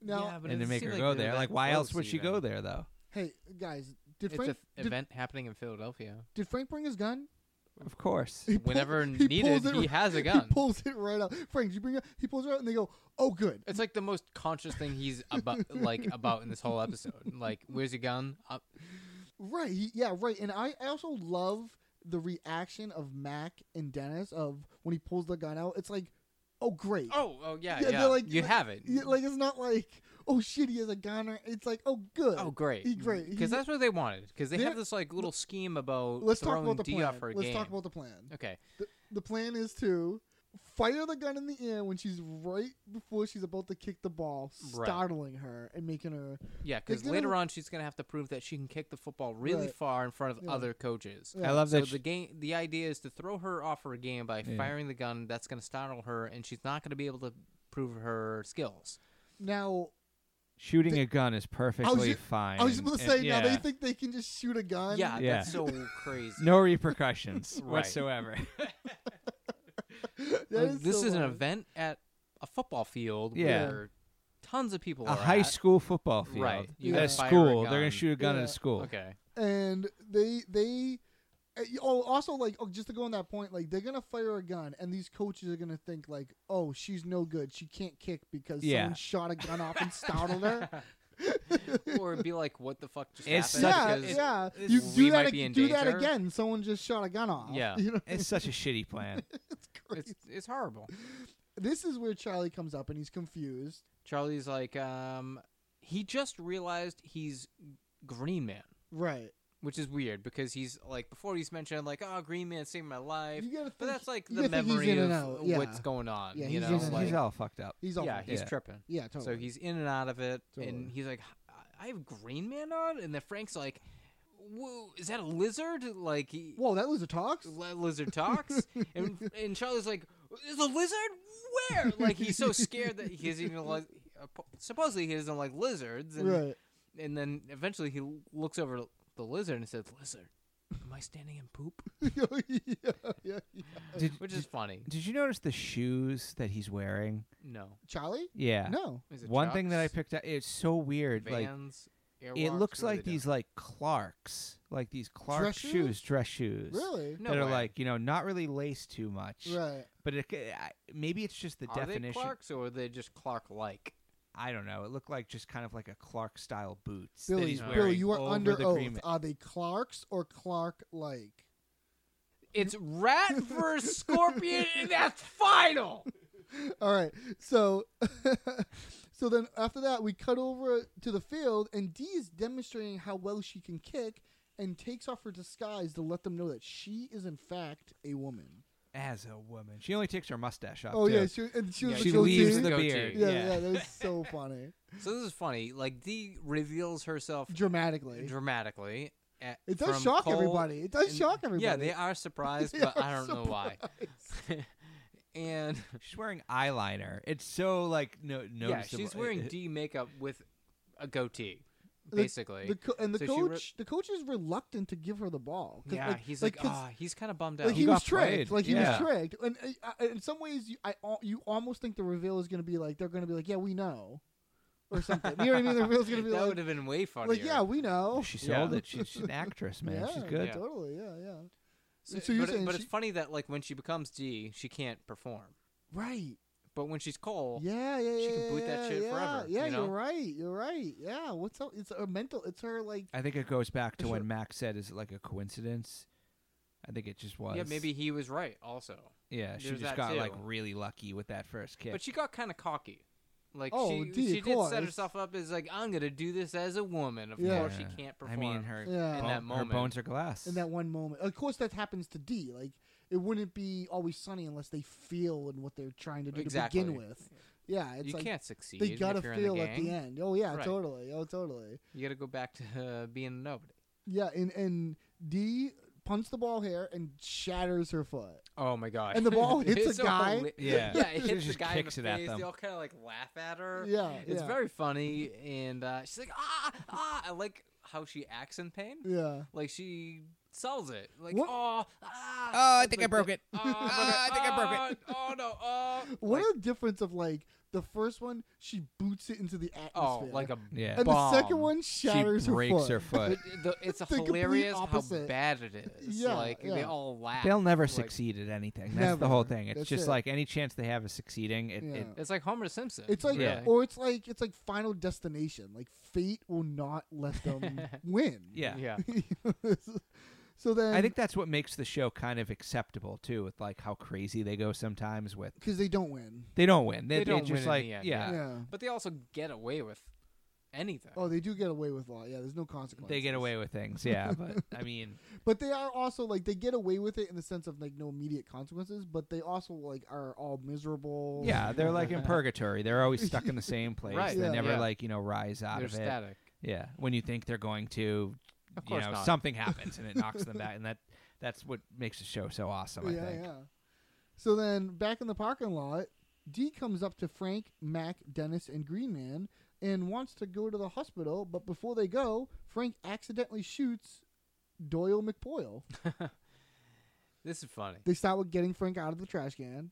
[SPEAKER 5] Now,
[SPEAKER 1] Yeah, but it
[SPEAKER 6] and to
[SPEAKER 1] doesn't
[SPEAKER 6] make
[SPEAKER 1] seem
[SPEAKER 6] her
[SPEAKER 1] like
[SPEAKER 6] go
[SPEAKER 1] they were
[SPEAKER 6] there.
[SPEAKER 1] that
[SPEAKER 6] Like, why else
[SPEAKER 1] close
[SPEAKER 6] would she
[SPEAKER 1] even.
[SPEAKER 6] go there though?
[SPEAKER 5] hey guys, did
[SPEAKER 1] It's
[SPEAKER 5] Frank
[SPEAKER 1] an
[SPEAKER 5] did,
[SPEAKER 1] event happening in Philadelphia.
[SPEAKER 5] did Frank bring his gun?
[SPEAKER 6] Of course.
[SPEAKER 5] He pulled-
[SPEAKER 1] Whenever
[SPEAKER 5] he
[SPEAKER 1] needed,
[SPEAKER 5] pulls it
[SPEAKER 1] he
[SPEAKER 5] r-
[SPEAKER 1] has a gun.
[SPEAKER 5] He pulls it right out. Frank, did you bring it? He pulls it out, and they go, "Oh, good."
[SPEAKER 1] It's like the most conscious thing he's about, like about in this whole episode. Like, where's your gun? Uh, Up.
[SPEAKER 5] Right. He, yeah, right. And I, I also love the reaction of Mac and Dennis of when he pulls the gun out. It's like, oh great.
[SPEAKER 1] Oh, oh yeah,
[SPEAKER 5] they're
[SPEAKER 1] yeah. you have it.
[SPEAKER 5] yeah, like it's not like oh shit, he has a gun. Or, it's like oh good.
[SPEAKER 1] oh, great.
[SPEAKER 5] He great.
[SPEAKER 1] Because
[SPEAKER 5] He-
[SPEAKER 1] that's what they wanted. Because they
[SPEAKER 5] They're-
[SPEAKER 1] have this like little scheme about
[SPEAKER 5] let's talk
[SPEAKER 1] throwing
[SPEAKER 5] about the
[SPEAKER 1] D
[SPEAKER 5] plan.
[SPEAKER 1] off her
[SPEAKER 5] let's
[SPEAKER 1] game.
[SPEAKER 5] talk about the plan.
[SPEAKER 1] okay.
[SPEAKER 5] The, the plan is to fire the gun in the air when she's right before she's about to kick the ball,
[SPEAKER 1] Right.
[SPEAKER 5] startling her and making her
[SPEAKER 1] Yeah, because
[SPEAKER 5] give
[SPEAKER 1] later
[SPEAKER 5] him-
[SPEAKER 1] on she's gonna have to prove that she can kick the football really
[SPEAKER 5] Right.
[SPEAKER 1] far in front of other coaches.
[SPEAKER 6] I love
[SPEAKER 1] So
[SPEAKER 6] that.
[SPEAKER 1] the game, the idea is to throw her off her game by firing the gun. That's gonna startle her, and she's not gonna be able to prove her skills.
[SPEAKER 5] now.
[SPEAKER 6] shooting a gun is
[SPEAKER 5] I was
[SPEAKER 6] perfectly
[SPEAKER 5] ju-
[SPEAKER 6] fine.
[SPEAKER 5] I was just gonna
[SPEAKER 6] and-
[SPEAKER 5] say now they
[SPEAKER 6] yeah.
[SPEAKER 5] think they can just shoot a gun.
[SPEAKER 1] Yeah,
[SPEAKER 6] Yeah.
[SPEAKER 1] that's so crazy.
[SPEAKER 6] no repercussions
[SPEAKER 1] Right.
[SPEAKER 6] whatsoever.
[SPEAKER 5] That
[SPEAKER 1] Like, Uh, this
[SPEAKER 5] so
[SPEAKER 1] is an
[SPEAKER 5] wild.
[SPEAKER 1] event at a football field
[SPEAKER 6] Yeah.
[SPEAKER 1] where tons of people
[SPEAKER 6] a
[SPEAKER 1] are
[SPEAKER 6] high
[SPEAKER 1] at.
[SPEAKER 6] school football field.
[SPEAKER 1] Right. You
[SPEAKER 6] At a
[SPEAKER 1] gotta fire a
[SPEAKER 6] school. They're
[SPEAKER 1] gun.
[SPEAKER 6] gonna shoot a gun
[SPEAKER 5] Yeah.
[SPEAKER 6] at a school.
[SPEAKER 1] Okay.
[SPEAKER 5] and they they uh, oh also like oh, just to go on that point like they're gonna fire a gun and these coaches are gonna think like oh she's no good she can't kick because
[SPEAKER 6] Yeah.
[SPEAKER 5] someone shot a gun off and startled her
[SPEAKER 1] or be like, what the fuck just
[SPEAKER 6] It's
[SPEAKER 1] happened?
[SPEAKER 5] yeah
[SPEAKER 1] Because-
[SPEAKER 5] yeah
[SPEAKER 6] it-
[SPEAKER 5] you
[SPEAKER 1] we
[SPEAKER 5] do that
[SPEAKER 1] might
[SPEAKER 5] ag-
[SPEAKER 1] be in
[SPEAKER 5] do that
[SPEAKER 1] danger.
[SPEAKER 5] again someone just shot a gun off
[SPEAKER 1] Yeah.
[SPEAKER 5] you know
[SPEAKER 6] It's such a shitty plan.
[SPEAKER 5] it's crazy
[SPEAKER 1] It's, it's horrible.
[SPEAKER 5] this is where Charlie comes up and he's confused
[SPEAKER 1] Charlie's like, um, he just realized he's Green Man,
[SPEAKER 5] right
[SPEAKER 1] which is weird because he's like, before he's mentioned, like, oh, Green Man saved my life.
[SPEAKER 5] You gotta
[SPEAKER 1] but
[SPEAKER 5] think-
[SPEAKER 1] that's like
[SPEAKER 5] you
[SPEAKER 1] the
[SPEAKER 5] gotta think he's in
[SPEAKER 1] memory of
[SPEAKER 5] and out, yeah.
[SPEAKER 1] what's going on.
[SPEAKER 5] Yeah,
[SPEAKER 1] you
[SPEAKER 5] he's
[SPEAKER 1] know,
[SPEAKER 5] in
[SPEAKER 6] he's,
[SPEAKER 5] and
[SPEAKER 1] like,
[SPEAKER 6] he's all fucked up.
[SPEAKER 5] he's all
[SPEAKER 1] yeah,
[SPEAKER 5] fucked
[SPEAKER 1] he's
[SPEAKER 5] up.
[SPEAKER 1] tripping.
[SPEAKER 5] yeah totally
[SPEAKER 1] So he's in and out of it, and
[SPEAKER 5] Totally.
[SPEAKER 1] he's like, I have Green Man on? And then Frank's like, whoa, is that a lizard? Like, he,
[SPEAKER 5] whoa that loser talks
[SPEAKER 1] li- lizard talks, and and Charlie's like, "Is a lizard where?" Like he's so scared that he doesn't even like. Supposedly he doesn't like lizards, and
[SPEAKER 5] right
[SPEAKER 1] and then eventually he l- looks over to the lizard and says, "Lizard, am I standing in poop?"
[SPEAKER 5] yeah, yeah, yeah.
[SPEAKER 6] Did,
[SPEAKER 1] Which is funny.
[SPEAKER 6] did you notice the shoes that he's wearing?
[SPEAKER 1] No,
[SPEAKER 5] Charlie
[SPEAKER 6] Yeah.
[SPEAKER 5] no
[SPEAKER 1] Is it
[SPEAKER 6] One thing that I
[SPEAKER 1] Chucks?
[SPEAKER 6] picked up it's so weird. like
[SPEAKER 1] Vans,
[SPEAKER 6] it
[SPEAKER 1] Airwalks?
[SPEAKER 6] looks
[SPEAKER 1] What are
[SPEAKER 6] like
[SPEAKER 1] they
[SPEAKER 6] these
[SPEAKER 1] doing?
[SPEAKER 6] like Clarks. Like these Clark
[SPEAKER 5] Dress
[SPEAKER 6] shoes?
[SPEAKER 5] shoes?
[SPEAKER 6] dress shoes.
[SPEAKER 5] really
[SPEAKER 1] No
[SPEAKER 6] that are
[SPEAKER 1] way.
[SPEAKER 6] like, you know, not really laced too much.
[SPEAKER 5] right
[SPEAKER 6] But it, c- I- maybe it's just the
[SPEAKER 1] are they
[SPEAKER 6] definition.
[SPEAKER 1] Clarks or are they just Clark like?
[SPEAKER 6] I don't know. It looked like just kind of like a Clark style boots. that
[SPEAKER 5] Billy,
[SPEAKER 6] he's
[SPEAKER 5] Billy,
[SPEAKER 6] wearing
[SPEAKER 5] you are
[SPEAKER 6] over
[SPEAKER 5] under
[SPEAKER 6] the
[SPEAKER 5] oath.
[SPEAKER 6] Green Man.
[SPEAKER 5] Are they Clarks or Clark like?
[SPEAKER 1] It's rat versus scorpion, and that's final.
[SPEAKER 5] All right. So, so then after that, we cut over to the field, and Dee is demonstrating how well she can kick, and takes off her disguise to let them know that she is in fact a woman.
[SPEAKER 6] As a woman, she only takes her mustache off.
[SPEAKER 5] Oh
[SPEAKER 6] too.
[SPEAKER 5] yeah, she, and she, was
[SPEAKER 6] she
[SPEAKER 5] the
[SPEAKER 6] leaves
[SPEAKER 5] goatee.
[SPEAKER 6] the
[SPEAKER 1] Goatee.
[SPEAKER 6] beard.
[SPEAKER 5] Yeah,
[SPEAKER 6] yeah.
[SPEAKER 5] yeah, that was so funny.
[SPEAKER 1] So this is funny. Like Dee reveals herself
[SPEAKER 5] Dramatically,
[SPEAKER 1] dramatically. At,
[SPEAKER 5] It does
[SPEAKER 1] from
[SPEAKER 5] shock
[SPEAKER 1] Cole,
[SPEAKER 5] everybody. It does
[SPEAKER 1] and-
[SPEAKER 5] shock
[SPEAKER 1] Yeah,
[SPEAKER 5] everybody.
[SPEAKER 1] they are surprised,
[SPEAKER 5] They
[SPEAKER 1] but
[SPEAKER 5] are
[SPEAKER 1] I don't know why. and
[SPEAKER 6] She's wearing eyeliner. It's so like no noticeable.
[SPEAKER 1] yeah, she's wearing
[SPEAKER 6] It-
[SPEAKER 1] D makeup with a goatee,
[SPEAKER 5] The-
[SPEAKER 1] basically.
[SPEAKER 5] the co- and the
[SPEAKER 1] So she
[SPEAKER 5] coach,
[SPEAKER 1] re-
[SPEAKER 5] the coach is reluctant to give her the ball. 'Cause,
[SPEAKER 1] yeah, he's like,
[SPEAKER 5] 'cause-
[SPEAKER 1] ah, he's kind of bummed out.
[SPEAKER 5] like he
[SPEAKER 6] got
[SPEAKER 5] was tricked.
[SPEAKER 6] played.
[SPEAKER 5] Like he
[SPEAKER 6] Yeah.
[SPEAKER 5] was tricked, and uh, uh, in some ways, you, I al- you almost think the reveal is going to be like they're going to be like, yeah, we know, or something. You know what I mean? The reveal is going to be
[SPEAKER 1] that
[SPEAKER 5] like,
[SPEAKER 1] would have been way funnier.
[SPEAKER 5] like, yeah, we know.
[SPEAKER 6] oh, She
[SPEAKER 1] Yeah.
[SPEAKER 6] sold it. She's, she's an actress, man.
[SPEAKER 5] yeah,
[SPEAKER 6] she's good.
[SPEAKER 1] Yeah.
[SPEAKER 5] totally. Yeah, yeah.
[SPEAKER 1] So,
[SPEAKER 5] so you're
[SPEAKER 1] but, it-
[SPEAKER 5] saying
[SPEAKER 1] but
[SPEAKER 5] she-
[SPEAKER 1] it's funny that like when she becomes D, she can't perform.
[SPEAKER 5] Right.
[SPEAKER 1] But when she's Cole,
[SPEAKER 5] Yeah, yeah, yeah.
[SPEAKER 1] She can boot
[SPEAKER 5] yeah,
[SPEAKER 1] that shit
[SPEAKER 5] yeah,
[SPEAKER 1] forever,
[SPEAKER 5] Yeah,
[SPEAKER 1] you know?
[SPEAKER 5] are right. You're right. Yeah. What's up? It's her mental. It's her like.
[SPEAKER 6] I think it goes back to
[SPEAKER 5] Sure.
[SPEAKER 6] when Max said, "Is it like a coincidence I think it just was.
[SPEAKER 1] Yeah, maybe he was right also.
[SPEAKER 6] Yeah, she
[SPEAKER 1] there's
[SPEAKER 6] just
[SPEAKER 1] that
[SPEAKER 6] got like
[SPEAKER 1] too.
[SPEAKER 6] really lucky with that first kiss.
[SPEAKER 1] But she got kind of cocky. Like
[SPEAKER 5] Oh,
[SPEAKER 1] she,
[SPEAKER 5] gee,
[SPEAKER 1] she
[SPEAKER 5] of
[SPEAKER 1] did set
[SPEAKER 5] course.
[SPEAKER 1] herself up as like I'm gonna do this as a woman. Of
[SPEAKER 5] Yeah.
[SPEAKER 1] course she can't perform.
[SPEAKER 6] I mean, her
[SPEAKER 5] Yeah.
[SPEAKER 1] in
[SPEAKER 6] bone-
[SPEAKER 1] that
[SPEAKER 6] her
[SPEAKER 1] moment.
[SPEAKER 6] bones are glass.
[SPEAKER 5] in that one moment. Of course, that happens to D. Like it wouldn't be always sunny unless they feel and what they're trying to do to
[SPEAKER 1] Exactly.
[SPEAKER 5] begin with. Yeah, it's
[SPEAKER 1] you
[SPEAKER 5] like
[SPEAKER 1] can't succeed.
[SPEAKER 5] they gotta
[SPEAKER 1] if you're in the
[SPEAKER 5] feel at the
[SPEAKER 1] gang.
[SPEAKER 5] end. Oh yeah,
[SPEAKER 1] Right.
[SPEAKER 5] totally. Oh totally.
[SPEAKER 1] You gotta go back to uh, being nobody.
[SPEAKER 5] Yeah, and and D punts the ball here and shatters her foot.
[SPEAKER 1] Oh my god!
[SPEAKER 5] And the ball hits
[SPEAKER 1] It's
[SPEAKER 5] a guy.
[SPEAKER 1] hila-
[SPEAKER 6] Yeah.
[SPEAKER 1] yeah, it
[SPEAKER 6] She
[SPEAKER 1] hits
[SPEAKER 6] just
[SPEAKER 1] the guy in the
[SPEAKER 6] kicks it at
[SPEAKER 1] face.
[SPEAKER 6] them.
[SPEAKER 1] They all kind of like laugh at her.
[SPEAKER 5] Yeah,
[SPEAKER 1] it's
[SPEAKER 5] yeah.
[SPEAKER 1] very funny, and uh, she's like, ah, ah. I like how she acts in pain.
[SPEAKER 5] Yeah.
[SPEAKER 1] Like she sells it. Like,
[SPEAKER 5] What-
[SPEAKER 1] oh, ah.
[SPEAKER 6] Oh, I
[SPEAKER 1] It's
[SPEAKER 6] think I
[SPEAKER 1] like
[SPEAKER 6] broke
[SPEAKER 1] the-
[SPEAKER 6] it.
[SPEAKER 1] Oh,
[SPEAKER 6] Ah, I think I broke it.
[SPEAKER 1] Oh, oh, no. Oh.
[SPEAKER 5] What
[SPEAKER 1] Like,
[SPEAKER 5] a difference of like the first one, she boots it into the atmosphere.
[SPEAKER 1] oh, like a
[SPEAKER 6] Yeah.
[SPEAKER 5] and the second
[SPEAKER 1] bomb.
[SPEAKER 5] one shatters
[SPEAKER 6] she breaks her
[SPEAKER 5] foot.
[SPEAKER 6] foot.
[SPEAKER 1] It- the- it's
[SPEAKER 5] The complete
[SPEAKER 1] hilarious how
[SPEAKER 5] opposite.
[SPEAKER 1] bad it is.
[SPEAKER 5] Yeah,
[SPEAKER 1] like
[SPEAKER 5] yeah.
[SPEAKER 1] they all laugh.
[SPEAKER 6] They'll never
[SPEAKER 1] like,
[SPEAKER 6] succeed at anything. That's
[SPEAKER 5] Never.
[SPEAKER 6] the whole thing. It's
[SPEAKER 5] That's
[SPEAKER 6] just
[SPEAKER 5] it.
[SPEAKER 6] like any chance they have of succeeding, it, it
[SPEAKER 5] Yeah.
[SPEAKER 1] It's like Homer Simpson.
[SPEAKER 5] It's like,
[SPEAKER 1] really.
[SPEAKER 6] Yeah.
[SPEAKER 5] or it's like, it's like Final Destination. Like fate will not let them win.
[SPEAKER 6] yeah.
[SPEAKER 1] yeah.
[SPEAKER 5] so then,
[SPEAKER 6] I think that's what makes the show kind of acceptable too, with like how crazy they go sometimes. With
[SPEAKER 5] because they don't win.
[SPEAKER 6] they don't win. They,
[SPEAKER 1] They don't
[SPEAKER 6] it's
[SPEAKER 1] win
[SPEAKER 6] just
[SPEAKER 1] in
[SPEAKER 6] like
[SPEAKER 1] the end,
[SPEAKER 6] yeah,
[SPEAKER 5] Yeah.
[SPEAKER 1] But they also get away with anything.
[SPEAKER 5] Oh, they do get away with a lot. Yeah, there's no consequences.
[SPEAKER 6] they get away with things. Yeah, but I mean,
[SPEAKER 5] But they are also like they get away with it in the sense of like no immediate consequences. But they also like are all miserable.
[SPEAKER 6] yeah, they're like in purgatory. They're always stuck in the same place.
[SPEAKER 1] Right.
[SPEAKER 6] They
[SPEAKER 5] Yeah.
[SPEAKER 6] never
[SPEAKER 1] Yeah.
[SPEAKER 6] like you know rise out
[SPEAKER 1] They're
[SPEAKER 6] of it.
[SPEAKER 1] static.
[SPEAKER 6] Yeah, when you think they're going to,
[SPEAKER 1] Of
[SPEAKER 6] you
[SPEAKER 1] course
[SPEAKER 6] know,
[SPEAKER 1] not.
[SPEAKER 6] something happens and it knocks them back, and that that's what makes the show so awesome. I
[SPEAKER 5] yeah,
[SPEAKER 6] think.
[SPEAKER 5] yeah. So then back in the parking lot, D comes up to Frank, Mac, Dennis, and Green Man and wants to go to the hospital. But before they go, Frank accidentally shoots Doyle McPoyle.
[SPEAKER 1] This is funny.
[SPEAKER 5] They start with getting Frank out of the trash can.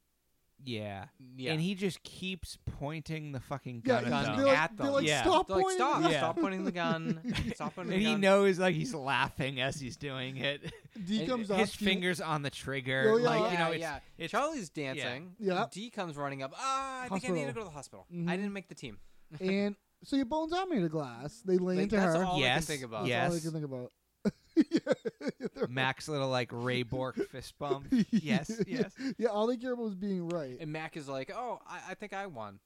[SPEAKER 6] Yeah.
[SPEAKER 1] Yeah.
[SPEAKER 6] And he just keeps pointing the fucking
[SPEAKER 5] Yeah,
[SPEAKER 6] gun
[SPEAKER 5] he's
[SPEAKER 1] gun
[SPEAKER 6] at them.
[SPEAKER 5] they're like,
[SPEAKER 1] at them.
[SPEAKER 5] they're like,
[SPEAKER 6] Yeah.
[SPEAKER 5] stop
[SPEAKER 1] They're like
[SPEAKER 5] pointing
[SPEAKER 1] stop,
[SPEAKER 5] the gun."
[SPEAKER 6] Yeah.
[SPEAKER 1] stop pointing the gun. Stop pointing
[SPEAKER 6] and
[SPEAKER 1] the
[SPEAKER 6] he
[SPEAKER 1] gun.
[SPEAKER 6] knows like he's laughing as he's doing it.
[SPEAKER 5] D
[SPEAKER 1] And
[SPEAKER 5] comes up.
[SPEAKER 6] His
[SPEAKER 5] D-
[SPEAKER 6] fingers on the trigger.
[SPEAKER 5] Oh, yeah.
[SPEAKER 6] Like
[SPEAKER 1] yeah,
[SPEAKER 6] you know, it's
[SPEAKER 1] yeah.
[SPEAKER 6] it's
[SPEAKER 1] Charlie's dancing.
[SPEAKER 5] Yeah.
[SPEAKER 1] D comes running up. Ah, I think I need
[SPEAKER 5] Hospital.
[SPEAKER 1] to go to the hospital.
[SPEAKER 5] Mhm.
[SPEAKER 1] I didn't make the team.
[SPEAKER 5] and so your bones are made of glass. They lay
[SPEAKER 1] Like,
[SPEAKER 5] into
[SPEAKER 1] that's
[SPEAKER 5] her.
[SPEAKER 1] all I can
[SPEAKER 6] Yes.
[SPEAKER 1] think about.
[SPEAKER 6] Yeah.
[SPEAKER 5] That's all they
[SPEAKER 6] Yes.
[SPEAKER 5] can think about.
[SPEAKER 6] Max little like Ray Bork fist bump. yes, yes.
[SPEAKER 5] Yeah, all they care about was being right.
[SPEAKER 1] And Mac is like, "Oh, I, I think I won."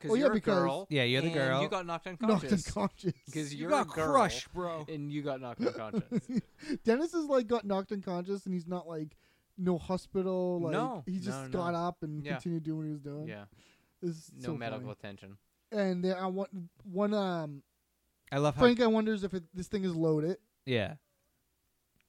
[SPEAKER 1] Because
[SPEAKER 5] Well, Oh, yeah,
[SPEAKER 1] you're a
[SPEAKER 5] because-
[SPEAKER 1] girl.
[SPEAKER 6] Yeah, you're the
[SPEAKER 1] and
[SPEAKER 6] girl.
[SPEAKER 1] You got knocked
[SPEAKER 5] Knocked
[SPEAKER 1] unconscious.
[SPEAKER 5] unconscious.
[SPEAKER 1] Because
[SPEAKER 6] You
[SPEAKER 1] you're
[SPEAKER 6] got
[SPEAKER 1] a girl,
[SPEAKER 6] crushed, bro.
[SPEAKER 1] And you got knocked unconscious.
[SPEAKER 5] Dennis is like got knocked unconscious and he's not like no hospital. Like
[SPEAKER 1] No,
[SPEAKER 5] he just
[SPEAKER 1] no, no.
[SPEAKER 5] got up and
[SPEAKER 1] Yeah.
[SPEAKER 5] continued doing what he was doing.
[SPEAKER 1] yeah.
[SPEAKER 5] It's
[SPEAKER 1] No
[SPEAKER 5] so
[SPEAKER 1] medical
[SPEAKER 5] funny.
[SPEAKER 1] attention.
[SPEAKER 5] And there, I want one. Um,
[SPEAKER 6] I love how
[SPEAKER 5] Frank, I wonders if it, this thing is loaded.
[SPEAKER 6] Yeah.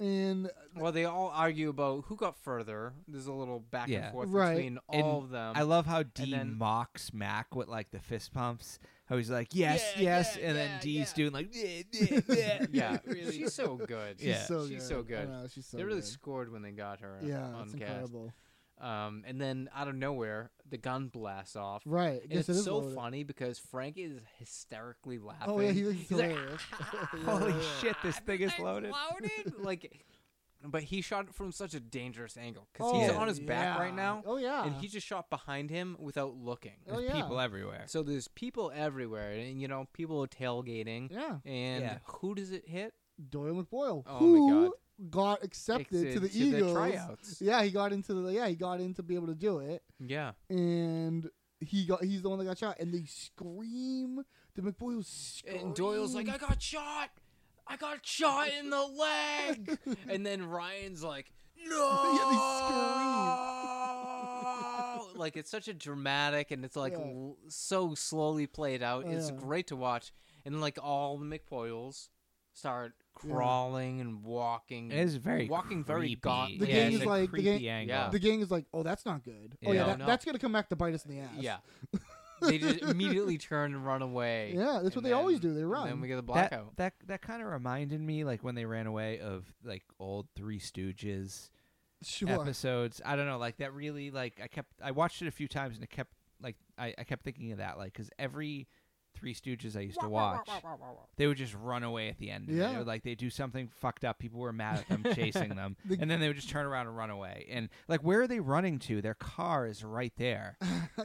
[SPEAKER 5] And
[SPEAKER 1] Well, they all argue about who got further. There's a little back
[SPEAKER 6] Yeah.
[SPEAKER 1] and forth
[SPEAKER 5] Right.
[SPEAKER 1] between
[SPEAKER 6] And
[SPEAKER 1] all of them.
[SPEAKER 6] I love how D
[SPEAKER 1] then-
[SPEAKER 6] mocks Mac with like the fist pumps. How he's like, Yes,
[SPEAKER 1] Yeah,
[SPEAKER 6] yes,
[SPEAKER 1] yeah,
[SPEAKER 6] and then
[SPEAKER 1] yeah,
[SPEAKER 6] D's
[SPEAKER 1] yeah.
[SPEAKER 6] doing like "Yeah, yeah, yeah."
[SPEAKER 1] yeah, she's so good.
[SPEAKER 5] she's
[SPEAKER 6] Yeah.
[SPEAKER 5] so
[SPEAKER 1] she's
[SPEAKER 5] good.
[SPEAKER 1] so
[SPEAKER 5] I
[SPEAKER 1] good.
[SPEAKER 5] know, she's so
[SPEAKER 1] they really
[SPEAKER 5] good.
[SPEAKER 1] scored when they got her
[SPEAKER 5] yeah,
[SPEAKER 1] on
[SPEAKER 5] it's
[SPEAKER 1] cast.
[SPEAKER 5] incredible.
[SPEAKER 1] Um, and then out of nowhere, the gun blasts off.
[SPEAKER 5] Right. I
[SPEAKER 1] And
[SPEAKER 5] guess
[SPEAKER 1] it's
[SPEAKER 5] it is
[SPEAKER 1] so
[SPEAKER 5] loaded.
[SPEAKER 1] funny because Frank is hysterically laughing.
[SPEAKER 5] Oh yeah, he was
[SPEAKER 1] He's like,
[SPEAKER 5] hilarious.
[SPEAKER 6] Holy shit, this thing is
[SPEAKER 1] "It's
[SPEAKER 6] loaded.
[SPEAKER 1] loaded? like, but he shot it from such a dangerous angle because
[SPEAKER 5] oh,
[SPEAKER 1] he's
[SPEAKER 6] Yeah.
[SPEAKER 1] on his back right
[SPEAKER 5] yeah.
[SPEAKER 1] now,
[SPEAKER 5] Oh yeah.
[SPEAKER 1] and he just shot behind him without looking.
[SPEAKER 5] Oh
[SPEAKER 6] There's
[SPEAKER 5] yeah.
[SPEAKER 6] people everywhere.
[SPEAKER 1] So there's people everywhere, and you know people are tailgating.
[SPEAKER 5] yeah.
[SPEAKER 1] And
[SPEAKER 6] Yeah.
[SPEAKER 1] who does it hit?
[SPEAKER 5] Doyle McBoyle,
[SPEAKER 1] Oh my
[SPEAKER 5] who got accepted to
[SPEAKER 1] Accepted
[SPEAKER 5] the
[SPEAKER 1] to the
[SPEAKER 5] Eagles.
[SPEAKER 1] tryouts.
[SPEAKER 5] Yeah, he got into the yeah he got in to be able to do it,
[SPEAKER 1] Yeah,
[SPEAKER 5] and he got he's the one that got shot. And they scream. The McBoyle scream.
[SPEAKER 1] and Doyle's like, "I got shot! I got shot in the leg!" and then Ryan's like, "No!" like it's such a dramatic, and it's like
[SPEAKER 5] Yeah.
[SPEAKER 1] l- so slowly played out. It's
[SPEAKER 5] Yeah.
[SPEAKER 1] great to watch, and like all the McPoyles start
[SPEAKER 5] Yeah.
[SPEAKER 1] crawling and walking.
[SPEAKER 6] It is very
[SPEAKER 1] walking very
[SPEAKER 6] creepy.
[SPEAKER 1] gaunt.
[SPEAKER 5] The
[SPEAKER 6] yeah,
[SPEAKER 5] gang
[SPEAKER 6] it's
[SPEAKER 5] is
[SPEAKER 6] a
[SPEAKER 5] like- the
[SPEAKER 6] creepy
[SPEAKER 5] gang-
[SPEAKER 6] angle.
[SPEAKER 1] Yeah.
[SPEAKER 5] the gang is like, oh that's not good. Oh yeah,
[SPEAKER 6] Yeah.
[SPEAKER 5] that,
[SPEAKER 1] No.
[SPEAKER 5] that's gonna come back to bite us in the ass.
[SPEAKER 1] Yeah. they just immediately turn and run away.
[SPEAKER 5] Yeah, that's what
[SPEAKER 1] And
[SPEAKER 5] they always
[SPEAKER 1] then-
[SPEAKER 5] do, they
[SPEAKER 1] and
[SPEAKER 5] run.
[SPEAKER 1] then we get the
[SPEAKER 6] That,
[SPEAKER 1] blackout.
[SPEAKER 6] that that kind of reminded me like when they ran away of like old Three Stooges
[SPEAKER 5] sure.
[SPEAKER 6] episodes. I don't know, like that really like I kept I watched it a few times and it kept like I, I kept thinking of that like because every Three Stooges I used to watch, they would just run away at the end. of it.
[SPEAKER 5] Yeah.
[SPEAKER 6] They would, like they do something fucked up. People were mad at them chasing them,
[SPEAKER 5] The-
[SPEAKER 6] and then they would just turn around and run away. And like where are they running to? Their car is right there.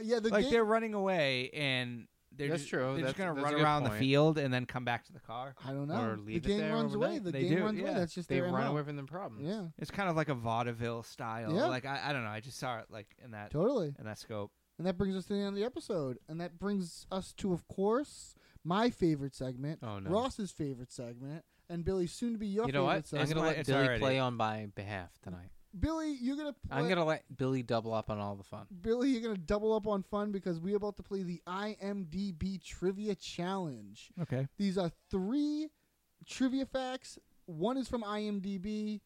[SPEAKER 5] yeah, the
[SPEAKER 6] like
[SPEAKER 5] gang,
[SPEAKER 6] they're running away and They're
[SPEAKER 10] That's
[SPEAKER 6] just,
[SPEAKER 10] true.
[SPEAKER 6] They're just
[SPEAKER 10] That's- that's
[SPEAKER 6] gonna
[SPEAKER 10] a
[SPEAKER 6] run
[SPEAKER 10] good
[SPEAKER 6] around the
[SPEAKER 10] point.
[SPEAKER 6] field and then come back to the car.
[SPEAKER 5] I don't know.
[SPEAKER 10] Or
[SPEAKER 5] the
[SPEAKER 10] leave it
[SPEAKER 5] gang
[SPEAKER 10] there
[SPEAKER 5] runs away.
[SPEAKER 10] overnight.
[SPEAKER 5] The
[SPEAKER 6] They
[SPEAKER 5] gang
[SPEAKER 6] do,
[SPEAKER 5] runs away.
[SPEAKER 6] yeah.
[SPEAKER 5] That's just
[SPEAKER 10] They
[SPEAKER 5] their
[SPEAKER 10] run
[SPEAKER 5] MO.
[SPEAKER 10] away from the problems.
[SPEAKER 5] Yeah,
[SPEAKER 6] It's kind of like a vaudeville style.
[SPEAKER 5] Yeah.
[SPEAKER 6] Like I, I don't know. I just saw it like in that
[SPEAKER 5] totally.
[SPEAKER 6] in that scope.
[SPEAKER 5] And that brings us to the end of the episode. And that brings us to, of course, my favorite segment,
[SPEAKER 6] Oh, no.
[SPEAKER 5] Ross's favorite segment, and Billy soon to be your
[SPEAKER 10] You know
[SPEAKER 5] favorite
[SPEAKER 10] what? I'm
[SPEAKER 5] segment.
[SPEAKER 10] gonna
[SPEAKER 6] my-
[SPEAKER 10] let
[SPEAKER 6] it's
[SPEAKER 10] Billy
[SPEAKER 6] already-
[SPEAKER 10] play on my behalf tonight.
[SPEAKER 5] Billy, you're gonna play,
[SPEAKER 10] I'm gonna let Billy double up on all the fun.
[SPEAKER 5] Billy, you're gonna double up on fun because we're about to play the IMDB trivia challenge.
[SPEAKER 6] Okay.
[SPEAKER 5] These are three trivia facts. One is from IMDB.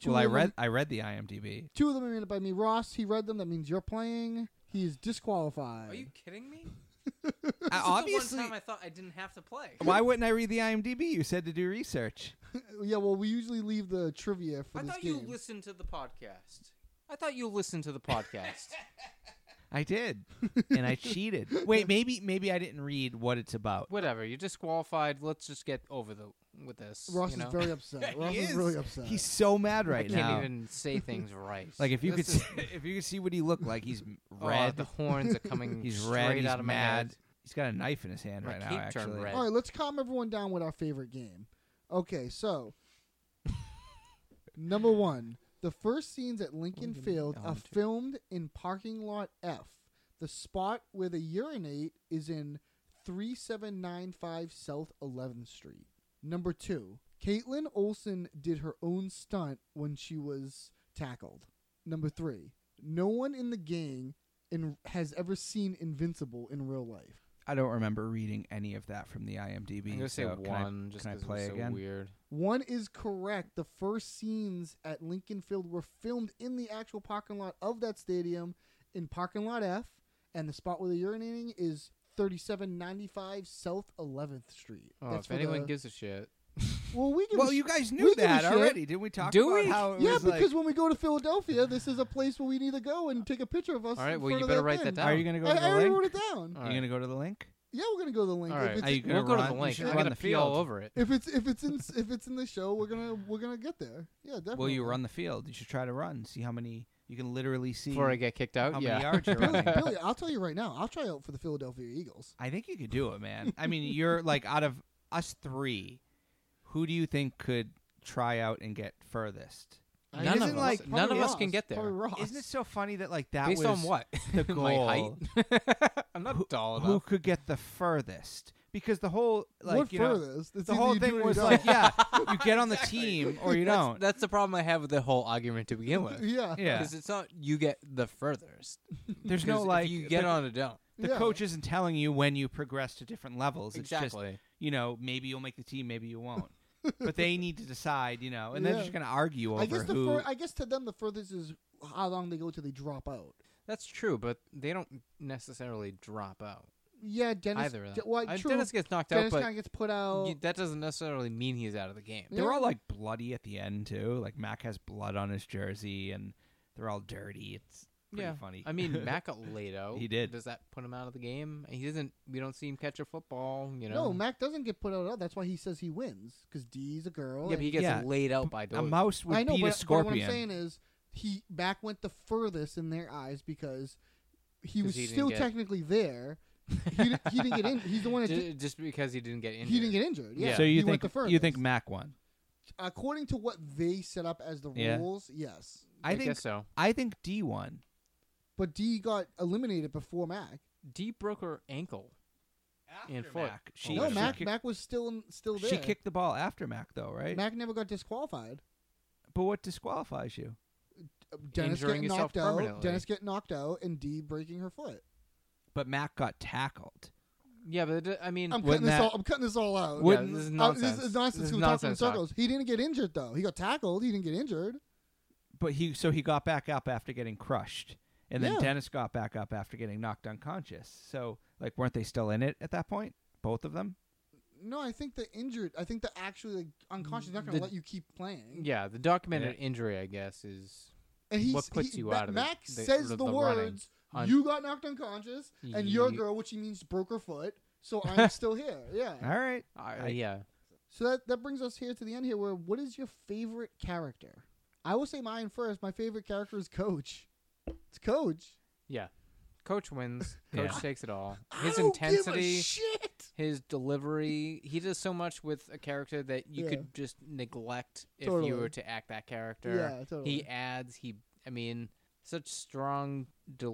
[SPEAKER 5] Two
[SPEAKER 6] Well, I
[SPEAKER 5] of them-
[SPEAKER 6] read I read the IMDb.
[SPEAKER 5] two of them are made up by me. Ross, he read them. That means you're playing. He is disqualified.
[SPEAKER 1] Are you kidding me?
[SPEAKER 6] I, obviously,
[SPEAKER 1] the one time I thought I didn't have to play.
[SPEAKER 6] why wouldn't I read the IMDb? You said to do research.
[SPEAKER 5] yeah, well, we usually leave the trivia for
[SPEAKER 1] I
[SPEAKER 5] this
[SPEAKER 1] thought
[SPEAKER 5] game.
[SPEAKER 1] you listened to the podcast. I thought you listened to the podcast.
[SPEAKER 6] I did, and I cheated. Wait, maybe maybe I didn't read what it's about.
[SPEAKER 1] Whatever, you're disqualified. Let's just get over the with this.
[SPEAKER 5] Ross
[SPEAKER 1] you know?
[SPEAKER 5] is very upset. Ross is, really upset.
[SPEAKER 6] He's so mad
[SPEAKER 1] I
[SPEAKER 6] right
[SPEAKER 1] can't
[SPEAKER 6] now.
[SPEAKER 1] even say things right.
[SPEAKER 6] Like if you
[SPEAKER 1] This
[SPEAKER 6] could
[SPEAKER 1] is-
[SPEAKER 6] see, if you could see what he looked like, he's m-
[SPEAKER 1] Oh,
[SPEAKER 6] red.
[SPEAKER 1] the horns are coming
[SPEAKER 6] he's
[SPEAKER 1] straight
[SPEAKER 6] red. He's
[SPEAKER 1] out of my
[SPEAKER 6] mad.
[SPEAKER 1] head.
[SPEAKER 6] He's got a knife in his hand
[SPEAKER 1] My
[SPEAKER 6] right now.
[SPEAKER 1] cape turned
[SPEAKER 6] Actually,
[SPEAKER 1] red.
[SPEAKER 5] All right, let's calm everyone down with our favorite game. Okay, so number one, the first scenes at Lincoln Field are filmed in parking lot F. The spot where they urinate is in 3795 South 11th Street. Number two, Caitlin Olsen did her own stunt when she was tackled. Number three, no one in the gang in, has ever seen Invincible in real life.
[SPEAKER 6] I don't remember reading any of that from the IMDb.
[SPEAKER 10] I'm gonna say
[SPEAKER 6] so can I-
[SPEAKER 10] one just
[SPEAKER 6] can I
[SPEAKER 10] 'cause it
[SPEAKER 6] play
[SPEAKER 10] was so
[SPEAKER 6] again?
[SPEAKER 10] weird.
[SPEAKER 5] One is correct. The first scenes at Lincoln Field were filmed in the actual parking lot of that stadium in parking lot F, and the spot where they're urinating is 3795 South 11th Street.
[SPEAKER 10] Oh, if
[SPEAKER 5] where
[SPEAKER 10] anyone
[SPEAKER 5] the-
[SPEAKER 10] gives a shit.
[SPEAKER 5] Well, we give a
[SPEAKER 6] Well,
[SPEAKER 5] sh-
[SPEAKER 6] you guys knew
[SPEAKER 5] we give a
[SPEAKER 6] that
[SPEAKER 5] shit.
[SPEAKER 6] already, didn't we? Talk
[SPEAKER 10] Do
[SPEAKER 6] about
[SPEAKER 10] we?
[SPEAKER 6] how it
[SPEAKER 5] Yeah,
[SPEAKER 6] was like-
[SPEAKER 5] because when we go to Philadelphia, this is a place where we need to go and take a picture of us.
[SPEAKER 10] All right,
[SPEAKER 5] in
[SPEAKER 10] well, you
[SPEAKER 5] front of
[SPEAKER 10] better write that
[SPEAKER 5] thing.
[SPEAKER 10] down.
[SPEAKER 6] are you gonna go
[SPEAKER 5] I,
[SPEAKER 6] to
[SPEAKER 5] I
[SPEAKER 6] the
[SPEAKER 5] already
[SPEAKER 6] link?
[SPEAKER 5] wrote it down.
[SPEAKER 10] All
[SPEAKER 6] Are you gonna go to the link?
[SPEAKER 5] Yeah, we're gonna go to the link.
[SPEAKER 10] All
[SPEAKER 5] If
[SPEAKER 10] right.
[SPEAKER 5] it's-
[SPEAKER 6] Are you
[SPEAKER 10] We'll
[SPEAKER 6] gonna
[SPEAKER 10] go to
[SPEAKER 6] run?
[SPEAKER 10] the
[SPEAKER 6] You
[SPEAKER 10] link.
[SPEAKER 6] should
[SPEAKER 10] I'm
[SPEAKER 6] run
[SPEAKER 10] gonna
[SPEAKER 6] the
[SPEAKER 10] pee all
[SPEAKER 6] field.
[SPEAKER 10] over it.
[SPEAKER 5] if it's if it's in if it's in the show, we're gonna we're gonna get there. Yeah, definitely.
[SPEAKER 6] Will you run the field? You should try to run. See how many you can literally see.
[SPEAKER 10] Before I get kicked
[SPEAKER 5] Oh,
[SPEAKER 10] out,
[SPEAKER 6] how
[SPEAKER 10] yeah.
[SPEAKER 6] many yards you're running.
[SPEAKER 5] Billy, I'll tell you right now, I'll try out for the Philadelphia Eagles.
[SPEAKER 6] I think you could do it, man. I mean, you're like out of us three, who do you think could try out and get furthest?
[SPEAKER 10] None
[SPEAKER 5] I guess
[SPEAKER 10] of
[SPEAKER 5] it
[SPEAKER 10] us-
[SPEAKER 5] like-
[SPEAKER 10] none
[SPEAKER 5] probably
[SPEAKER 10] of us can
[SPEAKER 5] Ross.
[SPEAKER 10] get there.
[SPEAKER 5] Probably Ross.
[SPEAKER 6] Isn't it so funny that like that
[SPEAKER 10] Based
[SPEAKER 6] was
[SPEAKER 10] on what?
[SPEAKER 6] the
[SPEAKER 10] My
[SPEAKER 6] goal?
[SPEAKER 10] height. I'm not tall
[SPEAKER 6] Who
[SPEAKER 10] enough.
[SPEAKER 6] could get the furthest? Because the whole like
[SPEAKER 5] what
[SPEAKER 6] you know,
[SPEAKER 5] furthest? It's
[SPEAKER 6] the
[SPEAKER 5] either
[SPEAKER 6] whole
[SPEAKER 5] you do or
[SPEAKER 6] thing
[SPEAKER 5] you
[SPEAKER 6] was
[SPEAKER 5] don't.
[SPEAKER 6] like yeah, you get on the team or you don't.
[SPEAKER 10] That's the problem I have with the whole argument to begin with.
[SPEAKER 5] yeah,
[SPEAKER 6] yeah,
[SPEAKER 10] Because it's not you get the furthest.
[SPEAKER 6] there's no
[SPEAKER 10] 'Cause if
[SPEAKER 6] like
[SPEAKER 10] you get
[SPEAKER 6] the,
[SPEAKER 10] on a don't.
[SPEAKER 6] The
[SPEAKER 5] Yeah.
[SPEAKER 6] coach isn't telling you when you progress to different levels. It's
[SPEAKER 10] Exactly.
[SPEAKER 6] just you know maybe you'll make the team, maybe you won't. but they need to decide, you know, and they're
[SPEAKER 5] Yeah.
[SPEAKER 6] just going to argue over
[SPEAKER 5] I guess the
[SPEAKER 6] who.
[SPEAKER 5] fur- I guess to them the furthest is how long they go till they drop out.
[SPEAKER 10] That's true, but they don't necessarily drop out.
[SPEAKER 5] Yeah, Dennis.
[SPEAKER 10] Either of
[SPEAKER 5] De-
[SPEAKER 10] them.
[SPEAKER 5] well,
[SPEAKER 10] Uh,
[SPEAKER 5] true.
[SPEAKER 10] Dennis gets knocked out,
[SPEAKER 5] Dennis
[SPEAKER 10] but
[SPEAKER 5] kinda gets put out.
[SPEAKER 10] You, that doesn't necessarily mean he's out of the game.
[SPEAKER 5] Yeah.
[SPEAKER 6] They're all like bloody at the end too. Like Mac has blood on his jersey, and they're all dirty. It's pretty funny.
[SPEAKER 10] I mean, Mac got laid out.
[SPEAKER 6] He did.
[SPEAKER 10] Does that put him out of the game? He doesn't. We don't see him catch a football. You know.
[SPEAKER 5] no, Mac doesn't get put out at all. That's why he says he wins because D's a girl.
[SPEAKER 10] Yeah, but
[SPEAKER 5] and-
[SPEAKER 10] he gets
[SPEAKER 6] Yeah.
[SPEAKER 10] laid out by
[SPEAKER 6] a
[SPEAKER 10] Doyle.
[SPEAKER 6] mouse would
[SPEAKER 5] I know,
[SPEAKER 6] beat
[SPEAKER 5] but,
[SPEAKER 6] a
[SPEAKER 5] but
[SPEAKER 6] scorpion.
[SPEAKER 5] what I'm saying is he Mac went the furthest in their eyes because he
[SPEAKER 10] 'Cause
[SPEAKER 5] was
[SPEAKER 10] he didn't
[SPEAKER 5] still
[SPEAKER 10] get-
[SPEAKER 5] technically there. he, di- he didn't get in. He's the one that
[SPEAKER 10] Ju-
[SPEAKER 5] did-
[SPEAKER 10] just, because he didn't get injured.
[SPEAKER 5] He didn't get injured. Yeah.
[SPEAKER 6] So
[SPEAKER 5] he
[SPEAKER 6] you
[SPEAKER 5] went
[SPEAKER 6] think
[SPEAKER 5] the furthest.
[SPEAKER 6] you think Mac won?
[SPEAKER 5] according to what they set up as the
[SPEAKER 6] Yeah.
[SPEAKER 5] rules, yes.
[SPEAKER 10] I,
[SPEAKER 6] I, think
[SPEAKER 10] guess so.
[SPEAKER 6] I think D won.
[SPEAKER 5] But D got eliminated before Mac.
[SPEAKER 10] D broke her ankle. And
[SPEAKER 6] After
[SPEAKER 10] foot.
[SPEAKER 6] Mac, she
[SPEAKER 5] no,
[SPEAKER 6] she
[SPEAKER 5] Mac
[SPEAKER 6] kicked,
[SPEAKER 5] Mac was still in, still there.
[SPEAKER 6] she kicked the ball after Mac though, right?
[SPEAKER 5] Mac never got disqualified.
[SPEAKER 6] But what disqualifies you?
[SPEAKER 5] Uh, Dennis
[SPEAKER 10] Injuring
[SPEAKER 5] getting
[SPEAKER 10] yourself
[SPEAKER 5] knocked out.
[SPEAKER 10] permanently.
[SPEAKER 5] Dennis getting knocked out, and D breaking her foot.
[SPEAKER 6] But Mac got tackled.
[SPEAKER 10] Yeah, but it, d- I mean,
[SPEAKER 5] I'm
[SPEAKER 6] Wouldn't
[SPEAKER 5] cutting this
[SPEAKER 6] that-
[SPEAKER 5] all. I'm cutting this all out.
[SPEAKER 10] yeah, this is
[SPEAKER 5] Uh, this
[SPEAKER 10] nonsense. This
[SPEAKER 5] is nonsense.
[SPEAKER 10] is
[SPEAKER 5] We're talking in
[SPEAKER 10] nonsense talk.
[SPEAKER 5] circles. He didn't get injured though. He got tackled. He didn't get injured.
[SPEAKER 6] But he so he got back up after getting crushed, and then
[SPEAKER 5] Yeah.
[SPEAKER 6] Dennis got back up after getting knocked unconscious. So like, weren't they still in it at that point? Both of them.
[SPEAKER 5] No, I think the injured. I think the actually like unconscious is not going to
[SPEAKER 10] The-
[SPEAKER 5] let you keep playing.
[SPEAKER 10] Yeah, the documented injury, I guess, is
[SPEAKER 5] And he's,
[SPEAKER 10] what puts
[SPEAKER 5] he,
[SPEAKER 10] you
[SPEAKER 5] Ma-
[SPEAKER 10] out of the-
[SPEAKER 5] Mac
[SPEAKER 10] the-
[SPEAKER 5] says the,
[SPEAKER 10] the- the running
[SPEAKER 5] words,
[SPEAKER 10] on-
[SPEAKER 5] "You got knocked unconscious, and your
[SPEAKER 10] Ye-
[SPEAKER 5] girl, which he means, broke her foot. So I'm still here." Yeah.
[SPEAKER 6] All right.
[SPEAKER 10] uh,
[SPEAKER 6] I-
[SPEAKER 10] yeah.
[SPEAKER 5] So that that brings us here to the end here. Where what is your favorite character? I will say mine first. My favorite character is Coach. It's Coach.
[SPEAKER 10] Yeah.
[SPEAKER 1] Coach wins. Coach
[SPEAKER 6] Yeah.
[SPEAKER 1] takes it all. His
[SPEAKER 11] I don't give a
[SPEAKER 1] intensity,
[SPEAKER 11] shit.
[SPEAKER 1] his delivery. He does so much with a character that you
[SPEAKER 5] Yeah.
[SPEAKER 1] could just neglect if
[SPEAKER 5] Totally.
[SPEAKER 1] you were to act that character.
[SPEAKER 5] Yeah, totally.
[SPEAKER 1] He adds. He. I mean, such strong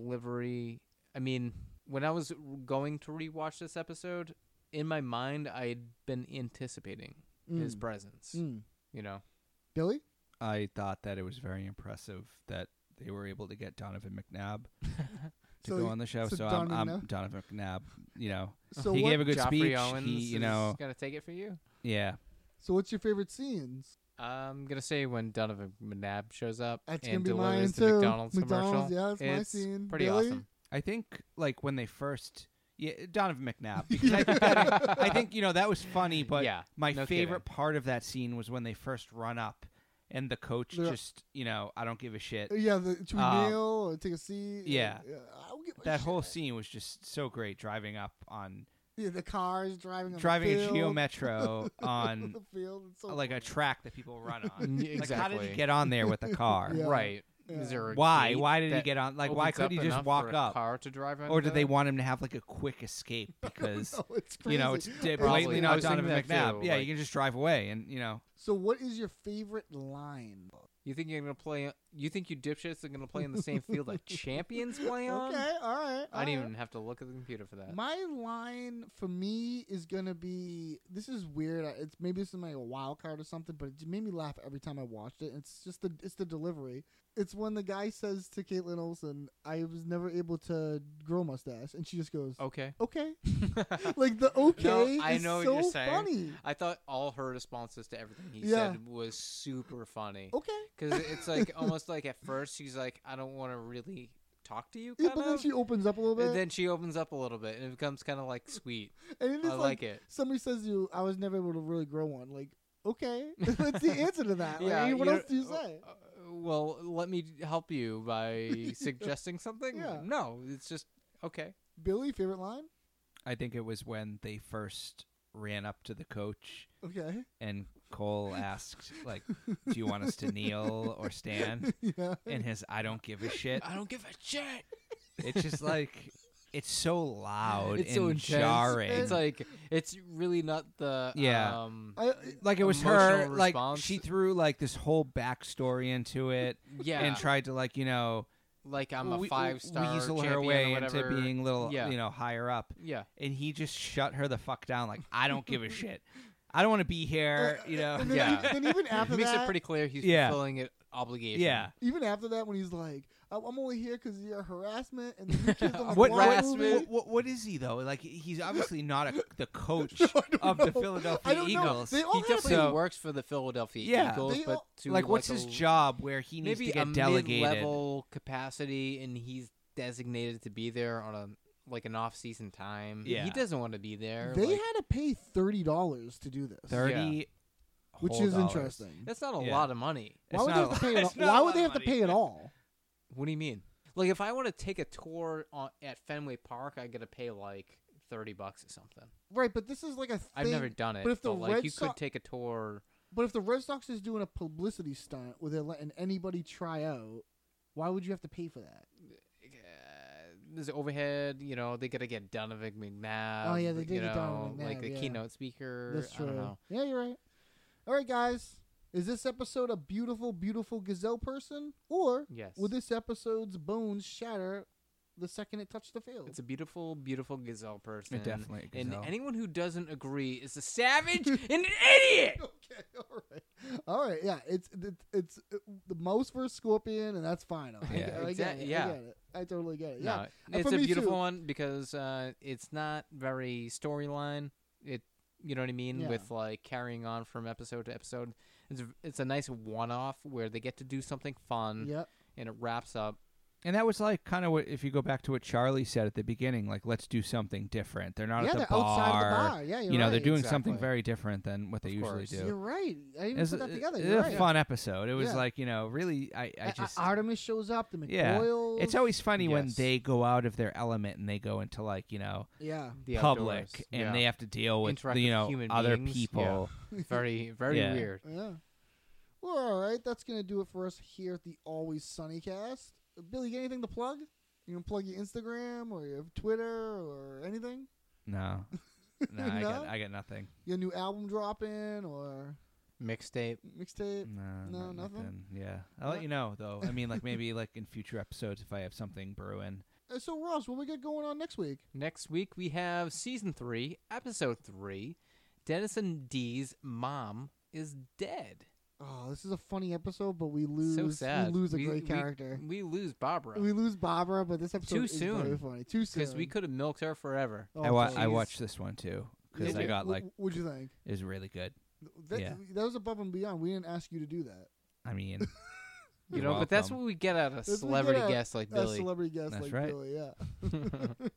[SPEAKER 1] delivery. I mean, when I was r- going to rewatch this episode, in my mind, I'd been anticipating his presence.
[SPEAKER 6] Hmm.
[SPEAKER 5] Mm.
[SPEAKER 1] You know.
[SPEAKER 5] Billy?
[SPEAKER 6] I thought that it was very impressive that they were able to get Donovan McNabb to
[SPEAKER 5] So
[SPEAKER 6] go
[SPEAKER 5] you-
[SPEAKER 6] on the show.
[SPEAKER 5] so
[SPEAKER 6] So, I'm,
[SPEAKER 5] Donovan
[SPEAKER 6] I'm
[SPEAKER 5] McNabb?
[SPEAKER 6] Donovan McNabb. You know,
[SPEAKER 5] So
[SPEAKER 6] he
[SPEAKER 5] what-
[SPEAKER 6] gave a good
[SPEAKER 1] Joffrey
[SPEAKER 6] speech.
[SPEAKER 1] Owens
[SPEAKER 6] he, you
[SPEAKER 1] is
[SPEAKER 6] know,
[SPEAKER 1] gonna take it for you.
[SPEAKER 6] yeah,
[SPEAKER 5] So what's your favorite scenes?
[SPEAKER 1] I'm gonna say when Donovan McNabb shows up
[SPEAKER 5] That's
[SPEAKER 1] and
[SPEAKER 5] gonna be mine
[SPEAKER 1] delivers the
[SPEAKER 5] too.
[SPEAKER 1] McDonald's,
[SPEAKER 5] McDonald's,
[SPEAKER 1] commercial.
[SPEAKER 5] yeah, that's my
[SPEAKER 1] it's
[SPEAKER 5] scene.
[SPEAKER 1] Pretty
[SPEAKER 5] Billy?
[SPEAKER 1] awesome.
[SPEAKER 6] I think like when they first, yeah, Donovan McNabb. Because I, think that, I think you know that was funny, but
[SPEAKER 1] Yeah,
[SPEAKER 6] my
[SPEAKER 1] no
[SPEAKER 6] favorite part of that scene was when they first run up, and the coach
[SPEAKER 5] Yeah.
[SPEAKER 6] just, you know, I don't give a shit.
[SPEAKER 5] Uh, Yeah, the, should we
[SPEAKER 6] Um,
[SPEAKER 5] kneel or take a seat? Uh,
[SPEAKER 6] yeah.
[SPEAKER 5] I don't give a
[SPEAKER 6] That
[SPEAKER 5] shit.
[SPEAKER 6] whole scene was just so great. Driving up on
[SPEAKER 5] Yeah, the cars driving on
[SPEAKER 6] driving
[SPEAKER 5] the
[SPEAKER 6] a
[SPEAKER 5] field.
[SPEAKER 6] Geo Metro on
[SPEAKER 5] the field. It's so
[SPEAKER 6] like a track that people run on.
[SPEAKER 1] Mm,
[SPEAKER 6] Like how did he
[SPEAKER 1] exactly.
[SPEAKER 6] get on there with a car?
[SPEAKER 5] Yeah.
[SPEAKER 1] Right?
[SPEAKER 5] Yeah.
[SPEAKER 1] Is there a
[SPEAKER 6] Why?
[SPEAKER 1] gate
[SPEAKER 6] Why did he
[SPEAKER 1] that
[SPEAKER 6] get on- like, why
[SPEAKER 1] opens
[SPEAKER 6] couldn't he
[SPEAKER 1] up
[SPEAKER 6] just
[SPEAKER 1] enough
[SPEAKER 6] walk
[SPEAKER 1] for a
[SPEAKER 6] up?
[SPEAKER 1] Car to drive
[SPEAKER 6] Or did they
[SPEAKER 1] under?
[SPEAKER 6] want him to have like a quick escape because
[SPEAKER 5] no, oh, it's crazy.
[SPEAKER 6] you know it's
[SPEAKER 1] Probably.
[SPEAKER 6] d- blatantly
[SPEAKER 1] I
[SPEAKER 6] not
[SPEAKER 1] was thinking
[SPEAKER 6] Donovan
[SPEAKER 1] that
[SPEAKER 6] McNabb?
[SPEAKER 1] too,
[SPEAKER 6] yeah,
[SPEAKER 1] like-
[SPEAKER 6] you can just drive away and you know
[SPEAKER 5] so what is your favorite line?
[SPEAKER 1] You think you're gonna play? You think you dipshits are gonna play in the same field that champions play on?
[SPEAKER 5] Okay, all right.
[SPEAKER 1] I
[SPEAKER 5] all
[SPEAKER 1] didn't
[SPEAKER 5] right.
[SPEAKER 1] even have to look at the computer for that.
[SPEAKER 5] My line for me is gonna be this is weird. I- It's maybe this is my wild card or something, but it made me laugh every time I watched it. It's just the it's the delivery. It's when the guy says to Caitlin Olsen, "I was never able to grow a mustache," and she just goes,
[SPEAKER 1] okay.
[SPEAKER 5] "Okay." like the okay
[SPEAKER 1] Oh. I
[SPEAKER 5] is
[SPEAKER 1] know what
[SPEAKER 5] so
[SPEAKER 1] you're saying.
[SPEAKER 5] funny.
[SPEAKER 1] I thought all her responses to everything he
[SPEAKER 5] Yeah. Oh.
[SPEAKER 1] said was super funny.
[SPEAKER 5] Okay.
[SPEAKER 1] Because it's like almost like at first she's like, I don't want to really talk to you.
[SPEAKER 5] Yeah,
[SPEAKER 1] Kind
[SPEAKER 5] but then
[SPEAKER 1] of.
[SPEAKER 5] she opens up a little bit.
[SPEAKER 1] And then she opens up a little bit, and it becomes kind of like sweet.
[SPEAKER 5] And it is
[SPEAKER 1] I
[SPEAKER 5] like,
[SPEAKER 1] like it.
[SPEAKER 5] somebody says to you, I was never able to really grow one. Like, okay. That's the answer to that. Like, I mean, what
[SPEAKER 1] you're-
[SPEAKER 5] else do you say?
[SPEAKER 1] uh, well, let me help you by suggesting something.
[SPEAKER 5] Yeah.
[SPEAKER 1] No, it's just okay.
[SPEAKER 5] Billy, favorite line?
[SPEAKER 6] I think it was when they first ran up to the coach
[SPEAKER 5] Okay.
[SPEAKER 6] and Cole asked like, "Do you want us to kneel or stand?"
[SPEAKER 5] Yeah.
[SPEAKER 6] And his "I don't give a shit."
[SPEAKER 1] I don't give a shit.
[SPEAKER 6] It's just like it's so loud
[SPEAKER 1] It's
[SPEAKER 6] and
[SPEAKER 1] so intense.
[SPEAKER 6] jarring.
[SPEAKER 1] It's like it's really not the
[SPEAKER 6] Yeah.
[SPEAKER 1] Um,
[SPEAKER 5] I,
[SPEAKER 6] like it was her
[SPEAKER 1] emotional
[SPEAKER 6] like
[SPEAKER 1] response.
[SPEAKER 6] she threw like this whole backstory into it
[SPEAKER 1] yeah,
[SPEAKER 6] and tried to like you know
[SPEAKER 1] like I'm a
[SPEAKER 6] we-
[SPEAKER 1] five star
[SPEAKER 6] weasel
[SPEAKER 1] champion
[SPEAKER 6] her way
[SPEAKER 1] or
[SPEAKER 6] into
[SPEAKER 1] whatever.
[SPEAKER 6] being little
[SPEAKER 1] Yeah.
[SPEAKER 6] you know higher up
[SPEAKER 1] yeah.
[SPEAKER 6] and he just shut her the fuck down like i don't give a shit i don't want to be here you know
[SPEAKER 5] and then,
[SPEAKER 1] Yeah.
[SPEAKER 5] e- then even after
[SPEAKER 1] makes
[SPEAKER 5] that,
[SPEAKER 1] it pretty clear he's
[SPEAKER 6] Yeah.
[SPEAKER 1] fulfilling an obligation.
[SPEAKER 6] yeah
[SPEAKER 5] even after that, when he's like, "I- I'm only here because of your harassment and the kids on the
[SPEAKER 6] what,
[SPEAKER 5] Marvel
[SPEAKER 6] what,
[SPEAKER 1] harassment?
[SPEAKER 5] movie."
[SPEAKER 6] what, what- what is he though like he's obviously not a, the coach
[SPEAKER 5] don't
[SPEAKER 6] of the
[SPEAKER 5] know. I
[SPEAKER 6] philadelphia
[SPEAKER 5] don't know.
[SPEAKER 6] eagles
[SPEAKER 5] They all
[SPEAKER 1] He
[SPEAKER 5] have
[SPEAKER 1] definitely
[SPEAKER 6] So-
[SPEAKER 1] works for the Philadelphia
[SPEAKER 6] Yeah.
[SPEAKER 1] Eagles,
[SPEAKER 5] They
[SPEAKER 1] but
[SPEAKER 5] all-
[SPEAKER 1] to
[SPEAKER 6] like what's
[SPEAKER 1] a
[SPEAKER 6] his job where he needs
[SPEAKER 1] maybe
[SPEAKER 6] to get
[SPEAKER 1] a
[SPEAKER 6] delegated
[SPEAKER 1] mid-level capacity, and he's designated to be there on a like an off-season time.
[SPEAKER 6] Yeah.
[SPEAKER 1] he doesn't want to be there.
[SPEAKER 5] they
[SPEAKER 1] like-
[SPEAKER 5] had to pay thirty dollars to do this,
[SPEAKER 6] 30
[SPEAKER 5] which
[SPEAKER 6] whole
[SPEAKER 5] is
[SPEAKER 6] dollars.
[SPEAKER 5] interesting.
[SPEAKER 1] that's not a
[SPEAKER 6] Yeah.
[SPEAKER 1] lot of money.
[SPEAKER 6] It's
[SPEAKER 5] Why would
[SPEAKER 6] not
[SPEAKER 5] they
[SPEAKER 6] a
[SPEAKER 5] have to
[SPEAKER 6] lot-
[SPEAKER 5] pay? It
[SPEAKER 6] it's
[SPEAKER 5] all?
[SPEAKER 6] not
[SPEAKER 5] Why
[SPEAKER 6] a
[SPEAKER 5] would
[SPEAKER 6] lot
[SPEAKER 5] they
[SPEAKER 6] of
[SPEAKER 5] have to
[SPEAKER 6] money.
[SPEAKER 5] pay it all?
[SPEAKER 1] What do you mean? Like if I want to take a tour on, at Fenway Park, I gotta pay like thirty bucks or something.
[SPEAKER 5] Right, but this is like a thing.
[SPEAKER 1] I've never done it,
[SPEAKER 5] But if the
[SPEAKER 1] like
[SPEAKER 5] Red
[SPEAKER 1] you
[SPEAKER 5] Sox,
[SPEAKER 1] could take a tour.
[SPEAKER 5] But if the Red Sox is doing a publicity stunt where they're letting anybody try out, why would you have to pay for that?
[SPEAKER 1] uh, There's overhead, you know. They gotta get Donovan McNabb.
[SPEAKER 5] Oh, yeah, they did
[SPEAKER 1] you
[SPEAKER 5] get Donovan
[SPEAKER 1] know, Like
[SPEAKER 5] McNabb,
[SPEAKER 1] the
[SPEAKER 5] yeah.
[SPEAKER 1] keynote speaker.
[SPEAKER 5] That's
[SPEAKER 1] I
[SPEAKER 5] true.
[SPEAKER 1] don't know.
[SPEAKER 5] Yeah, you're right. All right, guys. Is this episode a beautiful, beautiful gazelle person, or
[SPEAKER 1] Yes.
[SPEAKER 5] will this episode's bones shatter the second it touched the field?
[SPEAKER 1] It's a beautiful, beautiful gazelle person.
[SPEAKER 6] definitely a gazelle.
[SPEAKER 1] And anyone who doesn't agree is a savage and an idiot.
[SPEAKER 5] okay, all right, all right. Yeah, it's it's, it's uh, the mouse versus scorpion, and that's fine. I,
[SPEAKER 6] Yeah.
[SPEAKER 5] I, I get
[SPEAKER 1] Exact-
[SPEAKER 5] it. I
[SPEAKER 1] yeah.
[SPEAKER 5] get it. I totally get it. Yeah,
[SPEAKER 1] No,
[SPEAKER 5] And
[SPEAKER 1] it's
[SPEAKER 5] for
[SPEAKER 1] a
[SPEAKER 5] me,
[SPEAKER 1] beautiful
[SPEAKER 5] too.
[SPEAKER 1] one because uh, it's not very storyline. It, you know what I mean,
[SPEAKER 5] Yeah.
[SPEAKER 1] with like carrying on from episode to episode. It's a, it's a nice one-off where they get to do something fun,
[SPEAKER 5] Yep.
[SPEAKER 1] and it wraps up.
[SPEAKER 6] And that was like kind of what if you go back to what Charlie said at the beginning, like let's do something different. They're not
[SPEAKER 5] Yeah,
[SPEAKER 6] at the
[SPEAKER 5] they're outside
[SPEAKER 6] bar.
[SPEAKER 5] the bar. Yeah, you're
[SPEAKER 6] you know, they're
[SPEAKER 5] right,
[SPEAKER 6] doing something
[SPEAKER 1] exactly.
[SPEAKER 6] very different than what they
[SPEAKER 1] Of
[SPEAKER 6] usually
[SPEAKER 1] course.
[SPEAKER 5] You're
[SPEAKER 6] do.
[SPEAKER 5] right. I didn't
[SPEAKER 6] It's
[SPEAKER 5] put
[SPEAKER 6] a-
[SPEAKER 5] that together.
[SPEAKER 6] it's
[SPEAKER 5] You're
[SPEAKER 6] a
[SPEAKER 5] right.
[SPEAKER 6] fun episode. It was
[SPEAKER 5] Yeah.
[SPEAKER 6] like you know, really, I, I
[SPEAKER 5] A-
[SPEAKER 6] just
[SPEAKER 5] Artemis shows up. The McDoyles.
[SPEAKER 6] yeah. It's always funny when
[SPEAKER 1] Yes.
[SPEAKER 6] they go out of their element and they go into like you know
[SPEAKER 5] yeah.
[SPEAKER 1] The
[SPEAKER 6] public
[SPEAKER 1] outdoors.
[SPEAKER 6] and
[SPEAKER 1] Yeah.
[SPEAKER 6] they have to deal with
[SPEAKER 1] Interact
[SPEAKER 6] the, you
[SPEAKER 1] with
[SPEAKER 6] know
[SPEAKER 1] human
[SPEAKER 6] other
[SPEAKER 1] beings. Yeah.
[SPEAKER 6] people.
[SPEAKER 1] very, very
[SPEAKER 6] Yeah.
[SPEAKER 1] weird.
[SPEAKER 5] Yeah. Well, all right. That's going to do it for us here at the Always Sunny cast. Billy, you got anything to plug? You can plug your Instagram or your Twitter or anything.
[SPEAKER 6] No. No, I got
[SPEAKER 5] No?
[SPEAKER 6] I got nothing.
[SPEAKER 5] Your new album dropping or
[SPEAKER 1] Mixtape.
[SPEAKER 5] mixtape.
[SPEAKER 1] Mm.
[SPEAKER 6] No,
[SPEAKER 5] No,
[SPEAKER 6] not
[SPEAKER 5] nothing?
[SPEAKER 6] Yeah, I'll let you know though. I mean, like maybe like in future episodes if I have something brewing.
[SPEAKER 5] Uh, So Ross, what we got going on next week?
[SPEAKER 1] Next week we have season three, episode three. Dennis and Dee's mom is dead.
[SPEAKER 5] Oh, this is a funny episode, but we lose.
[SPEAKER 1] so sad.
[SPEAKER 5] We lose a
[SPEAKER 1] We-
[SPEAKER 5] great
[SPEAKER 1] we-
[SPEAKER 5] character.
[SPEAKER 1] We, lose Barbara
[SPEAKER 5] We lose Barbara, but this episode
[SPEAKER 1] Too
[SPEAKER 5] is
[SPEAKER 1] soon.
[SPEAKER 5] very funny. Too soon.
[SPEAKER 1] because we could have milked her forever.
[SPEAKER 5] Oh,
[SPEAKER 6] I wa-
[SPEAKER 5] jeez.
[SPEAKER 6] I watched this one too because
[SPEAKER 5] Yeah,
[SPEAKER 6] I
[SPEAKER 5] wh-
[SPEAKER 6] got
[SPEAKER 5] wh-
[SPEAKER 6] like
[SPEAKER 5] What'd you think?
[SPEAKER 6] it was really good.
[SPEAKER 5] That,
[SPEAKER 6] Yeah.
[SPEAKER 5] that was above and beyond. We didn't ask you to do that.
[SPEAKER 6] I mean,
[SPEAKER 1] You
[SPEAKER 6] you're
[SPEAKER 1] know, but that's
[SPEAKER 6] welcome.
[SPEAKER 1] what we get out of
[SPEAKER 5] what we
[SPEAKER 1] celebrity
[SPEAKER 5] get out-
[SPEAKER 1] guests like
[SPEAKER 5] A
[SPEAKER 1] Billy.
[SPEAKER 5] celebrity guest
[SPEAKER 6] That's
[SPEAKER 5] like
[SPEAKER 6] right.
[SPEAKER 5] Billy. Yeah.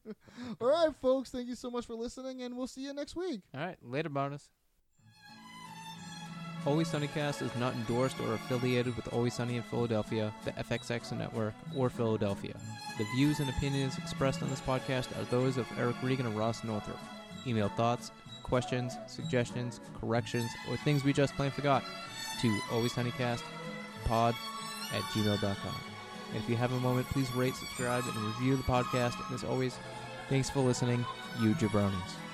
[SPEAKER 5] All right, folks. Thank you so much for listening, and we'll see you next week.
[SPEAKER 1] All right, later, bonus. Always Sunnycast is not endorsed or affiliated with Always Sunny in Philadelphia, the FXX Network, or Philadelphia. The views and opinions expressed on this podcast are those of Eric Regan and Ross Northrup. Email thoughts, questions, suggestions, corrections, or things we just plain forgot to alwayshoneycastpod at gmail.com. And if you have a moment, please rate, subscribe, and review the podcast. And as always, thanks for listening, you jabronis.